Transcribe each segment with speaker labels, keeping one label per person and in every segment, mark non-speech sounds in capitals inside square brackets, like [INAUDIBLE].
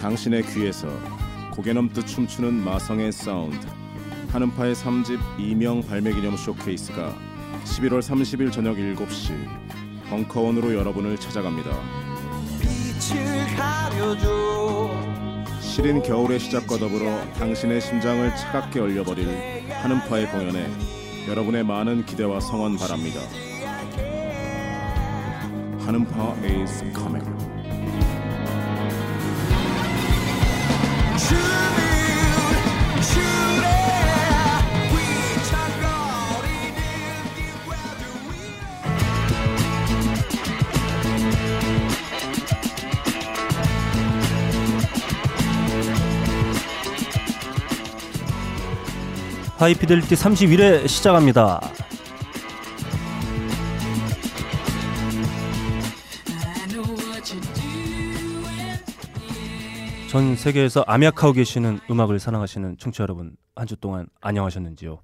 Speaker 1: 당신의 귀에서 고개 넘듯 춤추는 마성의 사운드 한음파의 3집 이명 발매 기념 쇼케이스가 11월 30일 저녁 7시 벙커원으로 여러분을 찾아갑니다.
Speaker 2: 빛을 가려줘
Speaker 1: 시린 겨울의 시작과 더불어 당신의 심장을 차갑게 얼려버릴 한음파의 공연에 여러분의 많은 기대와 성원 바랍니다. 한음파 is coming.
Speaker 2: 춤을 추래 휘청거리는 이 외로움
Speaker 3: 하이피델리티 31회 시작합니다. 전 세계에서 암약하고 계시는 음악을 사랑하시는 청취자 여러분 한 주 동안 안녕하셨는지요.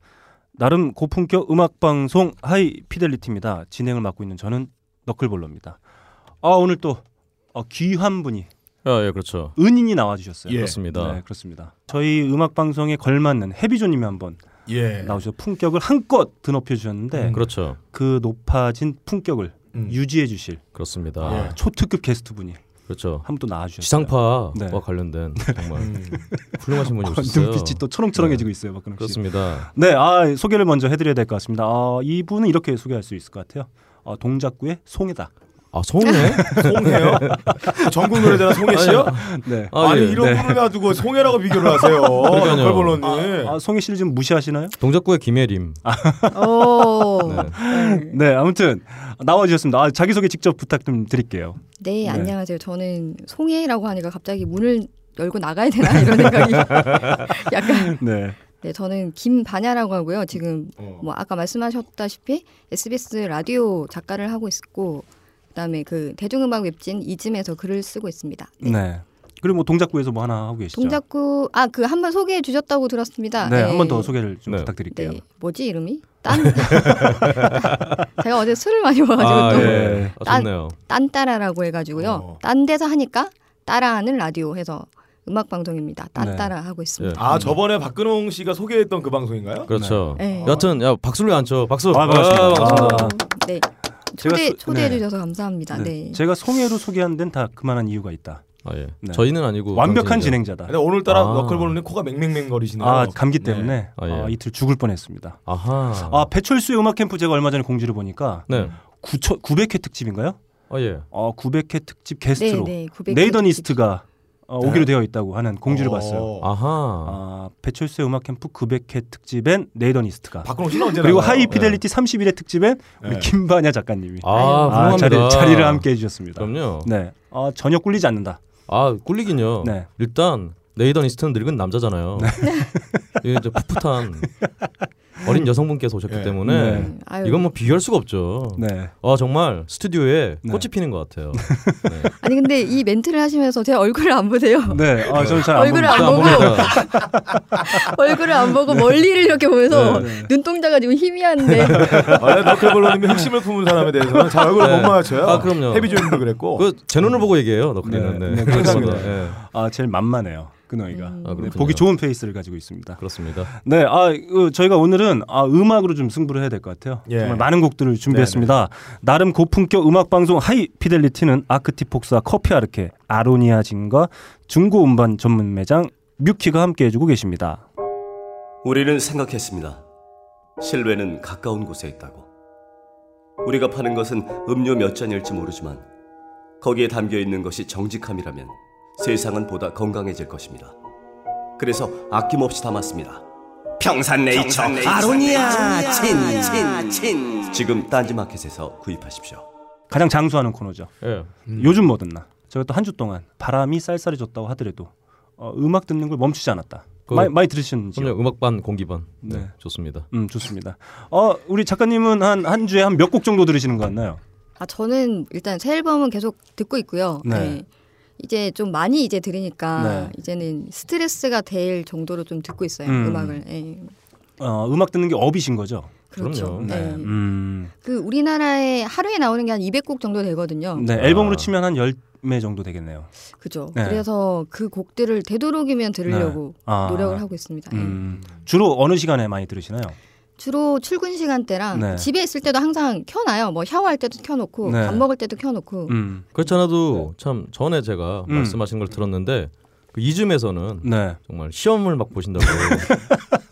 Speaker 3: 나름 고품격 음악 방송 하이피델리티입니다. 진행을 맡고 있는 저는 너클볼러입니다. 아 오늘 또 어, 귀한 분이
Speaker 4: 아, 예, 그렇죠.
Speaker 3: 은인이 나와주셨어요.
Speaker 4: 예. 그렇습니다.
Speaker 3: 네, 그렇습니다. 저희 음악 방송에 걸맞는 해비조님이 한번
Speaker 5: 예.
Speaker 3: 나오셔서 품격을 한껏 드높여 주셨는데
Speaker 4: 그렇죠.
Speaker 3: 그 높아진 품격을
Speaker 5: 음.
Speaker 3: 유지해 주실
Speaker 4: 그렇습니다.
Speaker 5: 예.
Speaker 3: 초특급 게스트 분이
Speaker 4: 그렇죠.
Speaker 3: 한 분 또 나와주셨어요.
Speaker 4: 지상파와
Speaker 3: 네.
Speaker 4: 관련된 정말 훌륭하신 분이 오셨어요.
Speaker 3: 눈빛이 또 초롱초롱해지고 있어요, 박근홍 씨.
Speaker 4: 네. 그렇습니다.
Speaker 3: 네, 아, 소개를 먼저 해드려야 될 것 같습니다. 아, 이분은 이렇게 소개할 수 있을 것 같아요. 아, 동작구의
Speaker 4: [LAUGHS]
Speaker 3: 송이다.
Speaker 4: 아, 송해? [LAUGHS]
Speaker 5: 송해요? 전국 노래자랑 송해 씨요?
Speaker 3: 네.
Speaker 4: 아,
Speaker 5: 아니
Speaker 4: 예.
Speaker 5: 이런
Speaker 3: 네.
Speaker 5: 분을 놔두고 송해라고 비교를
Speaker 4: [LAUGHS]
Speaker 5: 하세요.
Speaker 4: 그러니까요.
Speaker 5: 걸벌로님.
Speaker 4: 네.
Speaker 3: 아, 송이 씨를 지금 무시하시나요?
Speaker 4: 동작구의 김혜림.
Speaker 6: 오.
Speaker 4: 네.
Speaker 3: 네, 아무튼 나와주셨습니다. 아, 자기소개 직접 부탁 좀 드릴게요.
Speaker 6: 네, 안녕하세요. 저는 송혜라고 하니까 갑자기 문을 열고 나가야 되나 이런 생각이 [LAUGHS] 약간.
Speaker 3: 네,
Speaker 6: 네, 저는 김반야라고 하고요. 지금
Speaker 3: 어.
Speaker 6: 뭐 아까 말씀하셨다시피 SBS 라디오 작가를 하고 있고 그다음에 그 대중음악 웹진 이즘에서 글을 쓰고 있습니다.
Speaker 3: 네. 그리고 뭐 동작구에서 뭐 하나 하고 계시죠?
Speaker 6: 동작구 아 그 한 번 소개해 주셨다고
Speaker 5: 아,
Speaker 6: 들었습니다.
Speaker 3: 네, 한 번
Speaker 5: 예.
Speaker 3: 더 소개를 좀
Speaker 4: 네.
Speaker 3: 부탁드릴게요.
Speaker 6: 네, 뭐지 이름이? 딴 [LAUGHS] 제가 어제 술을 많이 먹어가지고
Speaker 4: 아,
Speaker 6: 또
Speaker 4: 예. 아, 좋네요.
Speaker 6: 딴따라라고 해가지고요.
Speaker 5: 어.
Speaker 6: 딴 데서 하니까 따라하는 라디오 해서 음악
Speaker 3: 네.
Speaker 6: 방송입니다. 딴따라 하고 있습니다.
Speaker 5: 아 저번에 박근홍 씨가 소개했던 그 방송인가요?
Speaker 4: 그렇죠.
Speaker 6: 네.
Speaker 4: 여하튼 야, 박수를 안 쳐. 박수.
Speaker 3: 아, 반갑습니다.
Speaker 4: 아, 반갑습니다.
Speaker 3: 반갑습니다.
Speaker 6: 어, 네.
Speaker 3: 예. 제가
Speaker 6: 초대
Speaker 3: 소-
Speaker 6: 초대해
Speaker 3: 네.
Speaker 6: 주셔서 감사합니다. 네.
Speaker 3: 제가 송해로 소개한 데는 다 그만한 이유가 있다.
Speaker 4: 아, 예.
Speaker 3: 네.
Speaker 4: 저희는 아니고
Speaker 3: 완벽한
Speaker 4: 당신이죠.
Speaker 3: 진행자다.
Speaker 5: 근데 오늘따라
Speaker 4: 아.
Speaker 5: 너클볼로님 코가 맹맹맹거리시네요.
Speaker 3: 아 감기
Speaker 5: 네.
Speaker 3: 때문에
Speaker 4: 아, 예.
Speaker 3: 아, 이틀 죽을 뻔했습니다.
Speaker 4: 아하.
Speaker 3: 아 배철수의 음악 캠프 제가 얼마 전에 공지를 보니까
Speaker 4: 네.
Speaker 3: 9천 900회 특집인가요?
Speaker 4: 아, 예.
Speaker 3: 어 900회 특집 게스트로
Speaker 6: 네, 네, 900
Speaker 3: 네이던 이스트가 어, 오기로 되어 있다고 하는 공지를
Speaker 5: 어.
Speaker 3: 봤어요.
Speaker 4: 아하.
Speaker 3: 아 배철수의 음악 캠프 900회 특집엔 네이던 이스트가
Speaker 5: 박근홍 씨는 언제
Speaker 3: 그리고
Speaker 5: 나와요?
Speaker 3: 하이피델리티 31회 특집엔 우리
Speaker 5: 네.
Speaker 3: 김반야 작가님이
Speaker 4: 아, 훌륭합니다.
Speaker 3: 자리, 자리를 함께 해주셨습니다.
Speaker 4: 그럼요.
Speaker 3: 네, 아, 전혀 꿀리지 않는다.
Speaker 4: 아, 꿀리긴요.
Speaker 3: 네.
Speaker 4: 일단 네이던 이스트는 늙은 남자잖아요. 이게 이제 풋풋한 어린 여성분께서 오셨기
Speaker 5: 예.
Speaker 4: 때문에
Speaker 3: 네.
Speaker 6: 아유.
Speaker 4: 이건 뭐 비교할 수가 없죠.
Speaker 3: 네,
Speaker 4: 아 정말 스튜디오에
Speaker 3: 네.
Speaker 4: 꽃이 피는 것 같아요. 네.
Speaker 6: 아니 근데 이 멘트를 하시면서 제 얼굴을 안
Speaker 3: [LAUGHS]
Speaker 6: 보세요.
Speaker 3: 네, 아, 저는 잘안
Speaker 6: 얼굴을
Speaker 3: 봅니다.
Speaker 6: 안
Speaker 4: 일단
Speaker 6: 보고.
Speaker 4: 봅니다.
Speaker 6: 얼굴을 안 보고 멀리를 이렇게 보면서
Speaker 3: 네, 네.
Speaker 6: 눈동자가 지금 희미한데
Speaker 5: 원래 너클볼로님이 핵심을 품은 사람에 대해서는 잘 얼굴을
Speaker 4: 네.
Speaker 5: 못 맞춰요.
Speaker 4: 아, 그럼요.
Speaker 5: 헤비조님도 그랬고.
Speaker 4: 그제 눈을 보고 얘기해요. 너클리는.
Speaker 3: 네,
Speaker 4: 네.
Speaker 3: 네,
Speaker 4: 그렇습니다.
Speaker 3: 그렇습니다.
Speaker 4: 예.
Speaker 3: 아, 제일 만만해요. 근호이가
Speaker 6: 음.
Speaker 4: 아,
Speaker 3: 네,
Speaker 4: 그렇군요.
Speaker 3: 보기 좋은 페이스를 가지고 있습니다.
Speaker 4: 그렇습니다.
Speaker 3: 네, 아 그, 저희가 오늘은 아, 음악으로 좀 승부를 해야 될 것 같아요.
Speaker 5: 예.
Speaker 3: 정말 많은 곡들을
Speaker 4: 네,
Speaker 3: 준비했습니다. 나름 고품격 음악 방송 하이 피델리티는 아크티폭스와 커피 아르케, 아로니아 진과 중고 음반 전문 매장 뮤키가 함께 해주고 계십니다.
Speaker 7: 우리는 생각했습니다. 실외는 가까운 곳에 있다고. 우리가 파는 것은 음료 몇 잔일지 모르지만 거기에 담겨 있는 것이 정직함이라면 세상은 보다 건강해질 것입니다. 그래서 아낌없이 담았습니다. 평산네이처, 아로니아 친친친 지금 딴지마켓에서 구입하십시오.
Speaker 3: 가장 장수하는 코너죠.
Speaker 4: 예.
Speaker 3: 음. 요즘 뭐듣나 저희가 또 한 주 동안 바람이 쌀쌀해졌다고 하더라도 어, 음악 듣는 걸 멈추지 않았다.
Speaker 4: 그-
Speaker 3: 많이, 많이 들으셨는지요?
Speaker 4: 그럼요. 음악반 공기반. 네.
Speaker 3: 네.
Speaker 4: 좋습니다.
Speaker 3: 음 좋습니다. 어 우리 작가님은 한 한 주에 한 몇 곡 정도 들으시는 것 같나요?
Speaker 6: 아 저는 일단 새 앨범은 계속 듣고 있고요.
Speaker 3: 네.
Speaker 6: 네. 이제 좀 많이 이제 들으니까
Speaker 3: 네.
Speaker 6: 이제는 스트레스가 될 정도로 좀 듣고 있어요
Speaker 3: 음.
Speaker 6: 음. 악을 예.
Speaker 3: 어 음악 듣는 게 업이신 거죠?
Speaker 6: 그렇죠.
Speaker 4: 그럼요.
Speaker 6: 네.
Speaker 3: 음.
Speaker 6: 그 우리나라에 하루에 나오는 게 한 200곡 정도
Speaker 4: 아.
Speaker 6: 되거든요.
Speaker 3: 네 앨범으로 치면 한 열 매 정도 되겠네요.
Speaker 6: 그죠.
Speaker 3: 네.
Speaker 6: 그래서 그 곡들을 되도록이면 들으려고
Speaker 3: 아,
Speaker 6: 노력을 하고 있습니다. 예.
Speaker 3: 음. 주로 어느 시간에 많이 들으시나요?
Speaker 6: 주로 출근 시간대랑
Speaker 3: 네.
Speaker 6: 집에 있을 때도 항상 켜놔요. 뭐 샤워할 때도 켜놓고
Speaker 3: 네.
Speaker 6: 밥 먹을 때도 켜놓고
Speaker 3: 음.
Speaker 4: 그렇지 않아도 참 전에 제가
Speaker 3: 음.
Speaker 4: 말씀하신 걸 들었는데 그 이즘에서는
Speaker 3: 네.
Speaker 4: 정말 시험을 막
Speaker 3: [LAUGHS]
Speaker 4: 보신다고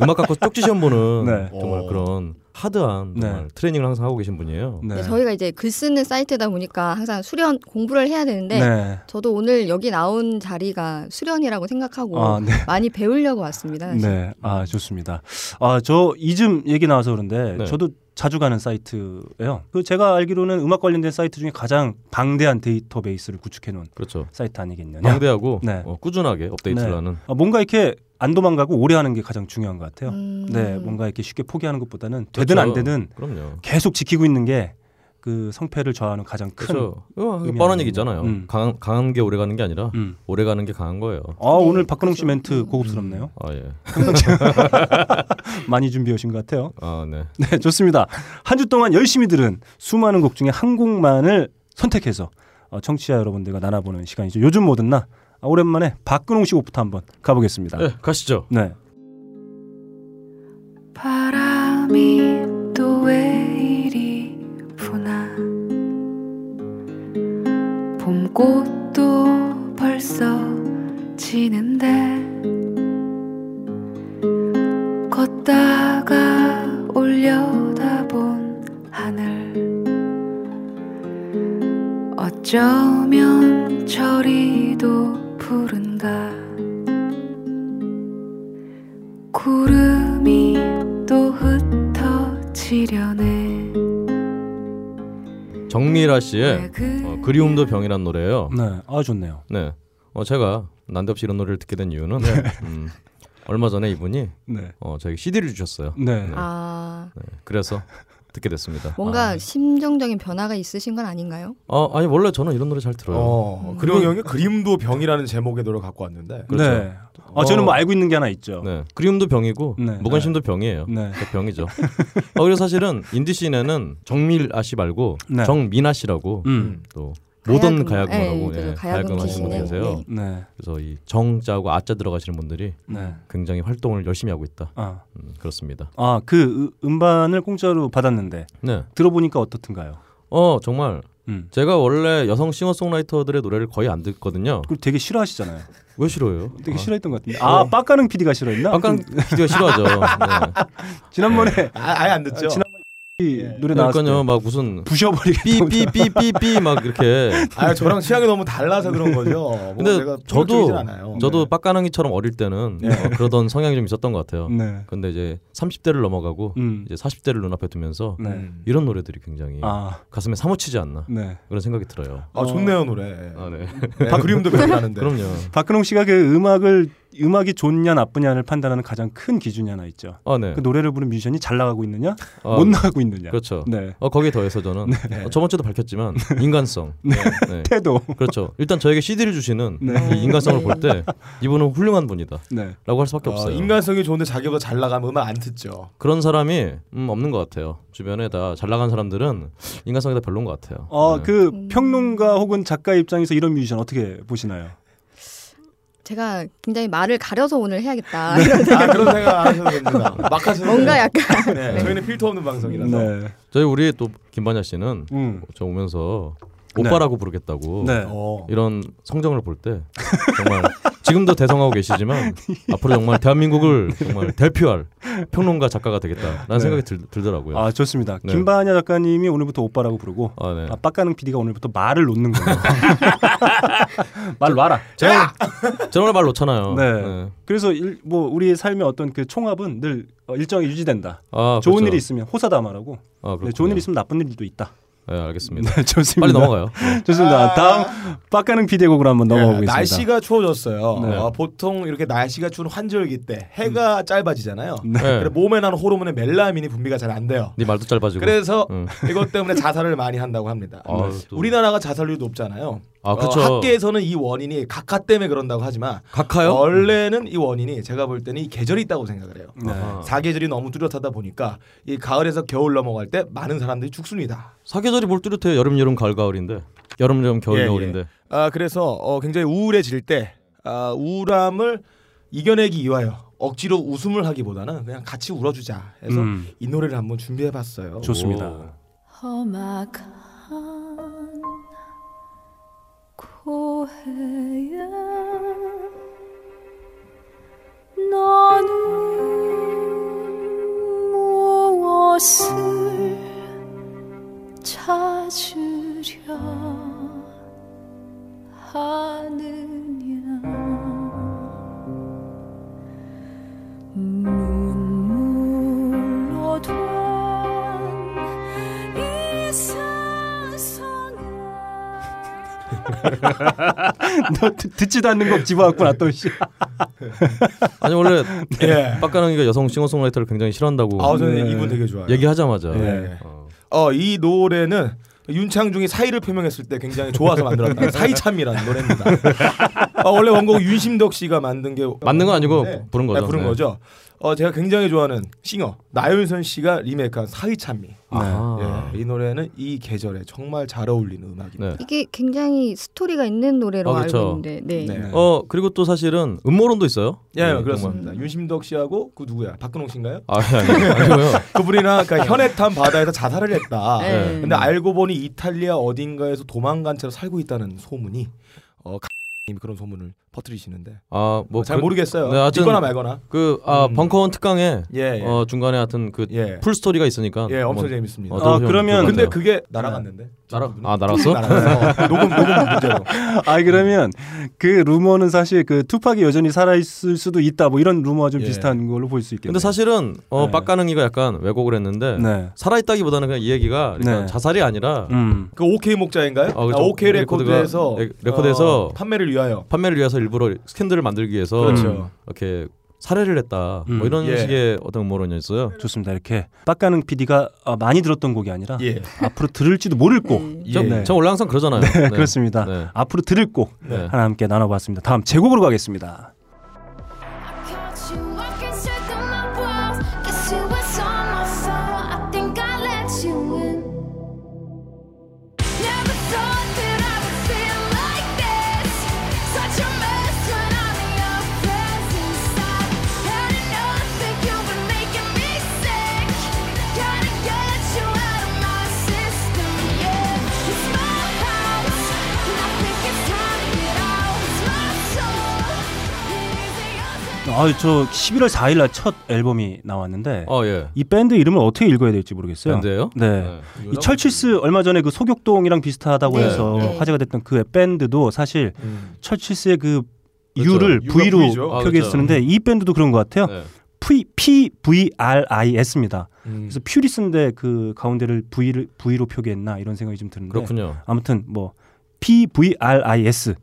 Speaker 4: 음악 갖고 쪽지 시험 보는
Speaker 3: 네.
Speaker 4: 정말
Speaker 5: 어.
Speaker 4: 그런 하드한
Speaker 3: 네.
Speaker 4: 정말 트레이닝을 항상 하고 계신 분이에요.
Speaker 3: 네.
Speaker 6: 근데 저희가 이제 글 쓰는 사이트다 보니까 항상 수련 공부를 해야 되는데
Speaker 3: 네.
Speaker 6: 저도 오늘 여기 나온 자리가 수련이라고 생각하고
Speaker 3: 아, 네.
Speaker 6: 많이 배우려고 왔습니다.
Speaker 3: 네. 아, 좋습니다. 아, 저 이즘 얘기 나와서 그런데
Speaker 4: 네.
Speaker 3: 저도 자주 가는 사이트예요. 그 제가 알기로는 음악 관련된 사이트 중에 가장 방대한 데이터베이스를 구축해 놓은
Speaker 4: 그렇죠.
Speaker 3: 사이트 아니겠느냐.
Speaker 4: 방대하고
Speaker 3: 네.
Speaker 4: 어, 꾸준하게 업데이트를
Speaker 3: 네.
Speaker 4: 하는
Speaker 3: 아, 뭔가 이렇게 안 도망가고 오래 하는 게 가장 중요한 것 같아요.
Speaker 6: 음.
Speaker 3: 네, 뭔가 이렇게 쉽게 포기하는 것보다는 되든 안
Speaker 4: 그렇죠.
Speaker 3: 되든
Speaker 4: 그럼요.
Speaker 3: 계속 지키고 있는 게 그 성패를 저하는 가장 큰.
Speaker 4: 그렇죠.
Speaker 3: 의미
Speaker 4: 뻔한
Speaker 3: 아니에요.
Speaker 4: 얘기잖아요.
Speaker 3: 음.
Speaker 4: 강한, 강한 게 오래 가는 게 아니라
Speaker 3: 음.
Speaker 4: 오래 가는 게 강한 거예요.
Speaker 3: 아
Speaker 6: 네,
Speaker 3: 오늘 박근홍 씨
Speaker 6: 그렇죠.
Speaker 3: 멘트
Speaker 6: 음.
Speaker 3: 고급스럽네요.
Speaker 4: 아 예. 음.
Speaker 3: 많이 준비하신 것 같아요.
Speaker 4: 아 네.
Speaker 3: 네, 좋습니다. 한 주 동안 열심히 들은 수많은 곡 중에 한 곡만을 선택해서 어, 청취자 여러분들과 나눠보는 시간이죠. 요즘 뭐든 나 아, 오랜만에 박근홍 씨 곡부터 한번 가보겠습니다.
Speaker 4: 예, 가시죠.
Speaker 3: 네.
Speaker 8: 바람이 또 왜 이리 부나 봄꽃도 벌써 지는데 걷다가 올려다본 하늘 어쩌면 저리도 푸른가 구름이 또 흩어지려네
Speaker 4: 정미라 씨의
Speaker 8: 왜 그-
Speaker 4: 어, 그리움도 병이란 노래예요.
Speaker 3: 네. 아 좋네요.
Speaker 4: 네. 어 제가 난데없이 이런 노래를 듣게 된 이유는 음, 얼마 전에 이분이
Speaker 3: 네.
Speaker 4: 어 저희 CD를 주셨어요.
Speaker 3: 네. 아, 네.
Speaker 6: 아
Speaker 4: 그래서 듣게 됐습니다.
Speaker 6: 뭔가 심정적인 변화가 있으신 건 아닌가요?
Speaker 4: 아 아니 원래 저는 이런 노래 잘 들어요.
Speaker 5: 어, 그리고 형이 그림도 병이라는 제목의 노래 갖고 왔는데
Speaker 4: 그렇죠.
Speaker 3: 네. 아 저는 뭐 알고 있는 게 하나 있죠.
Speaker 4: 네. 그리움도 병이고
Speaker 3: 네.
Speaker 4: 무관심도 병이에요.
Speaker 3: 네.
Speaker 4: 다 병이죠. 어, 그래서 사실은 인디 씬에는 정밀아 씨 말고
Speaker 3: 네.
Speaker 4: 정민아 씨라고
Speaker 3: 음.
Speaker 4: 또 모던
Speaker 6: 가야금,
Speaker 4: 가야금이라고
Speaker 6: 예,
Speaker 4: 예,
Speaker 6: 그
Speaker 4: 가야금
Speaker 6: 가야금
Speaker 4: 하시는 분
Speaker 6: 기시네요.
Speaker 4: 계세요.
Speaker 6: 네.
Speaker 3: 네.
Speaker 4: 그래서 이 정자하고 아자 들어가시는 분들이
Speaker 3: 네.
Speaker 4: 굉장히 활동을 열심히 하고 있다.
Speaker 3: 아.
Speaker 4: 음, 그렇습니다.
Speaker 3: 아, 그 으- 음반을 공짜로 받았는데
Speaker 4: 네.
Speaker 3: 들어보니까 어떻든가요?
Speaker 4: 어 정말
Speaker 3: 음.
Speaker 4: 제가 원래 여성 싱어송라이터들의 노래를 거의 안 듣거든요.
Speaker 3: 그리고 되게 싫어하시잖아요.
Speaker 4: 왜 싫어요?
Speaker 3: 되게 싫어했던 것 같은데. 아, 빡가는 PD가 싫어했나?
Speaker 4: 아까
Speaker 3: 좀
Speaker 4: [LAUGHS]
Speaker 3: [LAUGHS]
Speaker 4: 비디오 싫어하죠. 네.
Speaker 3: 지난번에
Speaker 5: 아, 예안 듣죠.
Speaker 3: 지난- 이 노래 나왔을
Speaker 4: 그러니까요,
Speaker 3: 때
Speaker 4: 막 무슨
Speaker 3: 부셔버리겠다.
Speaker 4: 삐삐삐삐삐 막 이렇게.
Speaker 5: 아 저랑 취향이 너무 달라서 그런 거죠. 뭐
Speaker 4: 근데
Speaker 5: 제가 폭력적이진
Speaker 4: 저도
Speaker 3: 어,
Speaker 5: 않아요. 네.
Speaker 4: 저도
Speaker 3: 네.
Speaker 4: 빡가능이처럼 어릴 때는 어, 그러던 성향이 좀 있었던 것 같아요.
Speaker 3: 네.
Speaker 4: 근데 이제 30대를 넘어가고
Speaker 3: 음.
Speaker 4: 이제 40대를 눈앞에 두면서
Speaker 3: 네.
Speaker 5: 음.
Speaker 4: 이런 노래들이 굉장히
Speaker 3: 아,
Speaker 4: 가슴에 사무치지 않나
Speaker 3: 네.
Speaker 4: 그런 생각이 들어요.
Speaker 5: 아 좋네요 노래.
Speaker 4: 아, 네.
Speaker 5: 네, 그림도 병이라는데.
Speaker 4: 그럼요.
Speaker 3: 박근홍 씨가 그 음악을 음악이 좋냐 나쁘냐를 판단하는 가장 큰 기준이 하나 있죠.
Speaker 4: 아, 네.
Speaker 3: 그 노래를 부르는 뮤지션이 잘 나가고 있느냐,
Speaker 4: 아,
Speaker 3: 못 나가고 있느냐.
Speaker 4: [LAUGHS] 그렇죠.
Speaker 3: 네.
Speaker 4: 어, 거기에 더해서 저는 어, 저번
Speaker 3: [LAUGHS]
Speaker 4: 주도 밝혔지만 인간성. 네.
Speaker 3: 태도.
Speaker 4: 그렇죠. 일단 저에게 CD를 주시는
Speaker 3: 네.
Speaker 4: [LAUGHS] 이 인간성을 볼 때 이분은 훌륭한 분이다라고
Speaker 3: 네.
Speaker 4: 할 수밖에
Speaker 5: 어,
Speaker 4: 없어요.
Speaker 5: 인간성이 좋은데 자기보다 잘 나가면 음악 안 듣죠.
Speaker 4: 그런 사람이 음, 없는 것 같아요. 주변에 다 잘 나간 사람들은 인간성이 다 별론 것 같아요.
Speaker 3: 어,
Speaker 4: 네.
Speaker 3: 그
Speaker 6: 음.
Speaker 3: 평론가 혹은 작가 입장에서 이런 뮤지션 어떻게 보시나요?
Speaker 6: 제가 굉장히 말을 가려서
Speaker 4: [LAUGHS]
Speaker 6: 오늘 해야겠다.
Speaker 4: 네.
Speaker 5: 아 그런 생각 안 하셔도 됩니다. 막 하셔도
Speaker 6: 뭔가
Speaker 5: 돼요.
Speaker 6: 약간
Speaker 5: 네, 저희는 필터 없는 방송이라서.
Speaker 3: 네.
Speaker 4: 저희 우리 또 김반야 씨는
Speaker 3: 음.
Speaker 4: 저 오면서
Speaker 3: 네.
Speaker 4: 오빠라고 부르겠다고
Speaker 3: 네.
Speaker 5: 어.
Speaker 4: 이런 성정을 볼 때 정말 지금도
Speaker 3: [LAUGHS]
Speaker 4: 대성하고 계시지만 앞으로 정말 대한민국을 정말 대표할 평론가 작가가 되겠다라는
Speaker 3: 네.
Speaker 4: 생각이 들, 들더라고요. 아,
Speaker 3: 아, 좋습니다.
Speaker 4: 네.
Speaker 3: 김반야 작가님이 오늘부터 오빠라고 부르고
Speaker 4: 네.
Speaker 3: 아, 빡가는 PD가 오늘부터 말을 놓는
Speaker 4: [LAUGHS]
Speaker 3: 거예요. [LAUGHS] 말 놔라.
Speaker 4: 제가 제가 오늘 말 놓잖아요.
Speaker 3: 네.
Speaker 4: 네.
Speaker 3: 그래서 일, 뭐 우리의 삶의 어떤 그 총합은 늘 어, 일정이 유지된다.
Speaker 4: 아,
Speaker 3: 좋은
Speaker 4: 그렇죠.
Speaker 3: 일이 있으면 호사다마라고.
Speaker 4: 아, 그렇군요.
Speaker 3: 네, 좋은 일이 있으면 나쁜 일도 있다. [LAUGHS]
Speaker 4: 네, 알겠습니다.
Speaker 3: 네, 좋습니다.
Speaker 4: 빨리 넘어가요.
Speaker 3: 좋습니다. 다음 빡가는 피디의 곡으로 한번 넘어가
Speaker 5: 예,
Speaker 3: 보겠습니다.
Speaker 5: 날씨가 추워졌어요.
Speaker 4: 네.
Speaker 5: 어, 보통 이렇게 날씨가 추운 환절기 때 해가 짧아지잖아요.
Speaker 4: 네.
Speaker 5: 그래 몸에 나는 호르몬의 멜라민이 분비가 잘 안 돼요.
Speaker 4: 네 말도 짧아지고.
Speaker 5: 그래서
Speaker 4: 음.
Speaker 5: [LAUGHS] 이것 때문에 자살을 많이 한다고 합니다. 네.
Speaker 4: 아, 또-
Speaker 5: 우리나라가 자살률이 높잖아요.
Speaker 4: 아, 그렇죠.
Speaker 5: 어, 학계에서는 이 원인이 각하 때문에 그런다고 하지만
Speaker 4: 각하요?
Speaker 5: 원래는 이 원인이 제가 볼 때는 이 계절이 있다고 생각을 해요.
Speaker 4: 아하.
Speaker 5: 사계절이 너무 뚜렷하다 보니까 이 가을에서 겨울 넘어갈 때 많은 사람들이 죽습니다.
Speaker 4: 사계절이 뭘 뚜렷해 여름 여름 가을 가을인데 여름 여름 겨울
Speaker 5: 예, 예.
Speaker 4: 겨울인데
Speaker 5: 아 그래서 어, 굉장히 우울해질 때 아, 우울함을 이겨내기 위하여 억지로 웃음을 하기보다는 그냥 같이 울어주자 해서
Speaker 3: 음,
Speaker 5: 이 노래를 한번 준비해봤어요.
Speaker 3: 좋습니다.
Speaker 8: 험악한 고해에 너는 무엇을 찾으려 하느냐 눈물로 된 이 세상에
Speaker 3: 너 듣- 듣지도 않는 곡 집어왔구나 또 씨.
Speaker 4: 아, 아니
Speaker 5: [LAUGHS]
Speaker 4: 원래
Speaker 5: 예.
Speaker 4: 빡가능이가 여성 싱어송라이터를 굉장히 싫어한다고
Speaker 5: 아 저는
Speaker 4: 네.
Speaker 5: 이분 되게 좋아요.
Speaker 4: 얘기하자마자
Speaker 5: 예.
Speaker 4: 어.
Speaker 5: 어이 노래는 윤창중이 사이를 표명했을 때 굉장히 좋아서
Speaker 4: [LAUGHS]
Speaker 5: 만들었다. 사이참이라는 노래입니다. 어, 원래 원곡 윤심덕 씨가 만든 게
Speaker 4: 만든 건 아니고
Speaker 5: 네.
Speaker 4: 부른 거죠.
Speaker 5: 네, 부른
Speaker 4: 네.
Speaker 5: 거죠. 어 제가 굉장히 좋아하는 싱어 나윤선 씨가 리메이크한 사이참이.
Speaker 4: 아.
Speaker 5: 예, 이 노래는 이 계절에 정말 잘 어울리는 음악입니다.
Speaker 4: 네.
Speaker 6: 이게 굉장히 스토리가 있는 노래로
Speaker 4: 어, 그쵸.
Speaker 6: 알고 있는데 네.
Speaker 5: 네.
Speaker 4: 어 그리고 또 사실은 음모론도 있어요.
Speaker 5: 예,
Speaker 4: 네,
Speaker 5: 그렇습니다. 윤심덕 씨하고 그 누구야? 박근홍 씨인가요?
Speaker 4: 정말. 아 아니, 아니고요. [LAUGHS]
Speaker 5: 그분이랑 그러니까 현해탄 바다에서 자살을 했다.
Speaker 6: 네.
Speaker 5: 근데 알고 보니 이탈리아 어딘가에서 도망간 채로 살고 있다는 소문이 어 님이 그런 소문을 퍼뜨리시는데
Speaker 4: 아뭐
Speaker 5: 잘 모르겠어요.
Speaker 4: 네, 하여튼-
Speaker 5: 믿거나 말거나.
Speaker 4: 그아
Speaker 5: 음.
Speaker 4: 벙커원 특강에
Speaker 5: 예, 예.
Speaker 4: 어 중간에 하여튼 그
Speaker 5: 예.
Speaker 4: 풀 스토리가 있으니까
Speaker 5: 예, 엄청
Speaker 4: 한번
Speaker 5: 재밌습니다.
Speaker 4: 어,
Speaker 3: 아, 그러면-
Speaker 5: 근데
Speaker 4: 근데 그
Speaker 5: 그게 날아갔는데.
Speaker 4: 날아 아 날았어? [LAUGHS]
Speaker 5: 날아갔어. 녹음 녹음 문제로.
Speaker 3: 아 그러면 그 루머는 사실 그 투팍이 여전히 살아 있을 수도 있다 뭐 이런 루머와 좀
Speaker 5: 예.
Speaker 3: 비슷한 걸로 볼 수 있겠네요.
Speaker 4: 근데 사실은 어
Speaker 3: 네.
Speaker 4: 빡가능이가 약간 왜곡을 했는데
Speaker 3: 네.
Speaker 4: 살아있다기보다는 그냥 이 얘기가 그러니까
Speaker 3: 네.
Speaker 4: 자살이 아니라
Speaker 3: 음.
Speaker 5: 그 OK 목자인가요?
Speaker 4: 어, 그렇죠.
Speaker 5: 아, OK
Speaker 4: 레코드가- 네,
Speaker 5: 레코드에서
Speaker 4: 레- 레코드에서
Speaker 5: 어, 판매를 위하여.
Speaker 4: 판매를 위해서 일부러 스캔들을 만들기 위해서
Speaker 5: 그렇죠.
Speaker 4: 이렇게 살해를 했다
Speaker 3: 음.
Speaker 4: 뭐 이런
Speaker 5: 예.
Speaker 4: 식의 어떤 음모론이었어요.
Speaker 3: 좋습니다. 이렇게 빡가는 PD가 어, 많이 들었던 곡이 아니라
Speaker 5: 예.
Speaker 3: 앞으로 들을지도 모를 곡.
Speaker 5: 예.
Speaker 4: 저,
Speaker 3: 네.
Speaker 4: 저 원래 항상 그러잖아요.
Speaker 3: 네, 그렇습니다.
Speaker 4: 네.
Speaker 3: 앞으로 들을 곡
Speaker 4: 네.
Speaker 3: 하나 함께 나눠봤습니다. 다음 제곡으로 가겠습니다.
Speaker 8: Caught you walking straight through my walls. Guess it was all my fault. I think I let you in. Never thought that I would feel like this. Such a mess when I'm in your presence. I had enough that you were making me sick. Gotta get you out of my system, yeah. It's my house, and I think it's time to get out. It's my soul. Here's the other.
Speaker 3: 아저 11월 4일 날 첫 앨범이 나왔는데
Speaker 4: 어 예.
Speaker 3: 이 밴드 이름을 어떻게 읽어야 될지 모르겠어요.
Speaker 4: 밴드예요?
Speaker 3: 네. 이 철칠스 얼마 전에 그 소격동이랑 비슷하다고
Speaker 4: 네,
Speaker 3: 해서
Speaker 6: 네.
Speaker 3: 화제가 됐던 그 밴드도 사실
Speaker 5: 음.
Speaker 3: 철칠스의 그
Speaker 4: 그렇죠.
Speaker 3: U를
Speaker 5: U가
Speaker 3: V로
Speaker 5: V죠.
Speaker 4: 아,
Speaker 3: 표기해
Speaker 4: 그렇죠.
Speaker 3: 쓰는데 이 밴드도 그런 것 같아요.
Speaker 4: 네.
Speaker 3: P, P V R I S입니다.
Speaker 5: 음.
Speaker 3: 그래서 퓨리스인데 그 가운데를 V를 V로 표기했나 이런 생각이 좀 드는데
Speaker 4: 그렇군요.
Speaker 3: 아무튼 뭐 P V R I S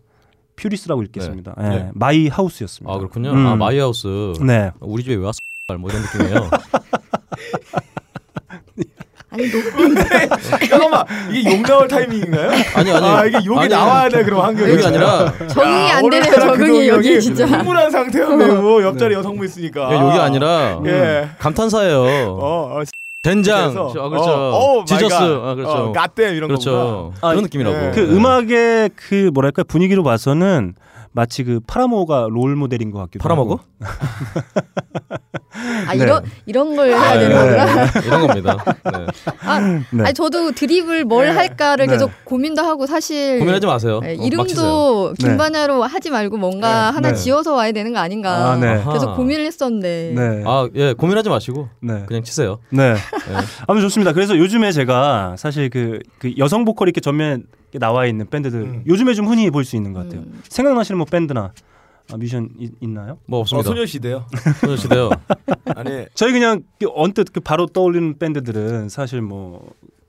Speaker 3: 퓨리스라고 읽겠습니다. 예,
Speaker 5: 네.
Speaker 3: 마이 하우스였습니다.
Speaker 4: 아 그렇군요.
Speaker 3: 음.
Speaker 4: 아 마이하우스.
Speaker 3: 네.
Speaker 4: 우리 집에 왜 왔어? 뭐 이런
Speaker 5: [LAUGHS]
Speaker 4: 느낌이에요.
Speaker 6: 아니
Speaker 3: [LAUGHS]
Speaker 6: 녹음
Speaker 3: 네.
Speaker 6: [LAUGHS]
Speaker 5: 잠깐만 이게 욕 나올 타이밍인가요?
Speaker 4: 아니 아니.
Speaker 5: 아 이게 욕이
Speaker 4: 아니,
Speaker 5: 나와야 돼 그럼 한결
Speaker 4: 여기 아니라
Speaker 6: 적응이 안 되네요. 적응이 여기 진짜.
Speaker 5: 흥분한
Speaker 3: 음.
Speaker 5: 상태였네요 뭐 옆자리 여성분 [LAUGHS] 있으니까
Speaker 4: 예, 여기 아니라
Speaker 5: 아. 예.
Speaker 4: 감탄사예요.
Speaker 5: 어, 어
Speaker 4: 된장.
Speaker 5: 그래서,
Speaker 4: 아 그렇죠.
Speaker 5: 어, 오 마이
Speaker 4: 지저스.
Speaker 5: 갓.
Speaker 4: 아
Speaker 5: 어,
Speaker 4: 그렇죠.
Speaker 5: 갓댐 이런 어, 거구나
Speaker 4: 그렇죠.
Speaker 3: 아,
Speaker 4: 그런 느낌이라고.
Speaker 5: 예.
Speaker 3: 그
Speaker 4: 네.
Speaker 3: 음악의 그 뭐랄까 분위기로 봐서는 마치 그 파라모가 롤 모델인 것 같기도
Speaker 4: 파라모고?
Speaker 3: 하고. 네.
Speaker 6: 아 이런 이런 걸 해야 되는
Speaker 4: 네.
Speaker 6: 거구나. [LAUGHS]
Speaker 4: 이런 겁니다. 네.
Speaker 6: 아,
Speaker 3: 아, 네.
Speaker 6: 아니 저도 드립을 뭘 할까를
Speaker 3: 네.
Speaker 6: 계속 고민도 하고 사실
Speaker 4: 고민하지 마세요.
Speaker 6: 네,
Speaker 4: 어, 막히세요.
Speaker 6: 이름도
Speaker 3: 네.
Speaker 6: 김반야로 하지 말고 뭔가 하나
Speaker 3: 네.
Speaker 6: 지어서 와야 되는 거 아닌가.
Speaker 3: 아, 네.
Speaker 6: 계속
Speaker 4: 아하.
Speaker 6: 고민을 했었는데.
Speaker 3: 네.
Speaker 4: 아, 예, 고민하지 마시고
Speaker 3: 네.
Speaker 4: 그냥 치세요.
Speaker 3: 네. 아무 좋습니다. 그래서 요즘에 제가 사실 그, 그 여성 보컬이 이렇게 전면 이렇게 나와 있는 밴드들
Speaker 5: 음.
Speaker 3: 요즘에 좀 흔히 볼 수 있는 것 같아요.
Speaker 4: 네.
Speaker 6: 음.
Speaker 3: 생각나시는 뭐 밴드나 아, 뮤지션 있, 있나요?
Speaker 4: 뭐
Speaker 5: 어,
Speaker 4: 없습니다.
Speaker 5: 소녀시대요
Speaker 6: [LAUGHS]
Speaker 4: 소녀시대요.
Speaker 5: 아니
Speaker 4: [LAUGHS]
Speaker 3: 저희 그냥 그 언뜻 그 바로 떠올리는 밴드들은 사실 뭐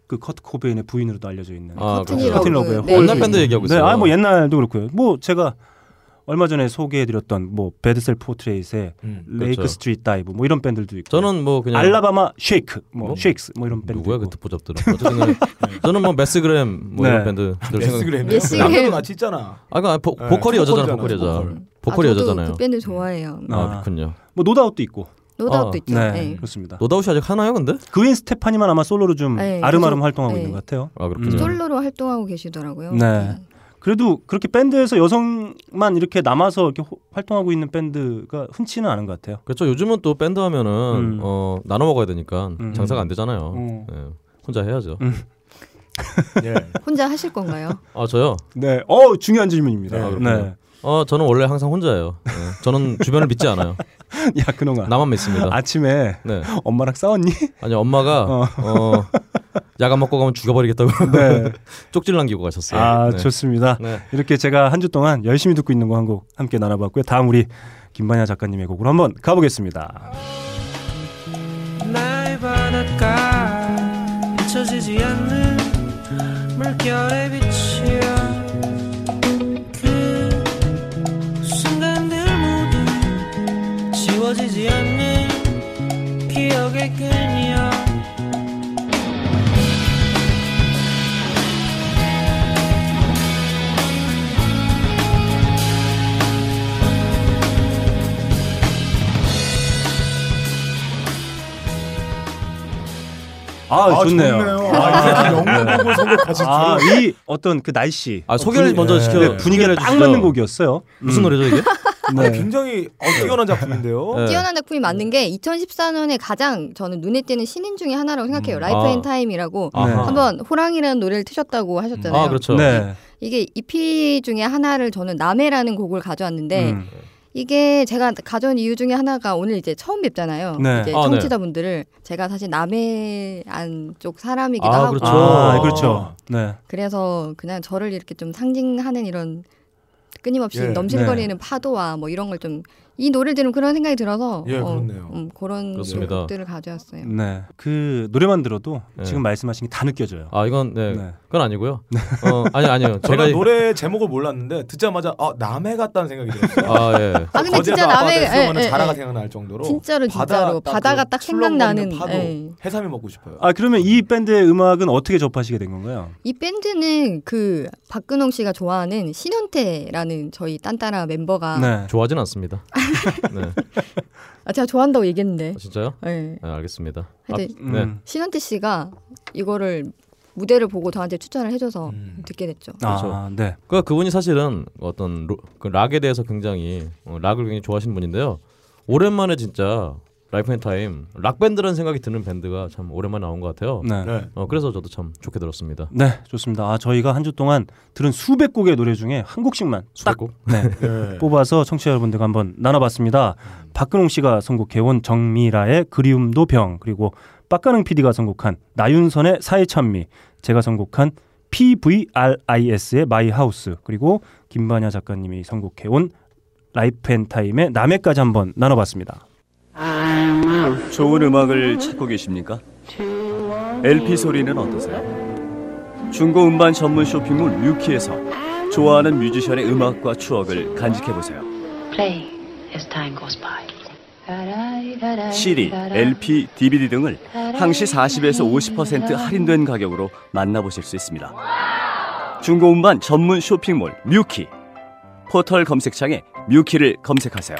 Speaker 3: 그 커트 코베인의 부인으로도 알려져 있는
Speaker 4: 아,
Speaker 6: 커튼
Speaker 4: 그렇죠.
Speaker 3: 커튼 러브의
Speaker 6: 러브.
Speaker 3: 홀.
Speaker 4: 옛날 밴드 얘기하고
Speaker 3: 네,
Speaker 4: 있어요.
Speaker 3: 아 뭐 옛날도 그렇고요. 뭐 제가 얼마 전에 소개해드렸던 뭐 배드셀 포트레이트의
Speaker 5: 음.
Speaker 3: 레이크
Speaker 4: 그렇죠.
Speaker 3: 스트리트 다이브 뭐 이런 밴들도 있고
Speaker 4: 저는 뭐 그냥
Speaker 3: 알라바마 쉐이크 뭐
Speaker 4: 뭐?
Speaker 3: 쉐이크스 뭐 이런 밴드
Speaker 4: 누구야 그
Speaker 3: 있고.
Speaker 4: 듣보잡들은. 어쨌든 간에 저는 뭐 메스그램 뭐
Speaker 3: 네.
Speaker 4: 이런 밴드들 생각.
Speaker 5: 예스그램
Speaker 6: 예스그램.
Speaker 5: 남자도 같이 있잖아
Speaker 4: 아, 그 보,
Speaker 5: 네,
Speaker 4: 보컬이 여자잖아.
Speaker 5: 보컬이잖아,
Speaker 4: 보컬 여자.
Speaker 5: 보컬.
Speaker 4: 보컬이
Speaker 6: 아, 저도
Speaker 4: 여자잖아요.
Speaker 6: 그 밴드 좋아해요.
Speaker 3: 아.
Speaker 4: 아, 그렇군요.
Speaker 3: 뭐 노다웃도 있고
Speaker 6: 노다웃도
Speaker 4: 아,
Speaker 6: 있죠.
Speaker 3: 네,
Speaker 6: 네.
Speaker 3: 그렇습니다.
Speaker 4: 노다우시 아직 하나요, 근데?
Speaker 3: 그윈 스테파니만 아마 솔로로 좀
Speaker 6: 네,
Speaker 3: 아름아름
Speaker 6: 계속-
Speaker 3: 활동하고
Speaker 6: 네.
Speaker 3: 있는 것 같아요.
Speaker 4: 아 그렇군요.
Speaker 3: 음.
Speaker 6: 솔로로 활동하고 계시더라고요.
Speaker 3: 네. 그래도 그렇게 밴드에서 여성만 이렇게 남아서 이렇게 호- 활동하고 있는 밴드가 흔치는 않은 것 같아요.
Speaker 4: 그렇죠. 요즘은 또 밴드 하면은
Speaker 3: 음.
Speaker 4: 어, 나눠 먹어야 되니까
Speaker 3: 음.
Speaker 4: 장사가 안 되잖아요.
Speaker 3: 음.
Speaker 4: 예, 혼자 해야죠.
Speaker 3: 음.
Speaker 5: 예.
Speaker 6: 혼자
Speaker 3: [LAUGHS]
Speaker 6: 하실 건가요?
Speaker 4: 아 저요.
Speaker 3: 네, 어 중요한 질문입니다.
Speaker 4: 네,
Speaker 3: 네,
Speaker 4: 그렇군요. 어 저는 원래 항상 혼자예요. 예, 저는 주변을 믿지 않아요.
Speaker 3: [LAUGHS] 야 그놈아.
Speaker 4: 나만 믿습니다.
Speaker 3: 아침에
Speaker 4: [LAUGHS] 네.
Speaker 3: 엄마랑 싸웠니?
Speaker 4: 아니
Speaker 3: [LAUGHS]
Speaker 4: 엄마가
Speaker 3: 어.
Speaker 4: 어. 야간 먹고 가면
Speaker 3: [LAUGHS]
Speaker 4: 죽여버리겠다고
Speaker 3: 네.
Speaker 4: [LAUGHS] 쪽질 남기고 가셨어요.
Speaker 3: 아
Speaker 4: 네.
Speaker 3: 좋습니다. 음.
Speaker 4: 네.
Speaker 3: 이렇게 제가 한 주 동안 열심히 듣고 있는 거 한 곡 함께 나눠봤고요. 다음 우리 김반야 작가님의 곡으로 한번 가보겠습니다.
Speaker 2: 날 바닷가 잊혀지지 않는 물결의 빛이야 그 순간들 모두 지워지지 않는 기억의 끈이야
Speaker 3: 아, 좋네요.
Speaker 6: 아,
Speaker 5: 아,
Speaker 4: 아,
Speaker 5: 영국을 선곡하시.
Speaker 3: 아 이 어떤 그 날씨,
Speaker 4: 아 소개를 먼저 시켜
Speaker 3: 네, 분위기를
Speaker 4: 해주시죠.
Speaker 3: 딱 맞는 곡이었어요.
Speaker 4: 무슨
Speaker 3: 음,
Speaker 4: 노래죠 이게?
Speaker 3: 네.
Speaker 5: 굉장히 어, 뛰어난 작품인데요.
Speaker 4: 네.
Speaker 6: 뛰어난 작품이 맞는 게 2014년에 가장 저는 눈에 띄는 신인 중에 하나라고 생각해요.
Speaker 3: 음.
Speaker 6: 라이프
Speaker 4: 아.
Speaker 6: 앤 타임이라고
Speaker 4: 아하.
Speaker 6: 한번 호랑이라는 노래를
Speaker 3: 음.
Speaker 6: 트셨다고 하셨잖아요.
Speaker 4: 아 그렇죠.
Speaker 3: 네.
Speaker 6: 이게 EP 중에 하나를 저는 남해라는 곡을 가져왔는데
Speaker 3: 음.
Speaker 6: 이게 제가 가져온 이유 중에 하나가 오늘 이제 처음 뵙잖아요.
Speaker 3: 네.
Speaker 6: 이제
Speaker 4: 아, 네.
Speaker 6: 청취자분들을 제가 사실 남해안 쪽 사람이기도
Speaker 4: 아,
Speaker 6: 하고
Speaker 4: 그렇죠.
Speaker 3: 아, 그렇죠. 네.
Speaker 6: 그래서 그냥 저를 이렇게 좀 상징하는 이런 끊임없이
Speaker 5: 예,
Speaker 6: 넘실거리는 파도와 뭐 이런 걸 좀 이 노래를 들으면 그런 생각이 들어서
Speaker 5: 예, 그렇네요. 음,
Speaker 6: 음, 그런
Speaker 4: 그렇습니다.
Speaker 6: 곡들을 가져왔어요.
Speaker 3: 네. 그 노래만 들어도
Speaker 4: 네.
Speaker 3: 지금 말씀하신 게 다 느껴져요.
Speaker 4: 아 이건 네,
Speaker 3: 네.
Speaker 4: 그건 아니고요. 어 아니 아니요. 제가
Speaker 5: 제가 노래 제목을 몰랐는데 듣자마자 아 남해 같다는 생각이 들었어요.
Speaker 4: 아 예.
Speaker 6: 아 근데 진짜
Speaker 5: 거제도
Speaker 6: 남해
Speaker 5: 아빠한테 쓰면은
Speaker 6: 예, 예,
Speaker 5: 자라가
Speaker 6: 예.
Speaker 5: 생각날 정도로
Speaker 6: 진짜로 진짜로
Speaker 5: 딱
Speaker 6: 바다가
Speaker 5: 그
Speaker 6: 딱
Speaker 5: 출렁거리는
Speaker 6: 생각나는
Speaker 5: 파도
Speaker 6: 예.
Speaker 5: 해삼이 먹고 싶어요.
Speaker 3: 아 그러면 이 밴드의 음악은 어떻게 접하시게 된 건가요?
Speaker 6: 이 밴드는 그 박근홍 씨가 좋아하는 신현태라는 저희 딴따라 멤버가
Speaker 3: 네.
Speaker 4: 좋아하진
Speaker 6: [LAUGHS]
Speaker 4: 않습니다. 네.
Speaker 6: 아, 제가 좋아한다고 얘기했는데
Speaker 4: 진짜요?
Speaker 6: 예.
Speaker 4: 네, 알겠습니다. 아,
Speaker 6: 하여튼
Speaker 4: 네.
Speaker 3: 음.
Speaker 6: 신현태 씨가 이거를 무대를 보고 저한테 추천을 해줘서
Speaker 5: 음.
Speaker 6: 듣게 됐죠.
Speaker 3: 아, 네.
Speaker 4: 그러니까 그분이 사실은 어떤 로, 그 락에 대해서 굉장히 어, 락을 굉장히 좋아하시는 분인데요. 오랜만에 진짜 라이프 앤 타임 락 밴드라는 생각이 드는 밴드가 참 오랜만에 나온 것 같아요.
Speaker 3: 네. 네.
Speaker 5: 네.
Speaker 4: 어, 그래서 저도 참 좋게 들었습니다.
Speaker 3: 좋습니다. 아, 저희가 한 주 동안 들은 수백 곡의 노래 중에 한 곡씩만 딱
Speaker 4: 수고.
Speaker 3: [LAUGHS] 네,
Speaker 5: 네.
Speaker 3: 뽑아서 청취자 여러분들과 한번 나눠봤습니다. 박근홍 씨가 선곡해온 정미라의 그리움도 병 그리고 빡가능 PD가 선곡한 나윤선의 사회찬미 제가 선곡한 PVRIS의 마이하우스 그리고 김반야 작가님이 선곡해온 라이프 앤 타임의 남해까지 한번 나눠봤습니다.
Speaker 7: 좋은 음악을 찾고 계십니까? LP 소리는 어떠세요? 중고 음반 전문 쇼핑몰 뮤키에서 좋아하는 뮤지션의 음악과 추억을 간직해 보세요.
Speaker 9: Play as time goes by.
Speaker 7: CD, LP, DVD 등을 항시 40에서 50% 할인된 가격으로 만나보실 수 있습니다. 중고 음반 전문 쇼핑몰 뮤키 포털 검색창에 뮤키를 검색하세요.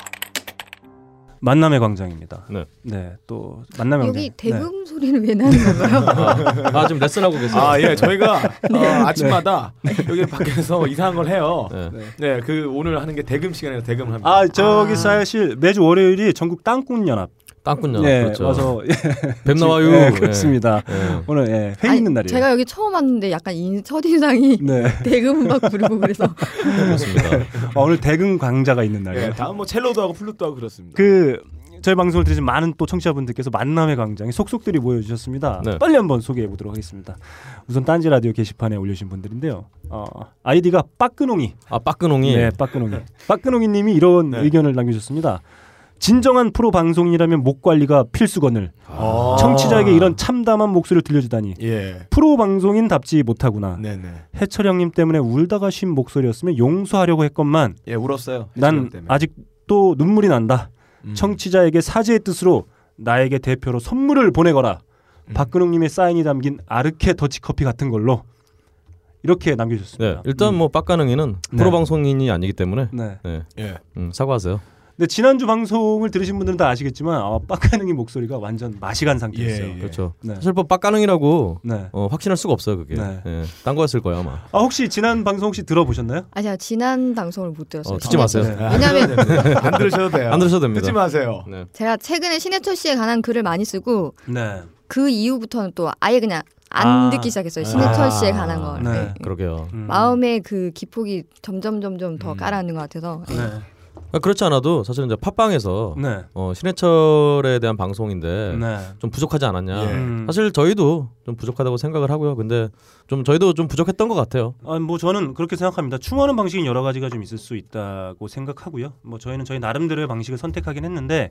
Speaker 3: 만남의 광장입니다.
Speaker 4: 네.
Speaker 3: 또 만남의 광장.
Speaker 6: 여기
Speaker 3: 네.
Speaker 6: 대금 소리는 왜 나는
Speaker 3: [LAUGHS]
Speaker 6: 건가요?
Speaker 4: 아 지금 레슨 하고 계세요.
Speaker 5: 아
Speaker 6: [LAUGHS]
Speaker 5: 예, 저희가
Speaker 6: 네.
Speaker 5: 어, 아침마다 여기 밖에서 이상한 걸 해요.
Speaker 4: 네.
Speaker 5: 네, 그 오늘 하는 게 대금 시간에서 대금을 합니다.
Speaker 3: 아 저기 사실 매주 월요일이 전국 땅꾼 연합
Speaker 4: 땅꾼요.
Speaker 3: 예,
Speaker 4: 그렇죠.
Speaker 3: 와서 예,
Speaker 4: 뱀 나와요.
Speaker 3: 예, 그렇습니다.
Speaker 4: 예. 예.
Speaker 3: 오늘 예, 회의 있는
Speaker 6: 아니,
Speaker 3: 날이에요.
Speaker 6: 제가 여기 처음 왔는데 약간 인, 첫인상이
Speaker 3: [LAUGHS] 네.
Speaker 6: 대금 막 부르고 그래서
Speaker 4: 그렇습니다.
Speaker 3: 아, 오늘 대금 강자가 있는
Speaker 6: 아,
Speaker 3: 날이에요.
Speaker 6: 네.
Speaker 5: 예, 다음 뭐 첼로도 하고 플루트도 하고 그렇습니다.
Speaker 3: 그 저희 방송을 들으신 많은 또 청취자분들께서 만남의 광장에 속속들이 모여주셨습니다.
Speaker 4: 네.
Speaker 3: 빨리 한번 소개해 보도록 하겠습니다. 우선 딴지 라디오 게시판에 올려주신 분들인데요. 어, 아이디가 빠끄농이.
Speaker 4: 아 빠끄농이
Speaker 3: 네, 빠끄농이. 빠끄농이님이 이런
Speaker 5: 네.
Speaker 3: 의견을 남겨주셨습니다. 진정한 프로 방송이라면 목 관리가 필수건을
Speaker 6: 그
Speaker 5: 아.
Speaker 3: 청취자에게 이런 참담한 목소리를 들려주다니
Speaker 5: 예,
Speaker 3: 프로 방송인답지 못하구나.
Speaker 5: 네, 네,
Speaker 3: 해철 형님 때문에 울다가 쉰 목소리였으면 용서하려고 했건만
Speaker 5: 예, 울었어요.
Speaker 3: 난
Speaker 5: 때문에.
Speaker 3: 아직도 눈물이 난다.
Speaker 5: 음.
Speaker 3: 청취자에게 사죄의 뜻으로 나에게 대표로 선물을 보내거라.
Speaker 5: 음.
Speaker 3: 박근홍님의 사인이 담긴 아르케 더치커피 같은 걸로 이렇게 남겨주셨습니다. 음.
Speaker 4: 네, 일단 뭐 빠까능이는
Speaker 3: 네.
Speaker 4: 프로 방송인이 아니기 때문에
Speaker 3: 음. 네.
Speaker 4: 네,
Speaker 5: 예,
Speaker 4: 음, 사과하세요.
Speaker 3: 근데 지난주 방송을 들으신 분들은 다 아시겠지만 아, 빡가능이 목소리가 완전 맛이 간 상태였어요.
Speaker 5: 예, 예.
Speaker 4: 그렇죠.
Speaker 3: 네.
Speaker 4: 사실 뭐 빡가능이라고
Speaker 3: 네.
Speaker 4: 어, 확신할 수가 없어요 그게.
Speaker 3: 네.
Speaker 4: 예, 딴 거였을 거예요 아마.
Speaker 3: 아 혹시 지난 방송 혹시 들어보셨나요?
Speaker 6: 아 제가 지난 방송을 못 들었어요.
Speaker 4: 어, 듣지 마세요.
Speaker 3: 네.
Speaker 6: 왜냐하면
Speaker 5: [LAUGHS] 안 들으셔도 돼요.
Speaker 4: 안 들으셔도 됩니다.
Speaker 5: 듣지 마세요.
Speaker 4: 네.
Speaker 6: 제가 최근에 신해철 씨에 관한 글을 많이 쓰고
Speaker 3: 네.
Speaker 6: 그 이후부터는 또 아예 그냥 안
Speaker 3: 아.
Speaker 6: 듣기 시작했어요. 신해철 씨에
Speaker 4: 아.
Speaker 6: 관한 걸.
Speaker 3: 네.
Speaker 6: 네.
Speaker 4: 그러게요.
Speaker 3: 음.
Speaker 6: 마음의 그 기폭이 점점 점점 더
Speaker 3: 음.
Speaker 6: 깔아앉는 것 같아서
Speaker 3: 네.
Speaker 4: 아, 그렇지 않아도 사실은 이제 팟빵에서
Speaker 3: 네.
Speaker 4: 어, 신해철에 대한 방송인데
Speaker 3: 네.
Speaker 4: 좀 부족하지 않았냐.
Speaker 5: 예.
Speaker 3: 음.
Speaker 4: 사실 저희도 좀 부족하다고 생각을 하고요. 근데 좀 저희도 좀 부족했던 것 같아요.
Speaker 3: 아, 뭐 저는 그렇게 생각합니다. 충원하는 방식이 여러 가지가 좀 있을 수 있다고 생각하고요. 뭐 저희는 저희 나름대로의 방식을 선택하긴 했는데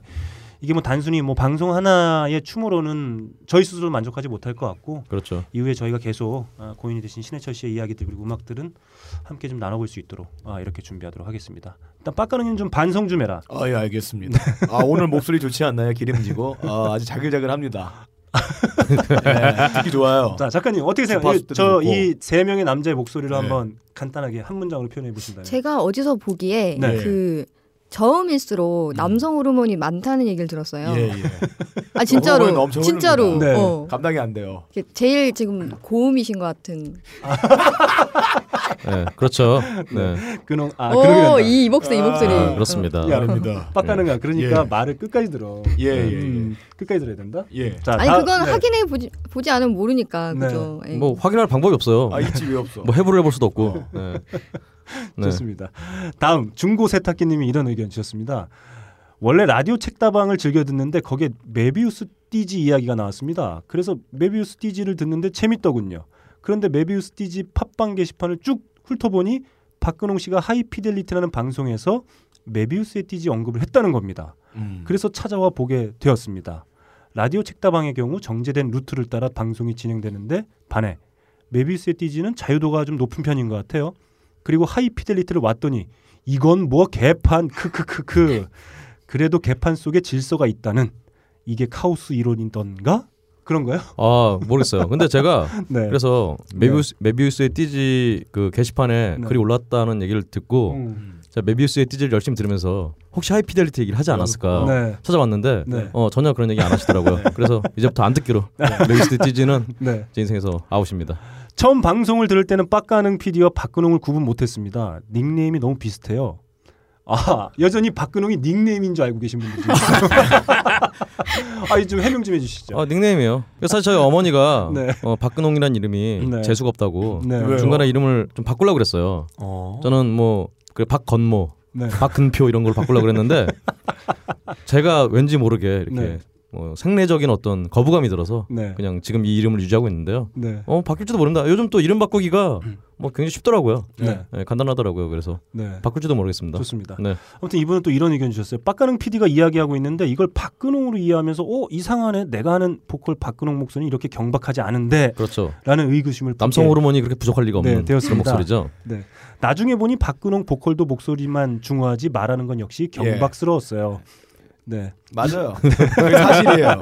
Speaker 3: 이게 뭐 단순히 뭐 방송 하나의 춤으로는 저희 스스로 만족하지 못할 것 같고
Speaker 4: 그렇죠.
Speaker 3: 이후에 저희가 계속 아, 고인이 되신 신해철 씨의 이야기들 그리고 음악들은 함께 좀 나눠볼 수 있도록 아, 이렇게 준비하도록 하겠습니다. 일단 빡가능님 좀 반성 좀 해라.
Speaker 5: 아, 예, 알겠습니다. 아, 오늘 목소리 좋지 않나요? 기름지고. 아, 아주 자글자글합니다. 네, 듣기 좋아요.
Speaker 3: 자 작가님 어떻게 생각해요?
Speaker 5: 주파수들이
Speaker 3: 저
Speaker 5: 있고.
Speaker 3: 이 세 명의 남자의 목소리를
Speaker 5: 네.
Speaker 3: 한번 간단하게 한 문장으로 표현해 보신다면
Speaker 6: 제가 어디서 보기에
Speaker 3: 네.
Speaker 6: 그 저음일수록 남성 호르몬이 많다는 얘기를 들었어요.
Speaker 5: 예, 예.
Speaker 6: 아 진짜로
Speaker 5: 호르몬 엄청
Speaker 6: 진짜로
Speaker 3: 흐릅니다. 네.
Speaker 6: 어.
Speaker 5: 감당이 안 돼요.
Speaker 6: 이게 제일 지금 고음이신 것 같은.
Speaker 4: 네,
Speaker 3: [LAUGHS]
Speaker 4: 그렇죠. 네,
Speaker 3: 그놈 아 그러긴 한다.
Speaker 6: 오이 목소리 이 목소리.
Speaker 5: 아,
Speaker 4: 그렇습니다.
Speaker 3: 야,
Speaker 5: 아닙니다.
Speaker 3: 예, [LAUGHS] 빡가능아 그러니까
Speaker 5: 예.
Speaker 3: 말을 끝까지 들어.
Speaker 5: 예, 예,
Speaker 3: 음, 끝까지 들어야 된다.
Speaker 5: 예. 예.
Speaker 3: 자,
Speaker 6: 아니
Speaker 3: 다-
Speaker 6: 그건
Speaker 3: 네.
Speaker 6: 확인해 보지 보지 않으면 모르니까 그죠. 예.
Speaker 4: 뭐 확인할 방법이 없어요.
Speaker 5: 아, 있지 왜 없어.
Speaker 4: 뭐 해부를 해볼 수도 없고. 네.
Speaker 3: [LAUGHS]
Speaker 4: 네.
Speaker 3: 좋습니다. 다음 중고 세탁기님이 이런 의견 주셨습니다. 원래 라디오 책다방을 즐겨 듣는데 거기에 메비우스 띠지 이야기가 나왔습니다. 그래서 메비우스 띠지를 듣는데 재밌더군요. 그런데 메비우스 띠지 팟빵 게시판을 쭉 훑어보니 박근홍 씨가 하이피델리티라는 방송에서 메비우스의 띠지 언급을 했다는 겁니다.
Speaker 5: 음.
Speaker 3: 그래서 찾아와 보게 되었습니다. 라디오 책다방의 경우 정제된 루트를 따라 방송이 진행되는데 반해 메비우스의 띠지는 자유도가 좀 높은 편인 것 같아요. 그리고 하이피델리티를 왔더니 이건 뭐 개판 크크크크 그래도 개판 속에 질서가 있다는 이게 카오스 이론이던가 그런가요? [LAUGHS]
Speaker 4: 아 모르겠어요. 근데 제가
Speaker 3: 네.
Speaker 4: 그래서 메비우스 메비우스의 띠지 그 게시판에
Speaker 3: 네.
Speaker 4: 글이 올랐다는 얘기를 듣고
Speaker 3: 음.
Speaker 4: 자, 메비우스의 띠지를 열심히 들으면서 혹시 하이피델리티 얘기를 하지 않았을까
Speaker 3: 네.
Speaker 4: 찾아봤는데
Speaker 3: 네.
Speaker 4: 어, 전혀 그런 얘기 안 하시더라고요.
Speaker 3: [LAUGHS]
Speaker 4: 그래서 이제부터 안 듣기로 메비우스 띠지는
Speaker 3: 네.
Speaker 4: 제 인생에서 아웃입니다.
Speaker 3: 처음 방송을 들을 때는 빡가능 PD와 박근홍을 구분 못했습니다. 닉네임이 너무 비슷해요. 아 여전히 박근홍이 닉네임인 줄 알고 계신 분들 있어요. 아좀 해명 좀 해주시죠.
Speaker 4: 아 닉네임이요. 에 사실 저희 어머니가
Speaker 3: 네.
Speaker 4: 어, 박근홍이라는 이름이
Speaker 3: 네.
Speaker 4: 재수가 없다고
Speaker 3: 네.
Speaker 5: 왜요?
Speaker 4: 중간에 이름을 좀 바꾸려고 그랬어요.
Speaker 3: 어.
Speaker 4: 저는 뭐 그래 박건모,
Speaker 3: 네.
Speaker 4: 박근표 이런 걸로 바꾸려고 그랬는데
Speaker 3: [LAUGHS]
Speaker 4: 제가 왠지 모르게 이렇게
Speaker 3: 네.
Speaker 4: 뭐 생내적인 어떤 거부감이 들어서
Speaker 3: 네.
Speaker 4: 그냥 지금 이 이름을 유지하고 있는데요.
Speaker 3: 네.
Speaker 4: 어 바뀔지도 모른다. 요즘 또 이름 바꾸기가 뭐 굉장히 쉽더라고요.
Speaker 3: 네.
Speaker 4: 예, 간단하더라고요. 그래서
Speaker 3: 네.
Speaker 4: 바꿀지도 모르겠습니다.
Speaker 3: 좋습니다.
Speaker 4: 네.
Speaker 3: 아무튼 이분은 또 이런 의견 주셨어요. 빡가능 PD가 이야기하고 있는데 이걸 박근홍으로 이해하면서 어 이상하네 내가 하는 보컬 박근홍 목소리는 이렇게 경박하지 않은데
Speaker 4: 그렇죠.
Speaker 3: 라는 의구심을
Speaker 4: 남성
Speaker 3: 품게
Speaker 4: 호르몬이 그렇게 부족할 리가
Speaker 3: 예. 네,
Speaker 4: 없는 그런
Speaker 3: 되었습니다.
Speaker 4: 목소리죠.
Speaker 3: 네. 나중에 보니 박근홍 보컬도 목소리만 중화하지 말하는 건 역시 경박스러웠어요. 네.
Speaker 5: 맞아요. 그게 사실이에요.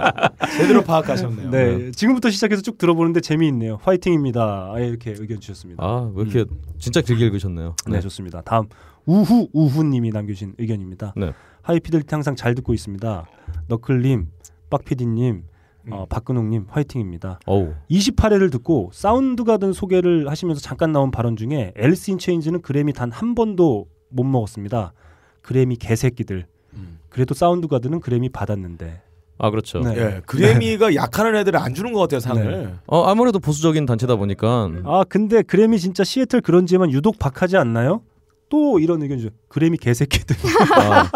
Speaker 5: 제대로 파악하셨네요.
Speaker 3: 네. 지금부터 시작해서 쭉 들어보는데 재미있네요. 화이팅입니다. 아, 이렇게 의견 주셨습니다.
Speaker 4: 아, 왜 이렇게 진짜 길게 읽으셨네요.
Speaker 3: 음. 네. 좋습니다. 다음 우후 우후 님이 남겨주신 의견입니다.
Speaker 4: 네.
Speaker 3: 하이피델리티 항상 잘 듣고 있습니다. 너클 님, 빡피디 님, 어, 박근홍 님 화이팅입니다.
Speaker 4: 어우.
Speaker 3: 28회를 듣고 사운드 가든 소개를 하시면서 잠깐 나온 발언 중에 앨리스 인 체인지는 그래미 단 한 번도 못 먹었습니다. 그래미 개새끼들.
Speaker 4: 음.
Speaker 3: 그래도 사운드 가든은 그래미 받았는데.
Speaker 4: 아, 그렇죠.
Speaker 3: 네.
Speaker 5: 예, 그래미가 약하는 애들을 안 주는 것 같아요, 상을.
Speaker 4: 어, 아무래도 보수적인 단체다 보니까
Speaker 3: 아 근데 그래미 진짜 시애틀 그런지에만 유독 박하지 않나요? 또 이런 의견 주. 그래미
Speaker 4: [LAUGHS]
Speaker 3: 개새끼들.
Speaker 4: 아,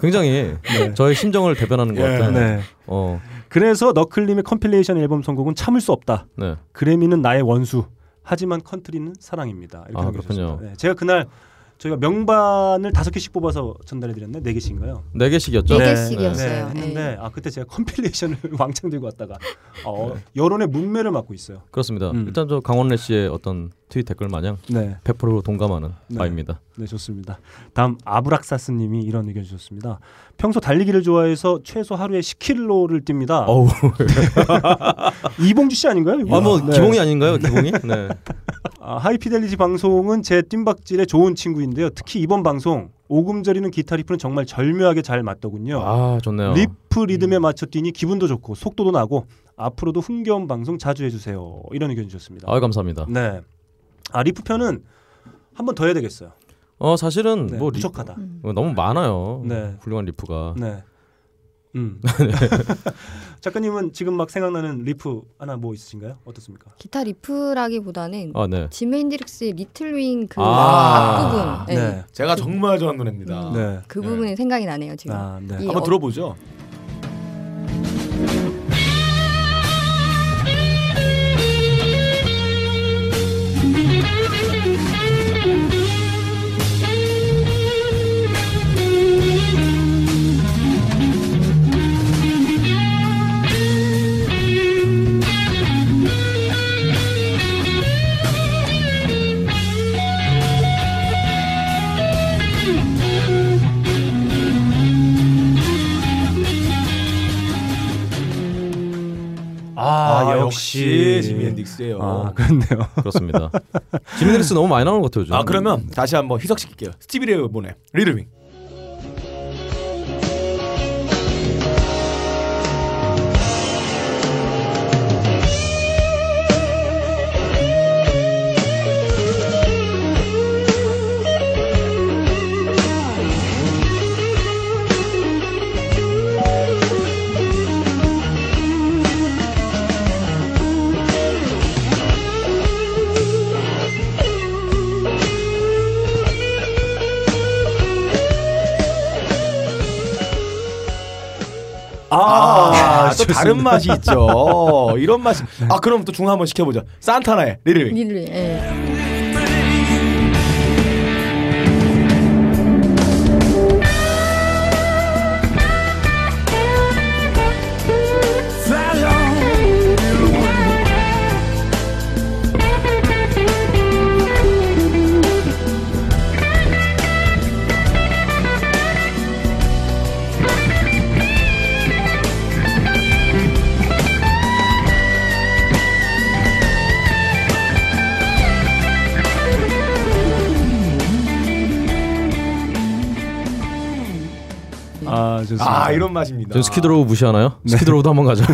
Speaker 4: 굉장히 저의 심정을 대변하는 것
Speaker 5: 예.
Speaker 4: 같아요.
Speaker 3: 네.
Speaker 4: 어,
Speaker 3: 그래서 너클님의 컴필레이션 앨범 선곡은 참을 수 없다.
Speaker 4: 네.
Speaker 3: 그래미는 나의 원수. 하지만 컨트리는 사랑입니다. 이렇게
Speaker 4: 아,
Speaker 3: 남겨주셨습니다.
Speaker 4: 그렇군요.
Speaker 3: 네, 제가 그날 저희가 명반을 다섯 개씩 뽑아서 전달해 드렸네. 네 개씩인가요?
Speaker 4: 네 개씩이었죠.
Speaker 6: 네
Speaker 4: 네.
Speaker 3: 네,
Speaker 6: 개씩이었어요. 예.
Speaker 3: 했는데 아 그때 제가 컴필레이션을 [LAUGHS] 왕창 들고 왔다가 어,
Speaker 4: 네.
Speaker 3: 여론의 문매를 맡고 있어요.
Speaker 4: 그렇습니다.
Speaker 3: 음.
Speaker 4: 일단 저 강원래 씨의 어떤 트윗 댓글 마냥
Speaker 3: 네,
Speaker 4: 100% 동감하는
Speaker 3: 네.
Speaker 4: 바입니다.
Speaker 3: 네 좋습니다. 다음 아브락사스님이 이런 의견 주셨습니다. 평소 달리기를 좋아해서 최소 하루에 10km를 뜁니다.
Speaker 4: 어우.
Speaker 3: [LAUGHS] 이봉주 씨 아닌가요? 이분?
Speaker 4: 아, 뭐
Speaker 3: 네.
Speaker 4: 기봉이 아닌가요? 기봉이? 네.
Speaker 3: 아, 하이피델리티 방송은 제 뜀박질의 좋은 친구인데요. 특히 이번 방송 오금절이는 기타 리프는 정말 절묘하게 잘 맞더군요.
Speaker 4: 아 좋네요. 음.
Speaker 3: 리프 리듬에 맞춰 뛰니 기분도 좋고 속도도 나고 앞으로도 흥겨운 방송 자주 해주세요. 이런 의견 주셨습니다.
Speaker 4: 아 감사합니다.
Speaker 3: 네. 아 리프 편은 한 번 더 해야 되겠어요.
Speaker 4: 어 사실은
Speaker 3: 네,
Speaker 4: 뭐 음. 리,
Speaker 3: 부족하다.
Speaker 6: 음.
Speaker 4: 어, 너무 많아요.
Speaker 3: 네.
Speaker 4: 훌륭한 리프가.
Speaker 3: 네. 음. 작가님은 지금 막 생각나는 리프 하나 뭐 있으신가요? 어떻습니까?
Speaker 6: 기타 리프라기보다는
Speaker 4: 아 네.
Speaker 6: 짐 핸드릭스의 리틀 윙 그
Speaker 4: 아,
Speaker 6: 앞부분 네.
Speaker 5: 제가 정말 좋아하는 노래입니다.
Speaker 3: 네.
Speaker 6: 그
Speaker 5: 네.
Speaker 6: 부분이 생각이 나네요 지금
Speaker 3: 아, 네.
Speaker 6: 이
Speaker 5: 한번
Speaker 6: 어-
Speaker 5: 들어보죠.
Speaker 3: 아,
Speaker 5: 지미 앤딕스예요.
Speaker 3: 아,
Speaker 5: 아,
Speaker 3: 그렇네요.
Speaker 4: 그렇습니다. 지민드릭스 너무 많이 나오는 것 같아요. 요즘.
Speaker 5: 그러면 다시 한번 희석시킬게요. 스티비 레이 보내 리드윙. 아, 또 다른 맛이 있죠. [LAUGHS] 이런 맛이. 아, 그럼 또 중화 한번 시켜보자. 산타나의 리드윙.
Speaker 6: 리틀 윙 예.
Speaker 3: 네. 아, 좋습니다.
Speaker 5: 아, 이런 맛입니다.
Speaker 4: 전 스키드로우 무시하나요?
Speaker 3: 네.
Speaker 4: 스키드로우도 한번
Speaker 3: [LAUGHS]
Speaker 4: 가죠.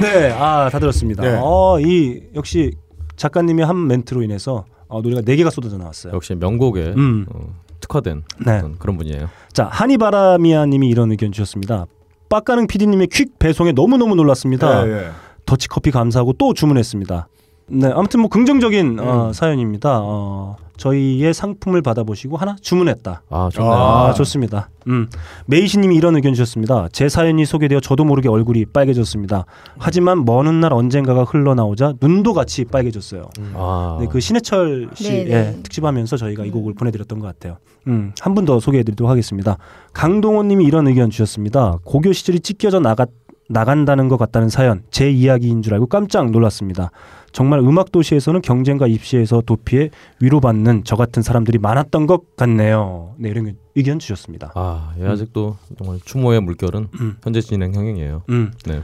Speaker 3: 네, 아, 다 들었습니다.
Speaker 5: 네.
Speaker 3: 어, 이 역시 작가님의 한 멘트로 인해서 어, 노래가 네 개가 쏟아져 나왔어요.
Speaker 4: 역시 명곡에
Speaker 3: 음.
Speaker 4: 어, 특화된
Speaker 3: 네.
Speaker 4: 어떤 그런 분이에요.
Speaker 3: 자, 하니바라미아 님이 이런 의견 주셨습니다. 빡가능 PD님의 퀵 배송에 너무너무 놀랐습니다.
Speaker 5: 예, 예.
Speaker 3: 더치커피 감사하고 또 주문했습니다. 네, 아무튼 뭐 긍정적인 어, 사연입니다. 어, 저희의 상품을 받아보시고 하나 주문했다.
Speaker 4: 아 좋네요.
Speaker 3: 아, 좋습니다. 음, 메이시님이 이런 의견 주셨습니다. 제 사연이 소개되어 저도 모르게 얼굴이 빨개졌습니다. 하지만 먼 훗날 언젠가가 흘러나오자 눈도 같이 빨개졌어요.
Speaker 4: 아.
Speaker 3: 네, 그 신해철 씨의 예,
Speaker 6: 네, 네.
Speaker 3: 특집하면서 저희가 이 곡을 보내드렸던 것 같아요. 음, 한 분 더 소개해드리도록 하겠습니다. 강동원님이 이런 의견 주셨습니다. 고교 시절이 찢겨져 나가, 나간다는 것 같다는 사연, 제 이야기인 줄 알고 깜짝 놀랐습니다. 정말 음악 도시에서는 경쟁과 입시에서 도피해 위로받는 저 같은 사람들이 많았던 것 같네요. 네, 이런 의견 주셨습니다.
Speaker 4: 아, 예, 아직도 정말 추모의 물결은
Speaker 3: 음.
Speaker 4: 현재 진행 형행이에요.
Speaker 3: 음.
Speaker 4: 네.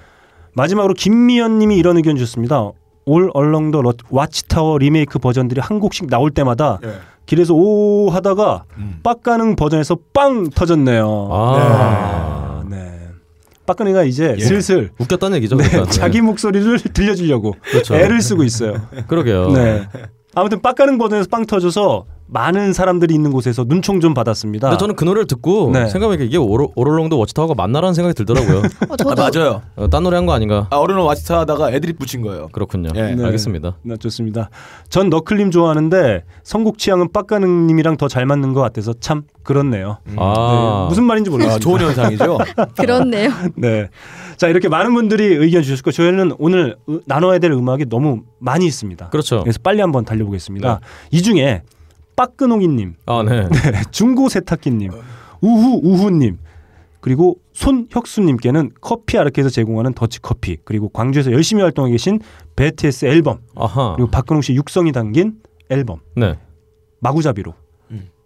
Speaker 3: 마지막으로 김미연님이 이런 의견 주셨습니다. 올 얼렁 더 와치타워 리메이크 버전들이 한 곡씩 나올 때마다
Speaker 5: 예.
Speaker 3: 길에서 오 하다가 빡가능 버전에서 빵 터졌네요.
Speaker 4: 아,
Speaker 3: 아, 네. 빡가능이가 이제
Speaker 5: 예.
Speaker 3: 슬슬
Speaker 4: 웃겼다는 얘기죠.
Speaker 3: 네, [LAUGHS]
Speaker 4: 그러니까.
Speaker 3: 자기 목소리를 들려주려고
Speaker 4: 그렇죠.
Speaker 3: 애를 쓰고 있어요.
Speaker 4: 그러게요.
Speaker 3: 네. 아무튼 빡가능 버전에서 빵 터져서 많은 사람들이 있는 곳에서 눈총 좀 받았습니다.
Speaker 4: 근데 저는 그 노래를 듣고
Speaker 3: 네.
Speaker 4: 생각해보니까 이게 오로, 오롤롱도 워치타워가 맞나라는 생각이 들더라고요.
Speaker 6: 어, 저도
Speaker 5: 맞아요.
Speaker 4: 어, 딴 노래 한 거 아닌가?
Speaker 5: 아, 어른은 와치타 하다가 애드립 붙인 거예요.
Speaker 4: 그렇군요.
Speaker 5: 예.
Speaker 3: 네.
Speaker 4: 알겠습니다.
Speaker 3: 네, 좋습니다. 전 너클님 좋아하는데 선곡 취향은 빡가능님이랑 더 잘 맞는 것 같아서 참 그렇네요. 네,
Speaker 4: 아
Speaker 3: 무슨 말인지
Speaker 5: 아,
Speaker 3: 몰랐습니다.
Speaker 5: 좋은 [LAUGHS] 현상이죠.
Speaker 6: 그렇네요.
Speaker 3: [LAUGHS] 네. 자 이렇게 많은 분들이 의견 주셨고 저희는 오늘 으- 나눠야 될 음악이 너무 많이 있습니다.
Speaker 4: 그렇죠. 네.
Speaker 3: 래서 빨리 한번 달려보겠습니다. 이 중에 빠끄농이님, [LAUGHS]
Speaker 4: 아 네.
Speaker 3: 중고 세탁기님, 우후 우후님. 그리고 손혁수님께는 커피 아르케에서 제공하는 더치 커피 그리고 광주에서 열심히 활동하고 계신 베티스 앨범
Speaker 4: 아하.
Speaker 3: 그리고 박근홍 씨 육성이 담긴 앨범
Speaker 4: 네.
Speaker 3: 마구잡이로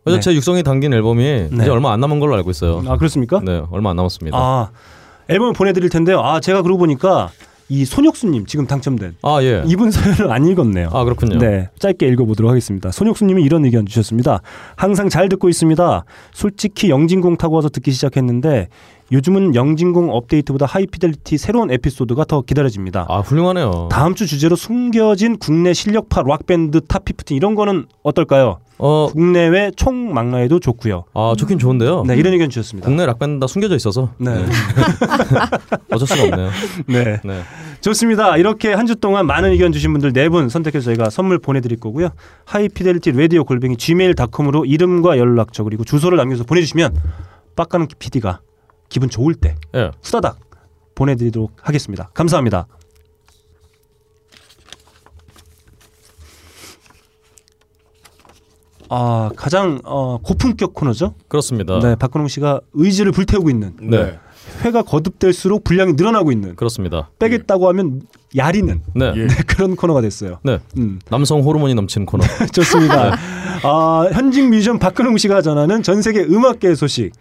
Speaker 4: 그래서
Speaker 3: 네.
Speaker 4: 제 육성이 담긴 앨범이
Speaker 3: 네.
Speaker 4: 이제 얼마 안 남은 걸로 알고 있어요.
Speaker 3: 아 그렇습니까?
Speaker 4: 네, 얼마 안 남았습니다. 아,
Speaker 3: 아 앨범을 보내드릴 텐데요. 아 제가 그러고 보니까 이 손혁수님 지금 당첨된
Speaker 4: 예.
Speaker 3: 이분 사연을 안 읽었네요.
Speaker 4: 아 그렇군요.
Speaker 3: 네, 짧게 읽어보도록 하겠습니다. 손혁수님이 이런 의견 주셨습니다. 항상 잘 듣고 있습니다. 솔직히 영진공 타고 와서 듣기 시작했는데 요즘은 영진공 업데이트보다 하이피델리티 새로운 에피소드가 더 기다려집니다.
Speaker 4: 아 훌륭하네요.
Speaker 3: 다음 주 주제로 숨겨진 국내 실력파 락 밴드 탑피프틴 이런 거는 어떨까요?
Speaker 4: 어,
Speaker 3: 국내외 총 막라에도 좋고요.
Speaker 4: 아 좋긴 좋은데요.
Speaker 3: 네, 이런 의견 주셨습니다.
Speaker 4: 국내 락밴드 다 숨겨져 있어서
Speaker 3: 네.
Speaker 4: 어쩔 수가 없네요.
Speaker 3: 네.
Speaker 4: 네.
Speaker 3: 좋습니다. 이렇게 한 주 동안 많은 의견 주신 분들 네 분 선택해서 저희가 선물 보내드릴 거고요. 하이피델리티 라디오 골뱅이 gmail.com으로 이름과 연락처 그리고 주소를 남겨서 보내주시면 빡가는 PD가 기분 좋을 때
Speaker 4: 예.
Speaker 3: 후다닥 보내드리도록 하겠습니다. 감사합니다. 아 가장 어, 고품격 코너죠.
Speaker 4: 그렇습니다.
Speaker 3: 네, 박근홍 씨가 의지를 불태우고 있는
Speaker 4: 네.
Speaker 3: 회가 거듭될수록 분량이 늘어나고 있는
Speaker 4: 그렇습니다.
Speaker 3: 빼겠다고 하면 야리는
Speaker 4: 네.
Speaker 3: 네, [LAUGHS] 그런 코너가 됐어요.
Speaker 4: 네.
Speaker 3: 음,
Speaker 4: 남성 호르몬이 넘치는
Speaker 3: [LAUGHS]
Speaker 4: 코너. [LAUGHS]
Speaker 3: 좋습니다. 아, 현직 뮤지션 박근홍 씨가 전하는 전 세계 음악계 소식.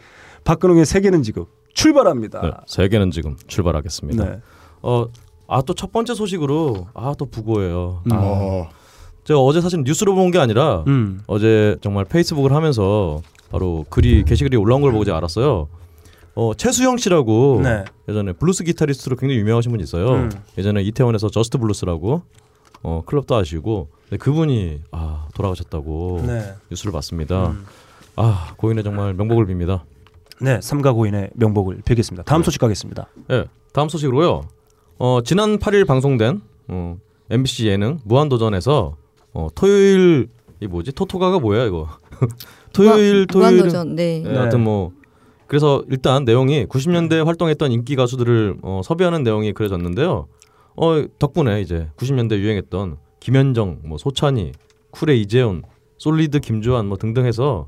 Speaker 3: 박근홍의 세계는 지금
Speaker 4: 네.
Speaker 3: 출발합니다.
Speaker 4: 세계는 지금 출발하겠습니다.
Speaker 3: 네.
Speaker 4: 어, 아 또 첫 번째 소식으로 아 또 부고예요.
Speaker 3: 음.
Speaker 5: 어.
Speaker 4: 제가 어제 사실 뉴스로 본 게 아니라
Speaker 3: 음.
Speaker 4: 어제 정말 페이스북을 하면서 바로 글이 게시글이 올라온 걸 보고 제가 알았어요. 어, 최수영 씨라고
Speaker 3: 네.
Speaker 4: 예전에 블루스 기타리스트로 굉장히 유명하신 분이 있어요.
Speaker 3: 음.
Speaker 4: 예전에 이태원에서 저스트 블루스라고 어, 클럽도 하시고 근데 그분이 아, 돌아가셨다고
Speaker 3: 네. 음.
Speaker 4: 뉴스를 봤습니다. 아 고인의 정말 명복을 빕니다.
Speaker 3: 네, 삼가고인의 명복을 빌겠습니다. 다음 소식 가겠습니다.
Speaker 4: 예, 다음 소식으로요. 어, 지난 8일 방송된 어, MBC 예능 무한도전에서 어, 토요일 이 뭐지 토토가가 뭐야 이거 [LAUGHS] 토요일
Speaker 6: [LAUGHS] 무한-
Speaker 4: 토요일
Speaker 6: 무한도전. 네.
Speaker 4: 네. 하여튼 뭐 그래서 일단 내용이 90년대 활동했던 인기 가수들을 어, 섭외하는 내용이 그려졌는데요. 어, 덕분에 이제 90년대 유행했던 김현정, 뭐 소찬이, 쿨의 이재훈, 솔리드 김주환 뭐 등등 해서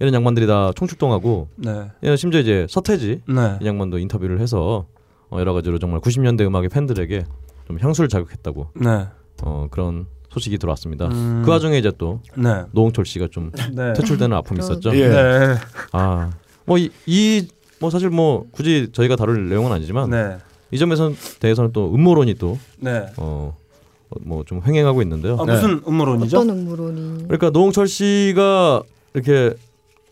Speaker 4: 이런 양반들이 다 총출동하고
Speaker 3: 네.
Speaker 4: 예, 심지어 이제 서태지
Speaker 3: 네.
Speaker 4: 이 양반도 인터뷰를 해서 어, 여러 가지로 정말 90년대 음악의 팬들에게 좀 향수를 자극했다고
Speaker 3: 네.
Speaker 4: 어, 그런 소식이 들어왔습니다.
Speaker 3: 음.
Speaker 4: 그 와중에 이제 또
Speaker 3: 네.
Speaker 4: 노홍철 씨가 좀
Speaker 3: 네.
Speaker 4: 퇴출되는 아픔이 있었죠.
Speaker 5: 예.
Speaker 3: 네.
Speaker 4: 아, 뭐 이 뭐 사실 뭐 굳이 저희가 다룰 내용은 아니지만
Speaker 3: 네.
Speaker 4: 이 점에선 대해서는 또 음모론이
Speaker 3: 네.
Speaker 4: 또어뭐좀 횡행하고 있는데요.
Speaker 3: 아, 무슨 음모론이죠?
Speaker 6: 어떤 음모론이
Speaker 4: 그러니까 노홍철 씨가 이렇게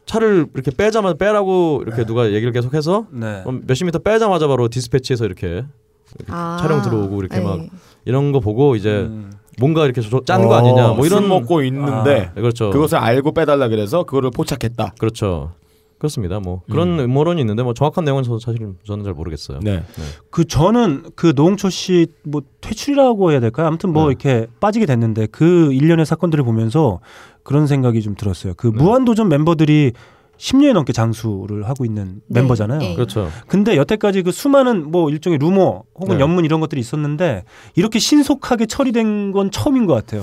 Speaker 4: 차를 이렇게 빼자마자 빼라고 이렇게 누가 얘기를 계속해서
Speaker 3: 네.
Speaker 4: 어, 몇십 미터 빼자마자 바로 디스패치에서 이렇게
Speaker 6: 아,
Speaker 4: 촬영 들어오고 이렇게 막
Speaker 6: 네.
Speaker 4: 이런 거 보고 이제
Speaker 3: 음. 어,
Speaker 4: 뭔가 이렇게 짠 거 아니냐 뭐 이런
Speaker 5: 어, 술 먹고 있는데
Speaker 4: 네, 그렇죠.
Speaker 5: 아, 그것을 알고 빼달라 그래서 그거를 포착했다.
Speaker 4: 그렇죠. 그렇습니다. 뭐 그런 음모론이 있는데 뭐 정확한 내용은 저도 사실 저는 잘 모르겠어요.
Speaker 5: 네.
Speaker 3: 그 저는 그 노홍철 씨 뭐 퇴출이라고 해야 될까요? 아무튼 뭐
Speaker 4: 네.
Speaker 3: 이렇게 빠지게 됐는데 그 일련의 사건들을 보면서 그런 생각이 좀 들었어요.
Speaker 4: 네.
Speaker 3: 그 무한도전 멤버들이 10년이 넘게 장수를 하고 있는
Speaker 6: 네.
Speaker 3: 멤버잖아요.
Speaker 6: 네.
Speaker 4: 그렇죠.
Speaker 3: 근데 여태까지 그 수많은 뭐 일종의 루머 혹은
Speaker 4: 네.
Speaker 3: 연문 이런 것들이 있었는데 이렇게 신속하게 처리된 건 처음인 것 같아요.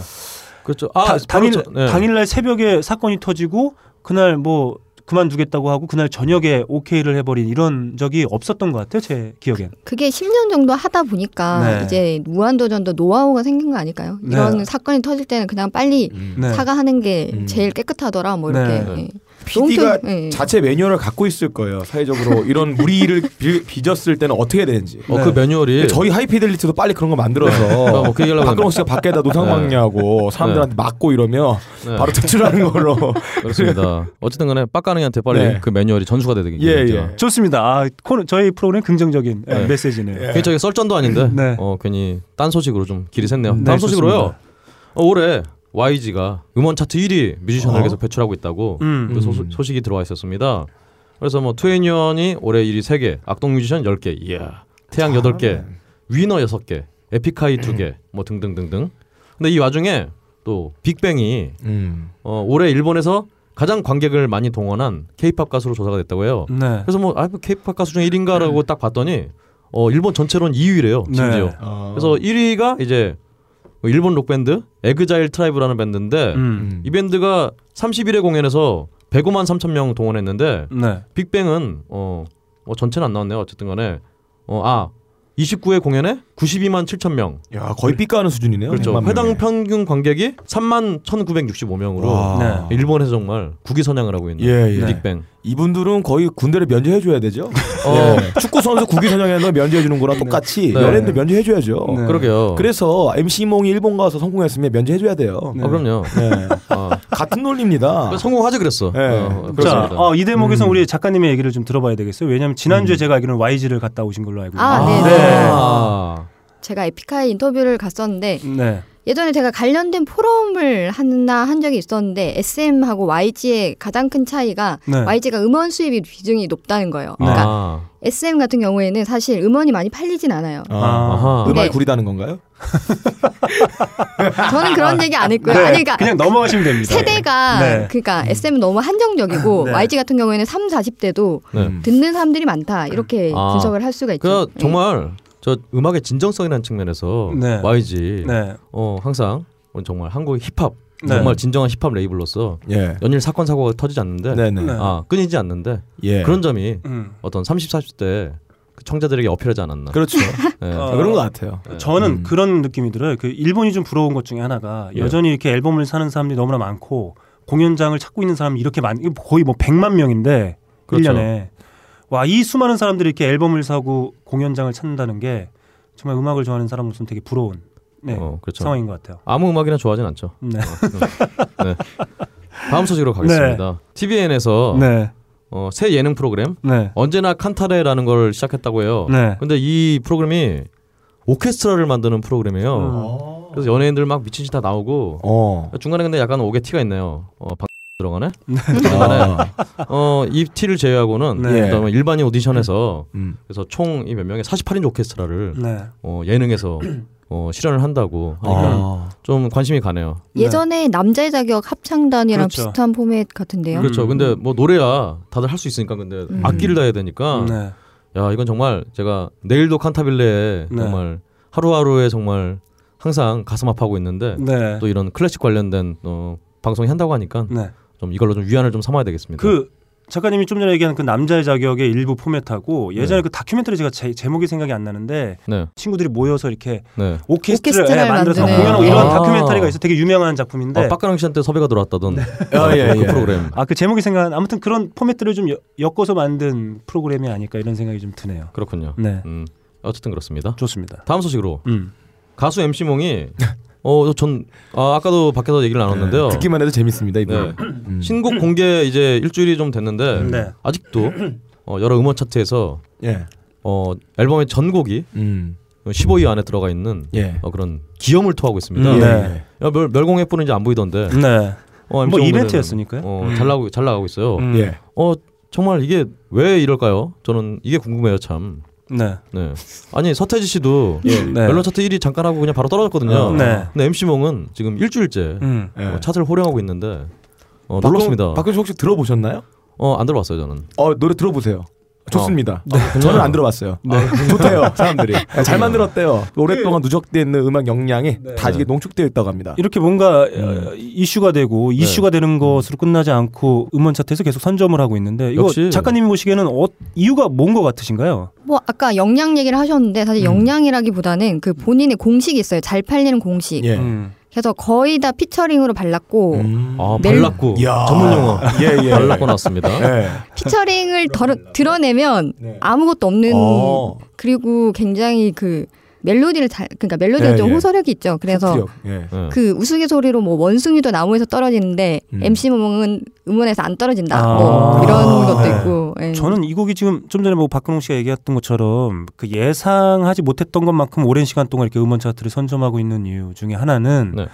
Speaker 4: 그렇죠. 아,
Speaker 3: 다- 당일
Speaker 4: 바로 저- 네.
Speaker 3: 당일날 새벽에 사건이 터지고 그날 뭐 그만두겠다고 하고 그날 저녁에 오케이를 해버린 이런 적이 없었던 것 같아요. 제 기억엔.
Speaker 6: 그게 10년 정도 하다 보니까
Speaker 3: 네.
Speaker 6: 이제 무한도전도 노하우가 생긴 거 아닐까요?
Speaker 3: 네.
Speaker 6: 이런 사건이 터질 때는 그냥 빨리
Speaker 3: 네.
Speaker 6: 사과하는 게
Speaker 5: 음.
Speaker 6: 제일 깨끗하더라 뭐 이렇게
Speaker 3: 네.
Speaker 6: 예.
Speaker 5: PD가
Speaker 6: 너무 좀- 예.
Speaker 5: 자체 매뉴얼을 갖고 있을 거예요. 사회적으로 이런 무리를 [LAUGHS] 빚- 빚었을 때는 어떻게 되는지.
Speaker 4: 어,
Speaker 3: 네.
Speaker 4: 그 매뉴얼이
Speaker 5: 저희 하이피델리티도 빨리 그런 거 예. 네. 만들어서
Speaker 4: 어, 뭐그 얘기하려고
Speaker 5: 박근홍 씨가 밖에다 노상
Speaker 4: 네.
Speaker 5: 방뇨하고 사람들한테 맞고 이러면
Speaker 4: 네.
Speaker 5: 바로 퇴출하는 걸로.
Speaker 4: 그렇습니다. [LAUGHS] 어쨌든 간에 빡가능이한테 빨리
Speaker 5: 네.
Speaker 4: 그 매뉴얼이 전수가 되게
Speaker 5: 예,
Speaker 4: 되죠.
Speaker 5: 예.
Speaker 3: 좋습니다. 아, 코너 저희 프로그램 긍정적인 예,
Speaker 4: 네.
Speaker 3: 메시지네요.
Speaker 4: 괜히 저게 썰전도 아닌데
Speaker 3: 네.
Speaker 4: 어 괜히 딴 소식으로 좀 길이 샜네요.
Speaker 3: 네,
Speaker 4: 다음 소식으로요.
Speaker 3: 좋습니다.
Speaker 4: 어, 올해 YG가 음원 차트 1위 뮤지션을
Speaker 5: 어?
Speaker 4: 계속 배출하고 있다고
Speaker 3: 음.
Speaker 4: 그 소수- 소식이 들어와 있었습니다. 그래서 뭐 투애니언이 올해 1위 3개, 악동 뮤지션 10개, 이야 태양 8개, 위너 6개, 에픽하이 2개, 뭐 등등등등. 근데 이 와중에 또 빅뱅이
Speaker 5: 음.
Speaker 4: 어, 올해 일본에서 가장 관객을 많이 동원한 K-팝 가수로 조사가 됐다고 해요.
Speaker 5: 음.
Speaker 3: 네.
Speaker 4: 그래서 뭐 아, K-팝 가수 중에 1인가라고
Speaker 5: 네.
Speaker 4: 딱 봤더니 어, 일본 전체로는 2위래요. 심지어.
Speaker 3: 네.
Speaker 4: 그래서 1위가 이제 뭐 일본 록 밴드 에그자일 트라이브라는 밴드인데
Speaker 3: 음.
Speaker 4: 이 밴드가 31회 공연에서 105만 3천 명 동원했는데
Speaker 3: 네.
Speaker 4: 빅뱅은 어, 어, 전체는 안 나왔네요. 어쨌든 간에 어, 아 29회 공연에 92만 7천 명.
Speaker 5: 야 거의 삐까는 수준이네요.
Speaker 4: 그렇죠.
Speaker 5: 100만 명이.
Speaker 4: 해당 평균 관객이 3만 1,965명으로
Speaker 5: 와.
Speaker 4: 아. 일본에서 정말 국위 선양을 하고 있는
Speaker 5: 예, 예.
Speaker 4: 빅뱅.
Speaker 5: 이분들은 거의 군대를 면제해 줘야 되죠. 예. 축구 선수 국기 전형에서 면제해 주는 거랑 똑같이
Speaker 4: 어. 네.
Speaker 5: 연예인도 면제해 줘야죠.
Speaker 3: 네.
Speaker 4: 어, 그러게요.
Speaker 5: 그래서 MC 몽이 일본 가서 성공했으면 면제해 줘야 돼요.
Speaker 3: 네.
Speaker 4: 어, 그럼요.
Speaker 5: 네.
Speaker 4: 어,
Speaker 5: 같은 논리입니다.
Speaker 4: 성공하지 그랬어.
Speaker 5: 예.
Speaker 4: 어,
Speaker 3: 자,
Speaker 4: 그렇습니다.
Speaker 3: 어, 이 대목에서
Speaker 5: 음.
Speaker 3: 우리 작가님의 얘기를 좀 들어봐야 되겠어요. 왜냐하면 지난주에 제가 알기로는 YG를 갔다 오신 걸로 알고
Speaker 6: 아,
Speaker 4: 아,
Speaker 6: 네.
Speaker 3: 네.
Speaker 6: 제가 에픽하이 인터뷰를 갔었는데
Speaker 3: 있는데. 네.
Speaker 6: 예전에 제가 관련된 포럼을 하나 한 적이 있었는데 SM하고 YG의 가장 큰 차이가
Speaker 3: 네.
Speaker 6: YG가 음원 수입이 비중이 높다는 거예요. 그러니까
Speaker 4: 아,
Speaker 6: SM 같은 경우에는 사실 음원이 많이 팔리진 않아요.
Speaker 5: 아.
Speaker 4: 아하.
Speaker 6: 네.
Speaker 5: 음악이 구리다는 건가요?
Speaker 3: [LAUGHS]
Speaker 6: 저는 그런 얘기 안 했고요.
Speaker 3: 네,
Speaker 6: 아니 그러니까
Speaker 3: 그냥 넘어가시면 됩니다.
Speaker 6: 세대가
Speaker 3: 네.
Speaker 6: 그러니까 SM은 너무 한정적이고
Speaker 3: 네.
Speaker 6: YG 같은 경우에는 3, 40대도
Speaker 4: 네.
Speaker 6: 듣는 사람들이 많다. 이렇게
Speaker 4: 아.
Speaker 6: 분석을 할 수가 있죠.
Speaker 4: 그 정말 저 음악의 진정성이라는 측면에서
Speaker 3: 네.
Speaker 4: YG
Speaker 3: 네.
Speaker 4: 어 항상 정말 한국의 힙합
Speaker 3: 네.
Speaker 4: 정말 진정한 힙합 레이블로서
Speaker 5: 예.
Speaker 4: 연일 사건 사고가 터지지 않는데
Speaker 5: 네네.
Speaker 3: 네.
Speaker 4: 아 끊이지 않는데
Speaker 5: 예.
Speaker 4: 그런 점이
Speaker 3: 음.
Speaker 4: 어떤 30, 40대 그 청자들에게 어필하지 않았나.
Speaker 5: 그렇죠.
Speaker 4: 예.
Speaker 3: 어.
Speaker 5: 그런 것 같아요.
Speaker 4: 네.
Speaker 3: 저는
Speaker 5: 음.
Speaker 3: 그런 느낌이 들어요. 그 일본이 좀 부러운 것 중에 하나가
Speaker 4: 예.
Speaker 3: 여전히 이렇게 앨범을 사는 사람들이 너무나 많고 공연장을 찾고 있는 사람이 이렇게 많 이거 거의 뭐 100만 명인데 일
Speaker 4: 그렇죠.
Speaker 3: 1년에 와 이 수많은 사람들이 이렇게 앨범을 사고 공연장을 찾는다는 게 정말 음악을 좋아하는 사람으로서는 되게 부러운 네,
Speaker 4: 어, 그렇죠.
Speaker 3: 상황인 것 같아요.
Speaker 4: 아무 음악이나 좋아하진 않죠.
Speaker 3: 네.
Speaker 4: 어, 네. 다음 소식으로 가겠습니다. TVN에서
Speaker 3: 네.
Speaker 4: 어, 새 예능 프로그램
Speaker 3: 네.
Speaker 4: 언제나 칸타레라는 걸 시작했다고 해요.
Speaker 3: 네.
Speaker 4: 근데 이 프로그램이 오케스트라를 만드는 프로그램이에요.
Speaker 3: 음.
Speaker 4: 그래서 연예인들 막 미친 짓 다 나오고
Speaker 5: 어.
Speaker 4: 중간에 근데 약간 오게 티가 있네요. 어, 방 들어가네.
Speaker 5: 아.
Speaker 4: 어, 이 티를 제외하고는
Speaker 3: 네.
Speaker 4: 그다음에 일반인 오디션에서
Speaker 5: 음.
Speaker 4: 그래서 총 이 몇 명의 48인조 오케스트라를
Speaker 3: 네.
Speaker 4: 어, 예능에서 어, 실현을 한다고 하니까
Speaker 5: 아.
Speaker 4: 좀 관심이 가네요.
Speaker 6: 예전에 남자의 자격 합창단이랑
Speaker 3: 그렇죠.
Speaker 6: 비슷한 포맷 같은데요.
Speaker 4: 그렇죠.
Speaker 3: 음.
Speaker 4: 근데 뭐 노래야 다들 할 수 있으니까 근데
Speaker 6: 네. 음.
Speaker 4: 악기를 다해야 되니까
Speaker 3: 네.
Speaker 4: 야 이건 정말 제가 내일도 칸타빌레에
Speaker 3: 네.
Speaker 4: 정말 하루하루에 정말 항상 가슴 아파하고 있는데
Speaker 3: 네.
Speaker 4: 또 이런 클래식 관련된 어, 방송이 한다고 하니까
Speaker 3: 네.
Speaker 4: 좀 이걸로 좀 위안을 좀 삼아야 되겠습니다.
Speaker 3: 그 작가님이 좀 전에 얘기한 그 남자의 자격의 일부 포맷하고 예전에 그 다큐멘터리 제가 제, 제목이 생각이 안 나는데
Speaker 4: 네,
Speaker 3: 친구들이 모여서 이렇게
Speaker 4: 네.
Speaker 3: 오케스트라를, 예,
Speaker 6: 오케스트라를
Speaker 3: 만들어서
Speaker 6: 만드는.
Speaker 3: 공연하고 이런
Speaker 4: 아.
Speaker 3: 다큐멘터리가 있어 되게 유명한 작품인데 네.
Speaker 4: 아, 빡가랑 씨한테 섭외가 들어왔다던
Speaker 5: 아, 예,
Speaker 4: 그 [LAUGHS]
Speaker 5: 예.
Speaker 4: 프로그램.
Speaker 3: 아 그 제목이 생각 아무튼 그런 포맷들을 좀 여- 엮어서 만든 프로그램이 아닐까 이런 생각이 좀 드네요.
Speaker 4: 그렇군요.
Speaker 3: 네,
Speaker 4: 음, 어쨌든 그렇습니다.
Speaker 3: 좋습니다.
Speaker 4: 다음 소식으로
Speaker 3: 음,
Speaker 4: 가수 MC 몽이 어, 전 아, 아까도 밖에서 얘기를
Speaker 3: 네,
Speaker 4: 나눴는데요.
Speaker 5: 네. 듣기만 해도 재밌습니다 이분.
Speaker 4: 네.
Speaker 5: 음.
Speaker 4: 신곡 공개 이제 일주일이 좀 됐는데
Speaker 3: 네.
Speaker 4: 아직도 어, 여러 음원 차트에서
Speaker 5: 예.
Speaker 4: 어, 앨범의 전곡이
Speaker 5: 음.
Speaker 4: 15위 안에 들어가 있는
Speaker 5: 예.
Speaker 4: 어, 그런 기염을 토하고 있습니다.
Speaker 3: 음, 네.
Speaker 4: 야, 멸, 멸공의 뿔은 이제 안 보이던데.
Speaker 3: 네.
Speaker 4: 어, MC
Speaker 3: 뭐
Speaker 4: 오늘은,
Speaker 3: 이벤트였으니까요.
Speaker 4: 어, 잘 나가고 잘 나가고 있어요.
Speaker 3: 음,
Speaker 5: 예.
Speaker 4: 어 정말 이게 왜 이럴까요? 저는 이게 궁금해요 참.
Speaker 3: 네.
Speaker 4: 네. 아니 서태지 씨도
Speaker 3: 네.
Speaker 4: 멜론 차트 1위 잠깐 하고 그냥 바로 떨어졌거든요.
Speaker 3: 네.
Speaker 4: 근데 MC 몽은 지금 일주일째
Speaker 3: 음.
Speaker 5: 예.
Speaker 4: 어, 차트를 호령하고 있는데 어,
Speaker 5: 박근-
Speaker 4: 놀랐습니다.
Speaker 5: 박근수 혹시 들어보셨나요?
Speaker 4: 어안 들어봤어요 저는.
Speaker 3: 음.
Speaker 5: 어 노래 들어보세요. 좋습니다.
Speaker 4: 네.
Speaker 5: 저는 안 들어봤어요. 아, 좋대요 사람들이. 잘 만들었대요. 오랫동안 누적돼 있는 음악 역량이 다 이게 농축되어 있다고 합니다.
Speaker 3: 이렇게 뭔가
Speaker 4: 음.
Speaker 3: 어, 이슈가 되고
Speaker 4: 네.
Speaker 3: 이슈가 되는 것으로 끝나지 않고 음원 차트에서 계속 선점을 하고 있는데 이거
Speaker 4: 역시.
Speaker 3: 작가님이 보시기에는 어, 이유가 뭔 것 같으신가요?
Speaker 6: 뭐 아까 역량 얘기를 하셨는데 사실 역량이라기보다는 그 본인의 공식이 있어요. 잘 팔리는 공식.
Speaker 4: 네.
Speaker 5: 예. 음.
Speaker 3: 음.
Speaker 6: 그래서 거의 다 피처링으로 발랐고
Speaker 4: 아
Speaker 3: 네.
Speaker 6: 내일-
Speaker 4: 발랐고
Speaker 5: 야.
Speaker 4: 전문 용어
Speaker 5: 예 예.
Speaker 4: 발랐고 나왔습니다.
Speaker 5: 예.
Speaker 6: 피처링을 덜, 드러내면
Speaker 5: 네.
Speaker 6: 아무것도 없는
Speaker 5: 어.
Speaker 6: 그리고 굉장히 그 멜로디를 잘 그러니까 멜로디가
Speaker 5: 예,
Speaker 6: 좀
Speaker 5: 예.
Speaker 6: 호소력이 있죠. 그래서
Speaker 5: 기억. 예.
Speaker 4: 네.
Speaker 6: 그 우스갯소리로 뭐 원숭이도 나무에서 떨어지는데
Speaker 5: 음.
Speaker 6: MC 모몽은 음원에서 안 떨어진다.
Speaker 3: 아.
Speaker 6: 뭐 이런 것도
Speaker 5: 네.
Speaker 6: 있고. 예.
Speaker 3: 저는 이 곡이 지금 좀 전에 뭐 박근홍 씨가 얘기했던 것처럼 그 예상하지 못했던 것만큼 오랜 시간 동안 이렇게 음원 차트를 선점하고 있는 이유 중에 하나는
Speaker 4: 네.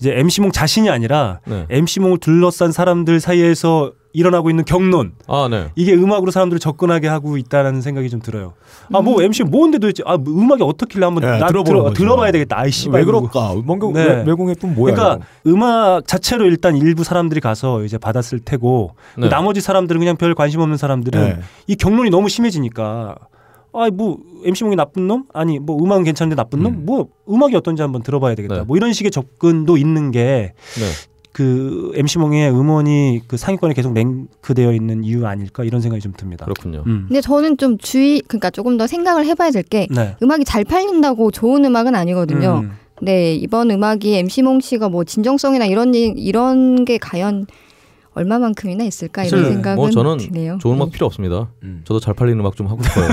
Speaker 3: 이제 MC몽 자신이 아니라
Speaker 4: 네.
Speaker 3: MC몽을 둘러싼 사람들 사이에서 일어나고 있는 경론
Speaker 4: 아, 네.
Speaker 3: 이게 음악으로 사람들을 접근하게 하고 있다라는 생각이 좀 들어요. 아 뭐 MC 뭔데 도대체 아뭐 음악이 어떻길래 한번
Speaker 5: 네,
Speaker 3: 나
Speaker 5: 들어보는
Speaker 3: 들어,
Speaker 5: 거죠.
Speaker 3: 들어봐야 되겠다. 아이씨
Speaker 5: 왜 그럴까? 뭔가
Speaker 3: 네.
Speaker 5: 왜- 외공의 뿐 뭐야?
Speaker 3: 그러니까 음악 자체로 일단 일부 사람들이 가서 이제 받았을 테고 그
Speaker 4: 네.
Speaker 3: 나머지 사람들은 그냥 별 관심 없는 사람들은
Speaker 5: 네.
Speaker 3: 이 경론이 너무 심해지니까 아뭐 MC 몽이 나쁜 놈 아니 뭐 음악은 괜찮은데 나쁜 놈 뭐 음악이 어떤지 한번 들어봐야 되겠다
Speaker 4: 네.
Speaker 3: 뭐 이런 식의 접근도 있는
Speaker 4: 네.
Speaker 3: 게 그 MC 몽의 음원이 그 상위권에 계속 랭크되어 있는 이유 아닐까 이런 생각이 좀 듭니다.
Speaker 4: 그렇군요.
Speaker 3: 음.
Speaker 6: 근데 저는 좀 주의 그러니까 조금 더 생각을 해봐야 될 게
Speaker 3: 네.
Speaker 6: 음악이 잘 팔린다고 좋은 음악은 아니거든요.
Speaker 3: 음.
Speaker 6: 네 이번 음악이 MC 몽 씨가 뭐 진정성이나 이런 일- 이런 게 과연 얼마만큼이나 있을까 이런
Speaker 4: 사실
Speaker 6: 생각은
Speaker 4: 뭐 저는
Speaker 6: 드네요.
Speaker 4: 좋은 음악
Speaker 6: 네.
Speaker 4: 필요 없습니다.
Speaker 5: 음.
Speaker 4: 저도 잘 팔리는 음악 좀 하고
Speaker 3: [LAUGHS]
Speaker 4: 싶어요.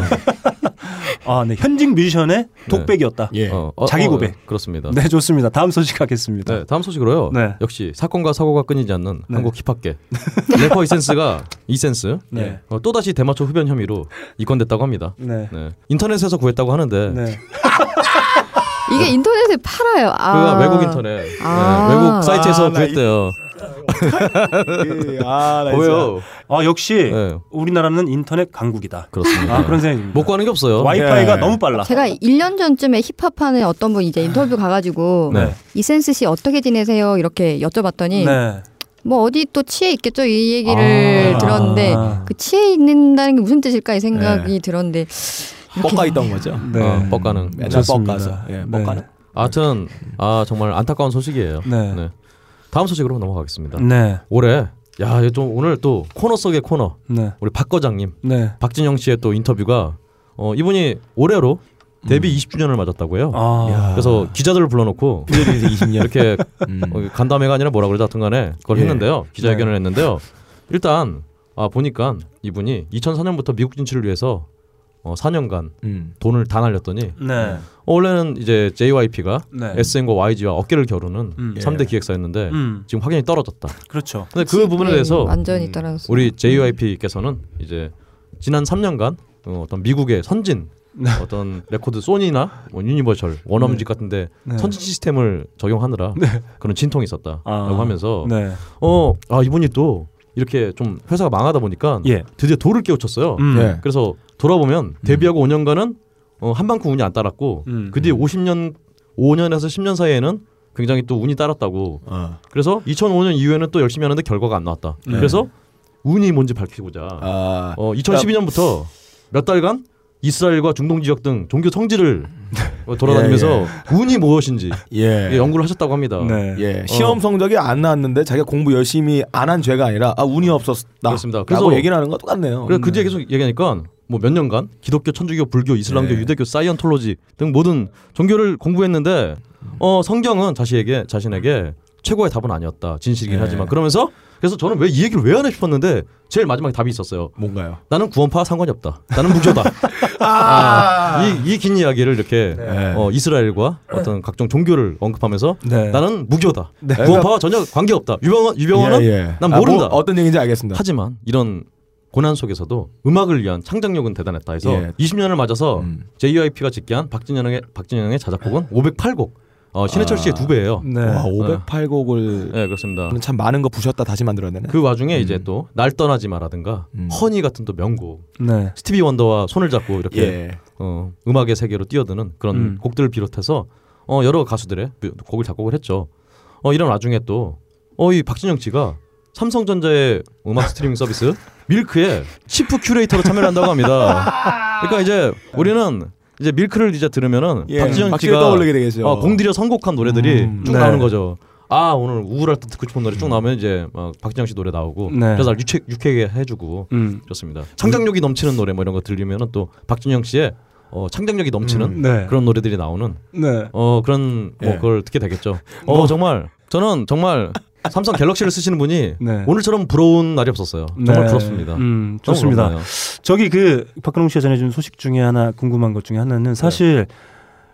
Speaker 3: 아, 네. 현직 뮤지션의 독백이었다.
Speaker 5: 예.
Speaker 4: 어, 어,
Speaker 3: 자기
Speaker 4: 어,
Speaker 3: 고백.
Speaker 4: 그렇습니다.
Speaker 3: 네, 좋습니다. 다음 소식 하겠습니다.
Speaker 4: 네, 다음 소식으로요.
Speaker 3: 네.
Speaker 4: 역시 사건과 사고가 끊이지 않는
Speaker 3: 네. [LAUGHS]
Speaker 4: 한국 힙합계 래퍼 이센스가 이센스
Speaker 3: 네.
Speaker 4: 어, 또다시 대마초 흡연 혐의로 입건됐다고 합니다.
Speaker 3: 네.
Speaker 4: 네. 인터넷에서 구했다고 하는데
Speaker 3: 네.
Speaker 6: 이게 인터넷에 팔아요.
Speaker 4: 네. 그
Speaker 6: 아.
Speaker 4: 외국 인터넷 네,
Speaker 6: 아.
Speaker 4: 외국 사이트에서
Speaker 5: 아, 나
Speaker 4: 구했대요. [LAUGHS]
Speaker 5: 아, 나
Speaker 4: 왜요?
Speaker 3: 아, 역시
Speaker 4: 네.
Speaker 3: 우리나라는 인터넷 강국이다.
Speaker 4: 그렇습니다.
Speaker 3: 아, 그런 생각이 듭니다.
Speaker 4: 못 구하는 게 없어요.
Speaker 3: 와이파이가
Speaker 5: 네.
Speaker 3: 너무 빨라.
Speaker 4: 아.
Speaker 6: 제가 1년 전쯤에 힙합하는 어떤 분 이제 인터뷰 가가지고
Speaker 4: 네.
Speaker 6: 이센스 씨 어떻게 지내세요 이렇게 여쭤봤더니
Speaker 3: 네.
Speaker 6: 뭐 어디 또 치에 있겠죠 이 얘기를
Speaker 3: 아.
Speaker 6: 네. 들었는데 그 치에 있는다는 게 무슨 뜻일까 이 생각이 들었는데
Speaker 5: 뻑가 있던 거죠. 음.
Speaker 3: 네.
Speaker 4: 어, 뻑가는.
Speaker 5: 맨날
Speaker 3: 좋습니다.
Speaker 5: 뻑가서. 예,
Speaker 3: 네.
Speaker 5: 뻑가는.
Speaker 4: 아무튼 아 정말 안타까운 소식이에요.
Speaker 3: 네.
Speaker 4: 네. 다음 소식으로 넘어가겠습니다.
Speaker 3: 네.
Speaker 4: 올해 야, 이거 좀 오늘 또 코너 속의 코너
Speaker 3: 네.
Speaker 4: 우리 박 거장님
Speaker 3: 네.
Speaker 4: 박진영 씨의 또 인터뷰가 어, 이분이 올해로 데뷔 20주년을 맞았다고요.
Speaker 3: 아.
Speaker 5: 야.
Speaker 4: 그래서 기자들을 불러놓고 [LAUGHS]
Speaker 5: 부재리에서 20년.
Speaker 4: 이렇게
Speaker 5: 음.
Speaker 4: 어, 간담회가 아니라 뭐라 그러지 하여튼간에 그걸
Speaker 5: 예.
Speaker 4: 했는데요. 기자회견을 했는데요. 일단 아 보니까 이분이 2004년부터 미국 진출을 위해서 어, 4년간
Speaker 5: 음.
Speaker 4: 돈을 다 날렸더니
Speaker 3: 네.
Speaker 4: 어, 원래는 이제 JYP가
Speaker 3: 네.
Speaker 4: SM과 YG와 어깨를 겨루는
Speaker 3: 음.
Speaker 4: 삼
Speaker 5: 예.
Speaker 4: 3대 기획사였는데
Speaker 3: 음.
Speaker 4: 지금 확연히 떨어졌다.
Speaker 3: 그렇죠.
Speaker 4: 근데 그 부분에 대해서
Speaker 6: 음, 완전히 따라서
Speaker 4: 우리 JYP께서는 이제 지난 3년간 어, 떤 미국의 선진 어떤 레코드 소니나 뭐 유니버셜 원엄직 같은데
Speaker 3: 네. 네.
Speaker 4: 선진 시스템을 적용하느라 그런 진통이 있었다라고
Speaker 3: 아.
Speaker 4: 하면서
Speaker 3: 네.
Speaker 4: 어 아 이분이 또 이렇게 좀 회사가 망하다 보니까
Speaker 3: 예.
Speaker 4: 드디어 도를 깨우쳤어요.
Speaker 3: 음.
Speaker 5: 예.
Speaker 4: 그래서 돌아보면 데뷔하고 5년간은 어, 한방큼 운이 안 따랐고
Speaker 3: 음.
Speaker 4: 그 뒤에 50년 5년에서 10년 사이에는 굉장히 또 운이 따랐다고
Speaker 5: 어.
Speaker 4: 그래서 2005년 이후에는 또 열심히 하는데 결과가 안 나왔다. 그래서 운이 뭔지 밝히고자
Speaker 5: 아.
Speaker 4: 어, 2012년부터 몇 달간 이스라엘과 중동 지역 등 종교 성지를 어, 돌아다니면서
Speaker 5: 예,
Speaker 4: 운이 무엇인지
Speaker 5: 예.
Speaker 4: 예, 연구를 하셨다고 합니다.
Speaker 3: 네.
Speaker 5: 예. 시험
Speaker 4: 어.
Speaker 5: 성적이 안 나왔는데 자기가 공부 열심히 안 한 죄가 아니라 아 운이 없었다.
Speaker 4: 그렇습니다.
Speaker 5: 그래서
Speaker 4: 그래서-
Speaker 5: 얘기를 하는 거 똑같네요. 음.
Speaker 4: 그래 그 뒤에 계속 얘기하니까 뭐 몇 년간 기독교, 천주교, 불교, 이슬람교,
Speaker 5: 네.
Speaker 4: 유대교, 사이언톨로지 등 모든 종교를 공부했는데 어 성경은 자신에게 자신에게 최고의 답은 아니었다 진실이긴
Speaker 5: 네.
Speaker 4: 하지만 그러면서 그래서 저는 왜 이 얘기를 왜 하나 싶었는데 제일 마지막에 답이 있었어요.
Speaker 5: 뭔가요?
Speaker 4: 나는 구원파 상관이 없다. 나는
Speaker 5: [LAUGHS]
Speaker 4: 무교다. 아, 이이 긴 이야기를 이렇게
Speaker 5: 네.
Speaker 4: 어, 이스라엘과 어떤 각종 종교를 언급하면서
Speaker 3: 네.
Speaker 4: 나는 무교다. 구원파와 전혀 관계 없다. 유병원 유병원은 난 모른다.
Speaker 5: 예, 아, 뭐, 어떤 얘기인지 알겠습니다.
Speaker 4: 하지만 이런 고난 속에서도 음악을 위한 창작력은 대단했다 해서
Speaker 5: 예.
Speaker 4: 20년을 맞아서 JYP가 직계한 박진영의 박진영의 자작곡은 508곡. 어, 신해철 씨의 두 배예요.
Speaker 3: 네.
Speaker 5: 와 508곡을
Speaker 4: 네, 그렇습니다.
Speaker 5: 참 많은 거 부셨다 다시 만들어야 되네.
Speaker 4: 그 와중에 이제 또 날 떠나지 마라든가 허니 같은 또 명곡
Speaker 3: 네.
Speaker 4: 스티비 원더와 손을 잡고 이렇게
Speaker 5: 예.
Speaker 4: 어, 음악의 세계로 뛰어드는 그런
Speaker 3: 음.
Speaker 4: 곡들을 비롯해서 어, 여러 가수들의 뮤- 곡을 작곡을 했죠. 어, 이런 와중에 또 어, 이 박진영 씨가 삼성전자의 음악 스트리밍
Speaker 5: [LAUGHS]
Speaker 4: 서비스 밀크에 치프 큐레이터로 참여를 한다고 합니다. 그러니까 이제 우리는 이제 밀크를 이제 들으면은
Speaker 5: 예,
Speaker 4: 박진영
Speaker 5: 박진영
Speaker 4: 씨가
Speaker 5: 떠올리게 되겠죠.
Speaker 4: 어, 공들여 선곡한 노래들이
Speaker 5: 음,
Speaker 4: 쭉
Speaker 3: 네.
Speaker 4: 나오는 거죠. 아 오늘 우울할 때 듣고 싶은 노래 쭉 나오면 이제 막 박진영 씨 노래 나오고
Speaker 3: 네.
Speaker 4: 그래서 유쾌, 유쾌하게 해주고
Speaker 3: 음.
Speaker 4: 좋습니다. 창작력이 넘치는 노래 뭐 이런 거 들리면은 또 박준영 씨의 어, 창작력이 넘치는
Speaker 5: 음,
Speaker 3: 네.
Speaker 4: 그런 노래들이 나오는
Speaker 3: 네.
Speaker 4: 어 그런 뭐
Speaker 5: 예. 뭐.
Speaker 4: 그걸 듣게
Speaker 5: [LAUGHS]
Speaker 4: 되겠죠. 어 정말 저는 정말 삼성 갤럭시를 쓰시는
Speaker 5: [LAUGHS]
Speaker 4: 분이
Speaker 3: 네.
Speaker 4: 오늘처럼 부러운 날이 없었어요. 정말
Speaker 3: 네.
Speaker 4: 부럽습니다.
Speaker 3: 음,
Speaker 4: 너무
Speaker 3: 좋습니다.
Speaker 4: 부럽네요.
Speaker 3: 저기 그 박근홍 씨가 전해준 소식 중에 하나 궁금한 것 중에
Speaker 4: 네.
Speaker 3: 하나는 사실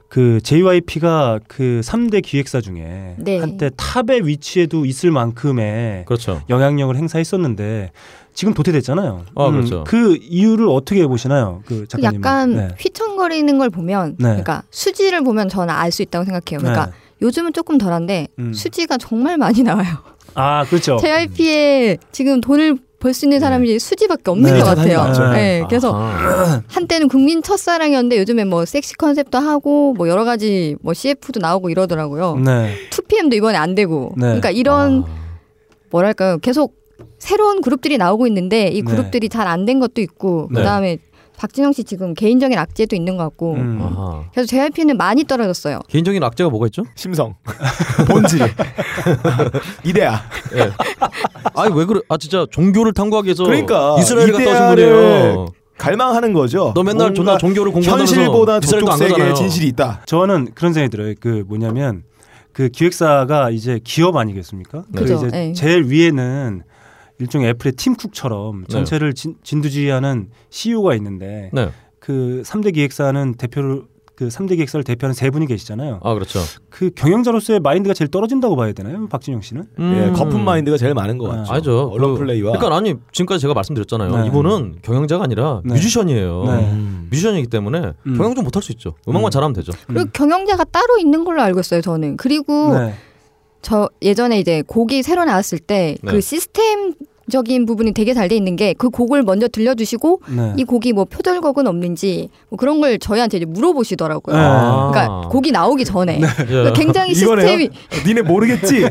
Speaker 3: 그 JYP가 그 3대 기획사 중에
Speaker 6: 네.
Speaker 3: 한때 탑의 위치에도 있을 만큼의
Speaker 4: 그렇죠.
Speaker 3: 영향력을 행사했었는데 지금 도태됐잖아요.
Speaker 4: 아, 그렇죠.
Speaker 3: 그 이유를 어떻게 보시나요, 그 작가님?
Speaker 6: 약간 휘청거리는 걸 보면
Speaker 3: 네.
Speaker 6: 그러니까 수지를 보면 저는 알 수 있다고 생각해요. 그러니까 요즘은 조금 덜한데
Speaker 3: 음.
Speaker 6: 수지가 정말 많이 나와요.
Speaker 3: 아 그렇죠.
Speaker 6: JYP에 지금 돈을 벌 수 있는 사람이 수지밖에 없는
Speaker 3: 네,
Speaker 6: 것
Speaker 3: 사람이
Speaker 6: 같아요.
Speaker 3: 많죠.
Speaker 6: 네, 그래서
Speaker 4: 아하.
Speaker 6: 한때는 국민 첫사랑이었는데 요즘에 뭐 섹시 컨셉도 하고 뭐 여러 가지 뭐 CF도 나오고 이러더라고요.
Speaker 3: 네.
Speaker 6: 2PM도 이번에 안 되고.
Speaker 3: 네.
Speaker 6: 그러니까 이런
Speaker 4: 아,
Speaker 6: 뭐랄까요? 계속 새로운 그룹들이 나오고 있는데
Speaker 3: 네.
Speaker 6: 이 그룹들이 잘 안 된 것도 있고
Speaker 4: 네.
Speaker 6: 그다음에 박진영 씨 지금 개인적인 악재도 있는 것 같고.
Speaker 3: 음.
Speaker 4: 아, 아하.
Speaker 6: 그래서 JYP는 많이 떨어졌어요.
Speaker 4: 개인적인 악재가 뭐가 있죠? [LAUGHS]
Speaker 5: 심성 본질 [LAUGHS] 이데아
Speaker 4: 아니 왜 그래? 아 진짜 종교를 탐구하기 위해서
Speaker 5: 그러니까
Speaker 4: 이스라엘 갔다 오신
Speaker 5: 이데아를
Speaker 4: 분이에요.
Speaker 5: 갈망하는 거죠.
Speaker 4: 너 맨날
Speaker 5: 뭔가
Speaker 4: 존나 종교를 공부한다면서
Speaker 5: 현실보다
Speaker 4: 이스라엘도
Speaker 5: 저쪽
Speaker 4: 안
Speaker 5: 세계에
Speaker 4: 가잖아요.
Speaker 5: 진실이 있다.
Speaker 3: 저는 그런 생각이 들어요. 그 뭐냐면 그 기획사가 이제 기업 아니겠습니까?
Speaker 4: 네.
Speaker 3: 그래서
Speaker 6: 그죠,
Speaker 3: 이제
Speaker 6: 예.
Speaker 3: 제일 위에는 일종의 애플의 팀쿡처럼
Speaker 6: 네.
Speaker 3: 전체를 진, 진두지휘하는 CEO가 있는데
Speaker 4: 네.
Speaker 3: 그 3대 기획사는 대표를 그 3대 기획사를 대표하는 세 분이 계시잖아요.
Speaker 4: 아 그렇죠.
Speaker 3: 그 경영자로서의 마인드가 제일 떨어진다고 봐야 되나요? 박진영 씨는?
Speaker 5: 예,
Speaker 4: 음.
Speaker 5: 거품 마인드가 제일 많은 것 같죠.
Speaker 4: 아니죠.
Speaker 5: 언론
Speaker 4: 그-
Speaker 5: 플레이와
Speaker 4: 그러니까 아니 지금까지 제가 말씀드렸잖아요.
Speaker 3: 네.
Speaker 4: 이분은 경영자가 아니라
Speaker 3: 네.
Speaker 4: 뮤지션이에요.
Speaker 6: 어.
Speaker 3: 네.
Speaker 5: 음.
Speaker 4: 뮤지션이기 때문에
Speaker 3: 음.
Speaker 4: 경영 좀 못할 수 있죠. 음악만
Speaker 3: 음. [LAUGHS]
Speaker 4: 잘하면 되죠.
Speaker 6: 그리고
Speaker 3: 음.
Speaker 6: 경영자가 따로 있는 걸로 알고 있어요, 저는. 그리고
Speaker 3: 네.
Speaker 6: 저 예전에 이제 곡이 새로 나왔을 때 그
Speaker 4: 네.
Speaker 6: 시스템적인 부분이 되게 잘 돼 있는 게 그 곡을 먼저 들려주시고
Speaker 3: 네.
Speaker 6: 이 곡이 뭐 표절곡은 없는지 뭐 그런 걸 저희한테 이제 물어보시더라고요.
Speaker 3: 네.
Speaker 6: 그러니까 곡이 나오기 전에
Speaker 4: 예.
Speaker 6: 그러니까 굉장히
Speaker 5: 이거네요.
Speaker 6: 시스템이
Speaker 5: 니네 모르겠지?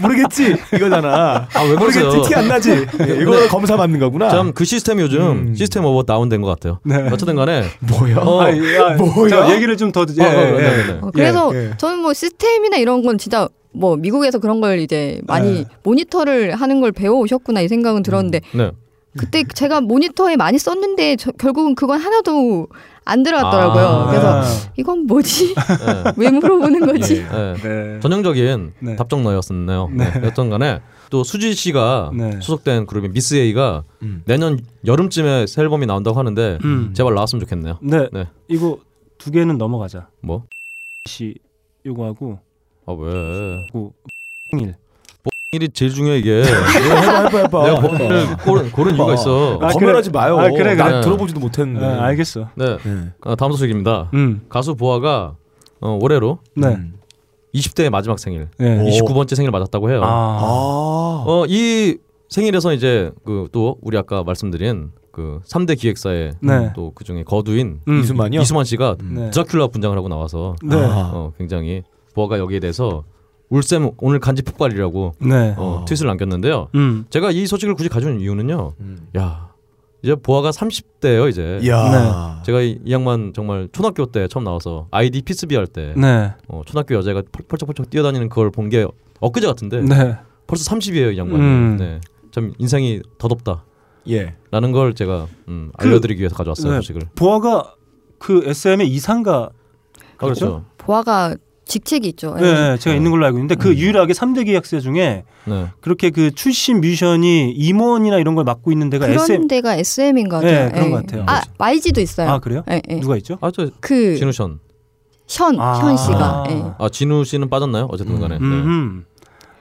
Speaker 5: 모르겠지? 이거잖아.
Speaker 4: 아, 왜 그러세요?
Speaker 5: 모르겠지? 티 안 나지? [LAUGHS] 예, 이거 검사 받는 거구나.
Speaker 4: 참 그 시스템이 요즘
Speaker 5: 음.
Speaker 4: 시스템 오버 다운된 것 같아요.
Speaker 3: 네.
Speaker 4: 어쨌든 간에
Speaker 5: 뭐야?
Speaker 4: 어,
Speaker 3: 아, 예, 아,
Speaker 5: 뭐야?
Speaker 3: 자, 얘기를 좀 더 [LAUGHS] 예,
Speaker 4: 어, 어,
Speaker 3: 예,
Speaker 4: 네,
Speaker 3: 예.
Speaker 4: 네, 네.
Speaker 6: 어, 그래서
Speaker 5: 예.
Speaker 6: 저는 뭐 시스템이나 이런 건 진짜 뭐 미국에서 그런 걸 이제 많이
Speaker 3: 네.
Speaker 6: 모니터를 하는 걸 배워 오셨구나 이 생각은 들었는데
Speaker 4: 네.
Speaker 3: 음.
Speaker 6: 그때 제가 모니터에 많이 썼는데 저- 결국은 그건 하나도 안 들어갔더라고요.
Speaker 4: 아.
Speaker 6: 그래서
Speaker 3: 예.
Speaker 6: 이건 뭐지? [LAUGHS] 왜 물어보는 거지?
Speaker 4: 예.
Speaker 3: 아, 네.
Speaker 4: 전형적인
Speaker 3: 네.
Speaker 4: 답정너였었네요. 네. 여튼 간에 또 수지 씨가
Speaker 3: 네.
Speaker 4: 소속된 그룹인 미스 A가
Speaker 5: 음.
Speaker 4: 내년 여름쯤에 새 앨범이 나온다고 하는데
Speaker 3: 음.
Speaker 4: 제발 나왔으면 좋겠네요.
Speaker 3: 네.
Speaker 4: 네.
Speaker 3: 이거 두 개는 넘어가자.
Speaker 4: 뭐?
Speaker 3: 씨 요거하고
Speaker 4: 아 왜?
Speaker 3: 그 생일.
Speaker 4: 일이 제일 중요해 이게.
Speaker 5: 해봐 해봐 해봐.
Speaker 3: 어.
Speaker 4: 내가 법을 고른, 고른 이유가 있어.
Speaker 3: 아,
Speaker 5: 검열하지 마요.
Speaker 3: 아, 그래,
Speaker 5: 난
Speaker 4: 그래.
Speaker 5: 들어보지도 못했는데.
Speaker 3: 아, 알겠어.
Speaker 4: 네.
Speaker 5: 네.
Speaker 4: 아, 다음 소식입니다.
Speaker 3: 음.
Speaker 4: 가수 보아가 어, 올해로
Speaker 3: 네.
Speaker 5: 음.
Speaker 4: 20대의 마지막 생일,
Speaker 3: 네.
Speaker 5: 오.
Speaker 4: 29번째 생일 맞았다고 해요.
Speaker 3: 아.
Speaker 5: 아.
Speaker 4: 어, 이 생일에서 이제 그 또 우리 아까 말씀드린 그 3대 기획사의
Speaker 3: 네.
Speaker 4: 또 그 중에 거두인
Speaker 3: 음.
Speaker 5: 이수만이요? 음.
Speaker 4: 이수만 씨가
Speaker 3: 네.
Speaker 4: 드라큘라 분장을 하고 나와서
Speaker 3: 네.
Speaker 5: 아.
Speaker 4: 어, 굉장히 보아가 여기에 대해서 울쌤 오늘 간지 폭발이라고
Speaker 3: 네.
Speaker 4: 어, 트윗을 남겼는데요.
Speaker 3: 음.
Speaker 4: 제가 이 소식을 굳이 가져온 이유는요.
Speaker 5: 음. 네.
Speaker 4: 야 이제 보아가 30대예요 이제.
Speaker 5: 이야.
Speaker 4: 제가 이, 이 양반 정말 초등학교 때 처음 나와서 아이디 피스비 할 때
Speaker 3: 네.
Speaker 4: 어, 초등학교 여자가 펄- 펄쩍펄쩍 뛰어다니는 그걸 본 게 엊그제 같은데
Speaker 3: 네.
Speaker 4: 벌써 30이에요 이 양반이.
Speaker 3: 음.
Speaker 4: 네. 참 인생이 더덥다라는
Speaker 5: 예.
Speaker 4: 걸 제가 음,
Speaker 3: 그-
Speaker 4: 알려드리기 위해서 가져왔어요
Speaker 3: 네.
Speaker 4: 소식을.
Speaker 3: 보아가 그 SM의 이상가
Speaker 4: 아,
Speaker 3: 그렇죠?
Speaker 6: 보아가 직책이 있죠. 예.
Speaker 3: 네, 제가 있는 걸로 알고 있는데
Speaker 5: 음.
Speaker 3: 그 유일하게 3대 계약사 중에
Speaker 4: 네.
Speaker 3: 그렇게 그 출신 뮤지션이 임원이나 이런 걸 맡고 있는 데가
Speaker 6: 그런
Speaker 3: SM
Speaker 6: 데가 SM인 것 같아요.
Speaker 3: 네, 그런 것 같아요.
Speaker 6: 아, YG도 있어요.
Speaker 3: 아, 그래요?
Speaker 6: 예, 예.
Speaker 3: 누가 있죠?
Speaker 4: 아저
Speaker 6: 그
Speaker 4: 진우 션.
Speaker 6: 현,
Speaker 3: 아.
Speaker 6: 현 씨가. 예.
Speaker 4: 아 진우 씨는 빠졌나요? 어쨌든 간에. 네.
Speaker 3: 음.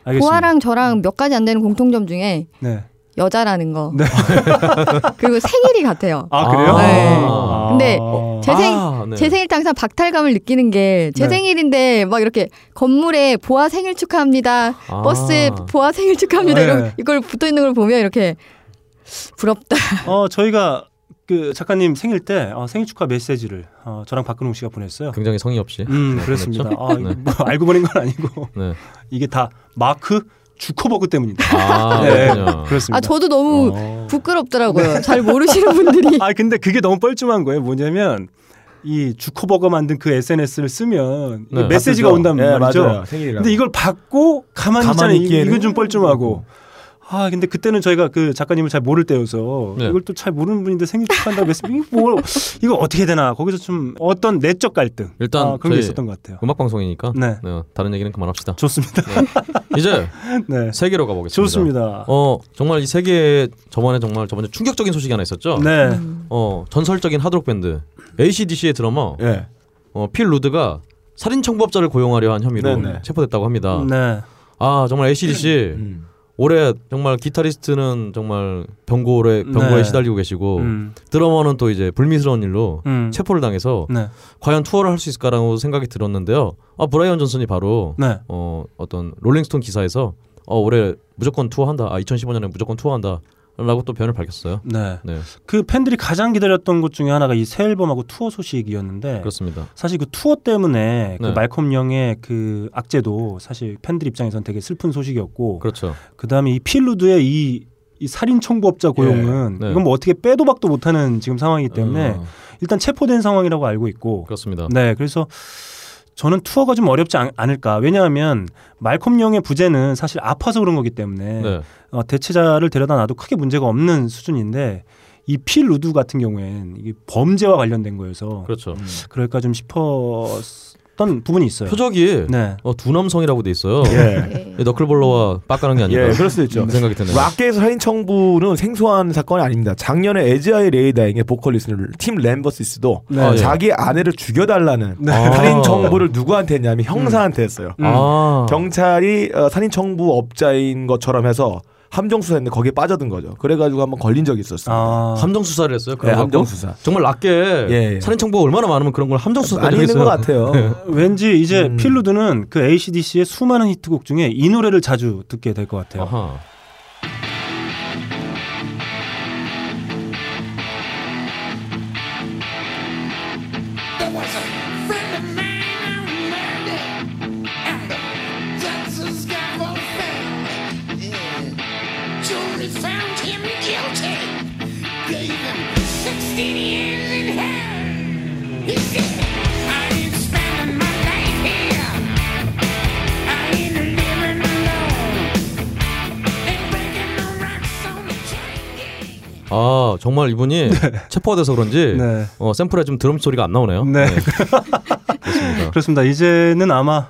Speaker 3: 알겠습니다.
Speaker 6: 보아랑 저랑 몇 가지 안 되는 공통점 중에
Speaker 3: 네.
Speaker 6: 여자라는 거. [LAUGHS] 그리고 생일이 같아요.
Speaker 3: 아, 그래요?
Speaker 6: 네.
Speaker 4: 아.
Speaker 6: 근데 제 생-
Speaker 4: 아, 네.
Speaker 6: 제 생일 때 항상 박탈감을 느끼는 게 제
Speaker 3: 네.
Speaker 6: 생일인데 막 이렇게 건물에 보아 생일 축하합니다.
Speaker 4: 아.
Speaker 6: 버스에 보아 생일 축하합니다.
Speaker 3: 네.
Speaker 6: 이런 이걸 붙어 있는 걸 보면 이렇게 부럽다. 아,
Speaker 3: 어, 저희가 그 작가님 생일 때 어, 생일 축하 메시지를 어, 저랑 박근홍 씨가 보냈어요.
Speaker 4: 굉장히 성의 없이.
Speaker 3: 음,
Speaker 4: 그, 네,
Speaker 3: 그렇습니다.
Speaker 4: 보냈죠?
Speaker 3: 아, 이거 뭐 알고 보낸 건 아니고 [LAUGHS]
Speaker 4: 네.
Speaker 3: 이게 다 마크 주커버그 때문입니다.
Speaker 4: 아,
Speaker 3: 네,
Speaker 4: 그렇군요.
Speaker 3: 그렇습니다.
Speaker 6: 아 저도 너무
Speaker 3: 어.
Speaker 6: 부끄럽더라고요. 잘
Speaker 3: [LAUGHS]
Speaker 6: 모르시는 분들이
Speaker 3: 아 근데 그게 너무 뻘쭘한 거예요. 뭐냐면 이 주커버가 만든 그 SNS를 쓰면 이거
Speaker 4: 네,
Speaker 3: 메시지가
Speaker 5: 맞죠?
Speaker 3: 온단
Speaker 5: 예,
Speaker 3: 말이죠.
Speaker 5: 맞아요. 생일이라.
Speaker 3: 근데 이걸 받고 가만히,
Speaker 5: 가만히
Speaker 3: 있잖아요.
Speaker 5: 있기에는.
Speaker 3: 이건 좀
Speaker 4: 음,
Speaker 3: 뻘쭘하고. 아 근데 그때는 저희가 그 작가님을 잘 모를 때여서
Speaker 4: 네.
Speaker 3: 이걸 또 잘 모르는 분인데 생일 축하한다고 했으면 이거 뭐 이거 어떻게 되나 거기서 좀 어떤 내적 갈등
Speaker 4: 일단
Speaker 3: 아, 그런 게
Speaker 4: 저희
Speaker 3: 있었던 것 같아요.
Speaker 4: 음악 방송이니까.
Speaker 3: 네.
Speaker 4: 네, 다른 얘기는 그만합시다. [LAUGHS]
Speaker 3: 좋습니다.
Speaker 4: 이제
Speaker 3: 네,
Speaker 4: 세계로 가보겠습니다.
Speaker 3: 좋습니다.
Speaker 4: 어 정말 이 세계에 저번에 정말 저번에 충격적인 소식이 하나 있었죠.
Speaker 3: 네,
Speaker 4: 어 전설적인 하드록 밴드 ACDC의 드러머
Speaker 3: 네.
Speaker 5: 예.
Speaker 4: 어, 필 루드가 살인 청부업자를 고용하려 한 혐의로
Speaker 5: 네네.
Speaker 4: 아. 체포됐다고 합니다.
Speaker 3: 네,
Speaker 4: 아 정말 ACDC
Speaker 5: 음.
Speaker 4: 올해 정말 기타리스트는 정말 병고에 병고에
Speaker 3: 네.
Speaker 4: 시달리고 계시고
Speaker 3: 음.
Speaker 4: 드러머는 또 이제 불미스러운 일로
Speaker 3: 음.
Speaker 4: 체포를 당해서
Speaker 3: 네.
Speaker 4: 과연 투어를 할 수 있을까라고 생각이 들었는데요. 아 브라이언 존슨이 바로
Speaker 3: 네.
Speaker 4: 어, 어떤 롤링스톤 기사에서 어, 올해 무조건 투어한다. 아 2015년에 무조건 투어한다라고 또 변을 밝혔어요.
Speaker 3: 네.
Speaker 4: 네,
Speaker 3: 그 팬들이 가장 기다렸던 것 중에 하나가 이 새 앨범하고 투어 소식이었는데
Speaker 4: 그렇습니다.
Speaker 3: 사실 그 투어 때문에 그
Speaker 4: 네.
Speaker 3: 말콤 영의 그 악재도 사실 팬들 입장에선 되게 슬픈 소식이었고
Speaker 4: 그렇죠.
Speaker 3: 그 다음에 이 필루드의 이, 이 살인 청부업자 고용은
Speaker 4: 네.
Speaker 3: 이건 뭐 어떻게 빼도 박도 못하는 지금 상황이기 때문에
Speaker 4: 어,
Speaker 3: 일단 체포된 상황이라고 알고 있고
Speaker 4: 그렇습니다.
Speaker 3: 네 그래서 저는 투어가 좀 어렵지 않, 을까 왜냐하면 말콤 영의 부재는 사실 아파서 그런 거기 때문에
Speaker 4: 네.
Speaker 3: 어, 대체자를 데려다 놔도 크게 문제가 없는 수준인데 이 필루드 같은 경우에는 이게 범죄와 관련된 거여서
Speaker 4: 그렇죠.
Speaker 5: 음,
Speaker 3: 그럴까 좀 싶었던 부분이 있어요.
Speaker 4: 표적이
Speaker 3: 네.
Speaker 4: 어, 두남성이라고 돼 있어요.
Speaker 5: 예.
Speaker 6: 예.
Speaker 4: 너클볼러와 빡가는 게 아니라
Speaker 5: 예, 그럴 수도 있죠.
Speaker 4: 음, 생각이 드네요.
Speaker 5: 락계에서 살인 청부는 생소한 사건이 아닙니다. 작년에 에즈아이 레이다잉의 보컬리스트 팀 램버시스도
Speaker 3: 네.
Speaker 4: 아, 예.
Speaker 5: 자기 아내를 죽여달라는
Speaker 4: 아.
Speaker 5: 살인 청부를 누구한테 했냐면 형사한테 했어요.
Speaker 3: 음.
Speaker 4: 아,
Speaker 5: 경찰이 어, 살인 청부 업자인 것처럼 해서 함정 수사했는데 거기에 빠져든 거죠. 그래가지고 한번 걸린 적이 있었어요.
Speaker 3: 아,
Speaker 4: 함정 수사를 했어요.
Speaker 5: 네,
Speaker 4: 그런 거
Speaker 5: 함정 수사.
Speaker 4: 정말 낮게
Speaker 5: 예, 예.
Speaker 4: 살인 정보가 얼마나 많으면 그런 걸 함정 수사까지
Speaker 5: 많이 있는 것
Speaker 4: 하겠어요.
Speaker 3: [LAUGHS]
Speaker 5: 같아요.
Speaker 3: 네. 왠지 이제
Speaker 5: 음.
Speaker 3: 필루드는 그 ACDC의 수많은 히트곡 중에 이 노래를 자주 듣게 될 것 같아요.
Speaker 4: 아하.
Speaker 8: Found him guilty. Gave him 16 years in hell. He said, I ain't spending my life here. I ain't living alone. Ain't breaking no rocks on the train. gang.
Speaker 4: 아 정말
Speaker 5: [LAUGHS]
Speaker 4: 이분이
Speaker 5: 네.
Speaker 4: 체포가 돼서 그런지
Speaker 3: 네.
Speaker 4: 어, 샘플에 좀 드럼 소리가 안 나오네요.
Speaker 3: 네.
Speaker 4: 그렇습니다.
Speaker 3: 그렇습니다. 이제는 아마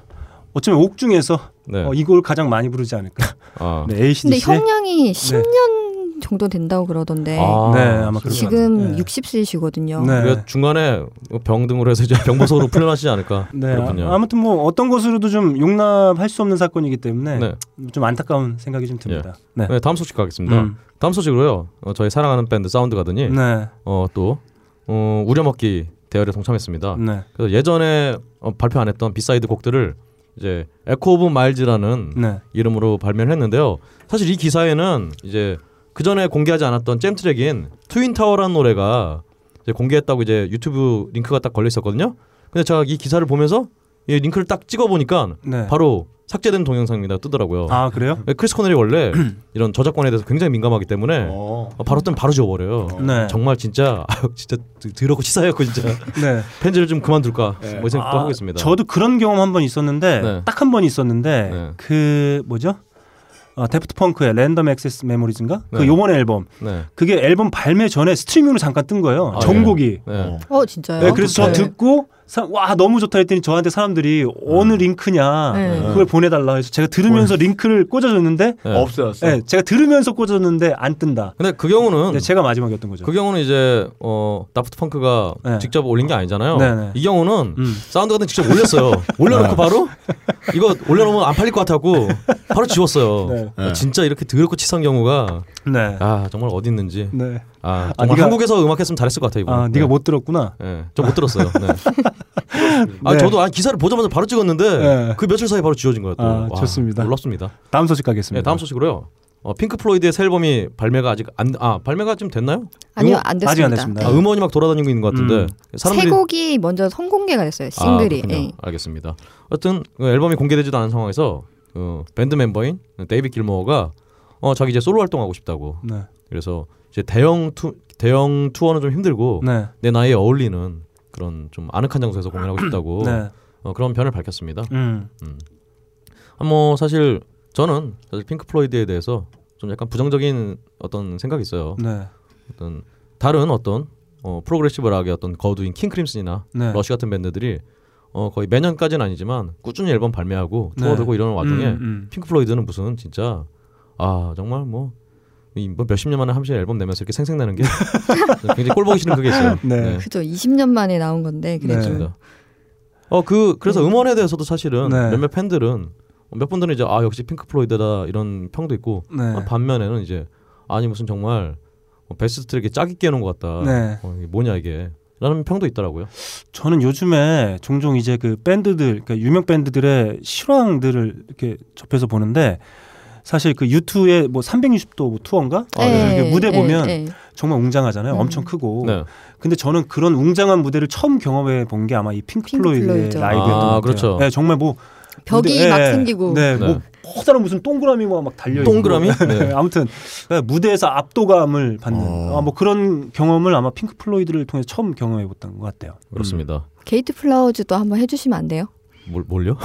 Speaker 3: 어쩌면 옥 중에서
Speaker 4: 네.
Speaker 3: 어, 이걸 가장 많이 부르지 않을까.
Speaker 4: 아.
Speaker 3: 네,
Speaker 6: 근데
Speaker 3: ACDC의
Speaker 6: 형량이 10년 정도 된다고 그러던데
Speaker 4: 아.
Speaker 3: 네, 아마 그럴 것 같아요.
Speaker 6: 지금
Speaker 3: 네.
Speaker 6: 60세이시거든요.
Speaker 3: 네.
Speaker 4: 우리가 중간에 병등으로 해서 이제 [LAUGHS] 병보소로 풀려나시지 않을까
Speaker 3: 네,
Speaker 4: 그렇군요.
Speaker 3: 아, 무튼뭐 어떤 것으로도 좀 용납할 수 없는 사건이기 때문에
Speaker 4: 네.
Speaker 3: 좀 안타까운 생각이 좀 듭니다. 네.
Speaker 4: 네, 다음 소식 가겠습니다.
Speaker 3: 음.
Speaker 4: 다음 소식으로요. 어, 저희 사랑하는 밴드 사운드 가든이
Speaker 3: 네.
Speaker 4: 어, 또 어, 우려먹기 대회를 동참했습니다.
Speaker 3: 네.
Speaker 4: 그래서 예전에 어, 발표 안 했던 비사이드 곡들을 이제 에코 오브 마일즈라는
Speaker 3: 네.
Speaker 4: 이름으로 발매를 했는데요. 사실 이 기사에는 이제 그 전에 공개하지 않았던 잼 트랙인 트윈 타워라는 노래가 이제 공개했다고 이제 유튜브 링크가 딱 걸려 있었거든요. 근데 제가 이 기사를 보면서 이 링크를 딱 찍어 보니까
Speaker 3: 네.
Speaker 4: 바로 삭제된 동영상입니다 뜨더라고요. 네,
Speaker 3: 아, 그래요?
Speaker 4: 크리스
Speaker 3: [CLEARS THROAT]
Speaker 4: 코넬이 원래 이런 저작권에 대해서 굉장히 민감하기 때문에
Speaker 5: 어.
Speaker 4: 어, 바로 뜨면 바로 지워버려요.
Speaker 3: 네.
Speaker 4: 정말 진짜 아유, 진짜 드- 더럽고 치사했고
Speaker 3: [LAUGHS]
Speaker 4: 진짜
Speaker 3: 네.
Speaker 4: 팬지를 좀 그만둘까
Speaker 5: 네.
Speaker 4: 뭐 이 생각도
Speaker 3: 아,
Speaker 4: 하고 있습니다.
Speaker 3: 저도 그런 경험 한 번 있었는데
Speaker 4: 네.
Speaker 3: 딱 한 번 있었는데
Speaker 4: 네.
Speaker 3: 그 뭐죠? 어, 데프트 펑크의 랜덤 액세스 메모리즈인가? 그
Speaker 4: 네.
Speaker 3: 요번에 앨범.
Speaker 4: 네.
Speaker 3: 그게 앨범 발매 전에 스트리밍으로 잠깐 뜬 거예요.
Speaker 4: 아,
Speaker 3: 전곡이.
Speaker 4: 네. 네. 그렇죠.
Speaker 6: 어 진짜요?
Speaker 3: 네, 그래서
Speaker 6: 네.
Speaker 3: 저 듣고 사- 와 너무 좋다 했더니 저한테 사람들이 어느 링크냐
Speaker 6: 네.
Speaker 3: 그걸 보내달라 해서 제가
Speaker 4: 어.
Speaker 3: 들으면서 링크를 꽂아줬는데
Speaker 4: 네.
Speaker 5: 없어졌어.
Speaker 3: 네, 제가 들으면서 꽂았는데 안 뜬다.
Speaker 4: 근데 그 경우는
Speaker 3: 근데 제가 마지막이었던 거죠.
Speaker 4: 그 경우는 이제 어 다프트 펑크가
Speaker 3: 네.
Speaker 4: 직접 올린 게 아니잖아요.
Speaker 3: 네, 네.
Speaker 4: 이 경우는
Speaker 3: 음. 네.
Speaker 4: 사운드 같은
Speaker 3: [LAUGHS]
Speaker 4: 직접 올렸어요. 올려놓고 바로 이거 올려놓으면 안 팔릴 것 같다고 바로 지웠어요.
Speaker 3: 네.
Speaker 4: 아, 진짜 이렇게 더럽고 치사한 경우가
Speaker 3: 네.
Speaker 4: 아 정말 어디 있는지
Speaker 3: 네.
Speaker 4: 아 정말
Speaker 3: 아, 네가-
Speaker 4: 한국에서 음악했으면 잘했을 것 같아요. 이분.
Speaker 3: 아, 네가 못 들었구나.
Speaker 4: 예, 저못 들었어요.
Speaker 3: [LAUGHS]
Speaker 4: 네. 아
Speaker 3: 네.
Speaker 4: 저도 아 기사를 보자마자 바로 찍었는데
Speaker 3: 네.
Speaker 4: 그 며칠 사이에 바로 지워진 거예요. 또.
Speaker 3: 아,
Speaker 4: 와,
Speaker 3: 좋습니다.
Speaker 4: 놀랍습니다.
Speaker 3: 다음 소식
Speaker 4: 네,
Speaker 3: 가겠습니다.
Speaker 4: 다음 소식으로요. 어, 핑크 플로이드의 새 앨범이 발매가 아직 안 아 발매가 지금 됐나요?
Speaker 6: 아니요
Speaker 4: 음원-
Speaker 6: 안 됐습니다.
Speaker 3: 아직 안 됐습니다.
Speaker 4: 아, 음원이 막 돌아다니고 있는 것 같은데
Speaker 3: 네. 음.
Speaker 4: 사람들이
Speaker 6: 세 곡이 먼저 선공개가
Speaker 4: 아,
Speaker 6: 됐어요. 싱글이.
Speaker 4: 그렇군요.
Speaker 6: 예.
Speaker 4: 알겠습니다. 어쨌든 그 앨범이 공개되지도 않은 상황에서 어, 밴드 멤버인 데이비 길모어가 어, 자기 이제 솔로 활동하고 싶다고.
Speaker 3: 네.
Speaker 4: 그래서 이제 대형 투 대형 투어는 좀 힘들고
Speaker 3: 네.
Speaker 4: 내 나이에 어울리는 그런 좀 아늑한 장소에서 공연하고 싶다고
Speaker 3: [CLEARS THROAT] 네.
Speaker 4: 어, 그런 변을 밝혔습니다.
Speaker 3: 음.
Speaker 4: 아, 뭐 사실 저는 사실 핑크 플로이드에 대해서 좀 약간 부정적인 어떤 생각이 있어요.
Speaker 3: 네.
Speaker 4: 어떤 다른 어떤 어, 프로그레시브 락의 어떤 거두인 킹 크림슨이나
Speaker 3: 네.
Speaker 4: 러쉬 같은 밴드들이 어, 거의 매년까지는 아니지만 꾸준히 앨범 발매하고
Speaker 3: 네.
Speaker 4: 투어되고 이러는 와중에
Speaker 3: 음, 음.
Speaker 4: 핑크 플로이드는 무슨 진짜 아 정말 뭐, 이, 뭐 몇십 년 만에 한 번씩 앨범 내면서 이렇게
Speaker 3: [LAUGHS]
Speaker 4: 생생내는 게 굉장히 꼴 보기 싫은 그게 있어요.
Speaker 3: 네.
Speaker 6: 그죠. 20년 만에 나온 건데 그래도
Speaker 3: 네.
Speaker 4: 어, 어그 그래서 음원에 그, 대해서도 사실은
Speaker 3: 음. 네.
Speaker 4: 몇몇 팬들은 몇 분들은 이제 아 역시 핑크 플로이드다 이런 평도 있고
Speaker 10: 네.
Speaker 4: 아, 반면에는 이제 아니 무슨 정말 어, 베스트트랙에 짝이 깨놓은 것 같다.
Speaker 10: 네.
Speaker 4: 어, 이게 뭐냐 이게 라는 평도 있더라고요.
Speaker 3: 저는 요즘에 종종 이제 그 밴드들, 그러니까 유명 밴드들의 실황들을 이렇게 접해서 보는데 사실 그 유투의 뭐 360도 뭐 투어인가
Speaker 4: 아, 네.
Speaker 3: 이게 무대 보면
Speaker 6: 예, 예.
Speaker 3: 정말 웅장하잖아요.
Speaker 6: 음.
Speaker 3: 엄청 크고.
Speaker 4: 네.
Speaker 3: 근데 저는 그런 웅장한 무대를 처음 경험해 본 게 아마 이 핑크
Speaker 6: 핑크
Speaker 3: 플로이드의
Speaker 6: 플로이드.
Speaker 3: 라이브였던 것
Speaker 4: 아,
Speaker 3: 같아요.
Speaker 4: 그렇죠.
Speaker 3: 네, 정말 뭐
Speaker 6: 벽이
Speaker 3: 무대-
Speaker 6: 막
Speaker 3: 예,
Speaker 6: 생기고
Speaker 3: 네,
Speaker 4: 네.
Speaker 3: 뭐 커다란 무슨 동그라미 막 달려 있고.
Speaker 4: 동그라미?
Speaker 3: 네,
Speaker 4: 네.
Speaker 3: 아무튼 네, 무대에서 압도감을 받는
Speaker 4: 어.
Speaker 3: 아, 뭐 그런 경험을 아마 핑크 플로이드를 통해 처음 경험해 봤던 것 같아요.
Speaker 4: 그렇습니다.
Speaker 6: 게이트 플라워즈도 한번 해주시면 안
Speaker 3: [LAUGHS]
Speaker 6: 돼요?
Speaker 4: 뭘 뭘요?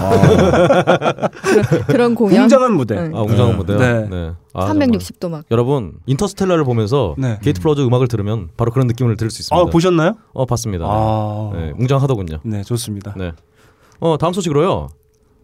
Speaker 6: 그런 공연
Speaker 3: 웅장한 무대.
Speaker 6: 네.
Speaker 4: 아 웅장한
Speaker 1: 네.
Speaker 4: 무대요.
Speaker 3: 네.
Speaker 4: 아, 정말.
Speaker 6: 360도 막
Speaker 4: 여러분 인터스텔라를 보면서
Speaker 3: 네.
Speaker 4: 게이트 플러즈 음악을 들으면 바로 그런 느낌을 들을 수
Speaker 3: 아,
Speaker 4: 있습니다.
Speaker 3: 보셨나요?
Speaker 4: 어 봤습니다.
Speaker 3: 아.
Speaker 4: 네, 웅장하더군요.
Speaker 3: 네, 좋습니다.
Speaker 4: 네. 어 다음 소식으로요.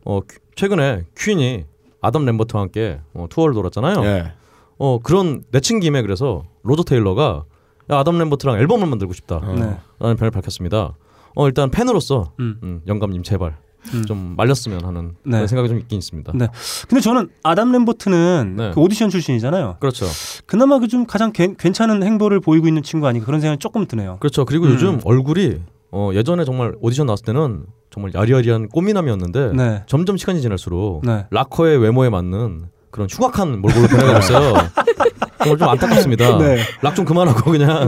Speaker 4: 어 퀴- 최근에 퀸이 아담 램버트와 함께 어, 투어를 돌았잖아요.
Speaker 3: 네.
Speaker 1: 예.
Speaker 4: 어 그런 내친 김에 그래서 로저 테일러가 야, 아담 램버트랑 앨범을 만들고 싶다라는
Speaker 3: 네.
Speaker 4: 변을 밝혔습니다. 어 일단 팬으로서
Speaker 3: 음.
Speaker 4: 음, 영감님 제발
Speaker 3: 음.
Speaker 4: 좀 말렸으면 하는
Speaker 3: 네.
Speaker 4: 그런 생각이 좀 있긴 있습니다.
Speaker 3: 네. 근데 저는 아담 램버트는
Speaker 4: 네.
Speaker 3: 그 오디션 출신이잖아요.
Speaker 4: 그렇죠.
Speaker 3: 그나마 그 좀 가장 괜- 괜찮은 행보를 보이고 있는 친구 아닌가 그런 생각이 조금 드네요.
Speaker 4: 그렇죠. 그리고
Speaker 3: 음.
Speaker 4: 요즘 얼굴이 어 예전에 정말 오디션 나왔을 때는 정말 야리야리한 꽃미남이었는데
Speaker 3: 네.
Speaker 4: 점점 시간이 지날수록
Speaker 3: 네.
Speaker 4: 락커의 외모에 맞는 그런 흉악한 몰골로 변해가고
Speaker 3: [LAUGHS]
Speaker 4: 있어요. 정말 좀 안타깝습니다.
Speaker 3: 네.
Speaker 4: 락 좀 그만하고 그냥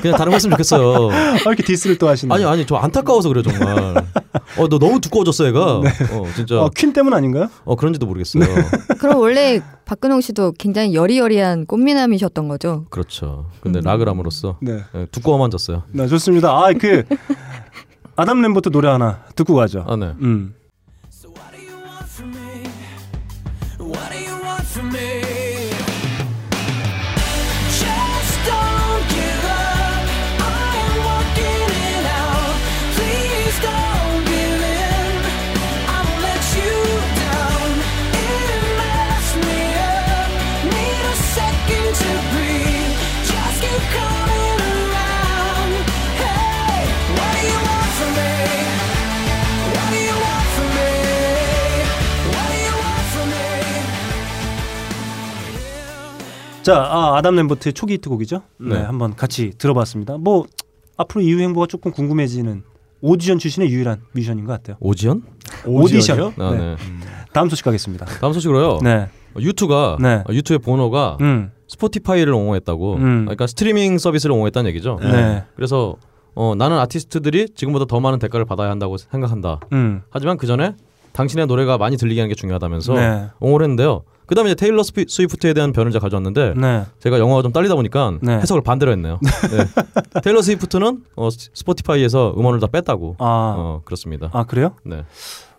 Speaker 4: 그냥 다른 거 했으면 좋겠어요.
Speaker 3: 아, 이렇게 디스를 또 하시는.
Speaker 4: 아니 아니 저 안타까워서 그래 정말. 어 너 너무 두꺼워졌어 애가. 어 진짜
Speaker 3: 어, 네. 퀸 때문 아닌가요?
Speaker 4: 어 그런지도 모르겠어요.
Speaker 6: 그럼 원래 박근홍 씨도 굉장히 여리여리한 꽃미남이셨던 거죠?
Speaker 4: 그렇죠. 근데 락을 함으로써
Speaker 3: 음. 네.
Speaker 4: 예, 두꺼워만 졌어요.
Speaker 3: 네, 좋습니다. 아,
Speaker 4: [LAUGHS]
Speaker 3: 그 아담 램버트 노래 하나 듣고 가죠.
Speaker 4: 아 네.
Speaker 3: 음.
Speaker 2: So what do you want from me? What do you want from me? Just don't give up. I am walking it out. Please don't give in. I'll let you down. It messed me up. Need a second to breathe. Just keep coming around. Hey, what do you want from me? What do you want from me? What do you want from me?
Speaker 3: 자, 아, 아담 램버트의 초기 히트 곡이죠. 네.
Speaker 4: 네.
Speaker 3: 한번 같이 들어봤습니다. 뭐 앞으로 이후 행보가 조금 궁금해지는 오디션 출신의 유일한 뮤지션인 것 같아요.
Speaker 4: 오지연?
Speaker 3: 오디션이요?
Speaker 4: 아
Speaker 3: 네.
Speaker 4: 네. 어.
Speaker 3: 다음 소식 가겠습니다.
Speaker 4: 다음 소식으로요.
Speaker 3: 네.
Speaker 4: 유튜가 어,
Speaker 3: 네.
Speaker 4: 유튜의 보너가
Speaker 3: 음.
Speaker 4: 스포티파이를 옹호했다고.
Speaker 3: 음.
Speaker 4: 그러니까 스트리밍 서비스를 옹호했다는 얘기죠.
Speaker 3: 네.
Speaker 4: 그래서 어, 나는 아티스트들이 지금보다 더 많은 대가를 받아야 한다고 생각한다.
Speaker 3: 음.
Speaker 4: 하지만 그 전에 당신의 노래가 많이 들리게 하는 게 중요하다면서
Speaker 3: 네.
Speaker 4: 옹호를 했는데요. 그다음에 이제 테일러 스피, 스위프트에 대한 변을 제가 가져왔는데
Speaker 3: 네.
Speaker 4: 제가 영어가 좀 딸리다 보니까
Speaker 3: 네.
Speaker 4: 해석을
Speaker 3: [LAUGHS]
Speaker 4: 반대로 했네요. 네. 테일러 스위프트는 어, 스- 스포티파이에서 음원을 다 뺐다고.
Speaker 3: 아.
Speaker 4: 어, 그렇습니다.
Speaker 3: 아, 그래요?
Speaker 4: 네.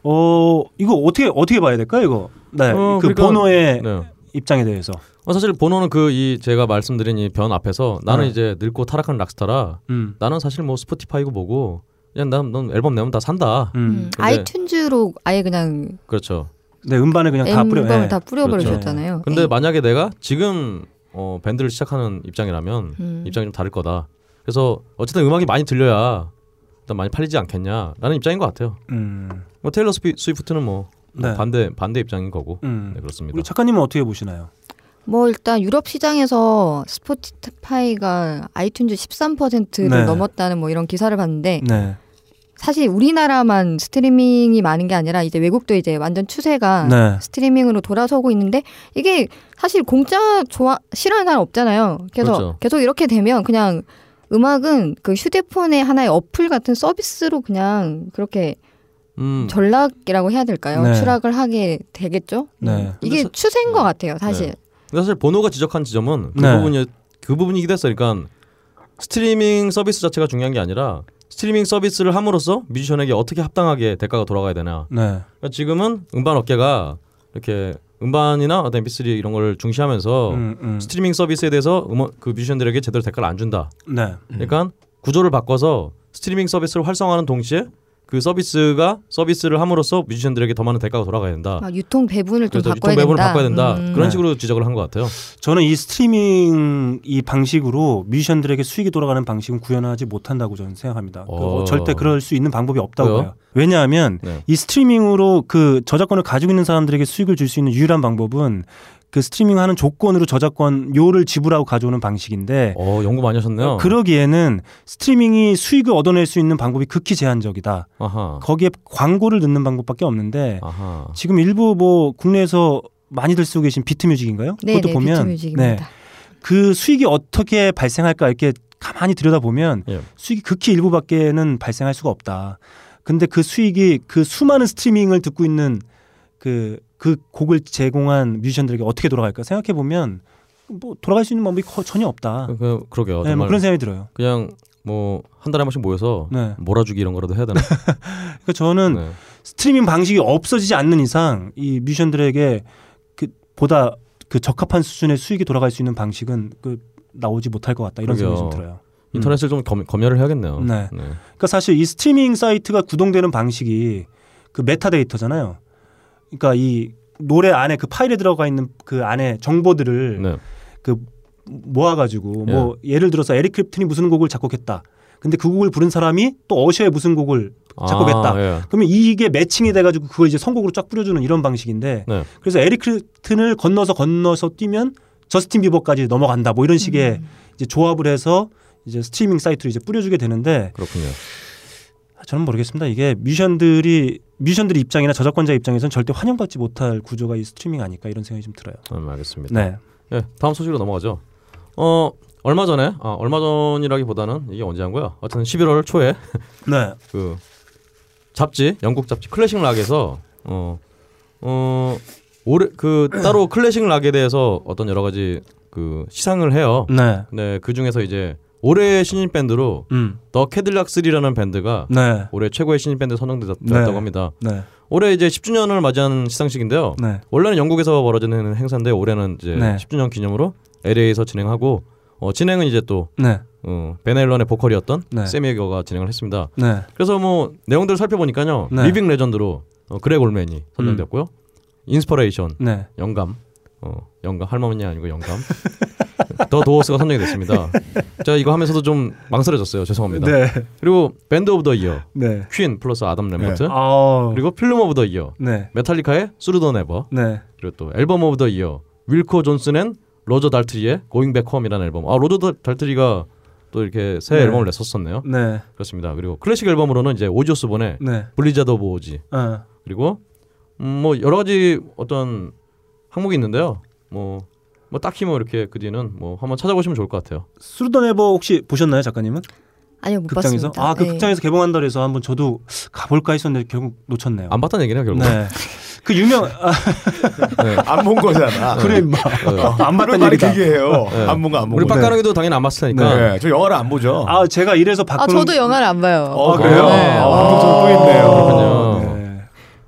Speaker 3: 어, 이거 어떻게 어떻게 봐야 될까요, 이거? 네.
Speaker 4: 어,
Speaker 3: 그
Speaker 4: 그러니까-
Speaker 3: 번호의
Speaker 4: 네.
Speaker 3: 입장에 대해서.
Speaker 4: 어, 사실 보노는 그 이 제가 말씀드린 이 변 앞에서 나는
Speaker 3: 네.
Speaker 4: 이제 늙고 타락한 락스타라
Speaker 3: 음.
Speaker 4: 나는 사실 뭐 스포티파이고 뭐고 그냥 난, 넌 앨범 내면 다 산다.
Speaker 3: 음.
Speaker 6: 음,
Speaker 4: 근데-
Speaker 6: 아이튠즈로 아예 그냥
Speaker 4: 그렇죠.
Speaker 3: 네, 음반을 그냥 다 뿌려. 예.
Speaker 6: 앨범을
Speaker 3: 그렇죠.
Speaker 6: 다 뿌려버리셨잖아요.
Speaker 4: 근데
Speaker 6: 예.
Speaker 3: 음.
Speaker 4: 만약에 내가 지금 어, 밴드를 시작하는 입장이라면
Speaker 6: 음.
Speaker 4: 입장이 좀 다를 거다. 그래서 어쨌든 음악이 많이 들려야 일단 많이 팔리지 않겠냐라는 입장인 것 같아요.
Speaker 3: 음.
Speaker 4: 뭐 테일러 스피, 스위프트는 뭐
Speaker 3: 네.
Speaker 4: 반대 반대 입장인 거고.
Speaker 3: 음.
Speaker 4: 네, 그렇습니다.
Speaker 3: 우리 작가님은 어떻게 보시나요?
Speaker 6: 뭐 일단 유럽 시장에서 스포티파이가 아이튠즈 13%를
Speaker 3: 네.
Speaker 6: 넘었다는 뭐 이런 기사를 봤는데
Speaker 3: 네.
Speaker 6: 사실 우리나라만 스트리밍이 많은 게 아니라 이제 외국도 이제 완전 추세가
Speaker 3: 네.
Speaker 6: 스트리밍으로 돌아서고 있는데 이게 사실 공짜 좋아 싫어하는 사람 없잖아요. 그래서
Speaker 4: 그렇죠.
Speaker 6: 계속 이렇게 되면 그냥 음악은 그 휴대폰의 하나의 어플 같은 서비스로 그냥 그렇게
Speaker 4: 음,
Speaker 6: 전락이라고 해야 될까요?
Speaker 3: 네.
Speaker 6: 추락을 하게 되겠죠. 음.
Speaker 3: 네.
Speaker 6: 이게
Speaker 4: 근데 네.
Speaker 6: 추세인 것 같아요, 사실.
Speaker 4: 근데 사실 번호가 지적한 지점은 그
Speaker 3: 네.
Speaker 4: 부분이 그 부분이기도 했어요. 그러니까 스트리밍 서비스 자체가 중요한 게 아니라 스트리밍 서비스를 함으로써 뮤지션에게 어떻게 합당하게 대가가 돌아가야 되나
Speaker 3: 네.
Speaker 4: 그러니까 지금은 음반 업계가 이렇게 음반이나 어떤 MP3 이런 걸 중시하면서
Speaker 3: 음, 음.
Speaker 4: 어. 스트리밍 서비스에 대해서 음원, 그 뮤지션들에게 제대로 대가를 안 준다.
Speaker 3: 네.
Speaker 4: 그러니까 구조를 바꿔서 스트리밍 서비스를 활성화하는 동시에 그 서비스가 서비스를 함으로써 뮤지션들에게 더 많은 대가가 돌아가야 된다.
Speaker 6: 막 유통 배분을 좀
Speaker 4: 그래서
Speaker 6: 바꿔야
Speaker 4: 유통 배분을
Speaker 6: 된다.
Speaker 4: 바꿔야 된다.
Speaker 6: 음.
Speaker 4: 그런
Speaker 3: 네.
Speaker 4: 식으로 지적을 한 것 같아요.
Speaker 3: 저는 이 스트리밍 이 방식으로 뮤지션들에게 수익이 돌아가는 방식은 구현하지 못한다고 저는 생각합니다. 그
Speaker 4: 어.
Speaker 3: 절대 그럴 수 있는 방법이 없다고
Speaker 4: 왜요?
Speaker 3: 봐요. 왜냐하면
Speaker 4: 네.
Speaker 3: 이 스트리밍으로 그 저작권을 가지고 있는 사람들에게 수익을 줄 수 있는 유일한 방법은 그 스트리밍하는 조건으로 저작권료를 지불하고 가져오는 방식인데
Speaker 4: 어 연구 많이 하셨네요.
Speaker 3: 그러기에는 스트리밍이 수익을 얻어낼 수 있는 방법이 극히 제한적이다.
Speaker 4: 아하.
Speaker 3: 거기에 광고를 넣는 방법밖에 없는데
Speaker 4: 아하.
Speaker 3: 지금 일부 뭐 국내에서 많이들 쓰고 계신 비트뮤직인가요?
Speaker 6: 네, 네, 비트뮤직입니다.
Speaker 3: 그 수익이 어떻게 발생할까 이렇게 가만히 들여다보면
Speaker 4: 예.
Speaker 3: 수익이 극히 일부밖에는 발생할 수가 없다. 근데 그 수익이 그 수많은 스트리밍을 듣고 있는 그, 그 곡을 제공한 뮤지션들에게 어떻게 돌아갈까 생각해 보면 뭐 돌아갈 수 있는 방법이 거- 전혀 없다.
Speaker 4: 그- 그, 그러게요.
Speaker 3: 네, 뭐
Speaker 4: 정말
Speaker 3: 그런 생각이 들어요.
Speaker 4: 그냥 뭐 한 달에 한 번씩 모여서
Speaker 3: 네.
Speaker 4: 몰아주기 이런 거라도 해야 되나?
Speaker 3: 그러니까 저는
Speaker 4: 어. 네.
Speaker 3: 스트리밍 방식이 없어지지 않는 이상 이 뮤지션들에게 그 보다 그 적합한 수준의 수익이 돌아갈 수 있는 방식은 그 나오지 못할 것 같다 이런 생각이 좀
Speaker 4: 그러게요.
Speaker 3: 들어요.
Speaker 4: 인터넷을 좀 검, 검열을 해야겠네요.
Speaker 3: 네. 그러니까 사실 이 스트리밍 사이트가 구동되는 방식이 그 메타데이터잖아요. 그러니까 이 노래 안에 그 파일에 들어가 있는 그 안에 정보들을
Speaker 4: 네.
Speaker 3: 그 모아가지고 뭐 예를 들어서 에릭 클립튼이 무슨 곡을 작곡했다. 근데 그 곡을 부른 사람이 또 어셔의 무슨 곡을 작곡했다.
Speaker 4: 아, 예.
Speaker 3: 그러면 이게 매칭이 돼가지고 그걸 이제 선곡으로 쫙 뿌려주는 이런 방식인데
Speaker 4: 네.
Speaker 3: 그래서 에릭 클립튼을 건너서 건너서 뛰면 저스틴 비버까지 넘어간다 뭐 이런 식의 이제 조합을 해서 이제 스트리밍 사이트로 이제 뿌려주게 되는데
Speaker 4: 그렇군요.
Speaker 3: 저는 모르겠습니다. 이게 뮤션들이 뮤션들의 입장이나 저작권자 입장에선 절대 환영받지 못할 구조가 이 스트리밍 아닐까 이런 생각이 좀 들어요.
Speaker 4: 음, 알겠습니다.
Speaker 3: 네.
Speaker 4: 예, 다음 소식으로 넘어가죠. 어 얼마 전에 아 얼마 전이라기보다는 이게 언제 한 거야? 어쨌든 11월 초에
Speaker 3: 네.
Speaker 4: 그 잡지 영국 잡지 클래식 락에서 어어 올해 그
Speaker 3: [CLEARS THROAT]
Speaker 4: 따로 클래식 락에 대해서 어떤 여러 가지 그 시상을 해요.
Speaker 3: 네.
Speaker 4: 네, 그 중에서 이제 올해의 신인 밴드로
Speaker 3: 음.
Speaker 4: 더 캐딜락 3라는 밴드가
Speaker 3: 네.
Speaker 4: 올해 최고의 신인 밴드 선정됐다고
Speaker 3: 네.
Speaker 4: 합니다.
Speaker 3: 네.
Speaker 4: 올해 이제 10주년을 맞이하는 시상식인데요.
Speaker 3: 네.
Speaker 4: 원래는 영국에서 벌어지는 행사인데 올해는 이제
Speaker 3: 네.
Speaker 4: 10주년 기념으로 LA에서 진행하고 어, 진행은 이제 또
Speaker 3: 네.
Speaker 4: 어, 베넬런의 보컬이었던
Speaker 3: 네.
Speaker 4: 세미에거가 진행을 했습니다.
Speaker 3: 네.
Speaker 4: 그래서 뭐 내용들을 살펴보니까요.
Speaker 3: 네. 음.
Speaker 4: 리빙 레전드로 어, 그렉 올맨이 선정됐고요. 인스퍼레이션
Speaker 3: 네.
Speaker 4: 영감 어, 영감 할머니
Speaker 3: [LAUGHS]
Speaker 4: 아니고 영감 더 도어스가 선정이 됐습니다. 제가 이거 하면서도 좀 망설여졌어요. 죄송합니다.
Speaker 3: 네.
Speaker 4: 그리고 밴드 오브 더 이어
Speaker 3: 네.
Speaker 4: 퀸 플러스 아담 램버트
Speaker 3: 아.
Speaker 4: 그리고 필름 오브 더 이어
Speaker 3: 네.
Speaker 4: 메탈리카의 수르더 네버
Speaker 3: 네.
Speaker 4: 그리고 또 앨범 오브 더 이어 윌코 존슨 앤 로저 달트리의 고잉 백 홈이라는 앨범. 아 로저 달- 달트리가 또 이렇게 새
Speaker 3: 네.
Speaker 4: 앨범을 냈었었네요.
Speaker 3: 네.
Speaker 4: 그렇습니다. 그리고 클래식 앨범으로는 이제 오지오스본의
Speaker 3: 네.
Speaker 4: 블리자드 오브 오지
Speaker 3: 어.
Speaker 4: 그리고 음, 뭐 여러 가지 어떤 항목이 있는데요. 뭐, 뭐 딱히 뭐 이렇게 그 뒤는 뭐 한번 찾아보시면 좋을 것 같아요.
Speaker 3: 수르던 에버 혹시 보셨나요, 작가님은?
Speaker 6: 아니요 못
Speaker 3: 극장에서?
Speaker 6: 봤습니다.
Speaker 3: 아, 그
Speaker 6: 네.
Speaker 3: 극장에서 개봉한다 그래서 한번 저도 가볼까 했었는데 결국 놓쳤네요.
Speaker 4: 안 봤다는 얘기네요 결국.
Speaker 3: 네. 그 유명 아,
Speaker 5: 안 본 거잖아.
Speaker 3: 그래 뭐. 임마. 안
Speaker 5: 그런
Speaker 3: 봤던
Speaker 5: 말이
Speaker 3: 얘기다.
Speaker 5: 그게 해요.
Speaker 4: 네.
Speaker 5: 안 본 거 안 본
Speaker 4: 우리
Speaker 5: 거.
Speaker 4: 빡가랑이도 당연히 안 봤을 테니까.
Speaker 5: 네, 저 영화를 안
Speaker 4: 어.
Speaker 5: 보죠.
Speaker 3: 아, 제가 이래서
Speaker 10: 아
Speaker 3: 바꾸는
Speaker 10: 저도 영화를 안 봐요.
Speaker 5: 어, 그래요?
Speaker 10: 네.
Speaker 5: 아, 방송적으로 또 있네요.
Speaker 4: 그렇군요.
Speaker 3: 네.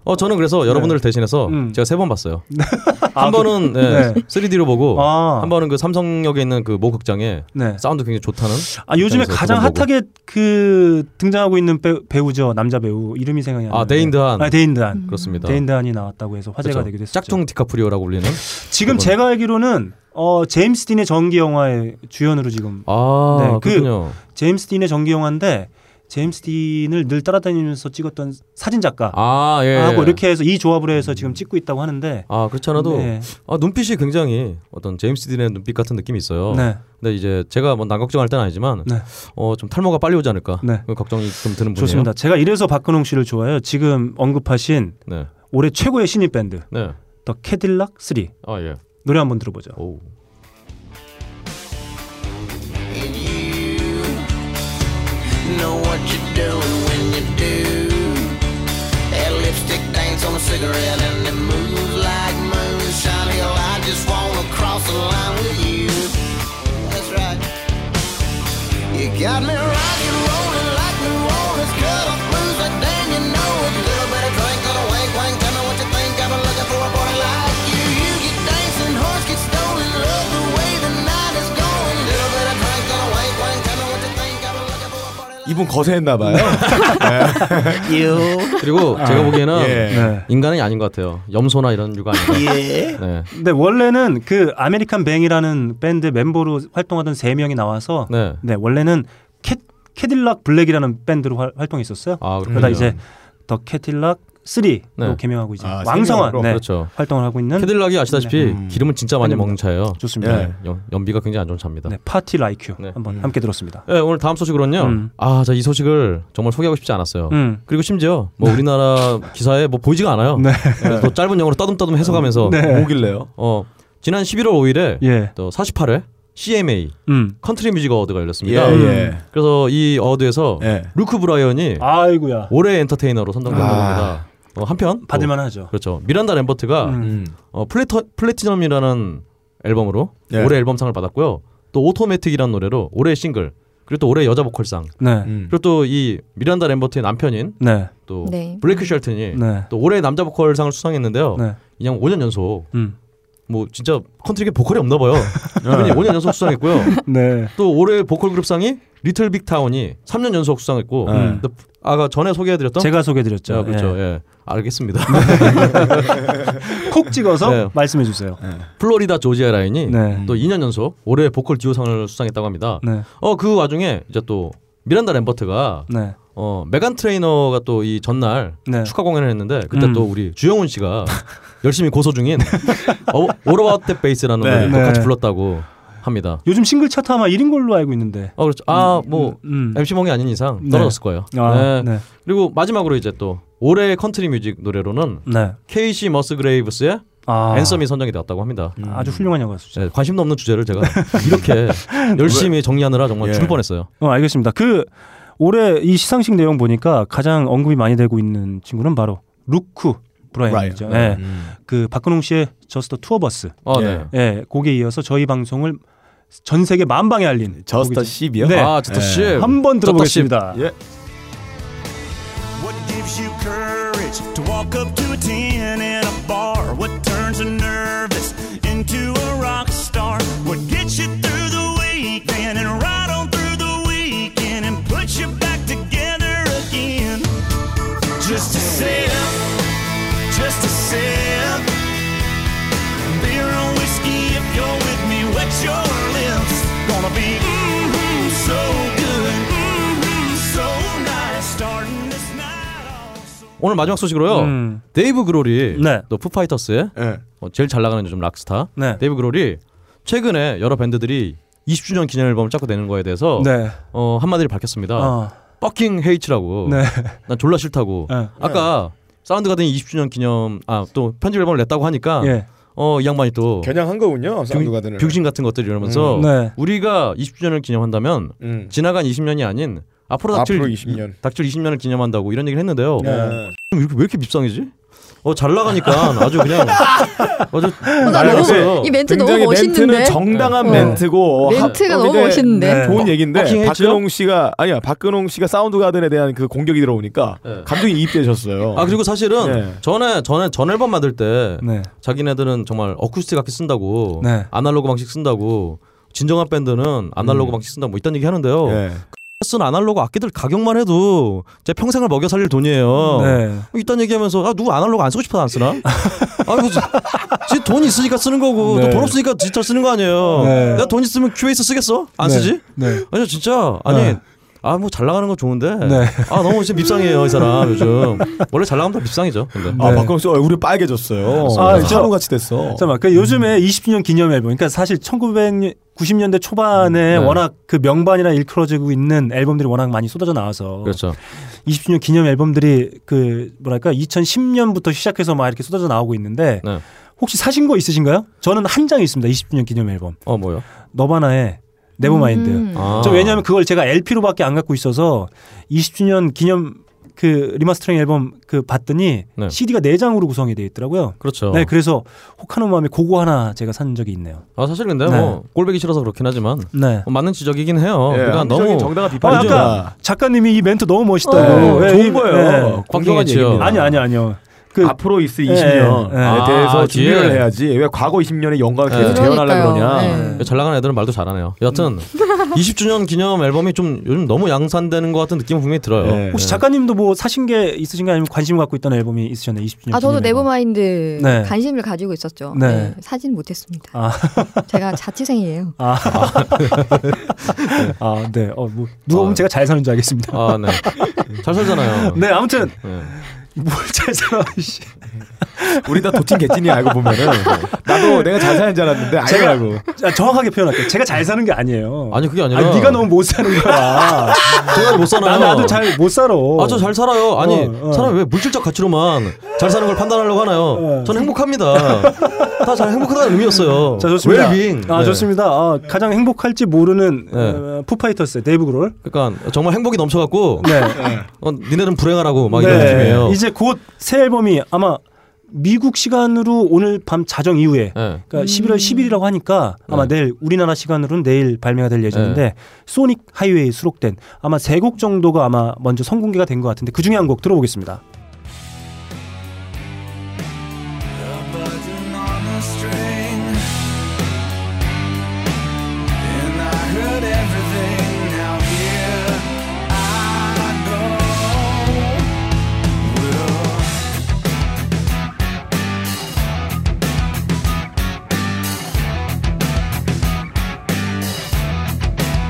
Speaker 4: 어 저는 그래서 여러분들을 대신해서
Speaker 3: 음.
Speaker 4: 제가 세 번 봤어요.
Speaker 3: [LAUGHS] 아,
Speaker 4: 한 번은
Speaker 3: 네.
Speaker 4: 네, 3D로 보고
Speaker 3: 아.
Speaker 4: 한 번은 그 삼성역에 있는 그 모 극장에
Speaker 3: 네.
Speaker 4: 사운드 네, 굉장히 좋다는.
Speaker 3: 아 요즘에
Speaker 4: 극장에서
Speaker 3: 가장
Speaker 4: 그걸 보고.
Speaker 3: 핫하게 그 등장하고 있는 배, 배우죠 남자 배우 이름이 생각이 안 나.
Speaker 4: 아 데인드한
Speaker 3: 아 데인드한.
Speaker 4: 그렇습니다.
Speaker 3: 데인드한이 나왔다고 해서 화제가
Speaker 4: 그렇죠.
Speaker 3: 되기도 했었죠. 네.
Speaker 4: 짝퉁 디카프리오라고 불리는.
Speaker 3: 지금
Speaker 4: 그건-
Speaker 3: 제가 알기로는 어 제임스 딘의 전기 영화의 주연으로 지금
Speaker 4: 아
Speaker 3: 네, 그-
Speaker 4: 그렇군요.
Speaker 3: 제임스 딘의 전기 영화인데 제임스 딘을 늘 따라다니면서 찍었던 사진 작가
Speaker 4: 아 예.
Speaker 3: 하고 뭐 이렇게 해서 이 조합을 해서 지금 찍고 있다고 하는데
Speaker 4: 아 그렇지 않아도
Speaker 3: 네.
Speaker 4: 아, 눈빛이 굉장히 어떤 제임스 딘의 눈빛 같은 느낌이 있어요.
Speaker 3: 네.
Speaker 4: 근데 이제 제가 뭐 난걱정할 때는 아니지만
Speaker 3: 네.
Speaker 4: 어 좀 탈모가 빨리 오지 않을까
Speaker 3: 네.
Speaker 4: 그 걱정이 좀 드는 분이에요.
Speaker 3: 좋습니다. 제가 이래서 박근홍 씨를 좋아해요. 지금 언급하신
Speaker 4: 네.
Speaker 3: 올해 최고의 신입 밴드
Speaker 4: 네.
Speaker 3: 더 캐딜락 3
Speaker 4: 아 예.
Speaker 3: 노래 한번 들어보죠.
Speaker 4: 오.
Speaker 2: know what you're doing when you do. That lipstick dance on a cigarette and it moves like moonshine. Girl, I just wanna cross the line with you. That's right. You got me rockin', rollin' like New Orleans. Cut up blues like Dan, you know it. Little bit of drink on a wink, wink. Tell me what you think. I've been looking for a boy like you. You get dancing, horse get stolen. Love the way the night is going. Little bit of drink on a wink, wink. Tell me what you think. I've been looking for a boy like you.
Speaker 5: 이분 거세했나 봐요.
Speaker 3: [LAUGHS]
Speaker 4: 그리고
Speaker 3: 아,
Speaker 4: 제가 보기에는
Speaker 3: 네.
Speaker 4: 인간이 아닌 것 같아요. 염소나 이런 류가
Speaker 3: [LAUGHS]
Speaker 4: 아니라.
Speaker 3: 예.
Speaker 4: 네.
Speaker 3: 근데 원래는 그 아메리칸 뱅이라는 밴드 멤버로 활동하던 세 명이 나와서 네,
Speaker 4: 네.
Speaker 3: 원래는 캐, 캐딜락 블랙이라는 밴드로 활- 활동했었어요.
Speaker 4: 아, 그렇군요.
Speaker 3: 그러다 이제 더 캐딜락 3로
Speaker 4: 네.
Speaker 3: 개명하고 이제
Speaker 5: 아, 세
Speaker 3: 왕성한
Speaker 5: 명으로.
Speaker 3: 네,
Speaker 4: 그렇죠.
Speaker 3: 활동을 하고 있는
Speaker 4: 캐딜락이 아시다시피
Speaker 5: 네. 음.
Speaker 4: 기름은 진짜 많이
Speaker 3: 아닙니다.
Speaker 4: 먹는 차예요.
Speaker 3: 좋습니다.
Speaker 4: 네. 연- 연비가 굉장히 안 좋은 차입니다.
Speaker 3: 네,
Speaker 4: 네.
Speaker 3: 파티 라이큐
Speaker 4: 네.
Speaker 3: 한번
Speaker 5: 음.
Speaker 3: 함께 들었습니다.
Speaker 4: 오늘 다음 소식으로는요.
Speaker 3: 음.
Speaker 4: 아, 자 이 소식을 정말 소개하고 싶지 않았어요.
Speaker 3: 음.
Speaker 4: 그리고 심지어
Speaker 3: [LAUGHS]
Speaker 4: 뭐 우리나라 기사에 뭐 보이지가 않아요.
Speaker 3: 네.
Speaker 4: 그래서 또 짧은 영어로 따듬따듬 해석하면서
Speaker 3: 네.
Speaker 5: 뭐길래요?
Speaker 4: 어, 지난 11월 5일에
Speaker 3: 예.
Speaker 4: 또 48회 CMA
Speaker 3: 음.
Speaker 4: 컨트리 뮤직 어워드가 열렸습니다.
Speaker 5: 예예.
Speaker 4: 그래서 이 어워드에서
Speaker 5: 예.
Speaker 4: 루크 브라이언이
Speaker 3: 아이고야.
Speaker 4: 올해 엔터테이너로 선정된
Speaker 5: 아.
Speaker 4: 겁니다. 어, 한편 어,
Speaker 3: 받을만 하죠.
Speaker 4: 그렇죠. 미란다 램버트가
Speaker 3: 음.
Speaker 5: 음.
Speaker 4: 어, 플래터, 플래티넘이라는 앨범으로
Speaker 5: 예.
Speaker 4: 올해 앨범상을 받았고요. 또 오토매틱이라는 노래로 올해 싱글 그리고 또 올해 여자 보컬상
Speaker 3: 네.
Speaker 5: 음.
Speaker 4: 그리고 또 이 미란다 램버트의 남편인
Speaker 3: 네.
Speaker 4: 또
Speaker 6: 네.
Speaker 4: 블레이크 쉘튼이
Speaker 3: 네.
Speaker 4: 또 올해 남자 보컬상을 수상했는데요.
Speaker 3: 네.
Speaker 4: 그냥 5년 연속
Speaker 3: 음.
Speaker 4: 뭐 진짜 컨트리계 보컬이
Speaker 3: [LAUGHS]
Speaker 4: 없나 봐요. 당연히 5년 연속 수상했고요.
Speaker 3: 네.
Speaker 4: 또 올해 보컬 그룹상이 리틀 빅타운이 3년 연속 수상했고
Speaker 3: 음.
Speaker 4: 또 아까 전에 소개해드렸던
Speaker 3: 제가 네. 소개해 드렸죠.
Speaker 4: 아, 그렇죠. 예. 알겠습니다.
Speaker 3: 콕 찍어서
Speaker 4: 네.
Speaker 3: 말씀해 주세요.
Speaker 4: [LAUGHS] 플로리다 조지아 라인이
Speaker 3: 네.
Speaker 4: 또 2년 연속 올해 보컬 듀오상을 수상했다고 합니다.
Speaker 3: 네.
Speaker 4: 어 그 와중에 이제 또 미란다 램버트가
Speaker 3: 네.
Speaker 4: 어 메간 트레이너가 또 이 전날
Speaker 3: 네.
Speaker 4: 축하 공연을 했는데 그때
Speaker 3: 음.
Speaker 4: 또 우리
Speaker 3: [LAUGHS]
Speaker 4: 주영훈 씨가 열심히 고소 중인 어, 오로바우트 베이스라는
Speaker 5: 네.
Speaker 4: 노래를 또 같이
Speaker 3: 네.
Speaker 4: 불렀다고 합니다.
Speaker 3: 요즘 싱글 차트 아마 1인 걸로 알고 있는데.
Speaker 4: 어 그렇죠. 아뭐
Speaker 3: 음.
Speaker 4: MC 몽이 아닌 이상
Speaker 3: 네.
Speaker 4: 떨어졌을 거예요.
Speaker 3: 아,
Speaker 4: 네.
Speaker 3: 네.
Speaker 4: 그리고 마지막으로 이제 또 올해 컨트리 뮤직 노래로는
Speaker 3: 네.
Speaker 4: 케이시 머스그레이브스의
Speaker 3: 아. 음.
Speaker 4: 앤썸이 선정이 되었다고 합니다.
Speaker 3: 아주 훌륭한 여가수죠.
Speaker 4: 네, 관심도 없는 주제를 제가
Speaker 3: [LAUGHS]
Speaker 4: 이렇게 열심히 정리하느라 정말
Speaker 5: 예.
Speaker 4: 죽을 뻔했어요.
Speaker 3: 어, 알겠습니다. 그 올해 이 시상식 내용 보니까 가장 언급이 많이 되고 있는 친구는 바로 루크 브라이언이죠.
Speaker 5: 브라이언.
Speaker 3: 네.
Speaker 5: 음.
Speaker 3: 그 박근홍 씨의 저스트 투어 버스.
Speaker 4: 아,
Speaker 5: 예.
Speaker 4: 네.
Speaker 3: 예. 곡에 이어서 저희 방송을 전 세계 만방에 알린 곡이죠.
Speaker 5: 저스터 10이요?
Speaker 3: 네.
Speaker 4: 아, 저터 씨.
Speaker 3: 한번 들어보겠습니다.
Speaker 5: 예.
Speaker 2: What gives you courage to walk up to a 10 in a bar? What turns a nervous into a rock star? What gets you through the weekend and right on through the weekend and puts you back together again? Just a sip, just a sip. Beer and whiskey, if you're with me, wet your lips. Gonna be mm so good, mm so nice. Starting this night off. so
Speaker 4: 오늘 마지막 소식으로요.
Speaker 3: 음.
Speaker 4: 데이브 그롤이
Speaker 3: 네.
Speaker 4: 또 푸파이터스의
Speaker 5: 예.
Speaker 4: 어, 제일 잘 나가는 요즘 락스타
Speaker 3: 네.
Speaker 4: 데이브 그롤이 최근에 여러 밴드들이 20주년 기념 앨범을 짰고 내는 거에 대해서
Speaker 3: 네.
Speaker 4: 어, 한마디를 밝혔습니다.
Speaker 3: 어.
Speaker 4: 버킹 헤이츠라고.
Speaker 3: 네.
Speaker 4: 난 졸라 싫다고.
Speaker 3: 네.
Speaker 4: 아까 사운드 가든 20주년 기념 아 또 편집 앨범을 냈다고 하니까
Speaker 3: 예.
Speaker 4: 어, 이 양반이 또
Speaker 5: 겨냥한 거군요.
Speaker 4: 병-
Speaker 5: 쌍두가든을.
Speaker 4: 병신 같은 것들 이러면서
Speaker 3: 음. 네.
Speaker 4: 우리가 20주년을 기념한다면
Speaker 5: 음.
Speaker 4: 지나간 20년이 아닌 앞으로 닥칠
Speaker 5: 앞으로 20년.
Speaker 4: 닥칠 20년을 기념한다고 이런 얘기를 했는데요.
Speaker 5: 네.
Speaker 4: 왜 이렇게, 왜 이렇게 밉상이지? 어, 잘 나가니까 아주
Speaker 6: [LAUGHS]
Speaker 4: 그냥 아주
Speaker 6: 어, 나
Speaker 5: 아니,
Speaker 6: 너무
Speaker 5: 근데
Speaker 6: 이 멘트 너무
Speaker 5: 굉장히
Speaker 6: 멋있는데.
Speaker 5: 멘트는
Speaker 6: 네.
Speaker 5: 정당한 멘트고 하-
Speaker 6: 멘트가
Speaker 5: 어,
Speaker 6: 너무
Speaker 5: 근데
Speaker 6: 멋있는데.
Speaker 3: 네.
Speaker 5: 좋은
Speaker 4: 버킹
Speaker 5: 얘기인데
Speaker 4: 헤이츠요?
Speaker 5: 박근홍 씨가 아니야 박근홍 씨가 사운드가든에 대한 그 공격이 들어오니까
Speaker 4: 네.
Speaker 5: 감정이 이입되셨어요.
Speaker 4: 아 그리고 사실은
Speaker 5: 네.
Speaker 4: 전에 전에 전 앨범 만들 때
Speaker 3: 네.
Speaker 4: 자기네들은 정말 어쿠스틱 악기 쓴다고
Speaker 3: 네.
Speaker 4: 아날로그 방식 쓴다고 진정한 밴드는 아날로그
Speaker 5: 음.
Speaker 4: 방식 쓴다고 뭐 이딴 얘기 하는데요.
Speaker 3: 네.
Speaker 5: 예.
Speaker 4: 쓴 아날로그 악기들 가격만 해도 제 평생을 먹여 살릴 돈이에요.
Speaker 3: 네.
Speaker 4: 뭐 이딴 얘기하면서 아 누구 아날로그 안 쓰고 싶어서
Speaker 3: [LAUGHS]
Speaker 4: 안 쓰나? 아이고 지돈 있으니까 쓰는 거고
Speaker 3: 네.
Speaker 4: 또 돈 없으니까 디지털 쓰는 거 아니에요.
Speaker 3: 네.
Speaker 4: 내가 돈 있으면 큐베이스 쓰겠어? 안
Speaker 3: 네.
Speaker 4: 쓰지?
Speaker 3: 네.
Speaker 4: 아니 진짜 아니
Speaker 3: 네.
Speaker 4: 아 뭐 잘 나가는 건 좋은데
Speaker 3: 네.
Speaker 4: 아 너무 진짜 밉상이에요 이 사람 요즘 원래 잘 나가면 다 밉상이죠. 근데
Speaker 5: 아
Speaker 3: 네.
Speaker 5: 박근홍 씨 얼굴이 빨개졌어요.
Speaker 3: 아,
Speaker 5: 아,
Speaker 3: 진짜.
Speaker 5: 하루 같이 됐어.
Speaker 3: 잠깐만, 그 요즘에 20주년 기념 앨범, 그러니까 사실 1990년대 초반에
Speaker 4: 네.
Speaker 3: 워낙 그 명반이나 일컬어지고 있는 앨범들이 워낙 많이 쏟아져 나와서
Speaker 4: 그렇죠.
Speaker 3: 20주년 기념 앨범들이 그 뭐랄까 2010년부터 시작해서 막 이렇게 쏟아져 나오고 있는데
Speaker 4: 네.
Speaker 3: 혹시 사신 거 있으신가요? 저는 한 장 있습니다. 20주년 기념 앨범
Speaker 4: 어 뭐요?
Speaker 3: 너바나의 네버마인드.
Speaker 6: 음.
Speaker 4: 아.
Speaker 3: 저 왜냐하면 그걸 제가 LP로밖에 안 갖고 있어서 20주년 기념 그 리마스터링 앨범 그 봤더니
Speaker 4: 네.
Speaker 3: CD가 4 장으로 구성이 되어 있더라고요.
Speaker 4: 그렇죠.
Speaker 3: 네, 그래서 혹하는 마음에 그거 하나 제가 산 적이 있네요.
Speaker 4: 아 사실 근데
Speaker 3: 네.
Speaker 4: 뭐 꼴배기 싫어서 그렇긴 하지만
Speaker 3: 네.
Speaker 4: 어, 맞는 지적이긴 해요.
Speaker 5: 예,
Speaker 4: 그러니까
Speaker 5: 합리적인
Speaker 4: 너무
Speaker 5: 정당한
Speaker 3: 아,
Speaker 5: 비판이죠.
Speaker 3: 아까 작가님이 이 멘트 너무 멋있다고.
Speaker 5: 네,
Speaker 3: 예,
Speaker 5: 좋은
Speaker 3: 이-
Speaker 5: 거예요.
Speaker 3: 네.
Speaker 5: 공격한
Speaker 4: 공격이지요.
Speaker 5: 얘기입니다.
Speaker 3: 아니요, 아니요, 아니요. 그
Speaker 5: 앞으로 있을
Speaker 3: 예,
Speaker 5: 20년에
Speaker 3: 예, 예.
Speaker 5: 대해서
Speaker 4: 아,
Speaker 5: 준비를
Speaker 4: 뒤에.
Speaker 5: 해야지 왜 과거 20년의 영광을 계속
Speaker 4: 예.
Speaker 5: 재현하려고
Speaker 6: 그러니까요.
Speaker 5: 그러냐
Speaker 6: 예.
Speaker 4: 잘 나가는 애들은 말도 잘하네요.
Speaker 3: [LAUGHS]
Speaker 4: 여하튼 20주년 기념 앨범이 좀 요즘 너무 양산되는 것 같은 느낌은 분명히 들어요.
Speaker 5: 예.
Speaker 3: 혹시 작가님도 뭐 사신 게 있으신가요? 아니면 관심 갖고 있던 앨범이 있으셨나요? 20주년.
Speaker 6: 아 저도
Speaker 3: 기념 앨범.
Speaker 6: 네버마인드
Speaker 3: 네.
Speaker 6: 관심을 가지고 있었죠.
Speaker 3: 네.
Speaker 6: 네, 사진 못했습니다.
Speaker 3: 아.
Speaker 6: 제가 자취생이에요. [LAUGHS]
Speaker 3: 아, 아, 네. 어, 뭐 누가 보면
Speaker 4: 아.
Speaker 3: 제가 잘 사는 줄 알겠습니다.
Speaker 4: 아, 네. 잘 살잖아요.
Speaker 3: 네, 아무튼
Speaker 4: 예.
Speaker 3: 뭘 잘 살아? 씨.
Speaker 5: 우리 다 도친 개찐이 알고 보면은 [LAUGHS] 나도 내가 잘 사는 줄 알았는데 아니라고
Speaker 3: 아, 정확하게 표현할게요. 제가 잘 사는 게 아니에요.
Speaker 4: 아니 그게 아니라
Speaker 3: 아니, 네가 너무 못 사는 거야.
Speaker 4: 제가 못 사나요?
Speaker 3: 나 나도 잘 못 살아.
Speaker 4: 아, 저 잘 살아요. 아니,
Speaker 3: 어, 어.
Speaker 4: 사람이 왜 물질적 가치로만 잘 사는 걸 판단하려고 하나요?
Speaker 3: 어.
Speaker 4: 저는 행복합니다. 다 잘 행복하다는 의미였어요.
Speaker 3: 자, 좋습니다.
Speaker 4: 웰빙.
Speaker 3: 아
Speaker 4: 네.
Speaker 3: 좋습니다. 아, 가장 행복할지 모르는
Speaker 4: 네.
Speaker 3: 어, 푸파이터스 데이브 그롤.
Speaker 4: 그러니까 정말 행복이 넘쳐갖고
Speaker 3: 네.
Speaker 4: [LAUGHS] 어, 니네는 불행하라고 막 아, 이런
Speaker 3: 네.
Speaker 4: 느낌이에요.
Speaker 3: 이제 곧 새 앨범이 아마 미국 시간으로 오늘 밤 자정 이후에
Speaker 4: 예.
Speaker 3: 그러니까 11월 10일이라고 하니까 아마
Speaker 4: 네.
Speaker 3: 내일 우리나라 시간으로는 내일 발매가 될 예정인데 소닉 하이웨이 수록된 아마 세 곡 정도가 아마 먼저 선공개가 된 것 같은데 그 중에 한 곡 들어보겠습니다.
Speaker 2: button on a string. And I heard everything. Now here I go. Well,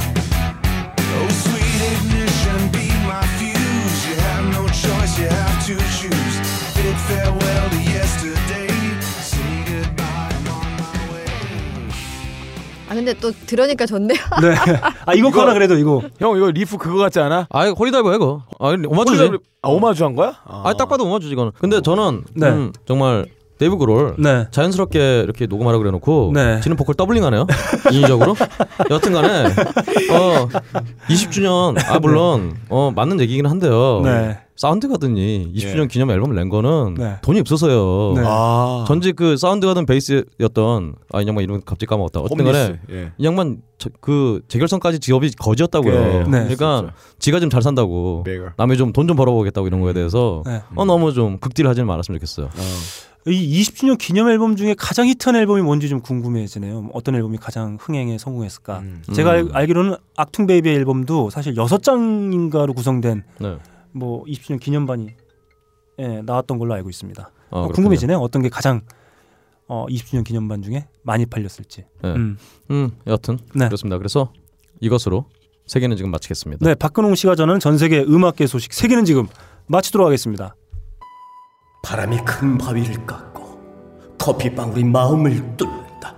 Speaker 2: Oh, sweet ignition, be my fuse. You have no choice, you have to choose. Bid farewell to yesterday. Say goodbye, I'm on my way.
Speaker 6: 아 근데 또 들으니까 좋네요. [LAUGHS]
Speaker 4: [LAUGHS]
Speaker 3: 네. 아 이거 거나 그래도 이거.
Speaker 5: 형 이거 리프 그거 같지 않아?
Speaker 4: 아, 이거 홀리다이버 이거. 아, 오마주지.
Speaker 5: 아 오마주한 거야? 아,
Speaker 4: 아, 딱 봐도 오마주지 이거는. 근데 저는
Speaker 3: 네.
Speaker 4: 음, 정말 데이브 그롤
Speaker 3: 네.
Speaker 4: 자연스럽게 이렇게 녹음하라고 그래놓고
Speaker 3: 네.
Speaker 4: 지는 보컬 더블링하네요 인위적으로 여튼간에 어 20주년 아 물론 어 맞는 얘기긴 한데요
Speaker 3: 네. 예.
Speaker 4: 사운드가든이 20주년 기념 앨범을 낸 거는
Speaker 3: 네.
Speaker 4: 돈이 없어서요
Speaker 3: 네.
Speaker 5: 아
Speaker 4: 전직 그 사운드가든 베이스였던 아이 양반 이름 갑자기 까먹었다 어쨌든간에
Speaker 5: 홈리스. 예.
Speaker 4: 이 양반 저- 그 재결성까지 직업이 거지였다고요
Speaker 5: 네.
Speaker 4: 그러니까 지가 좀 잘 산다고
Speaker 5: Bigger.
Speaker 4: 남의 좀 돈 좀 벌어보겠다고 이런 거에 대해서
Speaker 3: 네.
Speaker 4: 어 너무 좀 극딜 하지는 말았으면 좋겠어요
Speaker 3: 이 20주년 기념 앨범 중에 가장 히트한 앨범이 뭔지 좀 궁금해지네요. 어떤 앨범이 가장 흥행에 성공했을까? 제가
Speaker 4: 음.
Speaker 3: 알- 알기로는 악퉁 베이비 앨범도 사실 여섯 장인가로 구성된
Speaker 4: 네.
Speaker 3: 뭐 20주년 기념반이 예, 나왔던 걸로 알고 있습니다.
Speaker 4: 아,
Speaker 3: 어,
Speaker 4: 그렇군요.
Speaker 3: 궁금해지네요. 어떤 게 가장 어, 20주년 기념반 중에 많이 팔렸을지.
Speaker 4: 네.
Speaker 3: 음.
Speaker 4: 음, 여하튼
Speaker 3: 네.
Speaker 4: 그렇습니다. 그래서 이것으로 세계는 지금 마치겠습니다.
Speaker 3: 네, 박근홍 씨가 전하는 전 세계 음악계 소식 세계는 지금 마치도록 하겠습니다.
Speaker 7: 바람이 큰 바위를 깎고 커피방울이 마음을 뚫는다.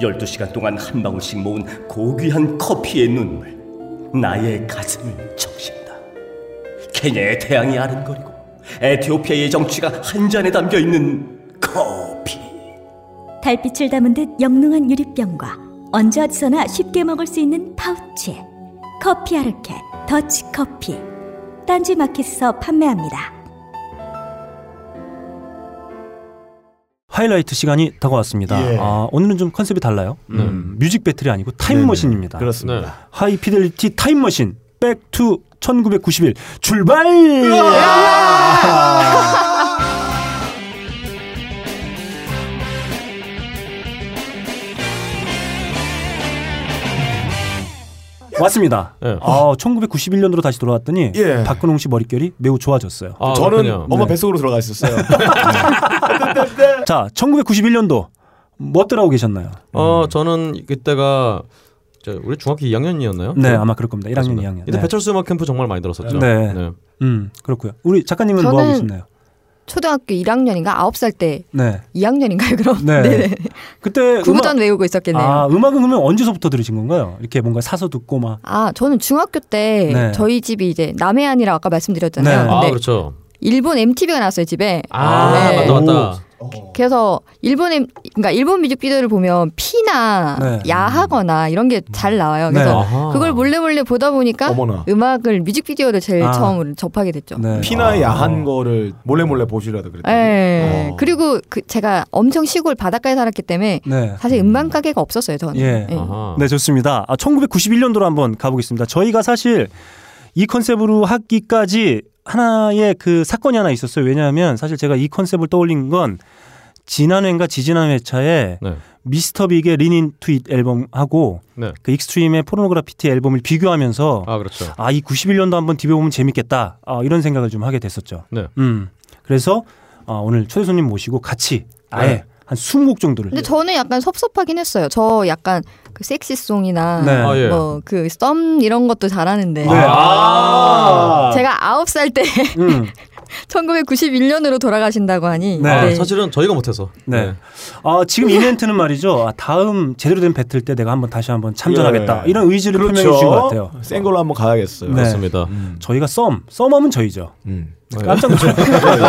Speaker 7: 12시간 동안 한 방울씩 모은 고귀한 커피의 눈물 나의 가슴을 적신다. 케냐의 태양이 아른거리고 에티오피아의 정취가 한 잔에 담겨 있는 커피.
Speaker 10: 달빛을 담은 듯 영롱한 유리병과 언제 어디서나 쉽게 먹을 수 있는 파우치에 커피 아르케 더치 커피 딴지 마켓에서 판매합니다.
Speaker 3: 하이라이트 시간이
Speaker 5: 예.
Speaker 3: 다가왔습니다. 아, 오늘은 좀 컨셉이 달라요. 음, 뮤직 배틀이 아니고 타임머신입니다.
Speaker 4: 네.
Speaker 5: 네. 그렇습니다.
Speaker 3: 하이 피델리티 타임머신 백투 1991 출발! [LAUGHS] 왔습니다.
Speaker 4: 네.
Speaker 3: 아, 1991년으로 다시 돌아왔더니
Speaker 5: 예.
Speaker 3: 박근홍 씨 머릿결이 매우 좋아졌어요.
Speaker 4: 아,
Speaker 5: 저는
Speaker 4: 그렇군요.
Speaker 5: 엄마 뱃속으로 들어가 있었어요.
Speaker 3: 자, 1991년도 뭐 어때라고 계셨나요?
Speaker 4: 어 저는 그때가 저 우리 중학교 2학년이었나요?
Speaker 3: 네, 아마 그럴 겁니다. 1학년,
Speaker 4: 그렇습니다.
Speaker 3: 2학년.
Speaker 4: 이때
Speaker 3: 네.
Speaker 4: 배철수 음악 캠프 정말 많이 들었었죠.
Speaker 3: 네. 음, 그렇고요. 우리 작가님은 뭐 하고
Speaker 6: 저는-
Speaker 3: 계셨나요?
Speaker 6: 초등학교 1학년인가 9살 때
Speaker 3: 네.
Speaker 6: 2학년인가요 그럼?
Speaker 3: 네.
Speaker 6: [LAUGHS] 네네.
Speaker 3: 그때
Speaker 6: 구구단 외우고 있었겠네요.
Speaker 3: 아
Speaker 6: 아,
Speaker 3: 음악은 그러면 언제서부터 들으신 건가요? 이렇게 뭔가 사서 듣고 막
Speaker 6: 아, 저는 중학교 때
Speaker 3: 네.
Speaker 6: 저희 집이 이제 남해안이라고 아까 말씀드렸잖아요.
Speaker 3: 네.
Speaker 4: 아
Speaker 6: 근데
Speaker 4: 그렇죠.
Speaker 6: 일본 MTV가 나왔어요 집에.
Speaker 4: 아
Speaker 6: 네.
Speaker 4: 맞다 맞다.
Speaker 5: 어.
Speaker 6: 그래서 일본 엠, 그러니까 일본 뮤직비디오를 보면 피나
Speaker 3: 네.
Speaker 6: 야하거나 이런 게 잘 나와요.
Speaker 3: 네.
Speaker 6: 그래서
Speaker 4: 아하.
Speaker 6: 그걸 몰래 몰래 보다 보니까
Speaker 5: 어머나.
Speaker 6: 음악을 뮤직비디오를 제일
Speaker 3: 아.
Speaker 6: 처음 접하게 됐죠.
Speaker 3: 네.
Speaker 5: 피나 야한 거를 몰래 몰래 보시라도 그랬더니.
Speaker 6: 예.
Speaker 5: 어.
Speaker 6: 그리고 그 제가 엄청 시골 바닷가에 살았기 때문에
Speaker 3: 네.
Speaker 6: 사실 음반 가게가 없었어요 저는.
Speaker 3: 예.
Speaker 6: 예.
Speaker 4: 아하.
Speaker 3: 네 좋습니다. 아 1991년도로 한번 가보겠습니다. 저희가 사실 이 컨셉으로 하기까지 하나의 그 사건이 하나 있었어요. 왜냐하면 사실 제가 이 컨셉을 떠올린 건 지난회인가 지지난 회차에
Speaker 4: 네.
Speaker 3: 미스터 빅의 리닌 트윗 앨범하고
Speaker 4: 네.
Speaker 3: 그 익스트림의 포르노그래피티 앨범을 비교하면서
Speaker 4: 아 그렇죠.
Speaker 3: 아, 이 91년도 한번 디벼보면 재밌겠다. 아, 이런 생각을 좀 하게 됐었죠.
Speaker 4: 네.
Speaker 3: 음. 그래서 어, 오늘 초대 손님 모시고 같이 아예
Speaker 4: 네.
Speaker 3: 한 20곡 정도를
Speaker 6: 근데 저는 약간 섭섭하긴 했어요. 저 약간 그 섹시송이나
Speaker 3: 네.
Speaker 4: 아 예.
Speaker 6: 뭐그썸 이런 것도 잘하는데
Speaker 4: 아.
Speaker 6: 제가 아홉 살 때 [LAUGHS]
Speaker 3: 음.
Speaker 6: 1991년으로 돌아가신다고 하니
Speaker 3: 네.
Speaker 4: 아,
Speaker 6: 네.
Speaker 4: 사실은 저희가 못해서.
Speaker 3: 네. 아, 지금 이벤트는 말이죠. 아, 다음 제대로 된 배틀 때 내가 한번 다시 한번 참전하겠다.
Speaker 5: 예.
Speaker 3: 이런 의지를 표명해 주신 것그 같아요.
Speaker 5: 센 걸로 한번 가야겠어요.
Speaker 3: 네.
Speaker 4: 그렇죠. 그렇습니다. 네.
Speaker 3: 저희가 썸, 썸하면 저희죠.
Speaker 5: 음.
Speaker 3: 깜짝
Speaker 4: [LAUGHS]
Speaker 3: 놀랐어요.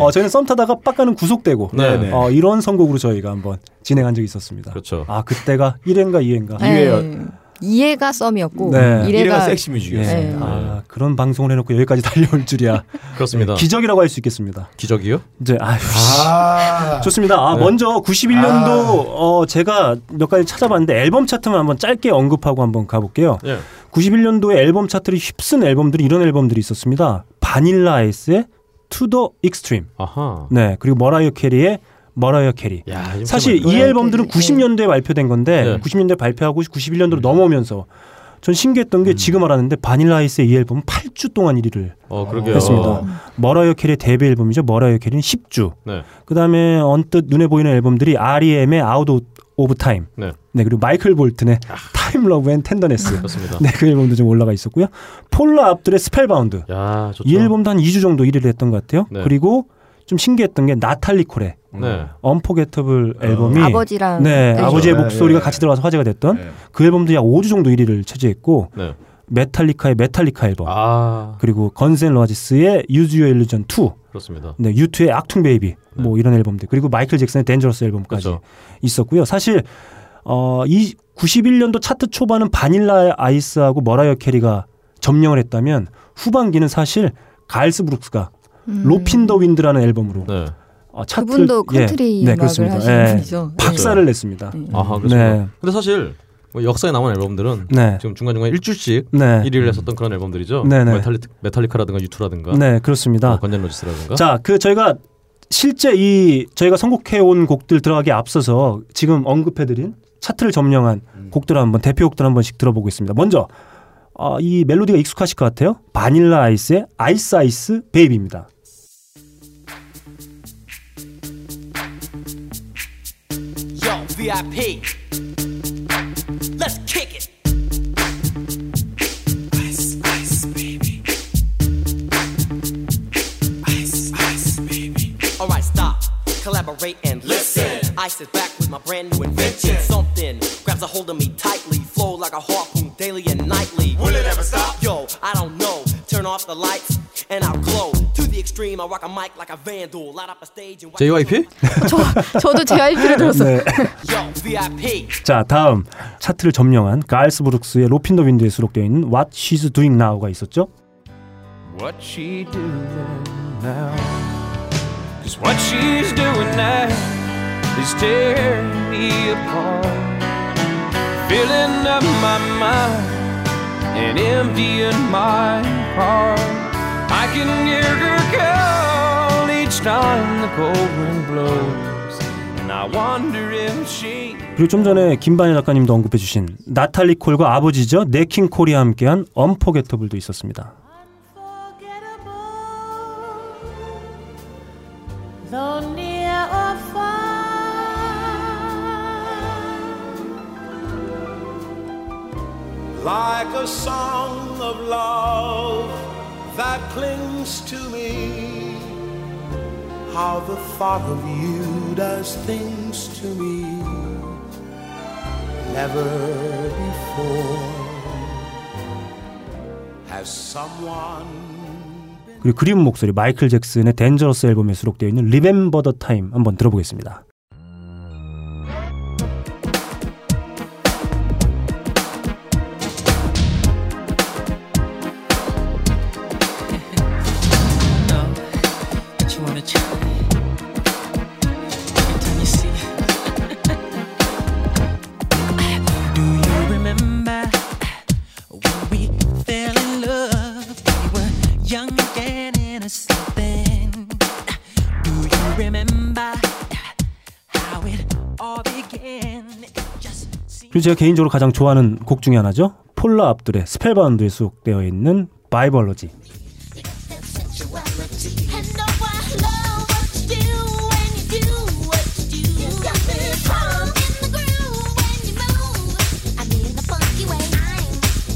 Speaker 3: [LAUGHS] 어, 저희는 썸 타다가 빡가는 구속되고
Speaker 4: 네.
Speaker 5: 네.
Speaker 3: 어, 이런 선곡으로 저희가 한번 진행한 적이 있었습니다.
Speaker 4: 그렇죠.
Speaker 3: 아, 그때가 1회인가 2회인가?
Speaker 6: 네.
Speaker 5: 이해요.
Speaker 6: 이해가 썸이었고
Speaker 3: 네.
Speaker 6: 이래가,
Speaker 5: 이래가 섹시 뮤직이었어요.
Speaker 6: 네.
Speaker 3: 아, 그런 방송을 해놓고 여기까지 [LAUGHS] 달려올 줄이야.
Speaker 4: 그렇습니다.
Speaker 3: 기적이라고 할 수 있겠습니다.
Speaker 4: 기적이요?
Speaker 3: 이제 아휴. 씨.
Speaker 5: 아.
Speaker 3: 좋습니다. 아,
Speaker 4: 네.
Speaker 3: 먼저 91년도 어, 제가 몇 가지 찾아봤는데 앨범 차트만 한번 짧게 언급하고 한번 가볼게요.
Speaker 4: 예.
Speaker 3: 91년도에 앨범 차트를 휩쓴 앨범들이 이런 앨범들이 있었습니다. 바닐라 아이스의 To The Extreme.
Speaker 4: 아하.
Speaker 3: 네. 그리고 머라이어 캐리의 머라이어 캐리.
Speaker 5: 예,
Speaker 4: 야, 이거
Speaker 3: 사실
Speaker 4: 정말-
Speaker 3: 이 앨범들은
Speaker 6: 네.
Speaker 3: 90년대에 발표된 건데
Speaker 4: 네.
Speaker 3: 90년대 발표하고 91년도로 넘어오면서 전 신기했던 게 지금 알았는데 바닐라 아이스의 이 앨범은 8주 동안 1위를
Speaker 4: 어 그러게요.
Speaker 3: 했습니다. 예. 머라이어 캐리의 데뷔 앨범이죠. 머라이어 캐리는 10주.
Speaker 4: 네.
Speaker 3: 그다음에 언뜻 눈에 보이는 앨범들이 R.E.M의 Out of Time.
Speaker 4: 네. 아.
Speaker 3: 네 그리고 마이클 볼튼의 Time Love and Tenderness.
Speaker 4: 그렇습니다.
Speaker 3: 네 그 앨범도 좀 올라가 있었고요. 폴라 압들의 스펠바운드.
Speaker 4: 야, 좋죠.
Speaker 3: 이 앨범도 한 2주 정도 1위를 했던 것 같아요.
Speaker 4: 네.
Speaker 3: 그리고 좀 신기했던 게 나탈리 콜의
Speaker 4: 네.
Speaker 3: 언포게터블
Speaker 4: 아.
Speaker 3: 앨범이
Speaker 6: 아버지랑
Speaker 3: 네,
Speaker 6: 그죠?
Speaker 3: 아버지의
Speaker 5: 네,
Speaker 3: 목소리가
Speaker 5: 네.
Speaker 3: 같이 들어가서 화제가 됐던 그 앨범도 약 5주 정도 1위를 차지했고
Speaker 4: 네.
Speaker 3: 메탈리카의 메탈리카 앨범
Speaker 4: 아,
Speaker 3: 그리고 건센 로아지스의 유즈 유어 일루전 2
Speaker 4: 그렇습니다.
Speaker 3: 네, 유투의 악퉁 베이비 뭐 이런 앨범들 그리고 마이클 잭슨의 댄저러스 앨범까지
Speaker 4: 네. 그렇죠.
Speaker 3: 있었고요. 사실 어, 이 91년도 차트 초반은 바닐라 아이스하고 머라이어 캐리가 점령을 했다면 후반기는 사실 가일스 브룩스가 로핀 더 윈드라는 앨범으로
Speaker 4: 네.
Speaker 3: 어, 차트를
Speaker 6: 음. 그분도
Speaker 3: 예,
Speaker 6: 컨트리
Speaker 3: 네,
Speaker 6: 음악을
Speaker 3: 그렇습니다.
Speaker 6: 하시는
Speaker 3: 예,
Speaker 6: 분이죠. 네.
Speaker 3: 박사를 냈습니다.
Speaker 4: 아하, 그렇습니다.
Speaker 3: 네.
Speaker 4: 근데 사실 뭐 역사에 남은 앨범들은
Speaker 3: 네.
Speaker 4: 지금 중간중간 일주일씩
Speaker 3: 네.
Speaker 4: 1위를 했었던 그런 앨범들이죠.
Speaker 3: 네, 네.
Speaker 4: 메탈리, 메탈리카라든가 유투라든가
Speaker 3: 네, 그렇습니다.
Speaker 4: 어, 건젠로지스라든가.
Speaker 3: 자, 그 저희가 실제 이 저희가 선곡해 온 곡들 들어가기 앞서서 지금 언급해 드린 차트를 점령한 곡들 한번 대표 곡들 한 번씩 들어보고 있습니다. 먼저 어, 이 멜로디가 익숙하실 것 같아요. 바닐라 아이스의 아이스 아이스 베이비입니다.
Speaker 2: Yo, VIP. Let's kick it. Ice, ice, baby. Ice, ice, baby. All right, stop. Collaborate and listen. Ice is back with my brand new invention. Something grabs a hold of me tightly. Flow like a harpoon daily and nightly. Will it ever stop? Yo, I don't know. Turn off the lights and I'll glow. To the extreme, I rock a mic like a vandal. Light up a stage and
Speaker 4: JYP?
Speaker 6: 네. 저, 저도 JYP를 들었어요.
Speaker 3: [LAUGHS] 네.
Speaker 2: Yo, VIP.
Speaker 3: 자, 다음 차트를 점령한 가일스 브룩스의 로핀 더 윈드에 수록되어 있는 What She's Doing Now가 있었죠.
Speaker 2: What she doing now is what she's doing now is tearing me apart, filling up my mind and emptying my heart. I can hear her call each time the cold wind blows, and I wonder if she.
Speaker 3: 그리고 좀 전에 김반야 작가님도 언급해 주신 나탈리 콜과 아버지죠. 네킹 콜이와 함께한 언포게터블도 있었습니다.
Speaker 8: Though near or far,
Speaker 2: Like a song of love that clings to me. How the thought of you does things to me. Never before has someone.
Speaker 3: 그리고 그리운 목소리 마이클 잭슨의 댄저러스 앨범에 수록되어 있는 리멤버 더 타임 한번 들어보겠습니다.
Speaker 2: But you wanna try. Every time you [LAUGHS] see. Do you remember when we fell in love? all began. It just seemed
Speaker 3: 그리고 제가 개인적으로 가장 좋아하는 곡 중에 하나죠. 폴라 압둘의 스펠바운드에 수록되어 있는 바이벌로지.
Speaker 8: I know I love what you do when you do what you do. You got me pumped in the groove when you move. I'm in the funky way. I'm,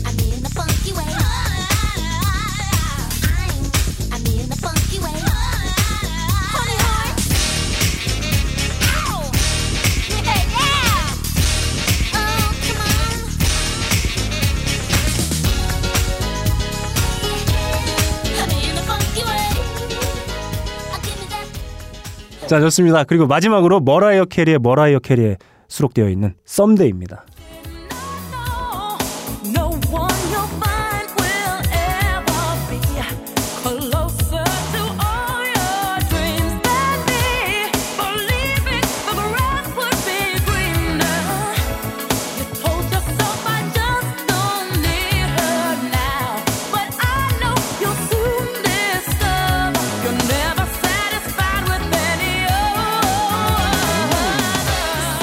Speaker 8: I'm in the funky way. I'm, I'm in the funky way. Honey heart. Ow. Yeah, yeah. Oh, come on. I'm in the funky way. Oh, give me that.
Speaker 3: 자, 좋습니다. 그리고 마지막으로 머라이어 캐리의 머라이어 캐리에 수록되어 있는 썸데이입니다.
Speaker 2: No, no one you'll find will ever be closer to all your dreams than me. Believing the grass would be greener. You told yourself I just don't need her now, but I know you'll soon discover you're never satisfied with any other.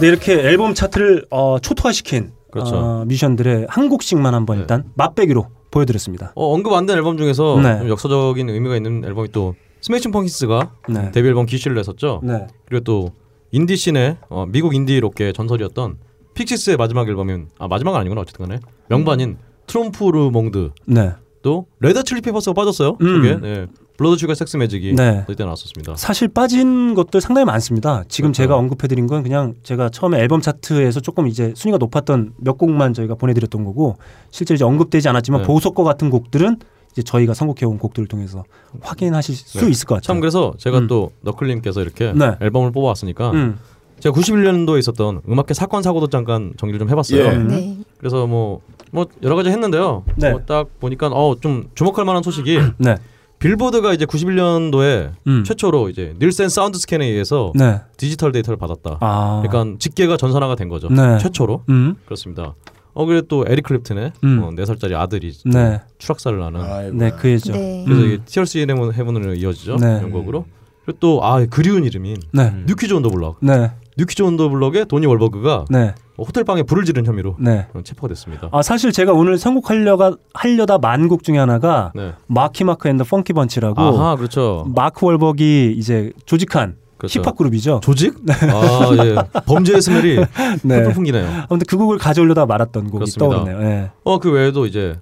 Speaker 3: 네, 이렇게 앨범 차트를 어, 초토화시킨
Speaker 4: 그렇죠. 네.
Speaker 3: 어, 뮤지션들의 한 곡씩만 한번 일단 맛배기로 보여드렸습니다.
Speaker 4: 어, 언급 안 된 앨범 중에서
Speaker 3: 네.
Speaker 4: 좀 역사적인 의미가 있는 앨범이 또 스매싱 펑키스가
Speaker 3: 네.
Speaker 4: 데뷔 앨범 귀신을 냈었죠.
Speaker 3: 네.
Speaker 4: 그리고 또 인디 씬의 어, 미국 인디 록계 전설이었던 픽시스의 마지막 앨범인 아 마지막은 아니구나 어쨌든 간에 명반인 트롬프르 몽드
Speaker 3: 네.
Speaker 4: 또 레드 칠리 페퍼스가 빠졌어요.
Speaker 3: 음.
Speaker 4: 저게 네. 블러드 슈가 섹스 매직이
Speaker 3: 네.
Speaker 4: 그때 나왔었습니다.
Speaker 3: 사실 빠진 것들 상당히 많습니다. 지금
Speaker 4: 그렇죠.
Speaker 3: 제가 언급해드린 건 그냥 제가 처음에 앨범 차트에서 조금 이제 순위가 높았던 몇 곡만 저희가 보내드렸던 거고 실제 이제 언급되지 않았지만
Speaker 4: 네.
Speaker 3: 보석과 같은 곡들은 이제 저희가 선곡해온 곡들을 통해서 확인하실 수
Speaker 4: 네.
Speaker 3: 있을 것 같아요.
Speaker 4: 참 그래서 제가
Speaker 3: 음.
Speaker 4: 또 너클님께서 이렇게
Speaker 3: 네.
Speaker 4: 앨범을 뽑아왔으니까
Speaker 3: 음.
Speaker 4: 제가 91년도에 있었던 음악계 사건 사고도 잠깐 정리를 좀 해봤어요.
Speaker 1: 예.
Speaker 3: 음.
Speaker 6: 네.
Speaker 4: 그래서 뭐 뭐 여러 가지 했는데요.
Speaker 3: 네.
Speaker 4: 뭐딱 보니까 어 좀 주목할
Speaker 3: [CLEARS THROAT]
Speaker 4: 만한 소식이
Speaker 3: 네.
Speaker 4: 빌보드가 이제 91년도에
Speaker 3: 음.
Speaker 4: 최초로 이제 닐센 사운드 스캔에 의해서
Speaker 3: 네.
Speaker 4: 디지털 데이터를 받았다.
Speaker 3: 아.
Speaker 4: 그러니까 직계가 전산화가 된 거죠.
Speaker 3: 네.
Speaker 4: 최초로
Speaker 3: 음.
Speaker 4: 그렇습니다. 어 그래 또 에릭 클립튼의
Speaker 3: 음.
Speaker 4: 어, 4살짜리 아들이 또
Speaker 3: 네.
Speaker 4: 추락사를 나는
Speaker 5: 아,
Speaker 3: 네, 그 예죠.
Speaker 6: 네.
Speaker 4: 그래서
Speaker 3: 음.
Speaker 4: 이게 티얼스 헤븐 헤븐으로 이어지죠.
Speaker 3: 네.
Speaker 4: 명곡으로. 그리고 또아 그리운 이름인
Speaker 3: 네.
Speaker 4: 뉴퀴즈 온 더 블럭.
Speaker 3: 네.
Speaker 4: 뉴퀴즈 온 더 블럭의 도니 월버그가
Speaker 3: 네.
Speaker 4: 어, 호텔 방에 불을 지른 혐의로
Speaker 3: 네.
Speaker 4: 어, 체포가 됐습니다.
Speaker 3: 아, 사실 제가 오늘 선곡하려가 하려다 만곡 중에 하나가
Speaker 4: 네.
Speaker 3: 마키 마크 앤더 펑키 번치라고
Speaker 4: 아하 그렇죠.
Speaker 3: 마크 월벅이 이제 조직한
Speaker 4: 그렇죠.
Speaker 3: 힙합 그룹이죠.
Speaker 4: 조직? 아 예. 범죄의 스멜이
Speaker 3: 네.
Speaker 4: 풀풀 풍기네요.
Speaker 3: 아무튼 그 곡을 가져오려다 말았던 곡이
Speaker 4: 그렇습니다.
Speaker 3: 떠오르네요. 예.
Speaker 4: 어 그 외에도 이제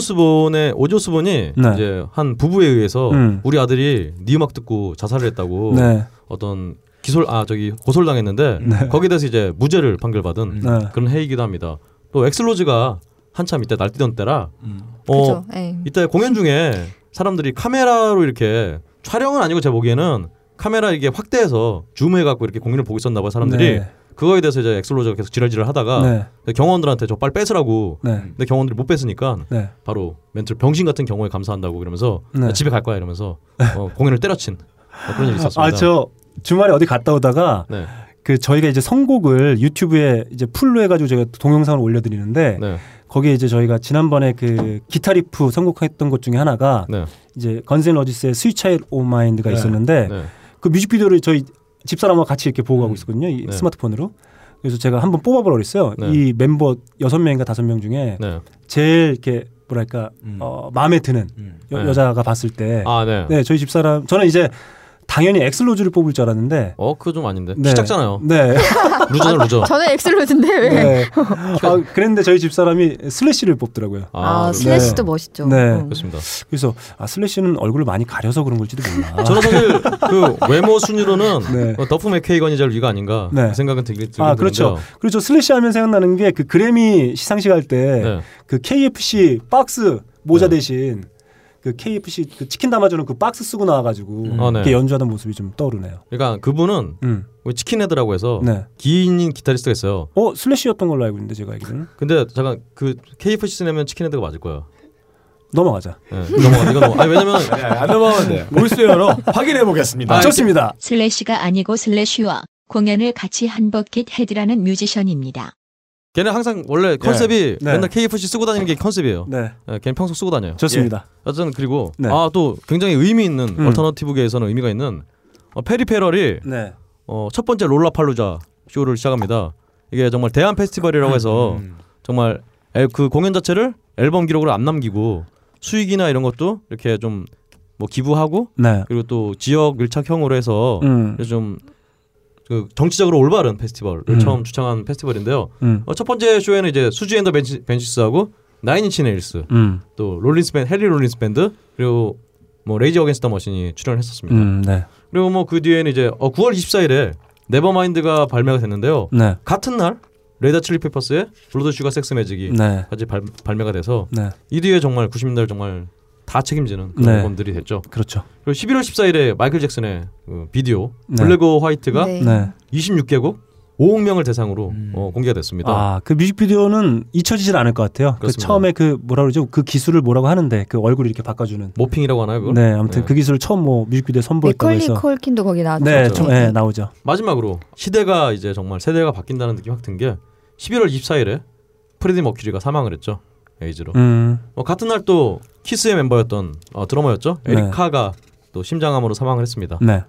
Speaker 4: 오조스본의 오조스본이
Speaker 3: 네.
Speaker 4: 이제 한 부부에 의해서
Speaker 3: 음.
Speaker 4: 우리 아들이 네 음악 듣고 자살을 했다고
Speaker 3: 네.
Speaker 4: 어떤 기소 아 저기 고소를 당했는데 거기에 대해서 이제 무죄를 판결받은
Speaker 3: 네.
Speaker 4: 그런 해이기도 합니다. 또 엑슬로즈가 한참 이때 날뛰던 때라
Speaker 3: 음.
Speaker 4: 어
Speaker 6: 그죠. 예.
Speaker 4: 이때 공연 중에 사람들이 카메라로 이렇게 촬영은 아니고 제 보기에는 카메라 이게 확대해서 줌해 갖고 이렇게 공연을 보고 있었나 봐요 사람들이 아.
Speaker 3: 네.
Speaker 4: 그거에 대해서 이제 엑슬로즈가 계속 지랄지랄 하다가
Speaker 3: 네.
Speaker 4: 경호원들한테 저 빨리 뺏으라고
Speaker 3: 네.
Speaker 4: 근데 경호원들이 못 뺏으니까
Speaker 3: 네.
Speaker 4: 바로 멘트 병신 같은 경우에 감사한다고 그러면서
Speaker 3: 네.
Speaker 4: 나 집에 갈 거야 이러면서 어, 공연을 때려친 어, 그런 일이 있었습니다.
Speaker 3: 아, 저 주말에 어디 갔다 오다가
Speaker 4: 네.
Speaker 3: 그 저희가 이제 선곡을 유튜브에 이제 풀로 해가지고 제가 동영상을 올려드리는데
Speaker 4: 네.
Speaker 3: 거기에 이제 저희가 지난번에 그 기타 리프 선곡했던 것 중에 하나가
Speaker 4: 네.
Speaker 3: 이제 건센 러지스의 스위치 차일 오 마인드가
Speaker 5: 네.
Speaker 3: 있었는데
Speaker 4: 네.
Speaker 3: 그 뮤직비디오를 저희 집사람하고 같이 이렇게 보고 가고 있었거든요. 이
Speaker 4: 네.
Speaker 3: 스마트폰으로. 그래서 제가 한번 뽑아보라 그랬어요.
Speaker 4: 네.
Speaker 3: 이 멤버 여섯 명인가 다섯 명 중에
Speaker 4: 네.
Speaker 3: 제일 이렇게 뭐랄까
Speaker 5: 음.
Speaker 3: 어, 마음에 드는
Speaker 5: 음.
Speaker 3: 여,
Speaker 4: 네.
Speaker 3: 여자가 봤을 때,
Speaker 4: 아, 네.
Speaker 3: 네 저희 집사람 저는 이제 당연히 엑슬로즈를 뽑을 줄 알았는데
Speaker 4: 어, 그거 좀 아닌데.
Speaker 3: 네.
Speaker 4: 시작잖아요. [LAUGHS]
Speaker 3: 네.
Speaker 4: 루저는 루저.
Speaker 6: 저는 엑슬로즈인데 왜?
Speaker 3: 네. 아, 그랬는데 저희 집사람이 슬래시를 뽑더라고요.
Speaker 4: 그렇구나.
Speaker 6: 아, 슬래시도 멋있죠.
Speaker 3: 네.
Speaker 6: 음.
Speaker 4: 그렇습니다.
Speaker 3: 그래서 아 슬래시는 얼굴을 많이 가려서 그런 걸지도 몰라.
Speaker 4: 저는 사실 그 외모 순위로는
Speaker 3: 네.
Speaker 4: 어, 더프 맥케이건이 제일 위가 아닌가
Speaker 3: 네.
Speaker 4: 그 생각은 들긴 들긴
Speaker 3: 아 그렇죠.
Speaker 4: 드는데요.
Speaker 3: 그리고 저 슬래시 하면 생각나는 게 그 그래미 시상식 할 때 그
Speaker 4: 네.
Speaker 3: KFC 박스 모자
Speaker 4: 네.
Speaker 3: 대신 그 KFC 그 치킨 담아주는 그 박스 쓰고 나와가지고
Speaker 4: 아, 네.
Speaker 3: 이렇게 연주하던 모습이 좀 떠오르네요.
Speaker 4: 그러니까 그분은
Speaker 3: 음.
Speaker 4: 뭐 치킨헤드라고 해서
Speaker 3: 네.
Speaker 4: 기인인 기타리스트가 있어요.
Speaker 3: 어 슬래시였던 걸로 알고 있는데 제가 알기로는
Speaker 4: 근데 잠깐 그 KFC 쓰려면 치킨헤드가 맞을 거예요.
Speaker 3: 넘어가자.
Speaker 4: 네.
Speaker 3: [LAUGHS]
Speaker 4: 넘어가. 이건 뭐, 아니 왜냐면
Speaker 5: 네, 안 넘어가는데 몰수열로 확인해 보겠습니다.
Speaker 4: 아,
Speaker 3: 좋습니다.
Speaker 11: 슬래시가 아니고 슬래시와 공연을 같이 한 버킷 헤드라는 뮤지션입니다.
Speaker 4: 걔는 항상 원래 컨셉이
Speaker 3: 네.
Speaker 4: 맨날 KFC 쓰고 다니는 게 컨셉이에요.
Speaker 3: 네,
Speaker 4: 예, 걔는 평소 쓰고 다녀요. 예.
Speaker 3: 좋습니다.
Speaker 4: 어쨌든 그리고
Speaker 3: 네.
Speaker 4: 아 또 굉장히 의미 있는
Speaker 3: 음.
Speaker 4: 얼터너티브계에서는 의미가 있는 어, 페리페럴이
Speaker 3: 네,
Speaker 4: 어, 첫 번째 롤라팔루자 쇼를 시작합니다. 이게 정말 대한 페스티벌이라고
Speaker 3: 음,
Speaker 4: 해서 정말 앨- 그 공연 자체를 앨범 기록으로 안 남기고 수익이나 이런 것도 이렇게 좀 뭐 기부하고
Speaker 3: 네.
Speaker 4: 그리고 또 지역 밀착형으로 해서
Speaker 3: 음.
Speaker 4: 그래서 좀그 정치적으로 올바른 페스티벌을
Speaker 3: 음.
Speaker 4: 처음 주창한 페스티벌인데요.
Speaker 3: 음.
Speaker 4: 어, 첫 번째 쇼에는 이제 수지 앤더 벤치, 벤치스하고 나인인치 네일스
Speaker 3: 음.
Speaker 4: 또 롤린스 밴 해리 롤린스 밴드 그리고 뭐 레이지 어게인스터 머신이 출연했었습니다.
Speaker 3: 음, 네.
Speaker 4: 그리고 뭐 그 뒤에는 이제 어, 9월 24일에 네버마인드가 발매가 됐는데요.
Speaker 3: 네.
Speaker 4: 같은 날 레다 칠리 페퍼스의 블러드 슈가 섹스 매직이
Speaker 3: 네.
Speaker 4: 같이 발, 발매가 돼서
Speaker 3: 네.
Speaker 4: 이 뒤에 정말 90년대를 정말 다 책임지는 그런
Speaker 3: 네.
Speaker 4: 앨범들이 됐죠.
Speaker 3: 그렇죠.
Speaker 4: 그리고 11월 14일에 마이클 잭슨의 그 비디오
Speaker 3: 네.
Speaker 4: 블랙 오 화이트가
Speaker 6: 네.
Speaker 3: 네.
Speaker 4: 26개국 5억 명을 대상으로 어, 공개가 됐습니다.
Speaker 3: 음. 아, 그 뮤직비디오는 잊혀지질 않을 것 같아요. 그
Speaker 4: 그렇습니다.
Speaker 3: 처음에 그 뭐라 그러죠? 그 기술을 뭐라고 하는데 그 얼굴 이렇게 바꿔주는.
Speaker 4: 모핑이라고 하나요? 그걸?
Speaker 3: 네, 아무튼 그 기술을 처음 뭐 뮤직비디오에 선보였다고
Speaker 6: 네, 맥컬리
Speaker 3: 해서.
Speaker 6: 컬킨도 거기 나왔죠.
Speaker 3: 네,
Speaker 4: 그렇죠.
Speaker 3: 좀, 네, 나오죠.
Speaker 4: 마지막으로 시대가 이제 정말 세대가 바뀐다는 느낌 확 든 게 11월 24일에 프레디 머큐리가 사망을 했죠. 에이즈로.
Speaker 3: 음,
Speaker 4: 어, 같은 날 또 키스의 멤버였던 어, 드러머였죠.
Speaker 3: 네.
Speaker 4: 에리카가 또 심장암으로 사망을 했습니다.
Speaker 3: 네.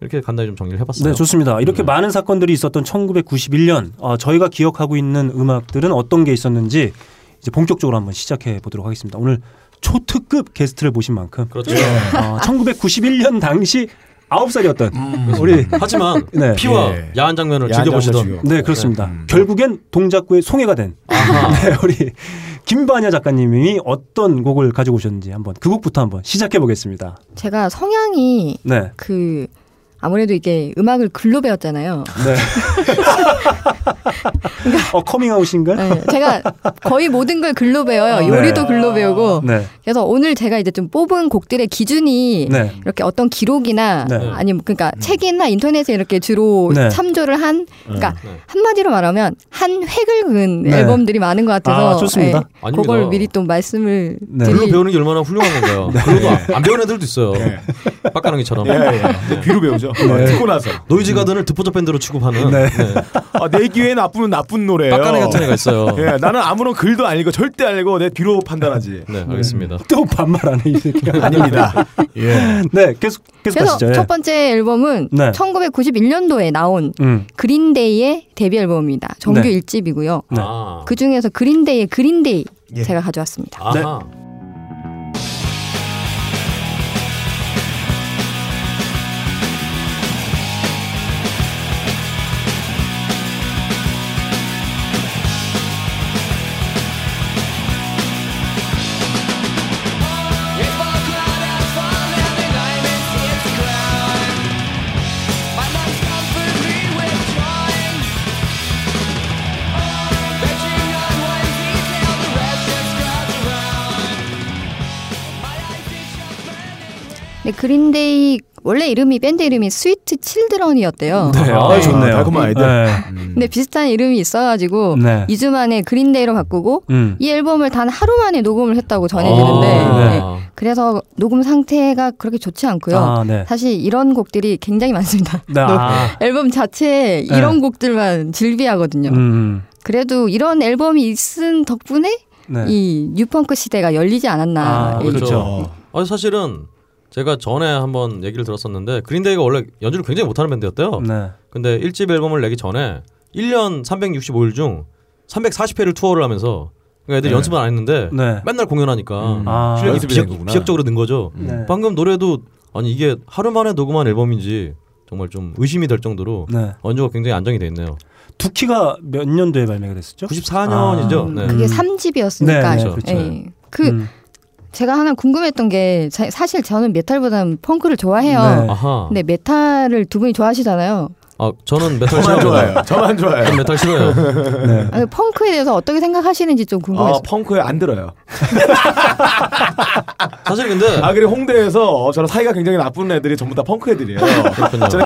Speaker 4: 이렇게 간단히 좀 정리를 해봤어요.
Speaker 3: 네, 좋습니다. 이렇게
Speaker 4: 네.
Speaker 3: 많은 사건들이 있었던 1991년, 어, 저희가 기억하고 있는 음악들은 어떤 게 있었는지 이제 본격적으로 한번 시작해 보도록 하겠습니다. 오늘 초특급 게스트를 모신 만큼
Speaker 4: 그렇죠.
Speaker 3: 어, 1991년 당시 9살이었던
Speaker 4: 음.
Speaker 3: 우리
Speaker 4: [LAUGHS] 하지만
Speaker 3: 네.
Speaker 4: 피와
Speaker 5: 예.
Speaker 4: 야한 장면을
Speaker 5: 야한
Speaker 4: 즐겨보시던
Speaker 5: 장면
Speaker 3: 네 그렇습니다.
Speaker 5: 음.
Speaker 3: 결국엔 동작구의 송해가 된 [LAUGHS] 네, 우리 김반야 작가님이 어떤 곡을 가지고 오셨는지 한번 그 곡부터 한번 시작해 보겠습니다.
Speaker 6: 제가 성향이
Speaker 3: 네,
Speaker 6: 그 아무래도 이게 음악을 글로 배웠잖아요.
Speaker 3: 네. [LAUGHS] 어 커밍아웃인가요?
Speaker 6: 네, 제가 거의 모든 걸 글로
Speaker 3: 아,
Speaker 6: 배워요. 요리도 글로 배우고.
Speaker 3: 네,
Speaker 6: 그래서 오늘 제가 이제 좀 뽑은 곡들의 기준이
Speaker 3: 네,
Speaker 6: 이렇게 어떤 기록이나
Speaker 3: 네.
Speaker 6: 아니면 그러니까
Speaker 4: 음.
Speaker 6: 책이나 인터넷에 이렇게 주로
Speaker 3: 네.
Speaker 6: 참조를 한 그러니까
Speaker 4: 네.
Speaker 6: 한마디로 말하면 한 획을 그은
Speaker 3: 네.
Speaker 6: 앨범들이 많은 것 같아서
Speaker 3: 아, 좋습니다.
Speaker 6: 예,
Speaker 4: 아닙니다.
Speaker 6: 그걸 미리 또 말씀을
Speaker 3: 네.
Speaker 4: 글로
Speaker 6: 드리
Speaker 4: 배우는 게 얼마나 훌륭한 건가요? 글로도 안- 안 배운 애들도 있어요.
Speaker 5: 예.
Speaker 4: 빡가능이처럼
Speaker 5: 네. 예, 예. 이제 귀로 배우죠. 어, 듣고 나서.
Speaker 4: 노이즈 가든을 듣보자 밴드로 취급하는
Speaker 3: 네.
Speaker 4: 네.
Speaker 5: 아, 내 귀에 나쁘면 나쁜 노래예요.
Speaker 4: 빡가능 같은 애가 있어요.
Speaker 5: 예, 나는 아무런 글도 안 읽어 절대 안 읽어 내 뒤로 판단하지.
Speaker 4: 네, 알겠습니다.
Speaker 3: 또 반말하네 이 새끼.
Speaker 5: [LAUGHS] 아닙니다. 예.
Speaker 3: [LAUGHS] 네, 계속 계속
Speaker 6: 그래서
Speaker 3: 가시죠. 예.
Speaker 6: 첫 번째 앨범은
Speaker 3: 네.
Speaker 6: 1991년도에 나온
Speaker 3: 음,
Speaker 6: 그린데이의 데뷔 앨범입니다. 정규
Speaker 3: 네.
Speaker 6: 일 1집이고요.
Speaker 3: 네.
Speaker 4: 아.
Speaker 6: 그 중에서 그린데이의 그린데이
Speaker 5: 예.
Speaker 6: 제가 가져왔습니다.
Speaker 4: 아하.
Speaker 6: 네, 그린데이 원래 이름이 밴드 이름이 스위트 칠드런이었대요.
Speaker 3: 네, 아,
Speaker 5: 아,
Speaker 3: 좋네요.
Speaker 5: 달콤한 아이들.
Speaker 3: 네,
Speaker 6: 근데 비슷한 이름이 있어가지고
Speaker 3: 네.
Speaker 6: 2주 만에 그린데이로 바꾸고
Speaker 3: 음.
Speaker 6: 이 앨범을 단 하루 만에 녹음을 했다고 전해지는데
Speaker 4: 아.
Speaker 6: 네. 그래서 녹음 상태가 그렇게 좋지 않고요.
Speaker 3: 아, 네.
Speaker 6: 사실 이런 곡들이 굉장히 많습니다. [LAUGHS]
Speaker 3: 네, 아,
Speaker 6: 앨범 자체에 이런 곡들만 즐비하거든요.
Speaker 3: 네. 음,
Speaker 6: 그래도 이런 앨범이 있은 덕분에
Speaker 3: 네.
Speaker 6: 이 뉴펑크 시대가 열리지 않았나.
Speaker 3: 아,
Speaker 6: 예.
Speaker 3: 그렇죠.
Speaker 4: 아, 사실은 제가 전에 한번 얘기를 들었었는데 그린데이가 원래 연주를 굉장히 못하는 밴드였대요.
Speaker 6: 그렇죠.
Speaker 3: 네.
Speaker 4: 근데 1집 앨범을 내기 전에 1년 365일 중 340회를 투어를 하면서 그러니까 애들이
Speaker 5: 네.
Speaker 4: 연습은 안 했는데
Speaker 3: 네.
Speaker 4: 맨날 공연하니까
Speaker 5: 음.
Speaker 3: 아.
Speaker 4: 실력이
Speaker 5: 연습이
Speaker 4: 비약,
Speaker 5: 된 거구나.
Speaker 4: 비약적으로 는 거죠.
Speaker 3: 네.
Speaker 4: 방금 노래도 아니 이게 하루 만에 녹음한 앨범인지 정말 좀 의심이 될 정도로
Speaker 3: 네.
Speaker 4: 연주가 굉장히 안정이 돼 있네요.
Speaker 3: 두키가 몇 년도에 발매가 됐었죠?
Speaker 4: 94년이죠.
Speaker 3: 아.
Speaker 4: 네.
Speaker 6: 그게
Speaker 3: 음.
Speaker 6: 3집이었으니까.
Speaker 3: 네,
Speaker 4: 그렇죠.
Speaker 6: 그
Speaker 3: 음.
Speaker 6: 제가 하나 궁금했던 게 자- 사실 저는 메탈보다는 펑크를 좋아해요.
Speaker 3: 네.
Speaker 4: 아하.
Speaker 6: 근데 메탈을 두 분이 좋아하시잖아요.
Speaker 4: 아 저는 메탈 싫어요.
Speaker 5: 저만 좋아요. 저만 좋아요.
Speaker 4: 저는 메탈 싫어요.
Speaker 3: 네.
Speaker 6: 아, 펑크에 대해서 어떻게 생각하시는지 좀
Speaker 5: 아,
Speaker 6: 궁금해서.
Speaker 5: 펑크에 안 들어요.
Speaker 4: 사실 근데
Speaker 5: 아, 그리고 홍대에서 저랑 사이가 굉장히 나쁜 애들이 전부 다 펑크 애들이에요.
Speaker 4: 그렇군요.
Speaker 5: 저는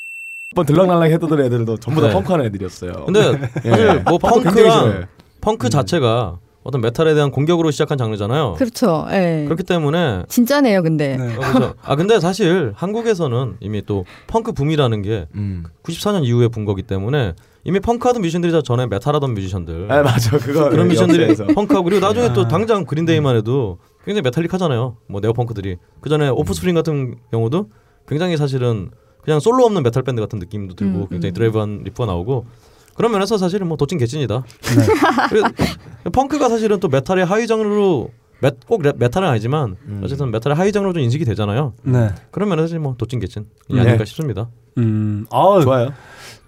Speaker 5: 한번 들락날락 했던 애들도 전부 다
Speaker 4: 네.
Speaker 5: 펑크하는 애들이었어요. [LAUGHS] 예.
Speaker 4: 근데 사실 뭐
Speaker 5: 펑크 굉장히 싫어해요.
Speaker 4: 펑크랑 펑크 자체가 어떤 메탈에 대한 공격으로 시작한 장르잖아요.
Speaker 6: 그렇죠. 예.
Speaker 4: 그렇기 때문에
Speaker 6: 진짜네요, 근데.
Speaker 3: 네.
Speaker 4: 어, 그죠. 아 근데 사실 한국에서는 이미 또 펑크 붐이라는 게
Speaker 5: 음.
Speaker 4: 94년 이후에 본 거기 때문에 이미 펑크하던 뮤지션들이 다 전에 메탈하던 뮤지션들
Speaker 5: 아, 맞아. 그거
Speaker 3: 예,
Speaker 4: 그런 뮤지션들이
Speaker 5: 연주에서.
Speaker 4: 펑크하고 그리고 나중에
Speaker 3: 아.
Speaker 4: 또 당장 그린데이만 해도 굉장히 메탈릭하잖아요. 뭐 네오펑크들이 그 전에 오프스프링 같은 경우도 굉장히 사실은 그냥 솔로 없는 메탈 밴드 같은 느낌도 들고
Speaker 6: 음,
Speaker 4: 굉장히
Speaker 6: 음.
Speaker 4: 드라이브한 리프가 나오고 그런 면에서 사실은 뭐 도찐 개찐이다.
Speaker 3: 네.
Speaker 4: [LAUGHS] 그리고 펑크가 사실은 또 메탈의 하위 장르로 메, 꼭 레- 메탈은 아니지만
Speaker 3: 음.
Speaker 4: 어쨌든 메탈의 하위 장르로 좀 인식이 되잖아요.
Speaker 12: 네.
Speaker 4: 그런 면에서 사실 뭐 도찐 개찐이
Speaker 3: 네.
Speaker 4: 아닐까 싶습니다.
Speaker 3: 음, 아
Speaker 5: 좋아요.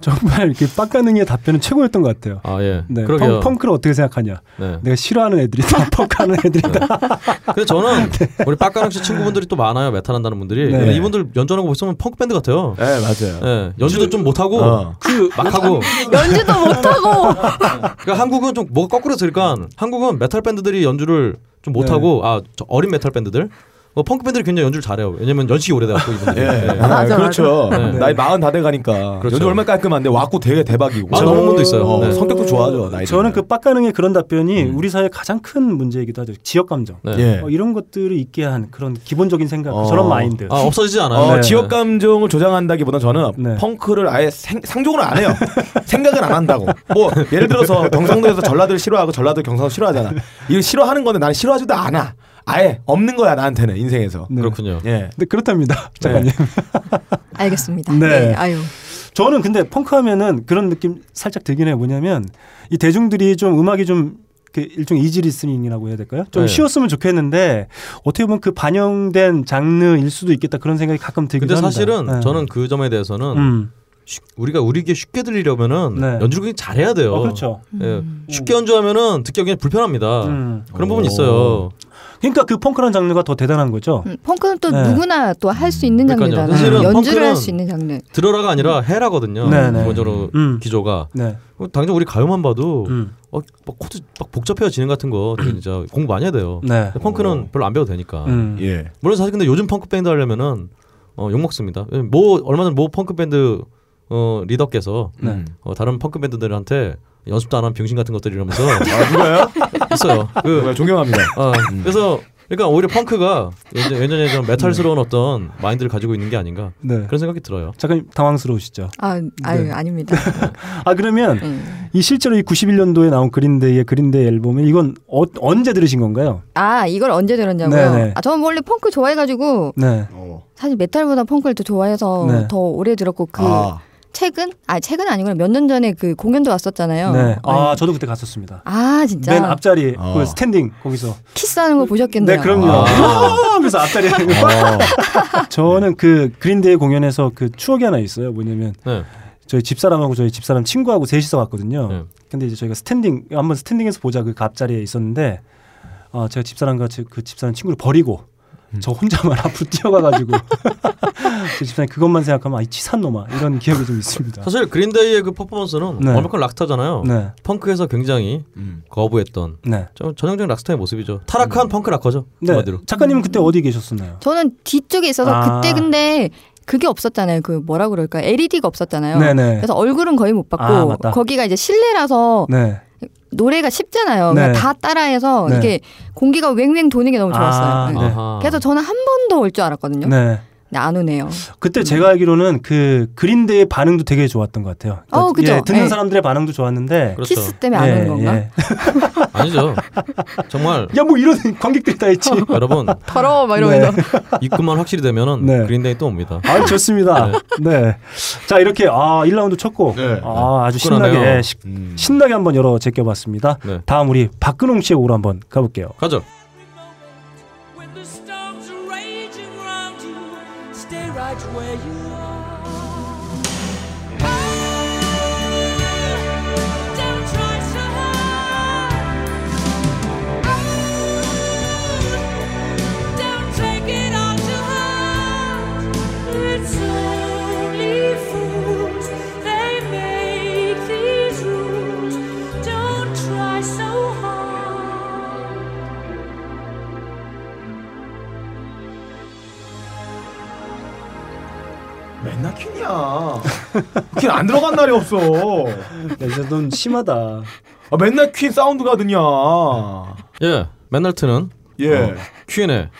Speaker 3: 정말 이렇게 빡가능의 답변은 최고였던 것 같아요.
Speaker 4: 아 예.
Speaker 3: 네,
Speaker 4: 그러게요.
Speaker 3: 펑, 펑크를 어떻게 생각하냐?
Speaker 4: 네.
Speaker 3: 내가 싫어하는 애들이 다 [LAUGHS] 펑크하는 애들이다.
Speaker 4: 근데
Speaker 3: [LAUGHS]
Speaker 4: 저는 우리 빡가랑 씨 친구분들이 또 많아요 메탈 한다는 분들이
Speaker 3: 네.
Speaker 4: 근데 이분들 연주하는 거 보시면 펑크 밴드 같아요.
Speaker 5: 예 맞아요.
Speaker 4: 예, 연주도 좀 못하고 그.
Speaker 5: 어.
Speaker 4: 큐 막 하고
Speaker 6: [LAUGHS] 연주도 못하고
Speaker 4: 그러니까 한국은 좀 뭐가 거꾸로 들까 한국은 메탈 밴드들이 연주를 좀 못하고
Speaker 3: 네.
Speaker 4: 아저 어린 메탈 밴드들 뭐 펑크 밴드들이 굉장히 연주를 잘해요 왜냐면 연식이 오래돼갖고 이분들
Speaker 5: 예,
Speaker 4: 예.
Speaker 5: 아, 그렇죠.
Speaker 4: 맞아. 네.
Speaker 5: 나이 마흔 다 돼가니까
Speaker 4: 그렇죠.
Speaker 5: 연주 얼마나 깔끔한데 왔고 되게 대박이고.
Speaker 4: 아, 넘은 분도 있어요.
Speaker 5: 어,
Speaker 4: 네.
Speaker 5: 성격도 좋아져. 나이
Speaker 3: 저는 그 빡가능의 그런 답변이
Speaker 4: 음.
Speaker 3: 우리 사회 가장 큰 문제이기도 하죠. 지역 감정.
Speaker 4: 네.
Speaker 5: 예.
Speaker 3: 어, 이런 것들을 있게 한 그런 기본적인 생각,
Speaker 5: 어.
Speaker 3: 저런 마인드.
Speaker 4: 아 없어지지 않아요
Speaker 5: 어,
Speaker 4: 네.
Speaker 5: 지역 감정을 조장한다기보다 저는
Speaker 3: 네.
Speaker 5: 펑크를 아예 생, 상종을 안 해요. [LAUGHS] 생각은 안 한다고. 뭐 예를 들어서 경상도에서 전라도를 싫어하고 전라도 경상도 싫어하잖아. 이거 싫어하는 건데 나는 싫어하지도 않아. 아예 없는 거야 나한테는 인생에서.
Speaker 3: 네.
Speaker 4: 그렇군요
Speaker 5: 예.
Speaker 3: 네, 그렇답니다. 작가님.
Speaker 6: 알겠습니다.
Speaker 3: 네.
Speaker 6: 네. 아유.
Speaker 3: 저는 근데 펑크 하면은 그런 느낌 살짝 들긴 해요. 뭐냐면 이 대중들이 좀 음악이 좀 이렇게 일종의 이지 리스닝이라고 해야 될까요? 좀
Speaker 4: 네.
Speaker 3: 쉬웠으면 좋겠는데 어떻게 보면 그 반영된 장르일 수도 있겠다 그런 생각이 가끔 들기도
Speaker 4: 근데
Speaker 3: 합니다.
Speaker 4: 사실은
Speaker 3: 네.
Speaker 4: 저는 그 점에 대해서는
Speaker 3: 음.
Speaker 4: 쉽- 우리가 우리에게 쉽게 들리려면은
Speaker 3: 네.
Speaker 4: 연주를 굉장히 잘해야 돼요
Speaker 3: 어, 그렇죠.
Speaker 4: 예. 쉽게 연주하면은 듣기가 굉장히 불편합니다
Speaker 3: 음.
Speaker 4: 그런 부분이 있어요
Speaker 3: 그러니까 그 펑크라는 장르가 더 대단한 거죠.
Speaker 6: 음, 펑크는 또
Speaker 3: 네.
Speaker 6: 누구나 또 할 수 있는
Speaker 4: 그러니까요.
Speaker 6: 장르잖아요.
Speaker 4: 사실은
Speaker 6: 연주를
Speaker 4: 펑크는
Speaker 6: 할 수 있는 장르.
Speaker 4: 들어라가 아니라 해라거든요
Speaker 3: 네, 네.
Speaker 4: 기본적으로
Speaker 3: 음.
Speaker 4: 기조가
Speaker 3: 네.
Speaker 4: 어, 당장 우리 가요만 봐도
Speaker 3: 음.
Speaker 4: 어, 막 코드 막 복잡해지는 같은 거 진짜 공부 많이 해야 돼요
Speaker 3: 네.
Speaker 4: 근데 펑크는 별로 안 배워도 되니까
Speaker 3: 음.
Speaker 5: 예.
Speaker 4: 물론 사실 근데 요즘 펑크 밴드 하려면은 어, 욕 먹습니다. 예, 모 얼마 전 모 펑크 밴드 어, 리더께서
Speaker 3: 네.
Speaker 4: 어, 다른 펑크 밴드들한테 연습도 안 한 병신 같은
Speaker 3: [LAUGHS]
Speaker 4: 것들이라면서
Speaker 5: 아 누가요?
Speaker 4: 있어요. 그,
Speaker 5: 정말 존경합니다.
Speaker 4: 어, 그래서 그러니까 오히려 펑크가 예전- 예전에 좀 메탈스러운 어떤 마인드를 가지고 있는 게 아닌가
Speaker 3: 네.
Speaker 4: 그런 생각이 들어요.
Speaker 3: 작가님 당황스러우시죠.
Speaker 6: 아, 아유,
Speaker 3: 네.
Speaker 6: 아닙니다.
Speaker 3: 아 그러면
Speaker 6: 음.
Speaker 3: 이 실제로 이 91년도에 나온 그린데이의 그린데이 앨범은 이건 어- 언제 들으신 건가요?
Speaker 6: 아, 이걸 언제 들었냐고요?
Speaker 3: 네, 네.
Speaker 6: 아, 저는 원래 펑크 좋아해가지고
Speaker 3: 네.
Speaker 6: 사실 메탈보다 펑크를 더 좋아해서
Speaker 3: 네.
Speaker 6: 더 오래 들었고 그
Speaker 5: 아,
Speaker 6: 최근 아 최근 아니구나 몇 년 전에 그 공연도 왔었잖아요.
Speaker 3: 네. 아
Speaker 6: 아,
Speaker 3: 저도 그때 갔었습니다.
Speaker 6: 진짜
Speaker 3: 맨 앞자리
Speaker 5: 어.
Speaker 3: 그 스탠딩 거기서
Speaker 6: 키스하는 거 보셨겠네요.
Speaker 3: 네 그럼요 그래서 앞자리 [LAUGHS] 저는 그 그린데이 공연에서 그 추억이 하나 있어요 뭐냐면
Speaker 4: 네.
Speaker 3: 저희 집사람하고 저희 집사람 친구하고 셋이서 갔거든요
Speaker 4: 네.
Speaker 3: 근데 이제 저희가 스탠딩 한번 스탠딩에서 보자 그 앞자리에 있었는데 아 제가 집사람과 제- 그 집사람 친구를 버리고
Speaker 4: 음.
Speaker 3: 저 혼자만 [LAUGHS] 앞으로 뛰어가가지고 제 집사람이 그것만 생각하면 아이 치산 놈아 이런 기억이 좀
Speaker 4: [LAUGHS]
Speaker 3: 있습니다
Speaker 4: 사실 그린데이의 그 퍼포먼스는
Speaker 3: 그러니까. 네.
Speaker 4: 완벽한 락스타잖아요.
Speaker 3: 네
Speaker 4: 펑크에서 굉장히 거부했던
Speaker 3: 네.
Speaker 4: 좀 전형적인 락스타의 모습이죠. 타락한 펑크 락커죠.
Speaker 3: 네.
Speaker 4: 한마디로.
Speaker 3: 작가님은 그때 어디 계셨었나요?
Speaker 6: 저는 뒤쪽에 있어서
Speaker 3: 아.
Speaker 6: 그때 근데 그게 없었잖아요. 그 뭐라 그럴까 LED가 없었잖아요.
Speaker 3: 네네.
Speaker 6: 그래서 얼굴은 거의 못 봤고
Speaker 3: 아, 맞다.
Speaker 6: 거기가 이제 실내라서
Speaker 3: 네.
Speaker 6: 노래가 쉽잖아요. 그냥
Speaker 3: 네.
Speaker 6: 다 따라해서
Speaker 3: 네.
Speaker 6: 이게 공기가 웽웽 도는 게 너무 좋았어요.
Speaker 3: 아,
Speaker 6: 네.
Speaker 3: 네.
Speaker 4: 아하.
Speaker 6: 그래서 저는 한 번 더 올 줄 알았거든요. 음.
Speaker 3: 네.
Speaker 6: 근데 안 오네요.
Speaker 3: 그때 제가 알기로는 그 그린데이의 반응도 되게 좋았던 것 같아요.
Speaker 6: 어, 그죠.
Speaker 3: 예, 듣는
Speaker 6: 예.
Speaker 3: 사람들의 반응도 좋았는데.
Speaker 4: 그렇죠.
Speaker 6: 키스 때문에 안
Speaker 3: 예,
Speaker 6: 오는 건가?
Speaker 3: 예.
Speaker 4: 아니죠. 정말
Speaker 3: 야, 뭐 이런 [LAUGHS] 관객들이 다
Speaker 6: [LAUGHS]
Speaker 3: 했지.
Speaker 4: 여러분
Speaker 6: 더러워 막 이러면서
Speaker 4: 입구만 확실히 되면은
Speaker 3: 네.
Speaker 4: 그린데이 또 옵니다.
Speaker 3: 아,
Speaker 4: [LAUGHS]
Speaker 3: 좋습니다. 네. 자, 이렇게 아, 1라운드 쳤고
Speaker 5: 네.
Speaker 3: 아, 아주
Speaker 4: 후끈하네요.
Speaker 3: 신나게 예, 시- 신나게 한번 열어 제껴 봤습니다.
Speaker 4: 네.
Speaker 3: 다음 우리 박근홍 씨의 곡으로 한번 가 볼게요.
Speaker 4: 가죠.
Speaker 8: When the storms are raging round you, stay right where you are. Oh, don't try so hard. Oh, don't take it all to heart. It's only fools, they make these rules. Don't try so hard.
Speaker 5: 맨날 퀸이야. 퀸안 들어간 날이 없어.
Speaker 3: 야, 이제 넌 심하다.
Speaker 5: 아, 맨날 퀸 사운드가든요.
Speaker 4: 예, 맨날 트는
Speaker 5: 예.
Speaker 4: 어, Q&A.
Speaker 5: 아, 퀸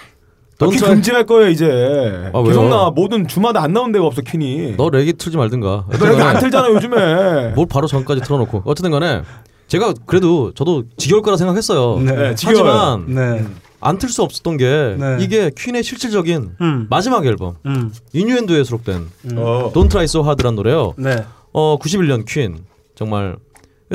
Speaker 4: Don't try.
Speaker 5: 금지할 거예요 이제.
Speaker 4: 아,
Speaker 5: 계속
Speaker 4: 왜요?
Speaker 5: 나 모든 주마다 안 나온 데가 없어 퀸이.
Speaker 4: 너 레기 틀지 말든가.
Speaker 5: 너
Speaker 4: 어쨌든
Speaker 5: 여기 안
Speaker 4: 간에
Speaker 5: 틀잖아 요즘에.
Speaker 4: 뭘 바로 전까지 틀어놓고. 어쨌든 간에 제가 그래도 저도 지겨울 거라 생각했어요.
Speaker 3: 네.
Speaker 5: 지겨워요.
Speaker 4: 하지만
Speaker 3: 네.
Speaker 4: 안 틀 수 없었던 게
Speaker 13: 네.
Speaker 4: 이게 퀸의 실질적인 마지막 앨범
Speaker 13: 음.
Speaker 4: 인유엔도에 수록된
Speaker 13: 음. 어.
Speaker 4: Don't Try So Hard란 노래요.
Speaker 13: 네.
Speaker 4: 어 91년 퀸 정말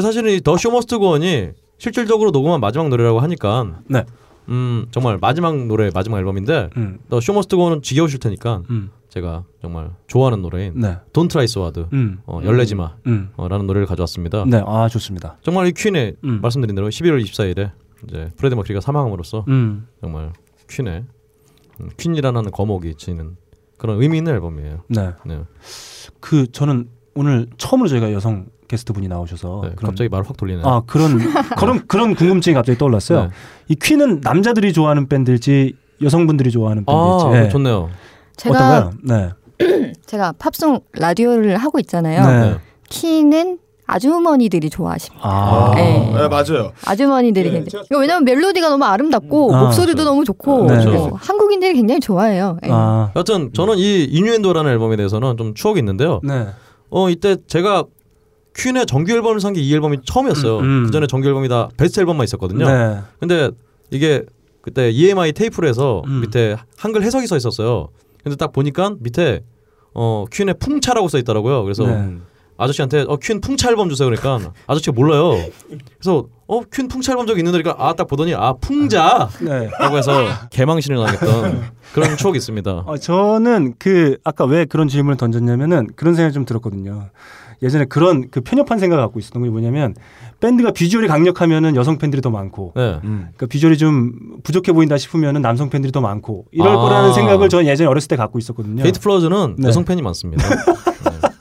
Speaker 4: 사실은 이더 쇼머스트 고원이 실질적으로 녹음한 마지막 노래라고 하니까
Speaker 13: 네.
Speaker 4: 음 정말 마지막 노래 마지막 앨범인데
Speaker 13: 음.
Speaker 4: 더 쇼머스트 고원은 지겨우실 테니까
Speaker 13: 음.
Speaker 4: 제가 정말 좋아하는 노래인
Speaker 13: 네.
Speaker 4: Don't Try So Hard
Speaker 13: 음.
Speaker 4: 어, 열내지 마
Speaker 13: 음.
Speaker 4: 어, 라는 노래를 가져왔습니다.
Speaker 13: 네, 음. 아 좋습니다.
Speaker 4: 정말 이 퀸의 말씀드린 대로 11월 24일에 이제 프레드 머큐리가 사망함으로써
Speaker 13: 음.
Speaker 4: 정말 퀸의 음, 퀸이라는 거목이 지는 그런 의미 있는 앨범이에요.
Speaker 13: 네. 그 저는 오늘 처음으로 저희가 여성 게스트 분이 나오셔서 어, 그런-
Speaker 4: 네, 갑자기 말을 확 돌리네요.
Speaker 13: 아 그런 그런 그런 궁금증이 갑자기 떠올랐어요.
Speaker 4: 네.
Speaker 13: 이 퀸은 남자들이 좋아하는 밴드일지 여성분들이 좋아하는
Speaker 4: 아,
Speaker 13: 밴드일지 예.
Speaker 4: 좋네요.
Speaker 6: 제가-
Speaker 13: 어떤가요? 네.
Speaker 6: 제가 팝송 라디오를 하고 있잖아요.
Speaker 13: 네.
Speaker 6: 키는 아주머니들이 좋아하십니다.
Speaker 13: 아,
Speaker 6: 네.
Speaker 5: 네, 맞아요.
Speaker 6: 아주머니들이 굉장히 이거 왜냐면 멜로디가 너무 아름답고
Speaker 4: 아,
Speaker 6: 목소리도
Speaker 4: 그렇죠.
Speaker 6: 너무 좋고
Speaker 4: 네,
Speaker 6: 어,
Speaker 4: 그렇죠.
Speaker 6: 한국인들이 굉장히 좋아해요. 예.
Speaker 4: 여튼 저는 이 인유엔도라는 앨범에 대해서는 좀 추억이 있는데요.
Speaker 13: 네.
Speaker 4: 어 이때 제가 퀸의 정규 앨범을 산 게 이 앨범이 처음이었어요.
Speaker 13: 음, 음.
Speaker 4: 그 전에 정규 앨범이 다 베스트 앨범만 있었거든요.
Speaker 13: 네.
Speaker 4: 근데 이게 그때 EMI 테이프로 해서
Speaker 13: 음.
Speaker 4: 밑에 한글 해석이 써 있었어요. 근데 딱 보니까 밑에 어 퀸의 풍차라고 써 있더라고요. 그래서
Speaker 13: 네.
Speaker 4: 아저씨한테 어퀸 풍차 앨범 주세요. 그러니까 아저씨가 몰라요. 그래서 어퀸 풍차 앨범 저기 있는데 그러니까 아 딱 보더니 아
Speaker 13: [LAUGHS]
Speaker 4: 풍자
Speaker 13: 네.
Speaker 4: 라고 해서 개망신을 당했던 그런 추억이 있습니다.
Speaker 13: 어, 저는 그 아까 왜 그런 질문을 던졌냐면은 그런 생각이 좀 들었거든요. 예전에 그런 그 편협한 생각을 갖고 있었던 게 뭐냐면 밴드가 비주얼이 강력하면은 여성 팬들이 더 많고
Speaker 4: 네.
Speaker 5: 음.
Speaker 13: 그러니까 비주얼이 좀 부족해 보인다 싶으면은 남성 팬들이 더 많고 이럴
Speaker 4: 아.
Speaker 13: 거라는 생각을 저는 예전에 어렸을 때 갖고 있었거든요.
Speaker 4: 게이트 플러즈는
Speaker 13: 네.
Speaker 4: 여성 팬이 많습니다.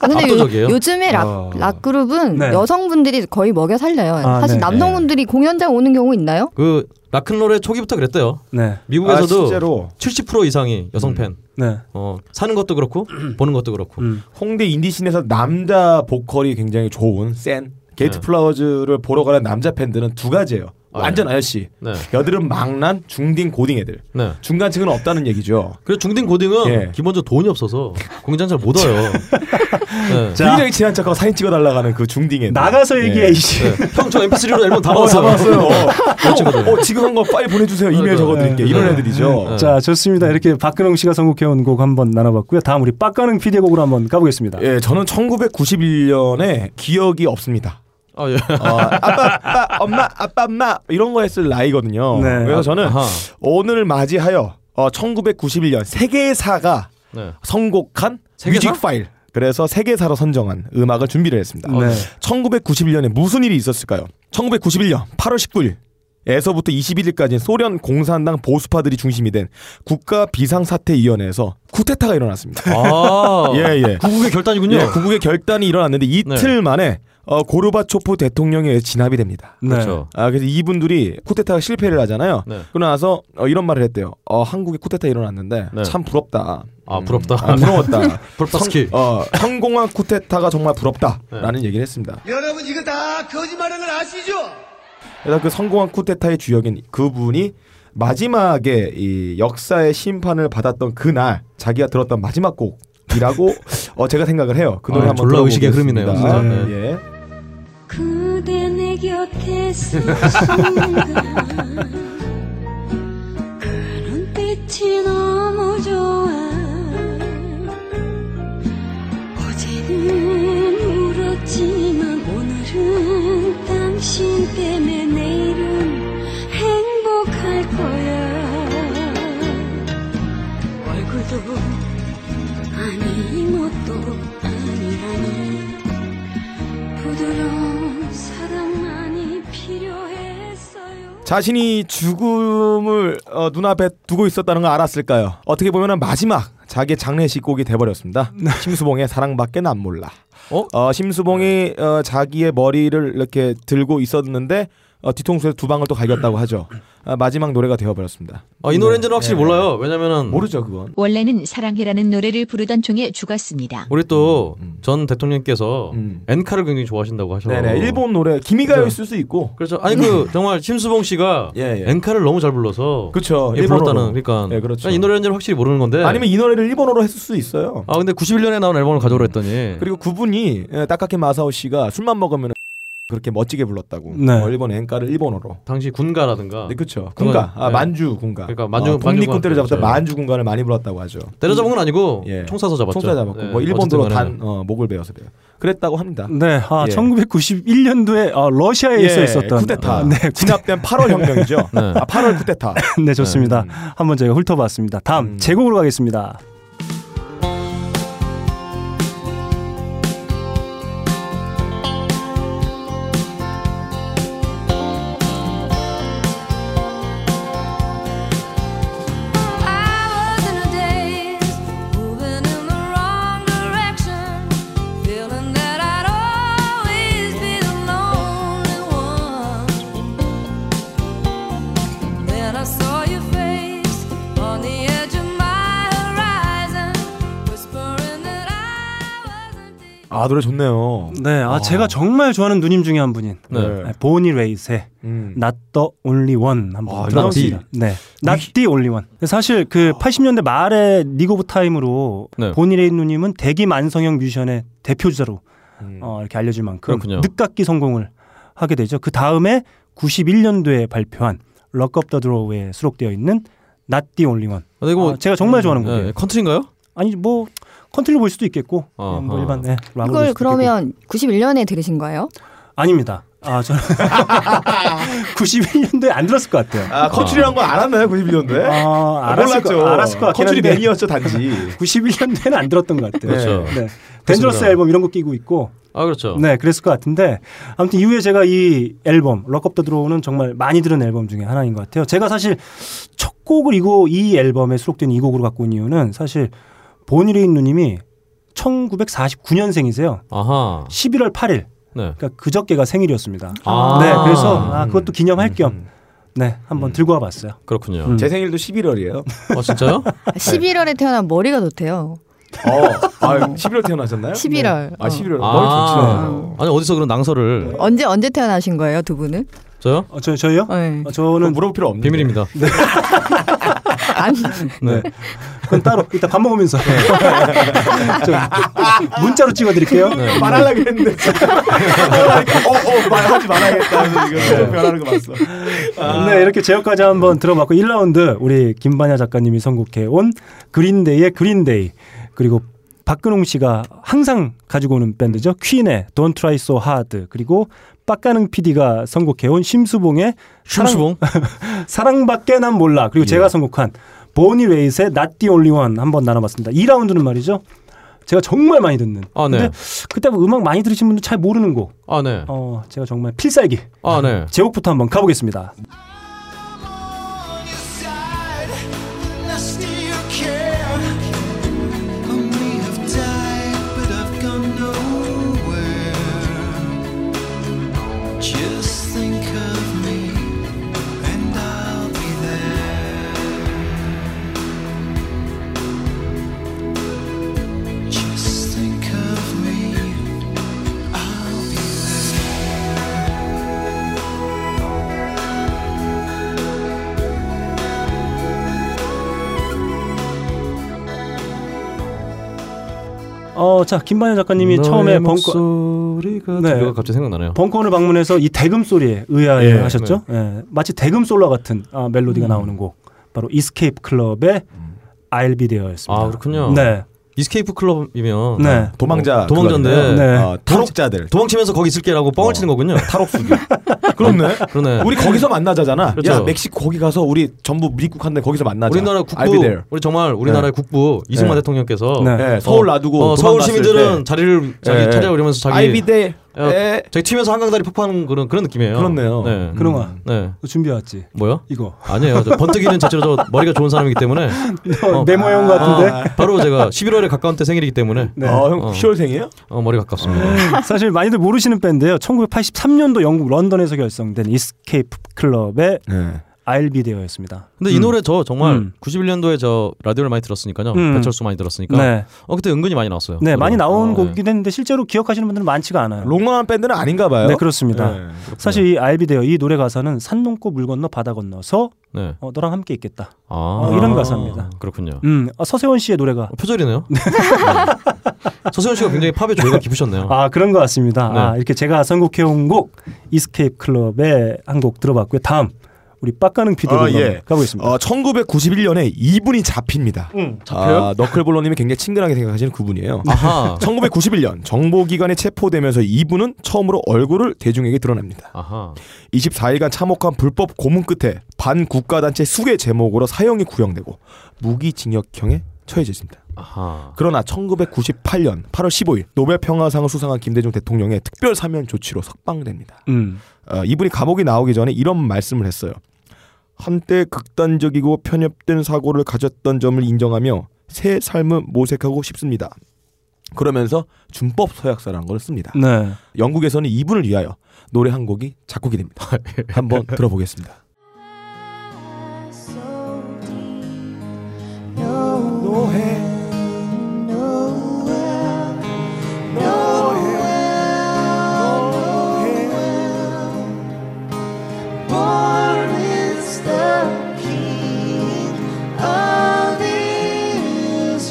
Speaker 6: 아, 근데
Speaker 4: 압도적이에요.
Speaker 6: 요, 즘에락
Speaker 4: 아.
Speaker 6: 락그룹은
Speaker 4: 네.
Speaker 6: 여성분들이 거의 먹여 살려요.
Speaker 4: 아,
Speaker 6: 사실
Speaker 4: 네.
Speaker 6: 남성분들이 공연장 오는 경우 있나요?
Speaker 4: 그 락큰롤의 초기부터 그랬대요.
Speaker 13: 네.
Speaker 4: 미국에서도
Speaker 5: 아, 실제로? 음.
Speaker 4: 70% 이상이 여성 팬.
Speaker 13: 네.
Speaker 4: 어, 사는 것도
Speaker 5: [CLEARS THROAT]
Speaker 4: 그렇고 보는 것도 그렇고.
Speaker 5: 홍대 인디씬에서 남자 보컬이 굉장히 좋은 센 게이트
Speaker 4: 네.
Speaker 5: 플라워즈를 보러 가는 남자 팬들은 두 가지예요. 완전 아저씨.
Speaker 4: 네.
Speaker 5: 여드름 망난 중딩 고딩 애들.
Speaker 4: 네.
Speaker 5: 중간층은 없다는 얘기죠.
Speaker 4: 그래서 중딩 고딩은
Speaker 5: 예.
Speaker 4: 기본적으로 돈이 없어서 공장 잘 못 와요.
Speaker 5: [LAUGHS]
Speaker 4: 네.
Speaker 5: 굉장히 친한 척하고 사진 찍어 달라 가는 그 중딩 애들.
Speaker 13: 나가서 얘기해, 이씨.
Speaker 4: 네. 형저 MP3로 앨범 다
Speaker 5: 어, 다
Speaker 4: 받았어요.
Speaker 5: 받았어요.
Speaker 4: 그 친구들.
Speaker 5: 어, 지금 한 거 빨리 보내 주세요. 이메일 적어 드릴게. 이런 애들이죠.
Speaker 13: 네.
Speaker 3: 네.
Speaker 13: 자, 좋습니다. 이렇게 박근홍 씨가 선곡해온 곡 한번 나눠봤고요. 다음 우리 빡가는 피디의 곡으로 한번 가보겠습니다.
Speaker 5: 예, 저는 1991년에 기억이 없습니다.
Speaker 4: 아, 예.
Speaker 5: 어, 아빠, 아빠, 엄마, 아빠, 엄마 이런 거 했을 나이거든요.
Speaker 4: 네.
Speaker 5: 그래서 저는
Speaker 4: 아하.
Speaker 5: 오늘 맞이하여 어, 1991년 세계사가
Speaker 4: 네.
Speaker 5: 선곡한
Speaker 4: 세계사?
Speaker 5: 뮤직 파일. 그래서 세계사로 선정한 음악을 준비를 했습니다.
Speaker 13: 네.
Speaker 5: 1991년에 무슨 일이 있었을까요? 1991년 8월 19일 에서부터 21일까지 소련 공산당 보수파들이 중심이 된 국가 비상사태위원회에서 쿠데타가 일어났습니다.
Speaker 4: 아.
Speaker 5: 예, 예.
Speaker 4: 구국의 결단이군요. 네.
Speaker 5: 예, 구국의 결단이 일어났는데 이틀 만에 어, 고르바초프 대통령에 진압이 됩니다.
Speaker 13: 네. 그렇죠.
Speaker 5: 아, 그래서 이분들이 쿠데타가 실패를 하잖아요.
Speaker 4: 네.
Speaker 5: 그러고 나서 어, 이런 말을 했대요. 어, 한국에 쿠데타 일어났는데
Speaker 4: 네.
Speaker 5: 참 부럽다.
Speaker 4: 아 부럽다. [LAUGHS]
Speaker 5: 아, 부러웠다.
Speaker 4: 부럽다
Speaker 5: 성-
Speaker 4: 스킬. 네.
Speaker 5: 어, 성공한 쿠데타가 정말 부럽다라는 얘기를 했습니다.
Speaker 14: 여러분 이거 다 거짓말하는 걸 아시죠?
Speaker 5: 그래서 그 성공한 쿠데타의 주역인 그분이 마지막에 이 역사의 심판을 받았던 그날 자기가 들었던 마지막
Speaker 4: [LAUGHS]
Speaker 5: 곡이라고 어, 제가 생각을 해요. 그 노래
Speaker 4: 아,
Speaker 5: 한번
Speaker 4: 졸라
Speaker 5: 들어보겠습니다.
Speaker 4: 의식의 흐름이네요, 진짜. 네.
Speaker 5: 예.
Speaker 8: 그대 내 곁에 서 순간 그 눈빛이 너무 좋아 어제는 울었지만 오늘은 당신 때문에 내일은 행복할 거야 월급도 아니 이것도 아니라니 부드러운 사랑만이 필요했어요.
Speaker 5: 자신이 죽음을 어, 눈앞에 두고 있었다는 걸 알았을까요? 어떻게 보면 마지막 자기 장례식 곡이 돼버렸습니다. 심수봉의 사랑밖에 난 몰라.
Speaker 4: 어?
Speaker 5: 심수봉이 어, 자기의 머리를 이렇게 들고 있었는데 어, 뒤통수에 두 방을 또 갈겼다고 하죠. 아, 마지막 노래가 되어버렸습니다.
Speaker 4: 아, 이 노래인지는 확실히
Speaker 5: 네.
Speaker 4: 몰라요. 왜냐면은
Speaker 5: 모르죠 그건.
Speaker 11: 원래는 사랑해라는 노래를 부르던 중에 죽었습니다.
Speaker 4: 우리 또
Speaker 5: 음,
Speaker 4: 전 대통령께서 엔카를 굉장히 좋아하신다고 하셔.
Speaker 5: 네네 일본 음. 노래
Speaker 4: 네.
Speaker 5: 기미가요 있을 수 있고.
Speaker 4: 그렇죠. 아니 그 정말 심수봉 씨가 엔카를 너무 잘 불러서
Speaker 5: 그렇죠.
Speaker 4: 예,
Speaker 5: 예, 일본어로.
Speaker 4: 불렀다는 그러니까
Speaker 5: 예, 그렇죠.
Speaker 4: 이 노래인지는 확실히 모르는 건데
Speaker 5: 아니면 이 노래를 일본어로 했을 수 있어요.
Speaker 4: 아 근데 91년에 나온 앨범을 가져오라 했더니
Speaker 5: [LAUGHS] 그리고 그분이 예, 따카키 마사오 씨가 술만 먹으면 그렇게 멋지게 불렀다고.
Speaker 4: 네.
Speaker 5: 어, 일본 엔가를 일본어로.
Speaker 4: 당시 군가라든가.
Speaker 5: 네, 그렇죠. 군가. 아,
Speaker 4: 네.
Speaker 5: 만주 군가.
Speaker 4: 그러니까 만주
Speaker 5: 어, 독립군
Speaker 4: 만주군,
Speaker 5: 때려잡았다
Speaker 4: 그렇죠.
Speaker 5: 만주 군가를 많이 불렀다고 하죠.
Speaker 4: 때려잡은 건 아니고
Speaker 5: 예.
Speaker 4: 총사서 잡았죠.
Speaker 5: 총사 잡았고
Speaker 4: 예,
Speaker 5: 뭐 일본으로
Speaker 4: 어쨌든 간에.
Speaker 5: 단 어, 목을 베어서 돼요. 그랬다고 합니다.
Speaker 3: 네, 아,
Speaker 5: 예.
Speaker 3: 1991년도에 러시아에서
Speaker 5: 예,
Speaker 3: 있었던
Speaker 5: 쿠데타.
Speaker 3: 아, [LAUGHS] 네,
Speaker 5: 진압된 8월 혁명이죠. 아, 8월 쿠데타.
Speaker 3: 네,
Speaker 5: 음.
Speaker 3: 좋습니다. 한번 저희가 훑어봤습니다. 다음 제곡으로 가겠습니다.
Speaker 6: Hours in a daze, moving in the wrong direction, feeling that I'd always be the lonely one. Then I saw your face on the edge of my horizon, whispering that I.
Speaker 5: 아 노래 좋네요.
Speaker 3: 네, 아, 제가 정말 좋아하는 누님 중에 한 분인
Speaker 5: 네.
Speaker 3: 네. 보니 레이스의
Speaker 5: 음.
Speaker 3: Not the Only One 한번
Speaker 5: 아,
Speaker 3: 들어봤습니다.
Speaker 5: Not
Speaker 3: 네, Not the Only One. 사실 그 80년대 말에 리그 오브 타임으로
Speaker 4: 네.
Speaker 3: 보니 레이 누님은 대기 만성형 뮤지션의 대표 주자로
Speaker 5: 음.
Speaker 3: 어, 이렇게 알려질 만큼
Speaker 4: 음. 그렇군요.
Speaker 3: 늦깎이 성공을 하게 되죠. 그 다음에 91년도에 발표한 럭 업더 드로우에 수록되어 있는 Not the Only One. 아, 제가 정말 좋아하는 곡이에요.
Speaker 4: 뭐, 네, 컨트리인가요?
Speaker 3: 아니 뭐 컨트리로 볼 수도 있겠고 그냥 뭐
Speaker 4: 어허.
Speaker 3: 일반 네, 락으로 볼
Speaker 15: 이걸
Speaker 3: 수도
Speaker 15: 그러면 91년에 들으신 거예요?
Speaker 3: 아닙니다. 아 저는 [LAUGHS] 91년도에 안 들었을 것 같아요.
Speaker 5: 아 컨츄리란 건안
Speaker 3: [LAUGHS]
Speaker 5: 왔나요 91년도에?
Speaker 3: 아, 알았을
Speaker 5: 몰랐죠.
Speaker 3: 거, 알았을 것 같긴
Speaker 5: 컨츄리
Speaker 3: 한데.
Speaker 5: 매니었죠 단지.
Speaker 3: 91년도에는 안 들었던 것 같아요.
Speaker 4: 그렇죠.
Speaker 3: 네. 덴저러스
Speaker 4: 그렇습니다.
Speaker 3: 앨범 이런 거 끼고 있고.
Speaker 4: 아 그렇죠.
Speaker 3: 네, 그랬을 것 같은데 아무튼 이후에 제가 이 앨범 럭업더 들어오는 정말 많이 들은 앨범 중에 하나인 것 같아요. 제가 사실 첫 곡을 이거 이 앨범에 수록된 이 곡으로 갖고 온 이유는 사실 본일인 누님이 1949년생이세요.
Speaker 4: 아하.
Speaker 3: 11월 8일.
Speaker 4: 네.
Speaker 3: 그러니까 그저께가 생일이었습니다.
Speaker 4: 아. 음,
Speaker 3: 네, 그래서 아, 그것도 기념할 겸 네, 한번 들고 와봤어요.
Speaker 4: 그렇군요.
Speaker 3: 음.
Speaker 5: 제 생일도 11월이에요.
Speaker 4: 아
Speaker 5: [LAUGHS]
Speaker 4: 진짜요?
Speaker 15: 11월에 태어난 머리가 좋대요.
Speaker 5: 어, 아, 11월 태어나셨나요?
Speaker 15: 11월.
Speaker 5: 네. 아, 11월.
Speaker 4: 아.
Speaker 5: 머리 좋죠.
Speaker 4: 아니 어디서 그런
Speaker 5: 네.
Speaker 4: 낭설을
Speaker 15: 언제 언제 태어나신 거예요, 두 분은?
Speaker 4: 저요?
Speaker 3: 어, 저 저요?
Speaker 4: 아,
Speaker 15: 네.
Speaker 3: 저는
Speaker 4: 뭐,
Speaker 5: 물어볼 필요 없는
Speaker 4: 비밀입니다.
Speaker 15: 아니,
Speaker 4: 네.
Speaker 3: 그건 따로 이따 밥 먹으면서 [LAUGHS] 저 문자로 찍어드릴게요.
Speaker 4: 네.
Speaker 5: 말하려고 [LAUGHS] 했는데. 어, 어, 말하지 말아야겠다. 그래서 이거 계속 변하는 거 봤어.
Speaker 3: 네, 이렇게 제어까지 한번 들어봤고 1라운드 우리 김반야 작가님이 선곡해 온 그린데이의 그린데이 그리고 박근홍 씨가 항상 가지고 오는 밴드죠. 퀸의 Don't Try So Hard 그리고 빡가능 PD가 선곡해 온 심수봉의 심수봉 [LAUGHS] 예. 사랑밖에 난 몰라 그리고 제가 선곡한 보니 웨이스의 Not The Only One 한번 나눠봤습니다. 2라운드는 말이죠. 제가 정말 많이 듣는.
Speaker 4: 아, 네.
Speaker 3: 근데 그때 뭐 음악 많이 들으신 분들 잘 모르는 곡.
Speaker 4: 아 네.
Speaker 3: 어, 제가 정말 필살기.
Speaker 4: 아 네.
Speaker 3: 제목부터 한번 가보겠습니다.
Speaker 2: Just think of me and I'll be there. Just think of me, I'll be
Speaker 3: 어, 자 김반야 작가님이
Speaker 4: 너의
Speaker 3: 처음에 벙커
Speaker 4: 목소리가
Speaker 3: 네.
Speaker 4: 들려가 갑자기 생각나네요.
Speaker 3: 벙커를 방문해서 이 대금 소리에 의아해
Speaker 4: 예, 음.
Speaker 3: 하셨죠. 예, 마치 대금 솔라 같은 아, 멜로디가 나오는 곡, 바로 이스케이프 클럽의 I'll Be There였습니다.
Speaker 4: 아 그렇군요.
Speaker 3: 네,
Speaker 4: 이스케이프 클럽이면
Speaker 3: 네.
Speaker 5: 도망자
Speaker 4: 도망자인데
Speaker 5: 클럽이네요. 네. 어, 탈옥자들.
Speaker 4: 도망치면서 거기 있을게라고 뻥을 치는 거군요.
Speaker 5: 어. [LAUGHS] 탈옥수기. 어, 그렇네.
Speaker 4: 그러네.
Speaker 5: 우리 거기서 만나자잖아.
Speaker 4: 그렇죠.
Speaker 5: 야, 멕시코 거기 가서 우리 전부 미국한데 거기서 만나자.
Speaker 4: 우리나라
Speaker 5: I'll be there.
Speaker 4: 국부 우리 정말 우리나라의
Speaker 5: 네.
Speaker 4: 국부 이승만
Speaker 5: 네.
Speaker 4: 대통령께서
Speaker 5: 네. 네, 서울 놔두고
Speaker 4: 어, 서울
Speaker 5: 도망갔을
Speaker 4: 시민들은
Speaker 5: 때.
Speaker 4: 자리를 자기
Speaker 5: 네.
Speaker 4: 찾아오려면서 자기
Speaker 5: I'll be there.
Speaker 4: 어,
Speaker 5: 네.
Speaker 4: 자기 팀에서 한강다리 폭파하는 그런 그런 느낌이에요.
Speaker 5: 그렇네요.
Speaker 4: 네.
Speaker 3: 음. 그런 거.
Speaker 4: 네.
Speaker 3: 너 준비해왔지.
Speaker 4: 뭐요?
Speaker 3: 이거.
Speaker 4: 아니에요. 저 번뜩이는 자체로 저 머리가 좋은 사람이기
Speaker 3: [LAUGHS]
Speaker 4: 때문에
Speaker 3: 어, 네모 형 같은데?
Speaker 4: 바로 제가 11월에 가까운 때 생일이기 때문에
Speaker 3: 네.
Speaker 5: 아, 형 10월생이에요?
Speaker 4: 아, 어, 머리 가깝습니다.
Speaker 3: 음. 사실 많이들
Speaker 5: 네.
Speaker 3: 모르시는 밴드예요. 1983년도 영국 런던에서 결성된 이스케이프 클럽의 I'll be there였습니다.
Speaker 4: 근데 이
Speaker 3: 음.
Speaker 4: 노래 저 정말
Speaker 3: 음.
Speaker 4: 91년도에 저 라디오를 많이 들었으니까요.
Speaker 3: 음.
Speaker 4: 배철수 많이 들었으니까.
Speaker 3: 네.
Speaker 4: 어 그때 은근히 많이 나왔어요.
Speaker 3: 네, 많이 나온
Speaker 4: 어,
Speaker 3: 곡이긴 했는데 실제로 기억하시는 분들은 많지가 않아요.
Speaker 5: 롱런한 밴드는 아닌가 봐요.
Speaker 3: 네, 그렇습니다.
Speaker 5: 네,
Speaker 3: 사실 이 알비 데어 이 노래 가사는 산 넘고 물 건너 바다 건너서
Speaker 4: 네.
Speaker 3: 어, 너랑 함께 있겠다.
Speaker 4: 아.
Speaker 3: 어, 이런 가사입니다.
Speaker 4: 그렇군요.
Speaker 3: 음, 어, 서세원 씨의 노래가
Speaker 4: 표절이네요. [LAUGHS] 서세현 씨가 굉장히 팝에 조예가 깊으셨네요.
Speaker 3: 아 그런 것 같습니다.
Speaker 4: 네.
Speaker 3: 아, 이렇게 제가 선곡해온 곡 이스케이프 클럽의 한 곡 들어봤고요. 다음 우리 빡가능 피디로
Speaker 5: 아, 예.
Speaker 3: 가보겠습니다.
Speaker 5: 어, 1991년에 이분이 잡힙니다.
Speaker 3: 응.
Speaker 5: 아, 너클볼러님이 굉장히 친근하게 생각하시는 그분이에요.
Speaker 3: 네.
Speaker 4: 아하.
Speaker 5: 1991년 정보기관에 체포되면서 이분은 처음으로 얼굴을 대중에게 드러냅니다.
Speaker 4: 아하.
Speaker 5: 24일간 참혹한 불법 고문 끝에 반국가단체 수괴 제목으로 사형이 구형되고 무기징역형에 처해졌습니다.
Speaker 4: 아하.
Speaker 5: 그러나 1998년 8월 15일 노벨 평화상을 수상한 김대중 대통령의 특별 사면 조치로 석방됩니다.
Speaker 3: 음.
Speaker 5: 어, 이분이 감옥에 나오기 전에 이런 말씀을 했어요. 한때 극단적이고 편협된 사고를 가졌던 점을 인정하며 새 삶을 모색하고 싶습니다. 그러면서 준법 서약서라는 걸 씁니다.
Speaker 3: 네.
Speaker 5: 영국에서는 이분을 위하여 노래 한 곡이 작곡이 됩니다. 한번 들어보겠습니다.
Speaker 16: Born is the King of Israel.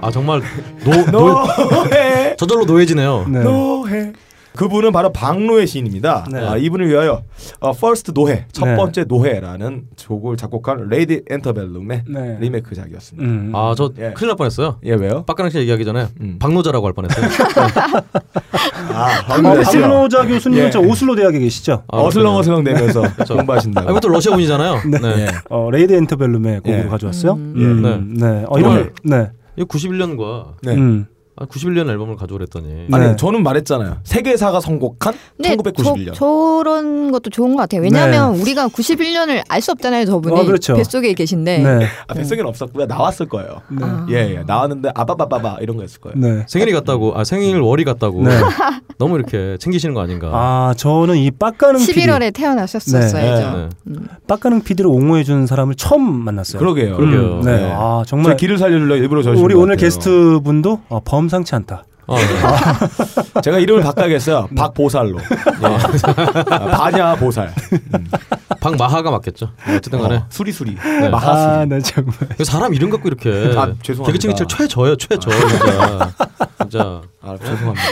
Speaker 4: 아 정말
Speaker 3: [LAUGHS]
Speaker 4: 노, 노
Speaker 5: 노해.
Speaker 4: 저절로 노예지네요.
Speaker 3: 음.
Speaker 5: 노해. 그분은 바로 박노해 시인입니다.
Speaker 4: 네.
Speaker 5: 아, 이분을 위하여 어, First 노해 첫
Speaker 4: 네.
Speaker 5: 번째 노해라는 곡을 작곡한 레이디 엔터벨룸의
Speaker 3: 네.
Speaker 5: 리메이크 작이었습니다.
Speaker 3: 음. 어,
Speaker 4: 아저 큰일 날 뻔했어요.
Speaker 5: 예 왜요?
Speaker 4: 빡가랑 씨 얘기하기 전에 박노자라고 할 뻔했어요.
Speaker 3: [LAUGHS]
Speaker 5: 아,
Speaker 3: 박노자 박노자 교수님은
Speaker 5: 예.
Speaker 3: 저 오슬로 대학에 계시죠?
Speaker 4: 아, 그렇군요.
Speaker 3: [LAUGHS]
Speaker 5: 어슬렁어슬렁대면서
Speaker 4: 그렇죠.
Speaker 5: 공부하신다고. 예.
Speaker 4: 아, 이것도 러시아군이잖아요.
Speaker 3: 네. 어, 레이드 엔터벨룸의 곡으로
Speaker 4: 예.
Speaker 3: 가져왔어요.
Speaker 4: 예.
Speaker 3: 음, 네. 어,
Speaker 4: 정말
Speaker 3: 이런 네.
Speaker 4: 이 91년과
Speaker 5: 네.
Speaker 3: 음. 네.
Speaker 4: 아, 91년 앨범을 가져오랬더니
Speaker 5: 아니 저는 말했잖아요. 세계사가 선곡한 1991년.
Speaker 6: 네, 저, 런 것도 좋은 것 같아요. 왜냐하면 우리가 91년을 알 수 없잖아요. 저분이
Speaker 5: 어, 그렇죠.
Speaker 6: 뱃속에 계신데
Speaker 3: 네.
Speaker 5: 아, 백성현 없었고요. 나왔을 거예요. 예, 예. 나왔는데 아바바바바 이런 거였을
Speaker 3: 네.
Speaker 5: 거예요.
Speaker 4: 생일이 같다고 아 생일 월이 같다고
Speaker 5: 네.
Speaker 4: [LAUGHS] 너무 이렇게 챙기시는 거 아닌가.
Speaker 3: 아 저는 이 빡가는
Speaker 6: 11월에
Speaker 5: 아.
Speaker 6: 태어나셨었어요.
Speaker 4: 네.
Speaker 3: 빡가는 PD를 옹호해 준 사람을 처음 만났어요.
Speaker 5: 그러게요.
Speaker 3: 음, 네. 아 정말
Speaker 5: 저 길을 살려주려 일부러 저러신
Speaker 3: 우리
Speaker 5: 것
Speaker 3: 오늘
Speaker 5: 같아요.
Speaker 3: 게스트 분도 아, 범상치 않다.
Speaker 4: 어, 네.
Speaker 5: 제가 이름을 바꿔야겠어요. 박보살로. 예. 아, 바냐 보살.
Speaker 4: 박마하가 맞겠죠. 네, 어쨌든 간에
Speaker 5: 어, 수리수리.
Speaker 4: 네.
Speaker 3: 아, 나 정말.
Speaker 4: 사람 이름 갖고 이렇게
Speaker 5: 아, 죄송합니다.
Speaker 4: 개그치기 칠 최저예요 최저 진짜 진짜
Speaker 5: 아, 죄송합니다.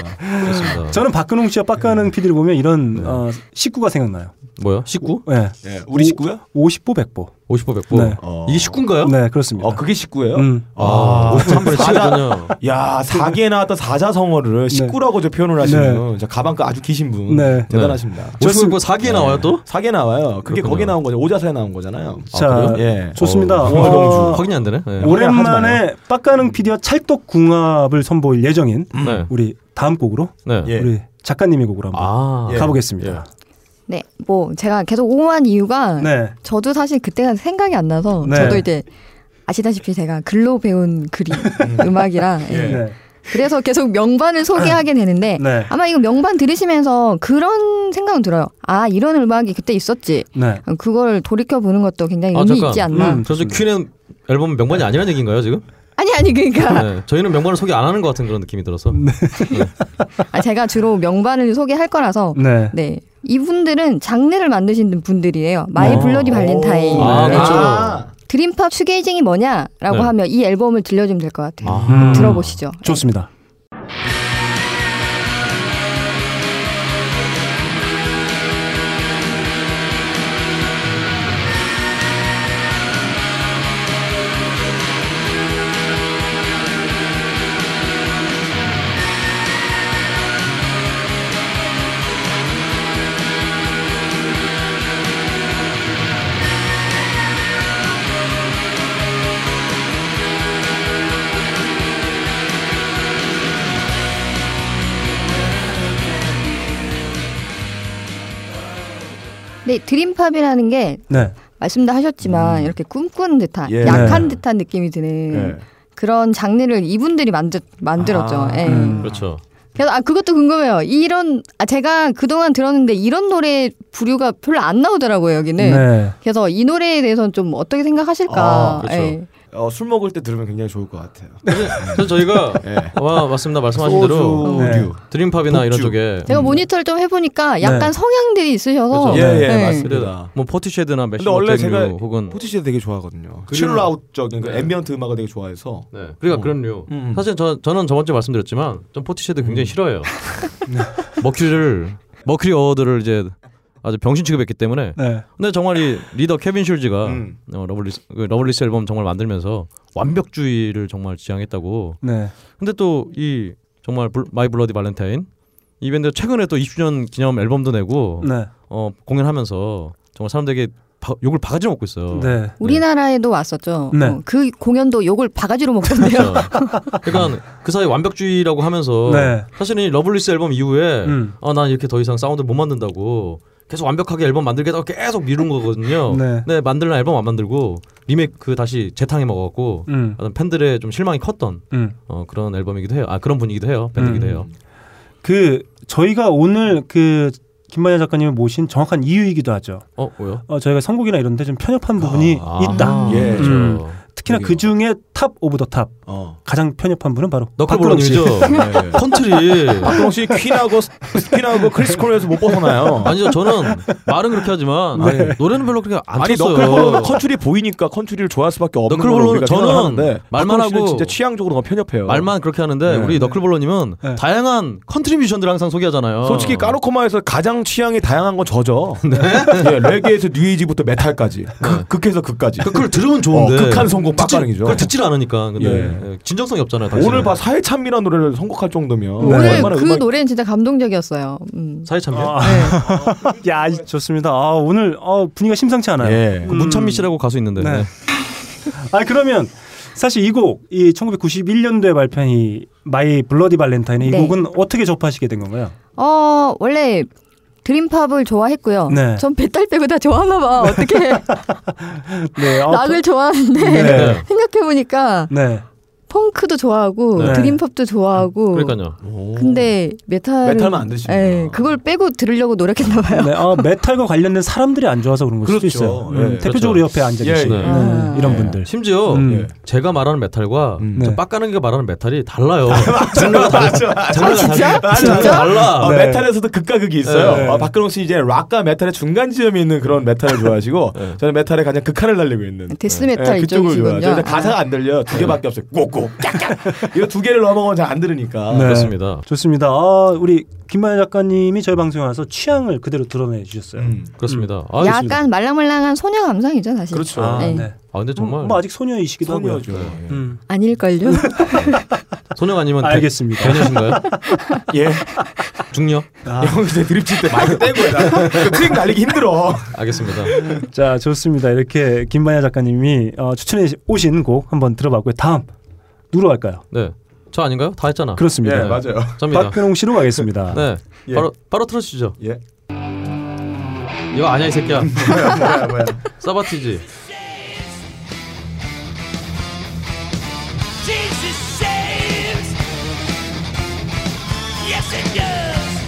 Speaker 4: 그렇습니다.
Speaker 3: 저는 박근홍 씨와 빡가는 PD를 보면 이런 어, 식구가 생각나요.
Speaker 4: 뭐요? 식구?
Speaker 3: 네.
Speaker 5: 예, 우리 식구요?
Speaker 3: 50보 100보.
Speaker 4: 50보 100보. 이게 식구인가요?
Speaker 3: 네, 그렇습니다.
Speaker 5: 어, 그게 식구예요?
Speaker 3: 음.
Speaker 5: 네. 아,
Speaker 4: 아, 참고로 치거든요.
Speaker 5: 야, 사기에 나왔던 사자성어를 식구라고 저 표현을 하시는 저 가방가 아주 기신 분
Speaker 3: 네.
Speaker 5: 대단하십니다.
Speaker 4: 네. 오십오 뭐 사기에 나와요, 또?
Speaker 5: 사기에 나와요. 그게
Speaker 4: 그렇군요.
Speaker 5: 거기 나온 거죠. 오자서에 나온 거잖아요.
Speaker 3: 자,
Speaker 5: 그래요? 예.
Speaker 3: 좋습니다.
Speaker 5: 어,
Speaker 3: 어,
Speaker 5: 오동주.
Speaker 4: 확인이 안 되네. 네.
Speaker 3: 오랜만에 음. 빡가는 PD와 찰떡 궁합을 선보일 예정인
Speaker 4: 네.
Speaker 3: 우리 다음 곡으로
Speaker 4: 네.
Speaker 5: 예.
Speaker 3: 우리 작가님의 곡으로 한번
Speaker 4: 예.
Speaker 3: 가보겠습니다.
Speaker 6: 네, 뭐 제가 계속 옹호한 이유가
Speaker 3: 네.
Speaker 6: 저도 사실 그때가 생각이 안 나서
Speaker 3: 네.
Speaker 6: 저도 이제 아시다시피 제가 글로 배운 글이 음악이라 예.
Speaker 3: 네.
Speaker 6: 그래서 계속 명반을 소개하게 되는데
Speaker 3: 네.
Speaker 6: 아마 이거 명반 들으시면서 그런 생각은 들어요. 아 이런 음악이 그때 있었지.
Speaker 3: 네.
Speaker 6: 그걸 돌이켜 보는 것도 굉장히 의미 있지 않나.
Speaker 4: 저금 퀸의 앨범 명반이 아니라는 얘기인가요 지금?
Speaker 6: 아니 아니 그러니까
Speaker 4: 네. 저희는 명반을 소개 안 하는 것 같은 그런 느낌이 들어서.
Speaker 5: 네.
Speaker 6: 아, 제가 주로 명반을 소개할 거라서
Speaker 4: 네.
Speaker 6: 네. 이분들은 장르를 만드신 분들이에요. 마이
Speaker 4: 어.
Speaker 6: 블러디 발렌타인.
Speaker 4: 아,
Speaker 6: 네.
Speaker 4: 그렇죠.
Speaker 6: 드림팝 슈게이징이 뭐냐라고
Speaker 3: 네.
Speaker 6: 하면 이 앨범을 들려주면 될 것 같아요.
Speaker 3: 음.
Speaker 6: 들어보시죠.
Speaker 3: 좋습니다.
Speaker 6: 네, 드림팝이라는 게
Speaker 3: 네.
Speaker 6: 말씀도 하셨지만 이렇게 꿈꾸는 듯한
Speaker 5: 예.
Speaker 6: 약한
Speaker 5: 네.
Speaker 6: 듯한 느낌이 드는
Speaker 5: 예.
Speaker 6: 그런 장르를 이분들이 만들 만들었죠. 예.
Speaker 4: 그렇죠.
Speaker 6: 그래서 아 그것도 궁금해요. 이런 아 제가 그동안 들었는데 이런 노래 부류가 별로 안 나오더라고요 여기는.
Speaker 5: 네.
Speaker 6: 그래서 이 노래에 대해서는 좀 어떻게 생각하실까?
Speaker 5: 아, 그렇죠.
Speaker 6: 예.
Speaker 5: 어, 술 먹을 때 들으면 굉장히 좋을 것 같아요.
Speaker 4: 그래서 저희가
Speaker 5: 예.
Speaker 4: 와 맞습니다 말씀하신 대로
Speaker 5: 소주,
Speaker 4: 네.
Speaker 5: 우류,
Speaker 4: 드림팝이나 이런
Speaker 5: 폭주.
Speaker 4: 쪽에
Speaker 6: 제가 모니터를 좀 해보니까 약간
Speaker 4: 네.
Speaker 6: 성향들이 있으셔서
Speaker 5: 어,
Speaker 6: 예.
Speaker 4: 그래도 뭐 포티쉐드나
Speaker 5: 근데
Speaker 4: 메시노
Speaker 5: 원래 제가
Speaker 4: 혹은
Speaker 5: 네. 음. 포티시 되게 좋아하거든요.
Speaker 4: 그리고-
Speaker 5: 칠라웃적인 그
Speaker 4: 네.
Speaker 5: 앰비언트 음악을 되게 좋아해서.
Speaker 4: 네.
Speaker 5: 어.
Speaker 4: 그러니까 그런
Speaker 5: 음,
Speaker 4: 류. 사실 저, 저는 저번 주에 말씀드렸지만 전 포티쉐드 굉장히
Speaker 5: [LAUGHS]
Speaker 4: 싫어해요.
Speaker 5: 네.
Speaker 4: 머큐리를 머큐리 어워드를 이제 아주 병신 취급했기 때문에.
Speaker 3: 네.
Speaker 4: 근데 정말 이 리더 케빈 슐즈가
Speaker 5: 음.
Speaker 4: 어, 러블리스 그 러블리스 앨범 정말 만들면서 완벽주의를 정말 지향했다고.
Speaker 3: 네.
Speaker 4: 근데 또 이 정말 블- 마이 블러디 발렌타인 이 밴드 최근에 또 20주년 기념 앨범도 내고
Speaker 3: 네.
Speaker 4: 어, 공연하면서 정말 사람들에게 바- 욕을 바가지 먹고 있어요.
Speaker 3: 네.
Speaker 6: 우리나라에도 왔었죠.
Speaker 4: 네.
Speaker 6: 어, 그 공연도 욕을 바가지로
Speaker 4: [LAUGHS]
Speaker 6: 먹던데요.
Speaker 4: 그러니까 그 사이 완벽주의라고 하면서
Speaker 3: 네.
Speaker 4: 사실은 이 러블리스 앨범 이후에
Speaker 3: 음.
Speaker 4: 아, 난 이렇게 더 이상 사운드 못 만든다고 계속 완벽하게 앨범 만들겠다고 계속 미룬 거거든요.
Speaker 3: 네.
Speaker 4: 네, 만들는 앨범 안 만들고 리메이크 그 다시 재탕해 먹었고
Speaker 3: 음.
Speaker 4: 어떤 팬들의 좀 실망이 컸던
Speaker 3: 음.
Speaker 4: 어, 그런 앨범이기도 해요. 아 그런 분위기도 해요. 밴드기도
Speaker 3: 음.
Speaker 4: 해요.
Speaker 3: 그 저희가 오늘 그 김만야 작가님을 모신 정확한 이유이기도 하죠.
Speaker 4: 어 뭐요?
Speaker 3: 저희가 선곡이나 이런데 좀 편협한 부분이 있다.
Speaker 4: 예,
Speaker 3: 음.
Speaker 4: 저-
Speaker 3: 특히나 그 중에 탑 오브 더 탑.
Speaker 5: 어.
Speaker 3: 가장 편협한 분은 바로 박근홍 씨.
Speaker 5: 네. 박근홍 씨 퀸하고 스- 퀸하고 크리스 코리에서 못 벗어나요.
Speaker 4: 아니죠.
Speaker 5: [LAUGHS]
Speaker 4: 저는 말은 그렇게 하지만
Speaker 5: 네.
Speaker 4: 아니, 노래는 별로 그렇게 안
Speaker 5: 아니
Speaker 4: 쳤어요. 네.
Speaker 5: 너클볼로는 컨트리 보이니까 컨트리를 좋아할 수밖에 없는
Speaker 4: 너클볼로는
Speaker 5: 걸로 우리가
Speaker 4: 저는
Speaker 5: 생각하는데
Speaker 4: 말만
Speaker 5: 박근홍 씨는
Speaker 4: 하고
Speaker 5: 진짜 취향적으로 너무 편협해요.
Speaker 4: 말만 그렇게 하는데
Speaker 5: 네.
Speaker 4: 우리 너클볼러님은 다양한 컨트리 뮤지션들 항상 소개하잖아요.
Speaker 5: 어. 솔직히 까로코마에서 가장 취향이 다양한
Speaker 4: [LAUGHS]
Speaker 5: 건 저죠.
Speaker 4: 네.
Speaker 5: 예, 레게에서 뉴에이지부터 메탈까지 그, 극, 극에서 극까지.
Speaker 4: 그걸 들으면 좋은데
Speaker 5: 어, 극한 선곡
Speaker 4: 듣지-
Speaker 5: 빡가능이죠.
Speaker 4: 그걸 듣질 않으니까 근데 예, 진정성이 없잖아요.
Speaker 5: 오늘
Speaker 4: 당신은.
Speaker 5: 봐 사회참미란 노래를 선곡할 정도면
Speaker 4: 네.
Speaker 6: 오늘
Speaker 5: 얼마나
Speaker 6: 그
Speaker 5: 음악이
Speaker 6: 노래는 진짜 감동적이었어요. 음.
Speaker 4: 사회참여.
Speaker 5: 아.
Speaker 3: 야 이- 좋습니다. 아 오늘 어, 분위기가 심상치 않아요.
Speaker 5: 예.
Speaker 4: 그
Speaker 5: 음.
Speaker 4: 문찬미 씨라고 가수 있는데. 네.
Speaker 3: 아 그러면 사실 이 곡, 이 1991년도에 발표한 이 마이 블러디 발렌타인 이
Speaker 6: 네.
Speaker 3: 곡은 어떻게 접하시게 된 건가요?
Speaker 6: 어 원래 드림팝을 좋아했고요.
Speaker 3: 네.
Speaker 6: 전 배탈 빼고 다 좋아하나 봐. 어떻게
Speaker 3: 네. 어,
Speaker 6: [LAUGHS] 락을 좋아하는데
Speaker 5: 예.
Speaker 3: 네.
Speaker 6: 생각해 보니까
Speaker 3: 네.
Speaker 6: 펑크도 좋아하고
Speaker 3: 네.
Speaker 6: 드림팝도 좋아하고.
Speaker 4: 음, 그러니까요.
Speaker 6: 근데 메탈
Speaker 3: 메탈만 안 드시는구나.
Speaker 6: 예, 그걸 빼고 들으려고 노력했나 봐요.
Speaker 4: 음,
Speaker 3: 네, 어, 메탈과 관련된 사람들이 안 좋아서 그런 걸 수도
Speaker 4: 그렇죠.
Speaker 3: 있어요. 음,
Speaker 4: 예,
Speaker 3: 대표적으로 옆에 앉아
Speaker 5: 예,
Speaker 3: 계신 네, 이런 분들.
Speaker 4: 심지어
Speaker 5: 음.
Speaker 4: 제가 말하는 메탈과 저
Speaker 5: 네.
Speaker 4: 빡가는게 말하는 메탈이
Speaker 5: [LAUGHS]
Speaker 4: 달라요.
Speaker 5: 맞아, 맞아.
Speaker 4: 장르가
Speaker 5: 진짜?
Speaker 4: 달라.
Speaker 5: 진짜?
Speaker 4: 장르가 달라.
Speaker 5: 어,
Speaker 4: 네.
Speaker 5: 메탈에서도 극과 극이 있어요.
Speaker 4: 네.
Speaker 5: 아, 박근홍 씨 이제 락과 메탈의 중간 지점이 있는 그런 메탈을 좋아하시고 저는 메탈의 가장 극한을 날리고 있는
Speaker 6: 아, 데스
Speaker 5: 네.
Speaker 6: 메탈
Speaker 5: 네, 그쪽을
Speaker 6: 이쪽이시군요. 네.
Speaker 5: 좋아해요. 근데 가사가 안 들려요. 두 개밖에 없어요. 꼭꼭 깍깍. 이거 두 개를 넘어가면 잘 안 들으니까.
Speaker 3: 네.
Speaker 4: 예.
Speaker 3: 좋습니다. 아, 우리 김만희 작가님이 저희 방송에 와서 취향을 그대로 드러내
Speaker 5: 음,
Speaker 3: 주셨어요.
Speaker 4: 음. 그렇습니다.
Speaker 6: 약간 말랑말랑한 소녀 감성이죠, 사실.
Speaker 3: 아,
Speaker 6: 예.
Speaker 3: 네.
Speaker 4: 아 근데 정말
Speaker 5: 음,
Speaker 3: 뭐 아직 소녀이시기도
Speaker 4: 소녀죠.
Speaker 3: 하고요.
Speaker 4: 예.
Speaker 3: 음.
Speaker 6: 아닐걸요?
Speaker 4: 소녀가 아니면 대-
Speaker 3: 알겠습니다.
Speaker 4: 대녀신가요?
Speaker 5: 예. 아.
Speaker 4: 중녀.
Speaker 5: 영국에 드립칠 때 마이크 떼고 해라. 그 트릭 날리기 힘들어.
Speaker 4: 알겠습니다.
Speaker 3: 자, 좋습니다. 이렇게 김만희 작가님이 어, 추천해 오신 곡 한번 들어봤고요. 다음 누로 할까요?
Speaker 4: 네. 저 아닌가요? 다 했잖아.
Speaker 5: 예,
Speaker 3: 그렇습니다.
Speaker 4: 네. 접니다.
Speaker 3: 박근홍 씨로 가겠습니다.
Speaker 4: 네. 바로 바로 틀어주시죠.
Speaker 5: 예.
Speaker 4: 이거 아니야 이 새끼야.
Speaker 5: [LAUGHS] 뭐야, 뭐야.
Speaker 4: 사바티지.
Speaker 2: Jesus saves. Yes, it does.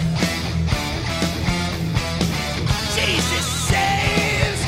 Speaker 2: Jesus saves.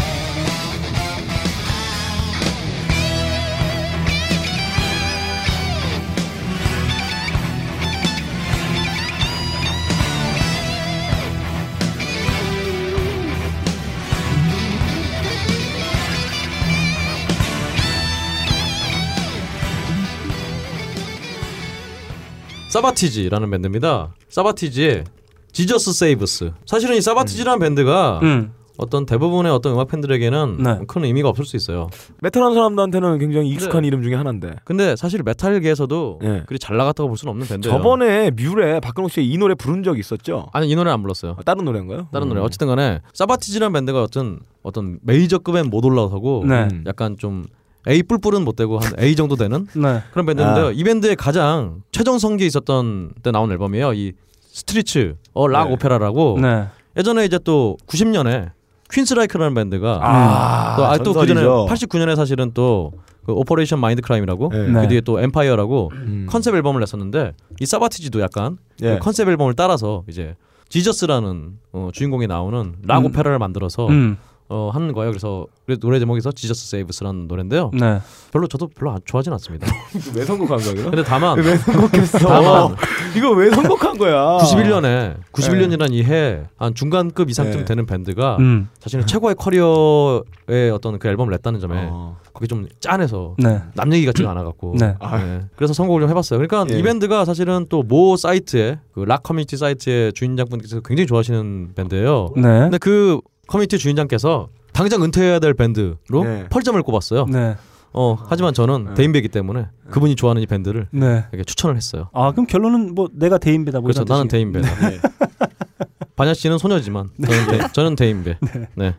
Speaker 4: 사바티지라는 밴드입니다. 사바티지의 지저스 세이브스. 사실은 이 사바티지라는 밴드가
Speaker 5: 음.
Speaker 4: 어떤 대부분의 어떤 음악 팬들에게는
Speaker 3: 네.
Speaker 4: 큰 의미가 없을 수 있어요.
Speaker 5: 메탈한 사람들한테는 굉장히 익숙한 이름 중에 하나인데.
Speaker 4: 근데 사실 메탈계에서도
Speaker 3: 예.
Speaker 4: 그리 잘 나갔다고 볼 수는 없는 밴드예요.
Speaker 5: 저번에 뮤레 박근홍 씨가 이 노래 부른 적 있었죠?
Speaker 4: 아니 이 노래 안 불렀어요.
Speaker 5: 다른 노래인가요? 음.
Speaker 4: 다른 노래 어쨌든 간에 사바티지라는 밴드가 어떤 어떤 메이저급엔 못 올라서고
Speaker 3: 네.
Speaker 4: 약간 좀 A 뿔뿔은 못 되고 한 A 정도 되는
Speaker 3: 네.
Speaker 4: 그런 밴드인데요.
Speaker 3: 아.
Speaker 4: 이 밴드의 가장 최정성기에 있었던 때 나온
Speaker 5: 네.
Speaker 4: 앨범이에요. 이 스트리츠 어락 오페라라고
Speaker 3: 네.
Speaker 4: 예전에 이제 또 90년에 퀸스라이크라는 밴드가
Speaker 5: 아,
Speaker 4: 또, 아, 또 그전에
Speaker 5: 전설이죠.
Speaker 4: 89년에 사실은 또 그 오퍼레이션 마인드 크라임이라고
Speaker 5: 네.
Speaker 4: 그 뒤에 또 엠파이어라고
Speaker 5: 음.
Speaker 4: 컨셉 앨범을 냈었는데 이 사바티지도 약간
Speaker 5: 예.
Speaker 4: 그 컨셉 앨범을 따라서 이제 지저스라는 어, 주인공이 나오는 락
Speaker 3: 음.
Speaker 4: 오페라를 만들어서
Speaker 3: 음.
Speaker 4: 어, 하는 거예요. 그래서 그 노래 제목에서 지저스 세이브스라는 노래인데요.
Speaker 3: 네.
Speaker 4: 별로 저도 별로 안-
Speaker 3: [LAUGHS]
Speaker 4: 좋아하진 않습니다.
Speaker 5: 왜 선곡한 아. 거야? 그럼?
Speaker 4: 근데 다만
Speaker 5: 왜 선곡했어?
Speaker 4: 다만
Speaker 5: 이거 왜 선곡한
Speaker 3: 아.
Speaker 5: 거야?
Speaker 4: 91년에 91년이란 이 해 한 중간급 이상쯤
Speaker 5: 네.
Speaker 4: 되는 밴드가
Speaker 3: 네. 음.
Speaker 4: 자신의 최고의 커리어의 어떤 그 앨범을 냈다는 점에 그게 좀 짠해서
Speaker 3: 네.
Speaker 4: 남 얘기 같지가 않아갖고
Speaker 3: 어. 네.
Speaker 4: 네. 그래서 선곡을 좀 해봤어요. 그러니까
Speaker 3: 예.
Speaker 4: 이 밴드가 사실은 또 모 사이트에 그 락 커뮤니티 사이트의 주인장분께서 굉장히 좋아하시는 밴드예요.
Speaker 3: 네.
Speaker 4: 근데 그 커뮤니티 주인장께서 당장 은퇴해야 될 밴드로
Speaker 3: 네.
Speaker 4: 펄점을 꼽았어요.
Speaker 3: 네.
Speaker 4: 어 하지만 저는 대인배이기 때문에 그분이 좋아하는 이 밴드를
Speaker 3: 네.
Speaker 4: 이렇게 추천을 했어요.
Speaker 3: 아 그럼 결론은 뭐 내가 대인배다 뭐
Speaker 4: 그렇죠.
Speaker 3: 이런
Speaker 4: 나는
Speaker 3: 뜻이겠-
Speaker 4: 대인배다. [LAUGHS] 반야 씨는 소녀지만 저는, 대, 저는 대인배. 네.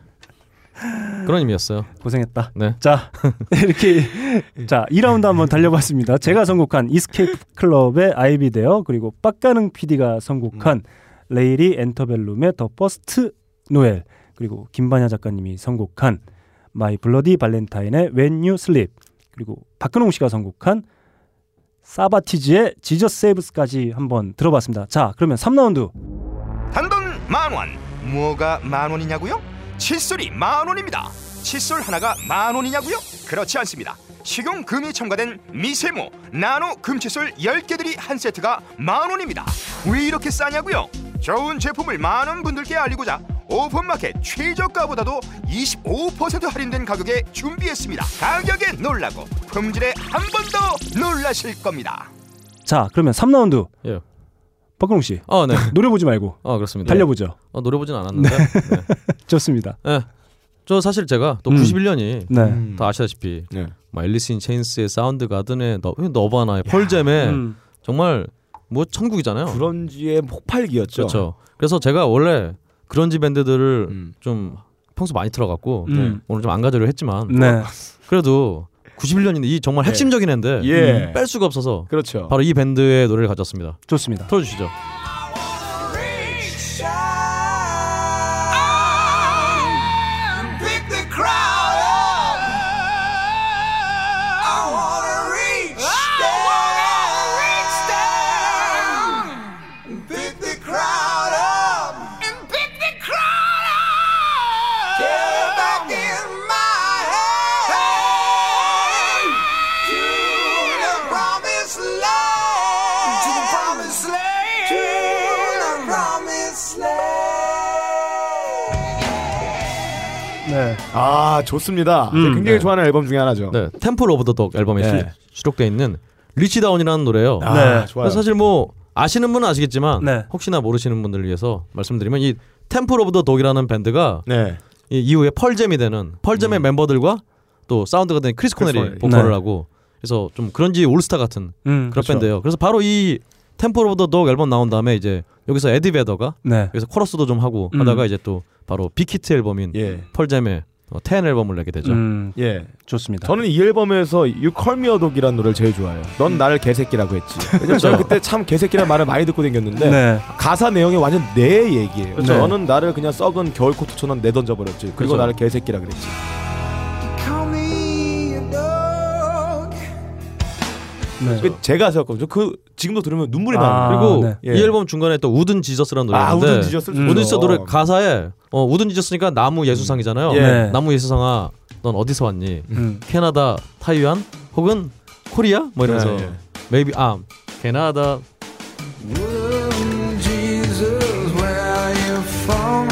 Speaker 4: 그런 의미였어요.
Speaker 3: 고생했다.
Speaker 4: 네.
Speaker 3: 자 이렇게 자 2라운드 한번 달려봤습니다. 제가 선곡한 이스케이프 클럽의 아이비데어 그리고 빡가능 PD가 선곡한 레이리 엔터벨룸의 더 퍼스트 노엘 그리고 김반야 작가님이 선곡한 마이 블러디 발렌타인의 When You Sleep 그리고 박근홍 씨가 선곡한 사바티즈의 지저스 세이브스까지 한번 들어봤습니다. 자 그러면 3라운드
Speaker 17: 단돈 만 원. 뭐가 만 원이냐고요? 칫솔이 만 원입니다. 칫솔 하나가 만 원이냐고요? 그렇지 않습니다. 식용금이 첨가된 미세모 나노 금칫솔 10개들이 한 세트가 만 원입니다. 왜 이렇게 싸냐고요? 좋은 제품을 많은 분들께 알리고자 오픈마켓 최저가보다도 25% 할인된 가격에 준비했습니다. 가격에 놀라고 품질에 한 번 더 놀라실 겁니다.
Speaker 3: 자 그러면 3라운드
Speaker 4: 예.
Speaker 3: 박근홍 씨
Speaker 4: 아, 네.
Speaker 3: 노려보지 말고
Speaker 4: 아 그렇습니다.
Speaker 3: 달려보죠. 네.
Speaker 4: 어, 노려보진 않았는데.
Speaker 3: 좋습니다.
Speaker 4: 예. 저 사실 제가 또
Speaker 3: 음.
Speaker 4: 91년이
Speaker 3: 네.
Speaker 5: 음.
Speaker 4: 다 아시다시피
Speaker 5: 네.
Speaker 4: 막 앨리스 인 체인스의 사운드 가든의 너, 너바나의 펄잼의
Speaker 5: 음.
Speaker 4: 정말 뭐 천국이잖아요.
Speaker 5: 그런지의 폭발기였죠.
Speaker 4: 그렇죠. 그래서 제가 원래 그런지 밴드들을 좀 평소 많이 들어갔고 네,
Speaker 5: 음.
Speaker 4: 오늘 좀 안 가지려 했지만
Speaker 5: 네.
Speaker 4: 그래도 91년인데 이 정말
Speaker 5: 네.
Speaker 4: 핵심적인 앤데 음,
Speaker 5: 예.
Speaker 4: 뺄 수가 없어서
Speaker 5: 그렇죠.
Speaker 4: 바로 이 밴드의 노래를 가졌습니다.
Speaker 3: 좋습니다.
Speaker 4: 틀어주시죠.
Speaker 2: Pick the crowd up. I wanna reach down. Pick the crowd up. And pick the crowd up.
Speaker 5: 네.
Speaker 2: Get back in my head. To the promised land. To the promised land. To the promised land.
Speaker 3: 네.
Speaker 5: 아 좋습니다.
Speaker 4: 음.
Speaker 5: 제가 굉장히
Speaker 4: 네.
Speaker 5: 좋아하는 앨범 중에 하나죠.
Speaker 4: 네, 템플 오브 더 덕 앨범에
Speaker 5: 네.
Speaker 4: 실- 수록돼 있는 리치 다운이라는 노래예요.
Speaker 5: 아, 네. 좋아요. 네.
Speaker 4: 그래서 사실 뭐 아시는 분은 아시겠지만 혹시나 모르시는 분들을 위해서 말씀드리면 이 템플 오브 더 덕이라는 밴드가
Speaker 5: 네.
Speaker 4: 이 이후에 펄잼이 되는 펄잼의 멤버들과 또 사운드가 된 크리스
Speaker 5: 음. 크리스
Speaker 4: 코넬이
Speaker 5: 코넬.
Speaker 4: 보컬을
Speaker 5: 네.
Speaker 4: 하고 그래서 좀 그런지 올스타 같은
Speaker 3: 음,
Speaker 4: 그런
Speaker 3: 그렇죠.
Speaker 4: 밴드예요. 그래서 바로 이 템플 오브 더 덕 앨범 나온 다음에 이제 여기서 에디 베더가
Speaker 3: 네.
Speaker 4: 여기서 코러스도 좀 하고
Speaker 3: 음.
Speaker 4: 하다가 이제 또 바로 빅히트 앨범인 펄잼의 어, 10 앨범을 내게 되죠.
Speaker 3: 음,
Speaker 5: 예,
Speaker 3: 좋습니다.
Speaker 5: 저는 이 앨범에서 You Call Me a Dog이라는 노래를 제일 좋아해요. 넌 나를 개새끼라고 했지.
Speaker 4: 그렇죠.
Speaker 5: 왜냐면 저는 그때 참 개새끼라는 말을 많이 듣고 댕겼는데
Speaker 3: 네.
Speaker 5: 가사 내용이 완전 내 얘기예요.
Speaker 4: 그렇죠.
Speaker 3: 네.
Speaker 5: 저는 나를 그냥 썩은 겨울 코트처럼 내던져 버렸지. 그리고
Speaker 3: 그렇죠.
Speaker 5: 나를 개새끼라 그랬지.
Speaker 2: Call me a dog.
Speaker 3: 네.
Speaker 4: 네.
Speaker 5: 그 제가 생각하면 그 지금도 들으면 눈물이
Speaker 4: 아,
Speaker 5: 나요.
Speaker 4: 그리고 이 앨범 중간에 또 우든 지저스라는 노래가
Speaker 5: 네. 예. 아,
Speaker 4: 있는데
Speaker 5: 우든 지저스 좋죠.
Speaker 4: 우든 지저스 노래 가사에 어, 우든 지저스니까 나무 예수상이잖아요.
Speaker 5: 음. 예.
Speaker 4: 나무 예수상아 넌 어디서 왔니?
Speaker 5: 음.
Speaker 4: 캐나다, 타이완 혹은 코리아 뭐 이러면서
Speaker 5: 예, 예.
Speaker 4: maybe 아 캐나다
Speaker 2: Jesus, where are you from?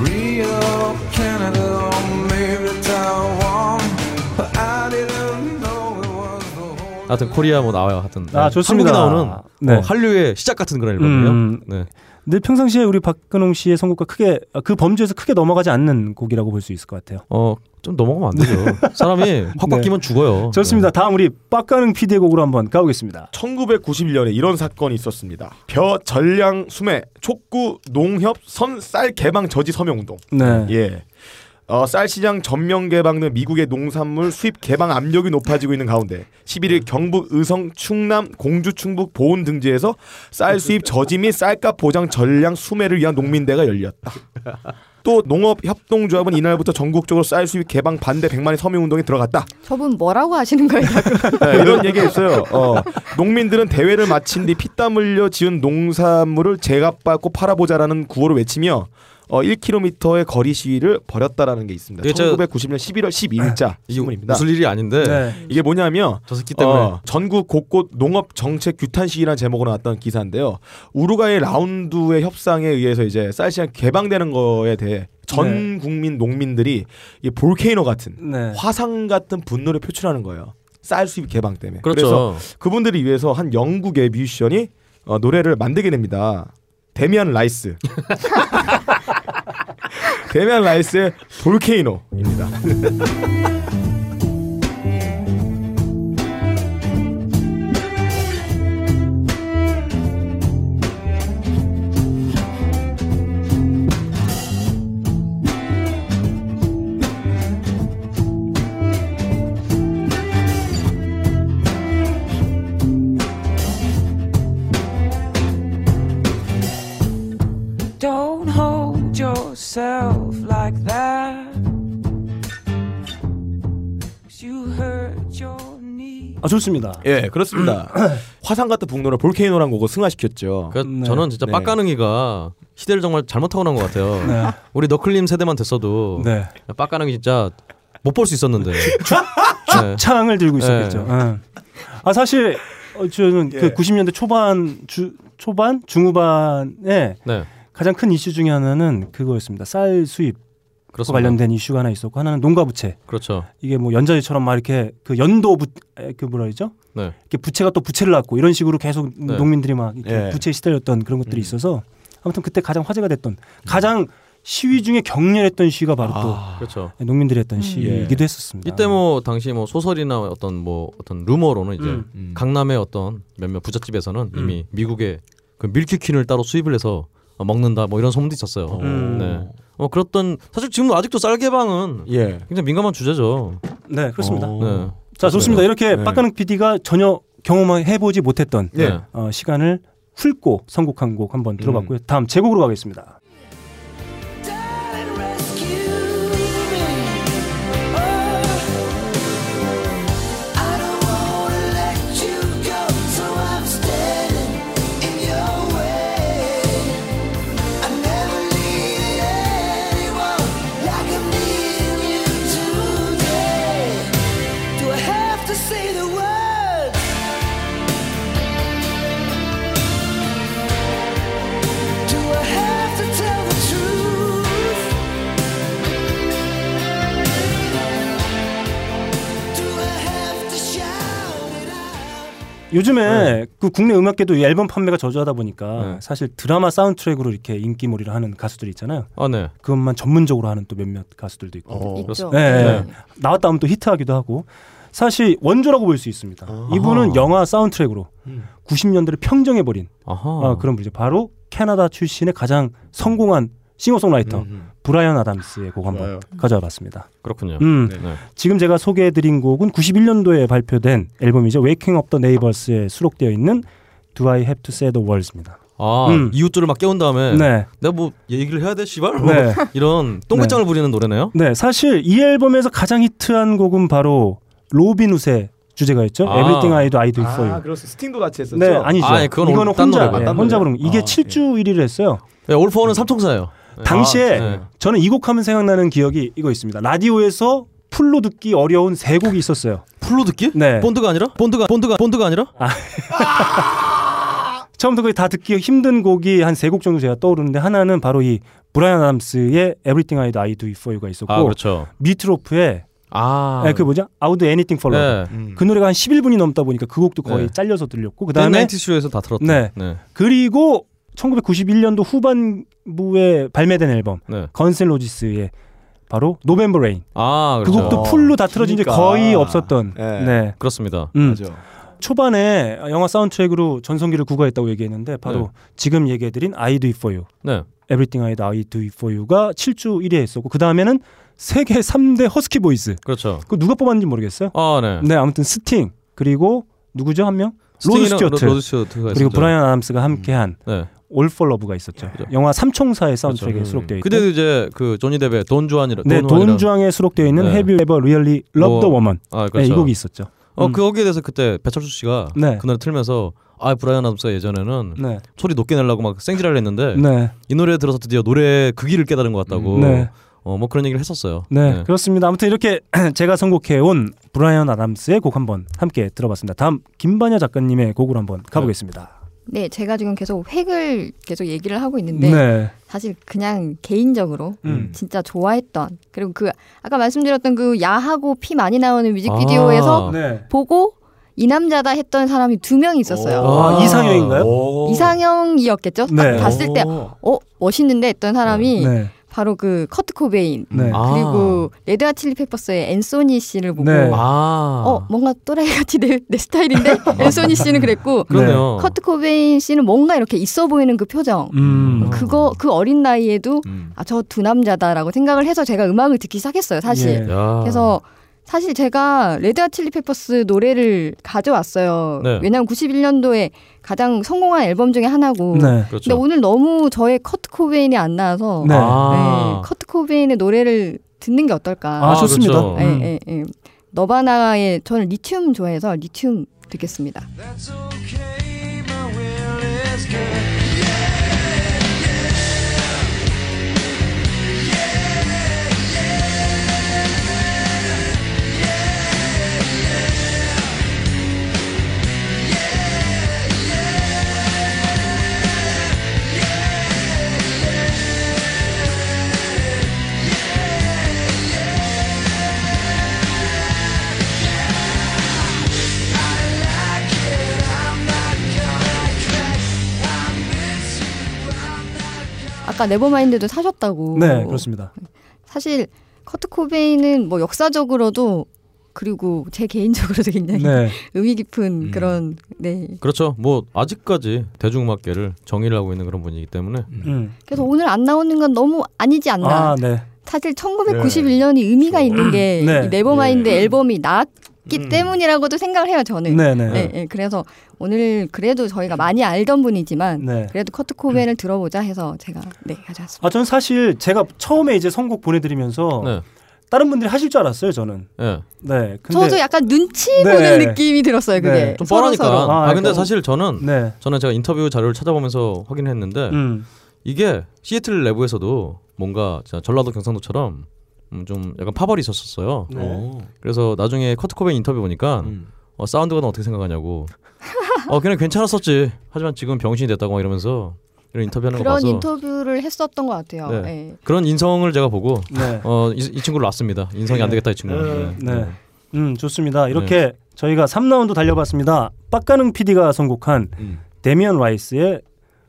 Speaker 2: Rio, Canada, or maybe Taiwan. But I didn't know it was
Speaker 4: 하여튼 코리아 뭐 나와요. 하여튼
Speaker 3: 아, 좋습니다.
Speaker 4: 한국에 나오는
Speaker 3: 네.
Speaker 4: 어, 한류의 시작 같은 그런 앨범이에요.
Speaker 3: 음.
Speaker 4: 네.
Speaker 3: 근데 평상시에 우리 박근홍 씨의 선곡과 크게 아, 그 범주에서 크게 넘어가지 않는 곡이라고 볼 수 있을 것 같아요.
Speaker 4: 어, 좀 넘어가면 안 되죠. 사람이
Speaker 3: [LAUGHS]
Speaker 4: 확 바뀌면 죽어요.
Speaker 3: 네.
Speaker 4: 네.
Speaker 3: 좋습니다. 다음 우리 빡가능 PD의 곡으로 한번 가보겠습니다.
Speaker 5: 1991년에 이런 사건이 있었습니다. 벼 전량 수매 촉구 농협 선 쌀 개방 저지 서명운동.
Speaker 3: 네.
Speaker 5: 예. 어, 쌀 시장 전면 개방 등 미국의 농산물 수입 개방 압력이 높아지고 있는 가운데 11일 경북 의성 충남 공주 충북 보은 등지에서 쌀 수입 저지 및 쌀값 보장 전량 수매를 위한 농민대가 열렸다. 또 농업협동조합은 이날부터 전국적으로 쌀 수입 개방 반대 100만의 서민 운동에 들어갔다.
Speaker 6: [LAUGHS] 저분 뭐라고 하시는 거예요?
Speaker 5: 네, 이런 얘기 있어요. 어, 농민들은 대회를 마친 뒤 피땀 흘려 지은 농산물을 제값받고 팔아보자라는 구호를 외치며 어, 1km의 거리 시위를 벌였다라는 게 있습니다.
Speaker 4: 이게 저-
Speaker 5: 1990년 11월 12일자 신문입니다.
Speaker 4: 웃을 일이 아닌데 네.
Speaker 5: 이게 뭐냐면 어,
Speaker 4: 저 새끼 때문에.
Speaker 5: 전국 곳곳 농업 정책 규탄 시위라는 제목으로 나왔던 기사인데요. 우루과이 라운드의 협상에 의해서 이제 쌀 시장 개방되는 거에 대해
Speaker 4: 네.
Speaker 5: 전 국민 농민들이 이 볼케이노 같은
Speaker 3: 네.
Speaker 5: 화상 같은 분노를 표출하는 거예요. 쌀 수입 개방 때문에.
Speaker 4: 그렇죠.
Speaker 5: 래서 그분들을 위해서 한 영국의 뮤지션이 어, 노래를 만들게 됩니다. 데미안 라이스. 데미안 라이스의 볼케이노입니다.
Speaker 8: Don't hold yourself like that. 'Cause you hurt your
Speaker 3: 아 좋습니다.
Speaker 5: 예, 그렇습니다. [CLEARS THROAT] 화상 같은 북노를 볼케이노란 곡을 승화시켰죠.
Speaker 4: 그러니까
Speaker 3: 네.
Speaker 4: 저는 진짜 빡가능이가 시대를 정말 잘못하고 난 것 같아요.
Speaker 5: 네.
Speaker 4: 우리 너클림 세대만 됐어도
Speaker 3: 네.
Speaker 4: 빡가능이 진짜 못 볼 수 있었는데 네.
Speaker 3: 창을 들고 있었겠죠.
Speaker 4: 네.
Speaker 3: 예. 아 사실 어, 저는
Speaker 4: 예.
Speaker 3: 그 90년대 초반 주, 초반 중후반에
Speaker 4: 네.
Speaker 3: 가장 큰 이슈 중에 하나는 그거였습니다. 쌀 수입 과
Speaker 4: 그렇습니다.
Speaker 3: 관련된 이슈가 하나 있었고 하나는 농가 부채.
Speaker 4: 그렇죠.
Speaker 3: 이게 뭐 연자리처럼 막 이렇게 그 연도 부그 뭐라 그러죠?
Speaker 4: 네.
Speaker 3: 이렇게 부채가 또 부채를 낳고 이런 식으로 계속
Speaker 4: 네.
Speaker 3: 농민들이 막 이렇게
Speaker 4: 예. 음.
Speaker 3: 부채에 시달렸던 그런 것들이 있어서 아무튼 그때 가장 화제가 됐던 가장 시위 중에 격렬했던 시위가 바로 또
Speaker 4: 그렇죠.
Speaker 3: 농민들이 했던 시위이기도
Speaker 4: 예.
Speaker 3: 했었습니다.
Speaker 4: 이때 뭐 당시 뭐 소설이나 어떤 뭐 어떤 루머로는 이제
Speaker 3: 음.
Speaker 4: 강남의 어떤 몇몇 부잣집에서는 이미 미국의 그 밀키퀸을 따로 수입을 해서 어, 먹는다 뭐 이런 소문도 있었어요.
Speaker 3: 음.
Speaker 4: 네. 어 그렇던 사실 지금 아직도 쌀개방은
Speaker 5: 예.
Speaker 4: 굉장히 민감한 주제죠.
Speaker 3: 네, 그렇습니다.
Speaker 4: 어. 네.
Speaker 3: 자, 좋습니다. 이렇게
Speaker 4: 네.
Speaker 3: 빡가능 PD가 전혀 경험해보지 못했던
Speaker 4: 네.
Speaker 3: 어, 시간을 훑고 선곡한 곡 한번 들어봤고요. 다음 제곡으로 가겠습니다.
Speaker 8: Oh, Say the words. Do I have to tell the truth? Do I have to shout it
Speaker 3: 요즘에
Speaker 4: 네.
Speaker 3: 그 국내 음악계도 이 앨범 판매가 저조하다 보니까 사실 드라마 사운드트랙으로 이렇게 인기몰이를 하는 가수들이 있잖아요.
Speaker 4: 아, 네.
Speaker 3: 그것만 전문적으로 하는 또 몇몇 가수들도 있고.
Speaker 4: 어.
Speaker 5: 어,
Speaker 4: 있죠.
Speaker 3: 예, 예.
Speaker 4: 네.
Speaker 3: 나왔다 하면 또 히트하기도 하고. 사실 원조라고 볼 수 있습니다. 이분은 영화 사운드트랙으로
Speaker 4: 음.
Speaker 3: 90년대를 평정해버린
Speaker 4: 어.
Speaker 3: 아, 그런 분이죠. 바로 캐나다 출신의 가장 성공한 싱어송라이터 브라이언 아담스의 곡 한번
Speaker 4: 좋아요.
Speaker 3: 가져와 봤습니다.
Speaker 4: 그렇군요.
Speaker 3: 음,
Speaker 4: 네. 네.
Speaker 3: 지금 제가 소개해드린 곡은 91년도에 발표된 앨범이죠. Waking Up the Neighbors에 수록되어 있는 Do I Have to Say the Words입니다.
Speaker 4: 아
Speaker 3: 음.
Speaker 4: 이웃들을 막 깨운 다음에
Speaker 3: 네.
Speaker 4: 내가 뭐 얘기를 해야 돼 씨발
Speaker 3: 네.
Speaker 4: 이런 똥배짱을 부리는 노래네요.
Speaker 3: 네, 사실 이 앨범에서 가장 히트한 곡은 바로 로빈 우스의 주제가였죠.
Speaker 4: 아.
Speaker 3: Everything I Do I Do
Speaker 5: 아,
Speaker 3: For You.
Speaker 5: 그렇습니다. 스팅도 같이 했었죠.
Speaker 3: 네, 아니죠. 이거는 혼자 예, 혼자 부른 거. 이게 7주 1위를 했어요.
Speaker 4: 올포원은 삼총사예요.
Speaker 3: 당시에
Speaker 4: 아, 네.
Speaker 3: 저는 이 곡 하면 생각나는 기억이 이거 있습니다. 라디오에서 풀로 듣기 어려운 세 곡이 있었어요.
Speaker 4: 풀로 듣기?
Speaker 3: 네.
Speaker 4: 본드가 아니라? 본드가 본드가 본드가 아니라?
Speaker 3: 처음부터 거의 다 듣기 힘든 곡이 한 세 곡 정도 제가 떠오르는데 하나는 바로 이 브라이언 아담스의 Everything I Do I Do For You가 있었고
Speaker 4: 아, 그렇죠.
Speaker 3: 미트로프의
Speaker 4: 아.
Speaker 3: 네, 그 뭐죠? I'll Do Anything For Love.
Speaker 4: 네. 음.
Speaker 3: 그 노래가 한 11분이 넘다 보니까 그 곡도 거의
Speaker 4: 네.
Speaker 3: 잘려서 들렸고 그다음에
Speaker 4: 그다음에 쇼에서 다 들었던.
Speaker 3: 네. 그리고 1991년도 후반부에 발매된 앨범
Speaker 4: 네.
Speaker 3: 건센 로지스의 바로 노벤버 레인.
Speaker 4: 아,
Speaker 3: 그
Speaker 4: 그렇죠.
Speaker 3: 곡도 풀로 다 틀어진 지
Speaker 4: 그러니까.
Speaker 3: 거의 없었던.
Speaker 4: 예.
Speaker 3: 네.
Speaker 4: 그렇습니다.
Speaker 3: 음. 초반에 영화 사운드트랙으로 전성기를 구가했다고 얘기했는데 바로 지금 얘기해드린 I Do It For You,
Speaker 4: 네.
Speaker 3: Everything I Do, I Do It For You가 7주 1위에 있었고 그 다음에는 세계 3대 허스키 보이스.
Speaker 4: 그렇죠.
Speaker 3: 그 누가 뽑았는지 모르겠어요.
Speaker 4: 아, 네.
Speaker 3: 네, 아무튼 스팅 그리고 누구죠 한 명? 로드
Speaker 4: 스팅이랑
Speaker 3: 스튜어트
Speaker 4: 로- 로드 스튜어트가
Speaker 3: 그리고
Speaker 4: 있었죠.
Speaker 3: 브라이언 아담스가 함께한
Speaker 4: 네.
Speaker 3: All for Love가 있었죠. 영화 삼총사의 사운드트랙에
Speaker 4: 그렇죠.
Speaker 3: 수록되어 있던
Speaker 4: 그때도 이제 그 조니 뎁의 돈주안이라
Speaker 3: 네, 돈주왕에 수록되어 있는
Speaker 4: 네.
Speaker 3: Have You Ever Really Loved the Woman
Speaker 4: 아,
Speaker 3: 네,
Speaker 4: 그렇죠.
Speaker 3: 이 곡이 있었죠.
Speaker 4: 어,
Speaker 3: 음.
Speaker 4: 그 거기에 대해서 그때 배철수 씨가
Speaker 3: 네.
Speaker 4: 그날 틀면서 아 브라이언 아담스가 예전에는
Speaker 3: 네.
Speaker 4: 소리 높게 내려고 막 생지랄 했는데
Speaker 3: 네.
Speaker 4: 이 노래 들어서 드디어 노래의 극기를 깨달은 것 같다고
Speaker 3: 음, 네.
Speaker 4: 어, 뭐 그런 얘기를 했었어요.
Speaker 3: 네, 그렇습니다. 아무튼 이렇게 [CLEARS THROAT] 제가 선곡해 온 브라이언 아담스의 곡 한번 함께 들어봤습니다. 다음 김반야 작가님의 곡으로 한번 가보겠습니다.
Speaker 6: 네, 제가 지금 계속 획을 계속 얘기를 하고 있는데
Speaker 3: 네.
Speaker 6: 사실 그냥 개인적으로
Speaker 3: 음.
Speaker 6: 진짜 좋아했던 그리고 그 아까 말씀드렸던 그 야하고 피 많이 나오는
Speaker 3: 아,
Speaker 4: 어.
Speaker 6: 뮤직비디오에서
Speaker 3: 네.
Speaker 6: 보고 이 남자다 했던 사람이 두 명 있었어요.
Speaker 3: 아, 이상형인가요?
Speaker 5: 어.
Speaker 6: 이상형이었겠죠? 딱
Speaker 3: 네.
Speaker 6: 봤을 때 어, 멋있는데 했던 사람이
Speaker 3: 네.
Speaker 6: 바로 그 커트 코베인
Speaker 3: 네.
Speaker 4: 아.
Speaker 6: 그리고 레드 아칠리 페퍼스의 앤소니 씨를 보고
Speaker 3: 네.
Speaker 6: 어 뭔가 또라이같이 내,
Speaker 3: [LAUGHS]
Speaker 6: 내 스타일인데 앤소니 씨는 그랬고
Speaker 3: 어.
Speaker 4: 그러네요.
Speaker 6: 커트 코베인 씨는 뭔가 이렇게 있어 보이는 그 표정
Speaker 4: 음.
Speaker 6: 그거 그 어린 나이에도 아 저 두 남자다라고 생각을 해서 제가 음악을 듣기 시작했어요 사실
Speaker 4: 예. 야.
Speaker 3: 아.
Speaker 6: 그래서 사실 제가 레드 아칠리 페퍼스 노래를 가져왔어요
Speaker 4: 네.
Speaker 6: 왜냐하면 91년도에 가장 성공한 앨범 중에 하나고
Speaker 4: 네.
Speaker 6: 근데
Speaker 4: 그렇죠.
Speaker 6: 오늘 너무 저의 커트 코베인이 안 나와서
Speaker 4: 네.
Speaker 6: 네,
Speaker 4: 아.
Speaker 6: 커트 코베인의 노래를 듣는 게 어떨까
Speaker 4: 아, 좋습니다. 그렇죠.
Speaker 6: 예,
Speaker 4: 음.
Speaker 6: 예, 예. 너바나의 저는 리튬 좋아해서 리튬 듣겠습니다 아까 네버마인드도 사셨다고
Speaker 3: 네, 그렇습니다.
Speaker 6: 사실 커트 코베인은 뭐 역사적으로도 그리고 제 개인적으로도 굉장히
Speaker 4: 네.
Speaker 6: [LAUGHS] 의미 깊은 그런 네
Speaker 4: 그렇죠. 뭐 아직까지 대중음악계를 정의를 하고 있는 그런 분이기 때문에
Speaker 3: 음.
Speaker 6: 그래서 오늘 안 나오는 건 너무 아니지 않나
Speaker 4: 음. 아, 네.
Speaker 6: 사실 1991년이 의미가 있는 게
Speaker 4: 네. 음.
Speaker 6: 이 네버마인드 앨범이 나왔기 때문이라고도 생각을 해요 저는
Speaker 3: 네, 네.
Speaker 6: 예, 그래서 오늘 그래도 저희가 많이 알던 분이지만
Speaker 3: 네.
Speaker 6: 그래도 커트 코벤을 들어보자 해서 제가 네 가져왔습니다
Speaker 3: 아, 저는 사실 제가 처음에 이제 선곡 보내드리면서 다른 분들이 하실 줄 알았어요. 저는.
Speaker 4: 네.
Speaker 3: 네. 근데
Speaker 6: 저도 약간 눈치
Speaker 3: 네.
Speaker 6: 보는 느낌이 들었어요 그게
Speaker 3: 네.
Speaker 4: 좀
Speaker 6: 서로
Speaker 4: 뻔하니까.
Speaker 6: 서로.
Speaker 4: 아, 근데
Speaker 6: 약간.
Speaker 4: 사실 저는
Speaker 3: 네.
Speaker 4: 저는 제가 인터뷰 자료를 찾아보면서 확인했는데
Speaker 3: 음.
Speaker 4: 이게 시애틀 내부에서도 뭔가 진짜 전라도 경상도처럼 음, 좀 약간 파벌이 있었었어요.
Speaker 3: 네.
Speaker 4: 어. 그래서 나중에 커트 코베인 인터뷰 보니까
Speaker 5: 음.
Speaker 4: 어, 사운드가 너 어떻게 생각하냐고. 어 그냥 괜찮았었지. 하지만 지금 병신이 됐다고 막 이러면서 이런 인터뷰하는 거
Speaker 6: 그런
Speaker 4: 봐서
Speaker 6: 인터뷰를 했었던 것 같아요
Speaker 4: 네.
Speaker 6: 예.
Speaker 4: 그런 인성을 제가 보고
Speaker 3: 네.
Speaker 4: 어, 이, 이 친구를 놨습니다. 인성이 안 되겠다 이 친구는.
Speaker 3: 네. 음, 좋습니다. 이렇게 저희가 3라운드 달려봤습니다. 빡가능 PD가 선곡한 데미안 라이스의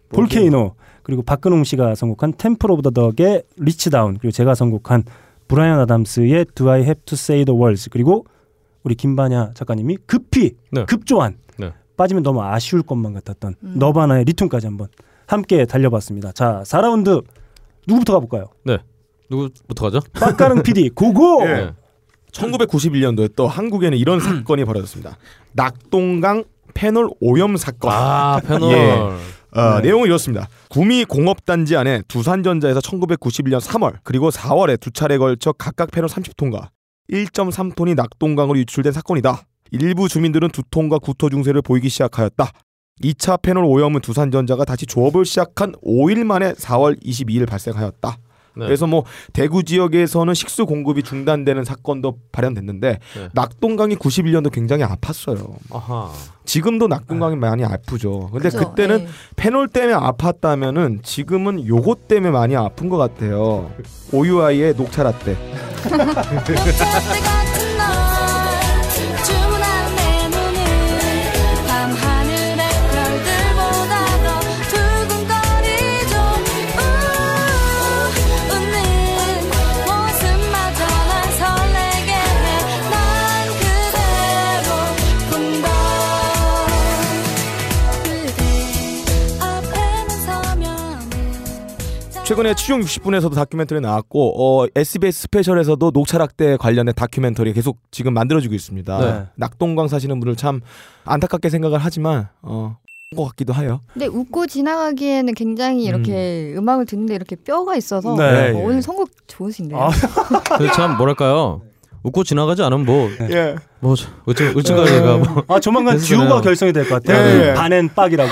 Speaker 3: 볼케이노 그리고 박근홍 씨가 선곡한 템플 오브 더 덕의 리치 다운 그리고 제가 선곡한 브라이언 아담스의 Do I Have to Say the Words 그리고 우리 김반야 작가님이 급히 급조한
Speaker 4: 네.
Speaker 3: 빠지면 너무 아쉬울 것만 같았던 너바나의 리툰까지 한번 함께 달려봤습니다. 자, 4라운드 누구부터 가볼까요?
Speaker 4: 네. 누구부터 가죠?
Speaker 3: 빡가능 PD [LAUGHS] 고고.
Speaker 5: 1991년도에 예. 또 한국에는 이런 사건이 벌어졌습니다. 낙동강 페놀 오염 사건.
Speaker 4: 아, 페놀.
Speaker 5: 어,
Speaker 4: 네.
Speaker 5: 내용은 이렇습니다. 구미 공업단지 안에 두산전자에서 1991년 3월 그리고 4월에 두 차례 걸쳐 각각 페놀 30톤과 1.3톤이 낙동강으로 유출된 사건이다. 일부 주민들은 두통과 구토 증세를 보이기 시작하였다. 2차 페놀 오염은 두산전자가 다시 조업을 시작한 5일 만에 4월 22일 발생하였다.
Speaker 4: 네.
Speaker 5: 그래서 뭐 대구 지역에서는 식수 공급이 중단되는 사건도 발현됐는데
Speaker 4: 네.
Speaker 5: 낙동강이 91년도 굉장히 아팠어요.
Speaker 4: 아하.
Speaker 5: 지금도
Speaker 3: 아.
Speaker 5: 낙동강이 많이 아프죠. 근데
Speaker 4: 그죠,
Speaker 5: 그때는
Speaker 4: 예.
Speaker 5: 페놀 때문에 아팠다면은 지금은 요거 때문에 많이 아픈 것 같아요. 오유아이의 녹차라떼.
Speaker 8: 주문한 내 눈은 밤하늘의 별들보다 더 두근거리죠 우, 웃는 모습마저 날 설레게 해난 그대로 꿈꿔 그대 앞에는 서면
Speaker 5: 최근에 취중 60분에서도 다큐멘터리 나왔고 어, SBS 스페셜에서도 녹차락대 관련된 다큐멘터리 계속 지금 만들어지고 있습니다.
Speaker 4: 네.
Speaker 5: 낙동강 사시는 분을 참 안타깝게 생각을 하지만 어, 것 같기도 해요.
Speaker 6: 근데 웃고 지나가기에는 굉장히 이렇게 음. 악을 듣는데 이렇게 뼈가 있어서
Speaker 3: 예.
Speaker 4: 네.
Speaker 6: 어, 오늘 선곡 좋으신데요.
Speaker 4: 아. 근데 참 뭐랄까요. 웃고 지나가지 않으면 뭐,
Speaker 5: 예.
Speaker 4: 뭐 어찌 어찌가 제가 뭐.
Speaker 3: 아 조만간 듀오가 결성이 될 것 같아요.
Speaker 5: 네.
Speaker 3: 네.
Speaker 4: 예, 예.
Speaker 3: 반엔 빡이라고.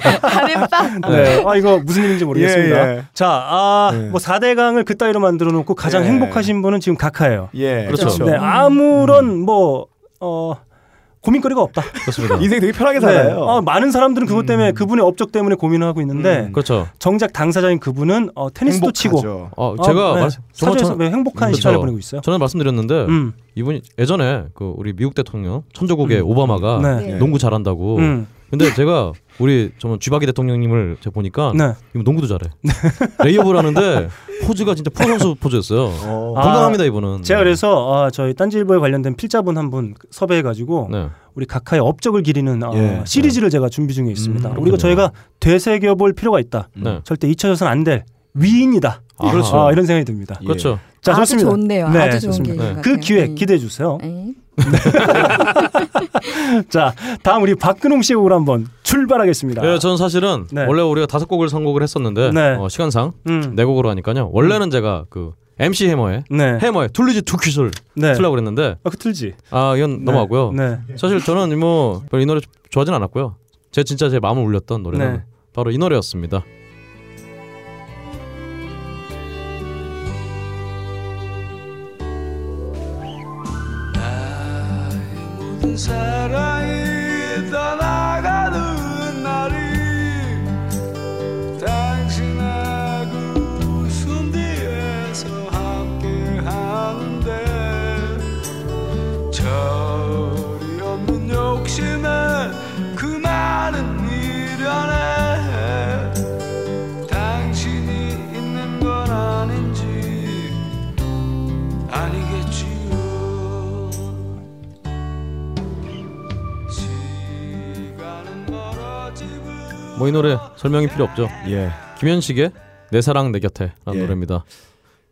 Speaker 6: [LAUGHS] 반엔 빡.
Speaker 3: 네. 아 이거 무슨 일인지 모르겠습니다.
Speaker 18: 예, 예.
Speaker 3: 자,
Speaker 5: 네.
Speaker 3: 아뭐 4대강을 그따위로 만들어 놓고 가장
Speaker 18: 예.
Speaker 3: 행복하신 분은 지금 각하예요.
Speaker 5: 예, 네. 그렇죠.
Speaker 3: 네,
Speaker 5: 음.
Speaker 3: 아무런 뭐 어. 고민거리가 없다.
Speaker 4: 그렇습니다.
Speaker 5: 인생 되게 편하게 살아요. 음.
Speaker 3: 아, 많은 사람들은 그것 때문에 그분의 업적 때문에 고민을 하고 있는데
Speaker 4: 그렇죠.
Speaker 3: 정작 당사자인 그분은 어, 테니스도 치고
Speaker 4: 어, 제가
Speaker 3: 네,
Speaker 4: 말- 정말
Speaker 3: 사주에서
Speaker 4: 저는-
Speaker 3: 매우 행복한
Speaker 4: 그렇죠.
Speaker 3: 시간을 보내고 있어요.
Speaker 4: 저는 말씀드렸는데
Speaker 3: 음.
Speaker 4: 이분이 예전에 그 우리 미국 대통령 천조국의
Speaker 3: 음.
Speaker 4: 오바마가
Speaker 3: 네.
Speaker 4: 농구 잘한다고.
Speaker 3: 음.
Speaker 4: 근데 제가 우리 정말 쥐바기 대통령님을 제가 보니까
Speaker 3: 네.
Speaker 4: 이분 농구도 잘해. [LAUGHS] 레이업을 하는데 포즈가 진짜 프로 선수 포즈였어요. 건강합니다
Speaker 3: 아,
Speaker 4: 이분은.
Speaker 3: 제가 그래서 아, 저희 딴지일보에 관련된 필자분 한 분 섭외해가지고
Speaker 4: 네.
Speaker 3: 우리 각하의 업적을 기리는 어,
Speaker 4: 예, 음,
Speaker 3: 시리즈를 제가 준비 중에 있습니다.
Speaker 4: 그렇군요.
Speaker 3: 우리가 저희가 되새겨볼 필요가 있다.
Speaker 4: 네.
Speaker 3: 절대 잊혀져서는 안 될 위인이다.
Speaker 4: 아, 그렇죠.
Speaker 3: 아, 이런 생각이 듭니다.
Speaker 4: 그렇죠.
Speaker 3: [LAUGHS] 자,
Speaker 6: 아주
Speaker 3: 좋습니다.
Speaker 6: 좋네요.
Speaker 3: 네,
Speaker 6: 아주 좋은
Speaker 3: 좋습니다.
Speaker 6: 계획인 것
Speaker 3: 그
Speaker 6: 같아요. 네. 예.
Speaker 3: 기획 기대해 주세요.
Speaker 6: 네.
Speaker 3: 자, 다음 우리 박근홍 씨 곡으로 한번 출발하겠습니다.
Speaker 4: 예, 저는 사실은 원래 우리가 다섯 곡을 선곡을 했었는데
Speaker 3: 네.
Speaker 4: 어, 시간상
Speaker 3: 음.
Speaker 4: 네 곡으로 하니까요. 원래는 제가 그 MC 해머의
Speaker 3: 네.
Speaker 4: 해머의 툴리지 투퀴솔
Speaker 3: 네.
Speaker 4: 틀려고 그랬는데
Speaker 3: 아, 그 틀지.
Speaker 4: 아 이건 넘어가고요.
Speaker 3: 네.
Speaker 4: 사실 저는 뭐별이 노래 좋아하진 않았고요. 제 진짜 제 마음을 울렸던 노래는
Speaker 3: 네.
Speaker 4: 바로 이 노래였습니다.
Speaker 2: 모든 사랑이 떠나가는 날이 당신하고 웃음 뒤에서 함께하는데 절이 없는 욕심에 그 많은 미련에 당신이 있는 건 아닌지 아니겠지요 시간은 멀어지고
Speaker 4: 뭐 이 노래 설명이 필요 없죠.
Speaker 5: 예.
Speaker 4: 김현식의 내 사랑 내 곁에라는
Speaker 5: 예.
Speaker 4: 노래입니다.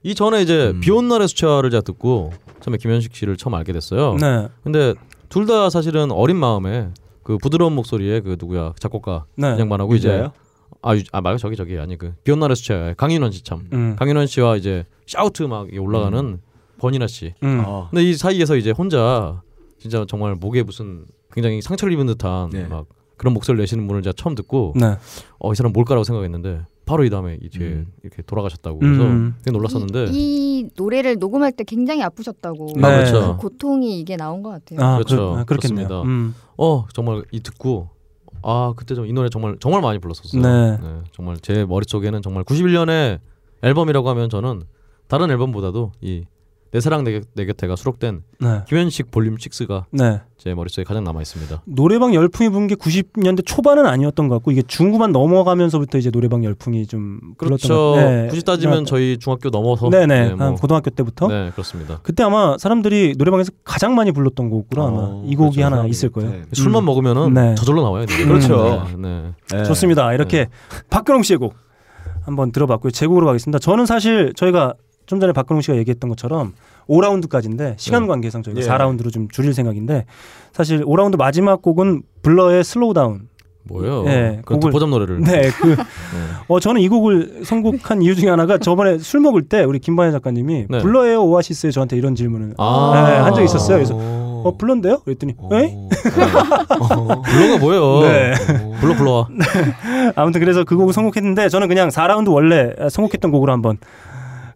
Speaker 4: 이 전에 이제 비온 날의 수채화를 제가 듣고 처음에 김현식 씨를 처음 알게 됐어요.
Speaker 3: 네.
Speaker 4: 근데 둘 다 사실은 어린 마음에 그 부드러운 목소리의 그 누구야 작곡가
Speaker 3: 네.
Speaker 4: 양반하고 뭐 이제
Speaker 3: 유재하요?
Speaker 4: 아, 유, 아 말고 저기 저기 아니 그 비온 날의 수채화 강인원 씨 참.
Speaker 3: 음.
Speaker 4: 강인원 씨와 이제 샤우트 막 올라가는 버니나 씨.
Speaker 3: 음.
Speaker 5: 어.
Speaker 4: 근데 이 사이에서 이제 혼자 진짜 정말 목에 무슨 굉장히 상처를 입은 듯한 막 그런 목소리를 내시는 분을 제가 처음 듣고
Speaker 3: 네.
Speaker 4: 어 이 사람 뭘까라고 생각했는데 바로 이 다음에 이제 이렇게 돌아가셨다고 그래서
Speaker 3: 음.
Speaker 4: 되게 놀랐었는데
Speaker 6: 이 노래를 녹음할 때 굉장히 아프셨다고.
Speaker 4: 아, 그렇죠.
Speaker 6: 고통이 이게 나온 것 같아요.
Speaker 3: 아,
Speaker 4: 그렇죠.
Speaker 3: 그렇- 아, 그렇겠네요.
Speaker 4: 그렇습니다.
Speaker 3: 음.
Speaker 4: 어 정말 이 듣고 아 그때 좀 이 노래 정말 정말 많이 불렀었어요.
Speaker 3: 네.
Speaker 4: 정말 제 머릿속에는 정말 91년에 앨범이라고 하면 저는 다른 앨범보다도 이 내 사랑 내, 곁- 내 곁에가 수록된
Speaker 3: 네.
Speaker 4: 김현식 볼륨 6가
Speaker 3: 네.
Speaker 4: 제 머릿속에 가장 남아 있습니다.
Speaker 3: 노래방 열풍이 분게 90년대 초반은 아니었던 것 같고 이게 중후반 넘어가면서부터 이제 노래방 열풍이 좀 불었던 것
Speaker 4: 그렇죠.
Speaker 3: 같아요. 네.
Speaker 4: 굳이 따지면 저희 중학교 넘어서
Speaker 3: 네네
Speaker 4: 네, 뭐.
Speaker 3: 한 고등학교 때부터
Speaker 4: 네, 그렇습니다.
Speaker 3: 그때 아마 사람들이 노래방에서 가장 많이 불렀던 곡으로
Speaker 4: 어,
Speaker 5: 어,
Speaker 3: 아마 이
Speaker 4: 그렇죠.
Speaker 3: 곡이
Speaker 5: 그렇죠.
Speaker 3: 하나 있을 거예요. 음.
Speaker 4: 술만 먹으면은
Speaker 3: 네.
Speaker 4: 저절로 나와요. 이게.
Speaker 3: 그렇죠.
Speaker 4: 네.
Speaker 3: 좋습니다. 이렇게 박근홍 씨의 곡 한번 들어봤고요. 제 곡으로 가겠습니다. 저는 사실 저희가 좀 전에 박근홍 씨가 얘기했던 것처럼 5라운드까지인데 시간
Speaker 18: 네.
Speaker 3: 관계상 저희가
Speaker 18: 예.
Speaker 3: 4라운드로 좀 줄일 생각인데 사실 5라운드 마지막 곡은 블러의 슬로우 다운.
Speaker 4: 뭐예요? 그건 듣보잡
Speaker 18: 음.
Speaker 4: 노래를.
Speaker 3: 네,
Speaker 18: [LAUGHS]
Speaker 3: 그
Speaker 4: 네.
Speaker 3: 어 저는 이 곡을 선곡한 이유 중에 하나가 저번에 술 먹을 때 우리 김반야 작가님이
Speaker 4: 네.
Speaker 3: 블러의 오아시스에 저한테 이런 질문을
Speaker 4: 아.
Speaker 3: 네, 한 적이 있었어요. 그래서 어 블러인데요? 그랬더니 [LAUGHS] 에?
Speaker 4: 블러가 뭐예요?
Speaker 3: 네.
Speaker 4: 블러 불러와.
Speaker 3: 아무튼 그래서 그 곡을 선곡했는데 저는 그냥 4라운드 원래 선곡했던 곡으로 한번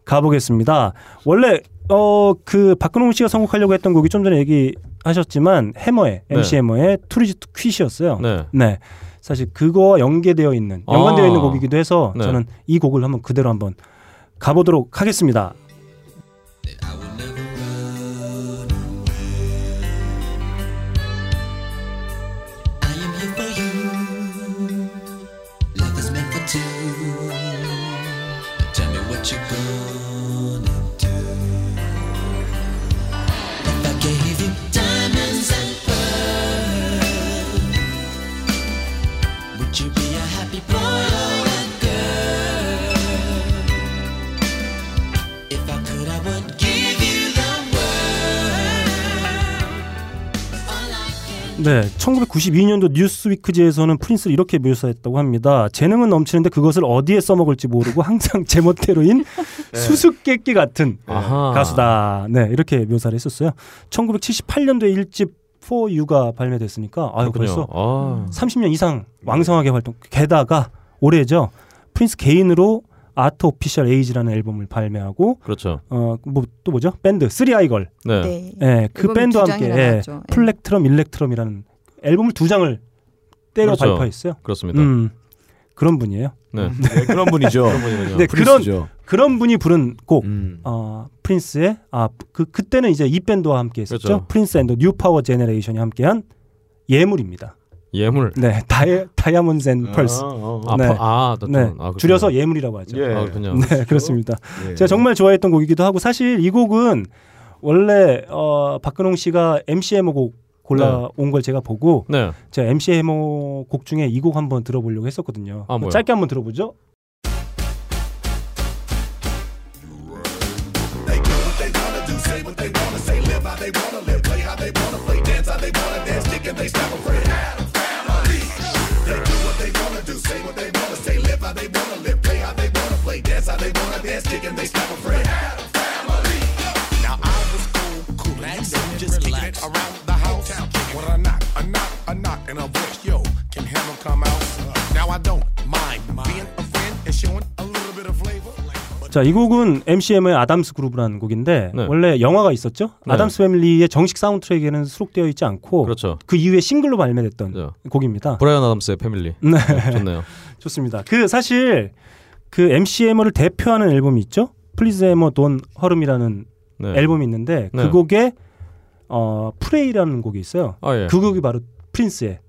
Speaker 3: 가보겠습니다. 원래 어 그 박근홍 씨가 선곡하려고 했던 곡이 좀 전에 얘기하셨지만 해머의
Speaker 18: 네.
Speaker 3: MC 해머의 투리즈 투 퀴시였어요.
Speaker 18: 네.
Speaker 3: 사실 그거와 연계되어 있는
Speaker 18: 아.
Speaker 3: 연관되어 있는 곡이기도 해서
Speaker 18: 네.
Speaker 3: 저는 이 곡을 한번 그대로 한번 가보도록 하겠습니다.
Speaker 2: I am here for you. Love is meant for two. Now Tell me what you're gonna do. If I gave you diamonds and pearls, would you be a happy boy or a girl? If I could, I would give you the world. All I
Speaker 3: 네, 1992년도 뉴스위크지에서는 프린스를 이렇게 묘사했다고 합니다. 재능은 넘치는데 그것을 어디에 써먹을지 모르고 항상 [LAUGHS] 제멋대로인 수수께끼 같은
Speaker 4: 네. 아하.
Speaker 3: 가수다. 네, 이렇게 묘사를 했었어요. 1978년도에 1집 4U가 발매됐으니까 아유 벌써
Speaker 4: 그렇군요. 아.
Speaker 3: 30년 이상 왕성하게 활동. 게다가 올해죠. 프린스 개인으로 아트 오피셜 에이지라는 앨범을 발매하고
Speaker 4: 그렇죠.
Speaker 3: 어뭐 또 뭐죠 밴드 쓰리 아이걸
Speaker 4: 네.
Speaker 3: 예
Speaker 4: 네.
Speaker 3: 그
Speaker 6: 앨범이
Speaker 3: 밴드와
Speaker 6: 두
Speaker 3: 함께
Speaker 6: 장이나
Speaker 3: 예,
Speaker 6: 나왔죠. 예.
Speaker 3: 플렉트럼 일렉트럼이라는 앨범을 두 장을 때려
Speaker 4: 그렇죠.
Speaker 3: 발표했어요
Speaker 4: 그렇습니다.
Speaker 3: 음, 그런 분이에요
Speaker 4: 네.
Speaker 5: 네, 그런 분이죠. 그런 분이죠.
Speaker 3: 네
Speaker 5: 프린스죠.
Speaker 3: 그런 그런 분이 부른
Speaker 4: 음.
Speaker 3: 곡 어, 프린스의 아 그 그때는 이제 이 밴드와 함께 했었죠
Speaker 4: 그렇죠.
Speaker 3: 프린스 앤더 뉴 파워 제네레이션이 함께한 예물입니다
Speaker 4: 예물.
Speaker 3: 네, 다이 다이아몬드 앤 펄스.
Speaker 4: 아, 어, 어. 아, 펄- 아, 나- 아, 그렇구나.
Speaker 3: 네. 줄여서 예물이라고 하죠.
Speaker 4: 예. 아, 그렇군요.
Speaker 3: 네, 그렇습니다.
Speaker 4: 예.
Speaker 3: 제가 정말 좋아했던 곡이기도 하고 사실 이 곡은 원래 어, 박근홍 씨가 MC 해머곡 골라온 걸 제가 보고
Speaker 4: 네.
Speaker 3: 제가 MC 해머곡 중에 이 곡 한번 들어보려고 했었거든요.
Speaker 4: 아, 뭐요?
Speaker 3: 짧게 한번 들어보죠.
Speaker 7: just kicking it around the house. When I knock, a knock, a knock, and a voice, yo, can Hammer come out? Now I don't mind being a friend and showing a little bit of flavor.
Speaker 3: 자, 이 곡은 MC 해머의 아담스 그룹이라는 곡인데 원래 영화가 있었죠.
Speaker 4: 네.
Speaker 3: 아담스 패밀리의 정식 사운드트랙에는 수록되어 있지 않고
Speaker 4: 그렇죠. 네.
Speaker 3: 그 이후에 싱글로 발매됐던 곡입니다.
Speaker 4: 브라이언 아담스의 패밀리.
Speaker 3: 네.
Speaker 4: 좋네요.
Speaker 3: 좋습니다. 그 사실 그 MC 해머를 대표하는 앨범이 있죠. 플리즈 해머 돈 허름이라는
Speaker 4: 네.
Speaker 3: 앨범이 있는데
Speaker 4: 네.
Speaker 3: 그 곡에 어 프레이라는 곡이 있어요.
Speaker 4: 아, 예.
Speaker 3: 그 곡이 바로 프린스의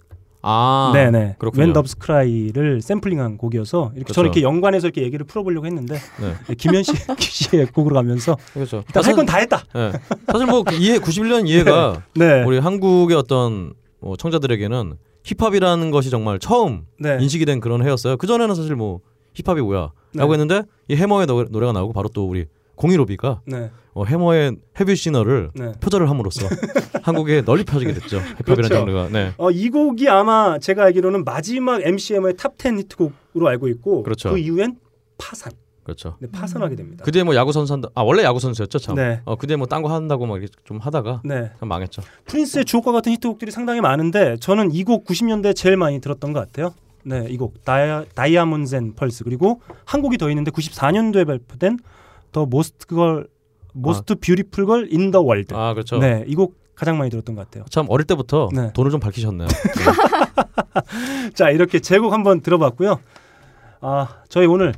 Speaker 4: 아.
Speaker 3: 네네.
Speaker 4: 그렇군요.
Speaker 3: 웬 더브스 크라이를 샘플링한 곡이어서 이렇게 저는
Speaker 4: 그렇죠.
Speaker 3: 이렇게 연관해서 이렇게 얘기를 풀어보려고 했는데
Speaker 4: 네.
Speaker 3: 네, 김현 씨, [LAUGHS] 씨의 곡으로 가면서
Speaker 4: 그렇죠.
Speaker 3: 일단 할 건 다 했다.
Speaker 4: 네. 사실 뭐그 이해 91년 이해가
Speaker 3: 네.
Speaker 4: 우리 한국의 어떤 뭐 청자들에게는 힙합이라는 것이 정말 처음
Speaker 3: 네.
Speaker 4: 인식이 된 그런 해였어요. 그 전에는 사실 뭐 힙합이 뭐야라고
Speaker 3: 네.
Speaker 4: 했는데 이 해머의 노- 노래가 나오고 바로 또 우리 공일오비가
Speaker 3: 네.
Speaker 4: 어, 해머의 헤비 시너를
Speaker 3: 네.
Speaker 4: 표절을
Speaker 3: [LAUGHS]
Speaker 4: 함으로써 한국에 널리 퍼지게 됐죠. 힙합이라는
Speaker 3: 그렇죠.
Speaker 4: 장르가. 네.
Speaker 3: 어, 이 곡이 아마 제가 알기로는 마지막 MCM의 탑10 히트곡으로 알고 있고
Speaker 4: 그렇죠.
Speaker 3: 그 이후엔 파산.
Speaker 4: 그렇죠.
Speaker 3: 네, 파산하게 됩니다.
Speaker 4: 그 뒤에 뭐 야구 선수 한다. 아 원래 야구 선수였죠 참.
Speaker 3: 네.
Speaker 4: 어, 그 뒤에 뭐 딴 거 한다고 막 이렇게 좀 하다가
Speaker 3: 네.
Speaker 4: 참 망했죠.
Speaker 3: 프린스의 주옥과 같은 히트곡들이 상당히 많은데 저는 이 곡 90년대 제일 많이 들었던 것 같아요. 네, 이 곡 다이아몬드 앤 펄스 그리고 한 곡이 더 있는데 94년도에 발표된 더 모스트 걸 모스트 뷰티풀 걸 인 더 월드.
Speaker 4: 아 그렇죠.
Speaker 3: 네, 이 곡 가장 많이 들었던 것 같아요.
Speaker 4: 참 어릴 때부터
Speaker 3: 네.
Speaker 4: 돈을
Speaker 3: [LAUGHS]
Speaker 4: 좀 밝히셨네요.
Speaker 3: 자, 이렇게 제곡 한번 들어봤고요. 아, 저희 오늘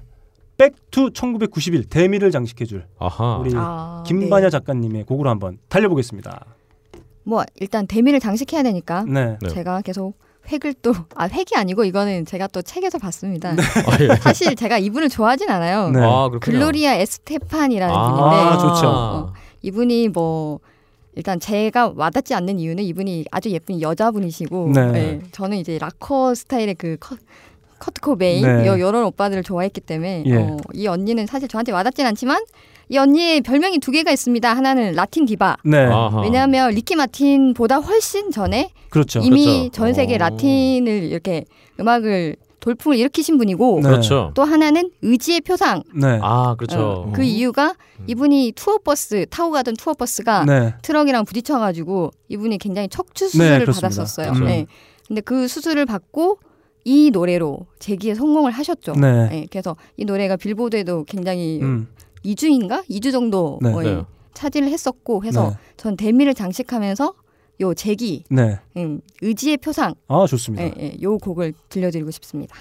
Speaker 3: 백투 1991 대미를 장식해 줄
Speaker 4: 아하.
Speaker 3: 우리
Speaker 6: 아,
Speaker 3: 김반야
Speaker 6: 네.
Speaker 3: 작가님의 곡으로 한번 달려보겠습니다.
Speaker 6: 뭐 일단 대미를 장식해야 되니까
Speaker 3: 네. 네.
Speaker 6: 제가 계속 획을 또 [LAUGHS] 아 획이 아니고 이거는 제가 또 책에서 봤습니다.
Speaker 3: 네. [LAUGHS]
Speaker 4: 아, 예.
Speaker 6: 사실 제가 이분을 좋아하진 않아요.
Speaker 4: 네. 아, 그렇군요.
Speaker 6: 글로리아 에스테판이라는
Speaker 4: 아,
Speaker 6: 분인데
Speaker 4: 좋죠.
Speaker 6: 어, 이분이 뭐 일단 제가 와닿지 않는 이유는 이분이 아주 예쁜 여자분이시고
Speaker 3: 네.
Speaker 6: 예, 저는 이제 락커 스타일의 그 컷, 커트 코베인
Speaker 3: 네.
Speaker 6: 여, 이런 오빠들을 좋아했기 때문에
Speaker 3: 예.
Speaker 6: 어, 이 언니는 사실 저한테 와닿진 않지만 이 언니의 별명이 두 개가 있습니다. 하나는 라틴 디바.
Speaker 3: 네. 아하.
Speaker 6: 왜냐하면 리키 마틴보다 훨씬 전에
Speaker 3: 그렇죠.
Speaker 6: 이미
Speaker 3: 그렇죠.
Speaker 6: 전 세계 라틴을 이렇게 음악을 돌풍을 일으키신 분이고
Speaker 4: 네. 그렇죠.
Speaker 6: 또 하나는 의지의 표상.
Speaker 3: 네.
Speaker 4: 아 그렇죠.
Speaker 6: 어, 그 이유가
Speaker 3: 음.
Speaker 6: 이분이 투어버스 타고 가던 투어버스가
Speaker 4: 네.
Speaker 6: 트럭이랑 부딪혀가지고 이분이 굉장히 척추 수술을
Speaker 4: 네, 그렇습니다.
Speaker 6: 받았었어요.
Speaker 4: 그렇죠.
Speaker 6: 네. 근데 그 수술을 받고 이 노래로 재기에 성공을 하셨죠.
Speaker 3: 네.
Speaker 6: 그래서 이 노래가 빌보드에도 굉장히
Speaker 3: 음.
Speaker 6: 2주인가 2주 정도
Speaker 3: 네.
Speaker 6: 어,
Speaker 3: 네.
Speaker 6: 차지를 했었고 해서
Speaker 3: 네.
Speaker 6: 전 데미를 장식하면서 요 재기
Speaker 3: 네.
Speaker 6: 음, 의지의 표상
Speaker 3: 아, 좋습니다.
Speaker 4: 네.
Speaker 6: 예, 예, 요 곡을 들려드리고 싶습니다.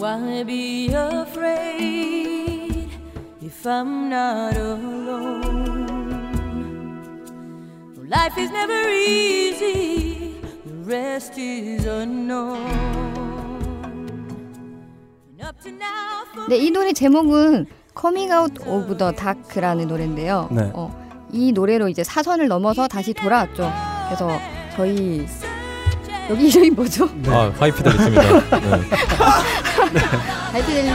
Speaker 8: Why be afraid if I'm not alone? Life is never easy, the rest is unknown. And up to now, for
Speaker 6: 네, 이 노래 제목은 Coming Out of the Dark라는 노래인데요.
Speaker 8: 네.
Speaker 6: 어, 이 노래로 이제 사선을 넘어서 다시 돌아왔죠. 그래서 저희 여기 이름이 뭐죠?
Speaker 3: 네.
Speaker 4: 아 하이피델리티입니다. 네.
Speaker 6: 하이피델리티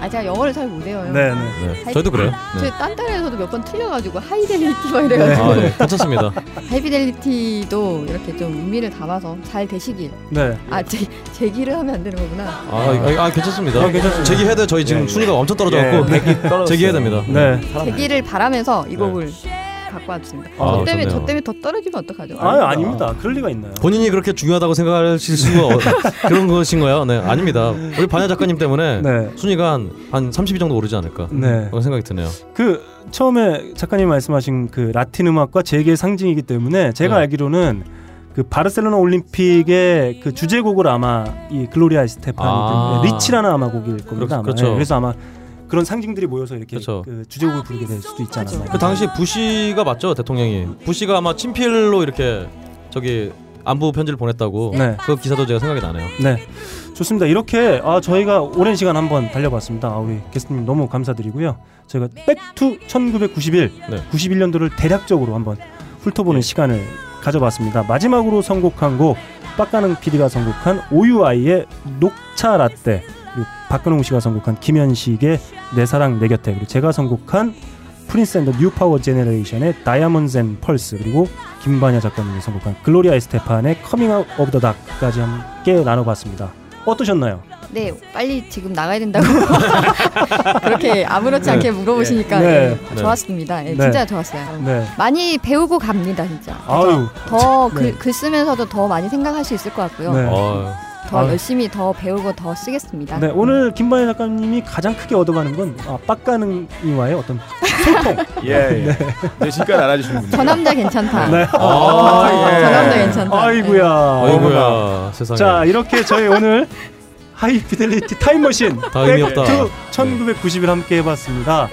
Speaker 6: 아 제가 영어를 잘 못해요.
Speaker 4: 네, 네. 네, 저희도 그래요. 네.
Speaker 6: 저희 딴 나라에서도 몇 번 틀려가지고 하이델리티 막 이래가지고
Speaker 4: 아, 네. 괜찮습니다.
Speaker 6: 하이피델리티도 이렇게 좀 의미를 담아서 잘 되시길.
Speaker 4: 네.
Speaker 6: 아제 제기를 하면 안 되는 거구나.
Speaker 4: 아, 아, 아, 괜찮습니다.
Speaker 3: 아, 괜찮습니다.
Speaker 4: 제기해야 돼. 저희 지금
Speaker 3: 예, 예.
Speaker 4: 순위가 엄청 떨어져갖고
Speaker 3: 예, 백이 떨어졌어요.
Speaker 4: 제기해야 됩니다.
Speaker 3: 네.
Speaker 6: 제기를 바라면서 이 곡을 갖고 왔습니다.
Speaker 4: 아,
Speaker 6: 저 때문에
Speaker 4: 좋네요.
Speaker 6: 저 때문에 더 떨어지면 어떡하죠?
Speaker 3: 아 아닙니다. 그럴 리가 있나요?
Speaker 4: 본인이 그렇게 중요하다고 생각하실 수가
Speaker 3: [LAUGHS]
Speaker 4: 없- 그런 것인 거예요. 네, 아닙니다. 우리 반야 작가님 때문에 순위가 한한 30위 정도 오르지 않을까
Speaker 3: 네.
Speaker 4: 그런 생각이 드네요.
Speaker 3: 그 처음에 작가님 말씀하신 그 라틴 음악과 재계의 상징이기 때문에
Speaker 4: 네.
Speaker 3: 제가 알기로는 그 바르셀로나 올림픽의 그 주제곡을 아마 이 글로리아 스테판이
Speaker 4: 아.
Speaker 3: 네, 리치라는 아마 곡일 겁니다. 아마.
Speaker 4: 그렇죠.
Speaker 3: 예, 그래서 아마 그런 상징들이 모여서 이렇게 그 주제곡을 부르게 될 수도 있지 않았나.
Speaker 4: 그 당시 부시가 맞죠 대통령이 부시가 아마 친필로 이렇게 저기 안부 편지를 보냈다고
Speaker 3: 네.
Speaker 4: 그 기사도 제가 생각이 나네요.
Speaker 3: 네, 좋습니다. 이렇게 아, 저희가 오랜 시간 한번 달려봤습니다. 아, 우리 게스트님 너무 감사드리고요. 저희가 백투 1991, 91년도를 대략적으로 한번 훑어보는 시간을 가져봤습니다. 마지막으로 선곡한 곡 빡가능 PD가 선곡한 오유아이의 녹차 라떼, 그리고 박근홍 씨가 선곡한 김현식의 내 사랑 내 곁에, 그리고 제가 선곡한 프린스 앤더 뉴 파워 제네레이션의 다이아몬드 앤 펄스 그리고 김반야 작가님이 선곡한 글로리아 에스테판의 커밍 아웃 오브 더 닥까지 함께 나눠봤습니다. 어떠셨나요?
Speaker 6: 네, 빨리 지금 나가야 된다고 [LAUGHS] 그렇게 아무렇지
Speaker 3: 네.
Speaker 6: 않게 물어보시니까
Speaker 3: 네.
Speaker 6: 예,
Speaker 3: 네.
Speaker 6: 좋았습니다. 예,
Speaker 3: 네.
Speaker 6: 진짜 좋았어요.
Speaker 3: 네.
Speaker 6: 많이 배우고 갑니다, 진짜.
Speaker 3: 아유.
Speaker 6: 더 글
Speaker 3: 네.
Speaker 6: 쓰면서도 더 많이 생각할 수 있을 것 같고요.
Speaker 3: 네.
Speaker 4: 어,
Speaker 6: 더
Speaker 3: 아유.
Speaker 6: 열심히 더 배우고 더 쓰겠습니다.
Speaker 3: 네 오늘 김반야 작가님이 가장 크게 얻어가는 건 아, 빡가능이와의 어떤 소통.
Speaker 1: 예, 예. 네, 지금까지 알아주신 분.
Speaker 6: 저 남자
Speaker 3: [LAUGHS]
Speaker 6: 괜찮다.
Speaker 3: 네. 예.
Speaker 6: 아, 저 남자 괜찮다.
Speaker 3: 아이구야.
Speaker 4: 아이고야 세상에.
Speaker 3: 자 이렇게 저희 [LAUGHS] 오늘 하이피델리티 타임머신
Speaker 4: 다 의미 없다.
Speaker 3: 백투 1991 함께 해봤습니다.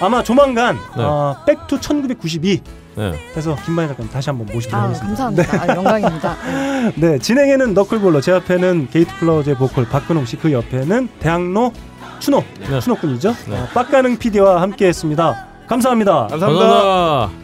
Speaker 3: 아마 조만간 아, 백투 1992
Speaker 4: 네.
Speaker 3: 해서 김만희 작가님 다시 한번 모시도록
Speaker 6: 아,
Speaker 3: 하겠습니다.
Speaker 6: 감사합니다. 아,
Speaker 3: [LAUGHS]
Speaker 6: 영광입니다.
Speaker 3: 네 진행에는 너클볼러 제 앞에는 게이트 플라워즈의 보컬 박근홍 씨 그 옆에는 대학로 어, 추노 추노 군이죠. 아, 빡가능 PD와 함께했습니다. 감사합니다.
Speaker 4: 감사합니다.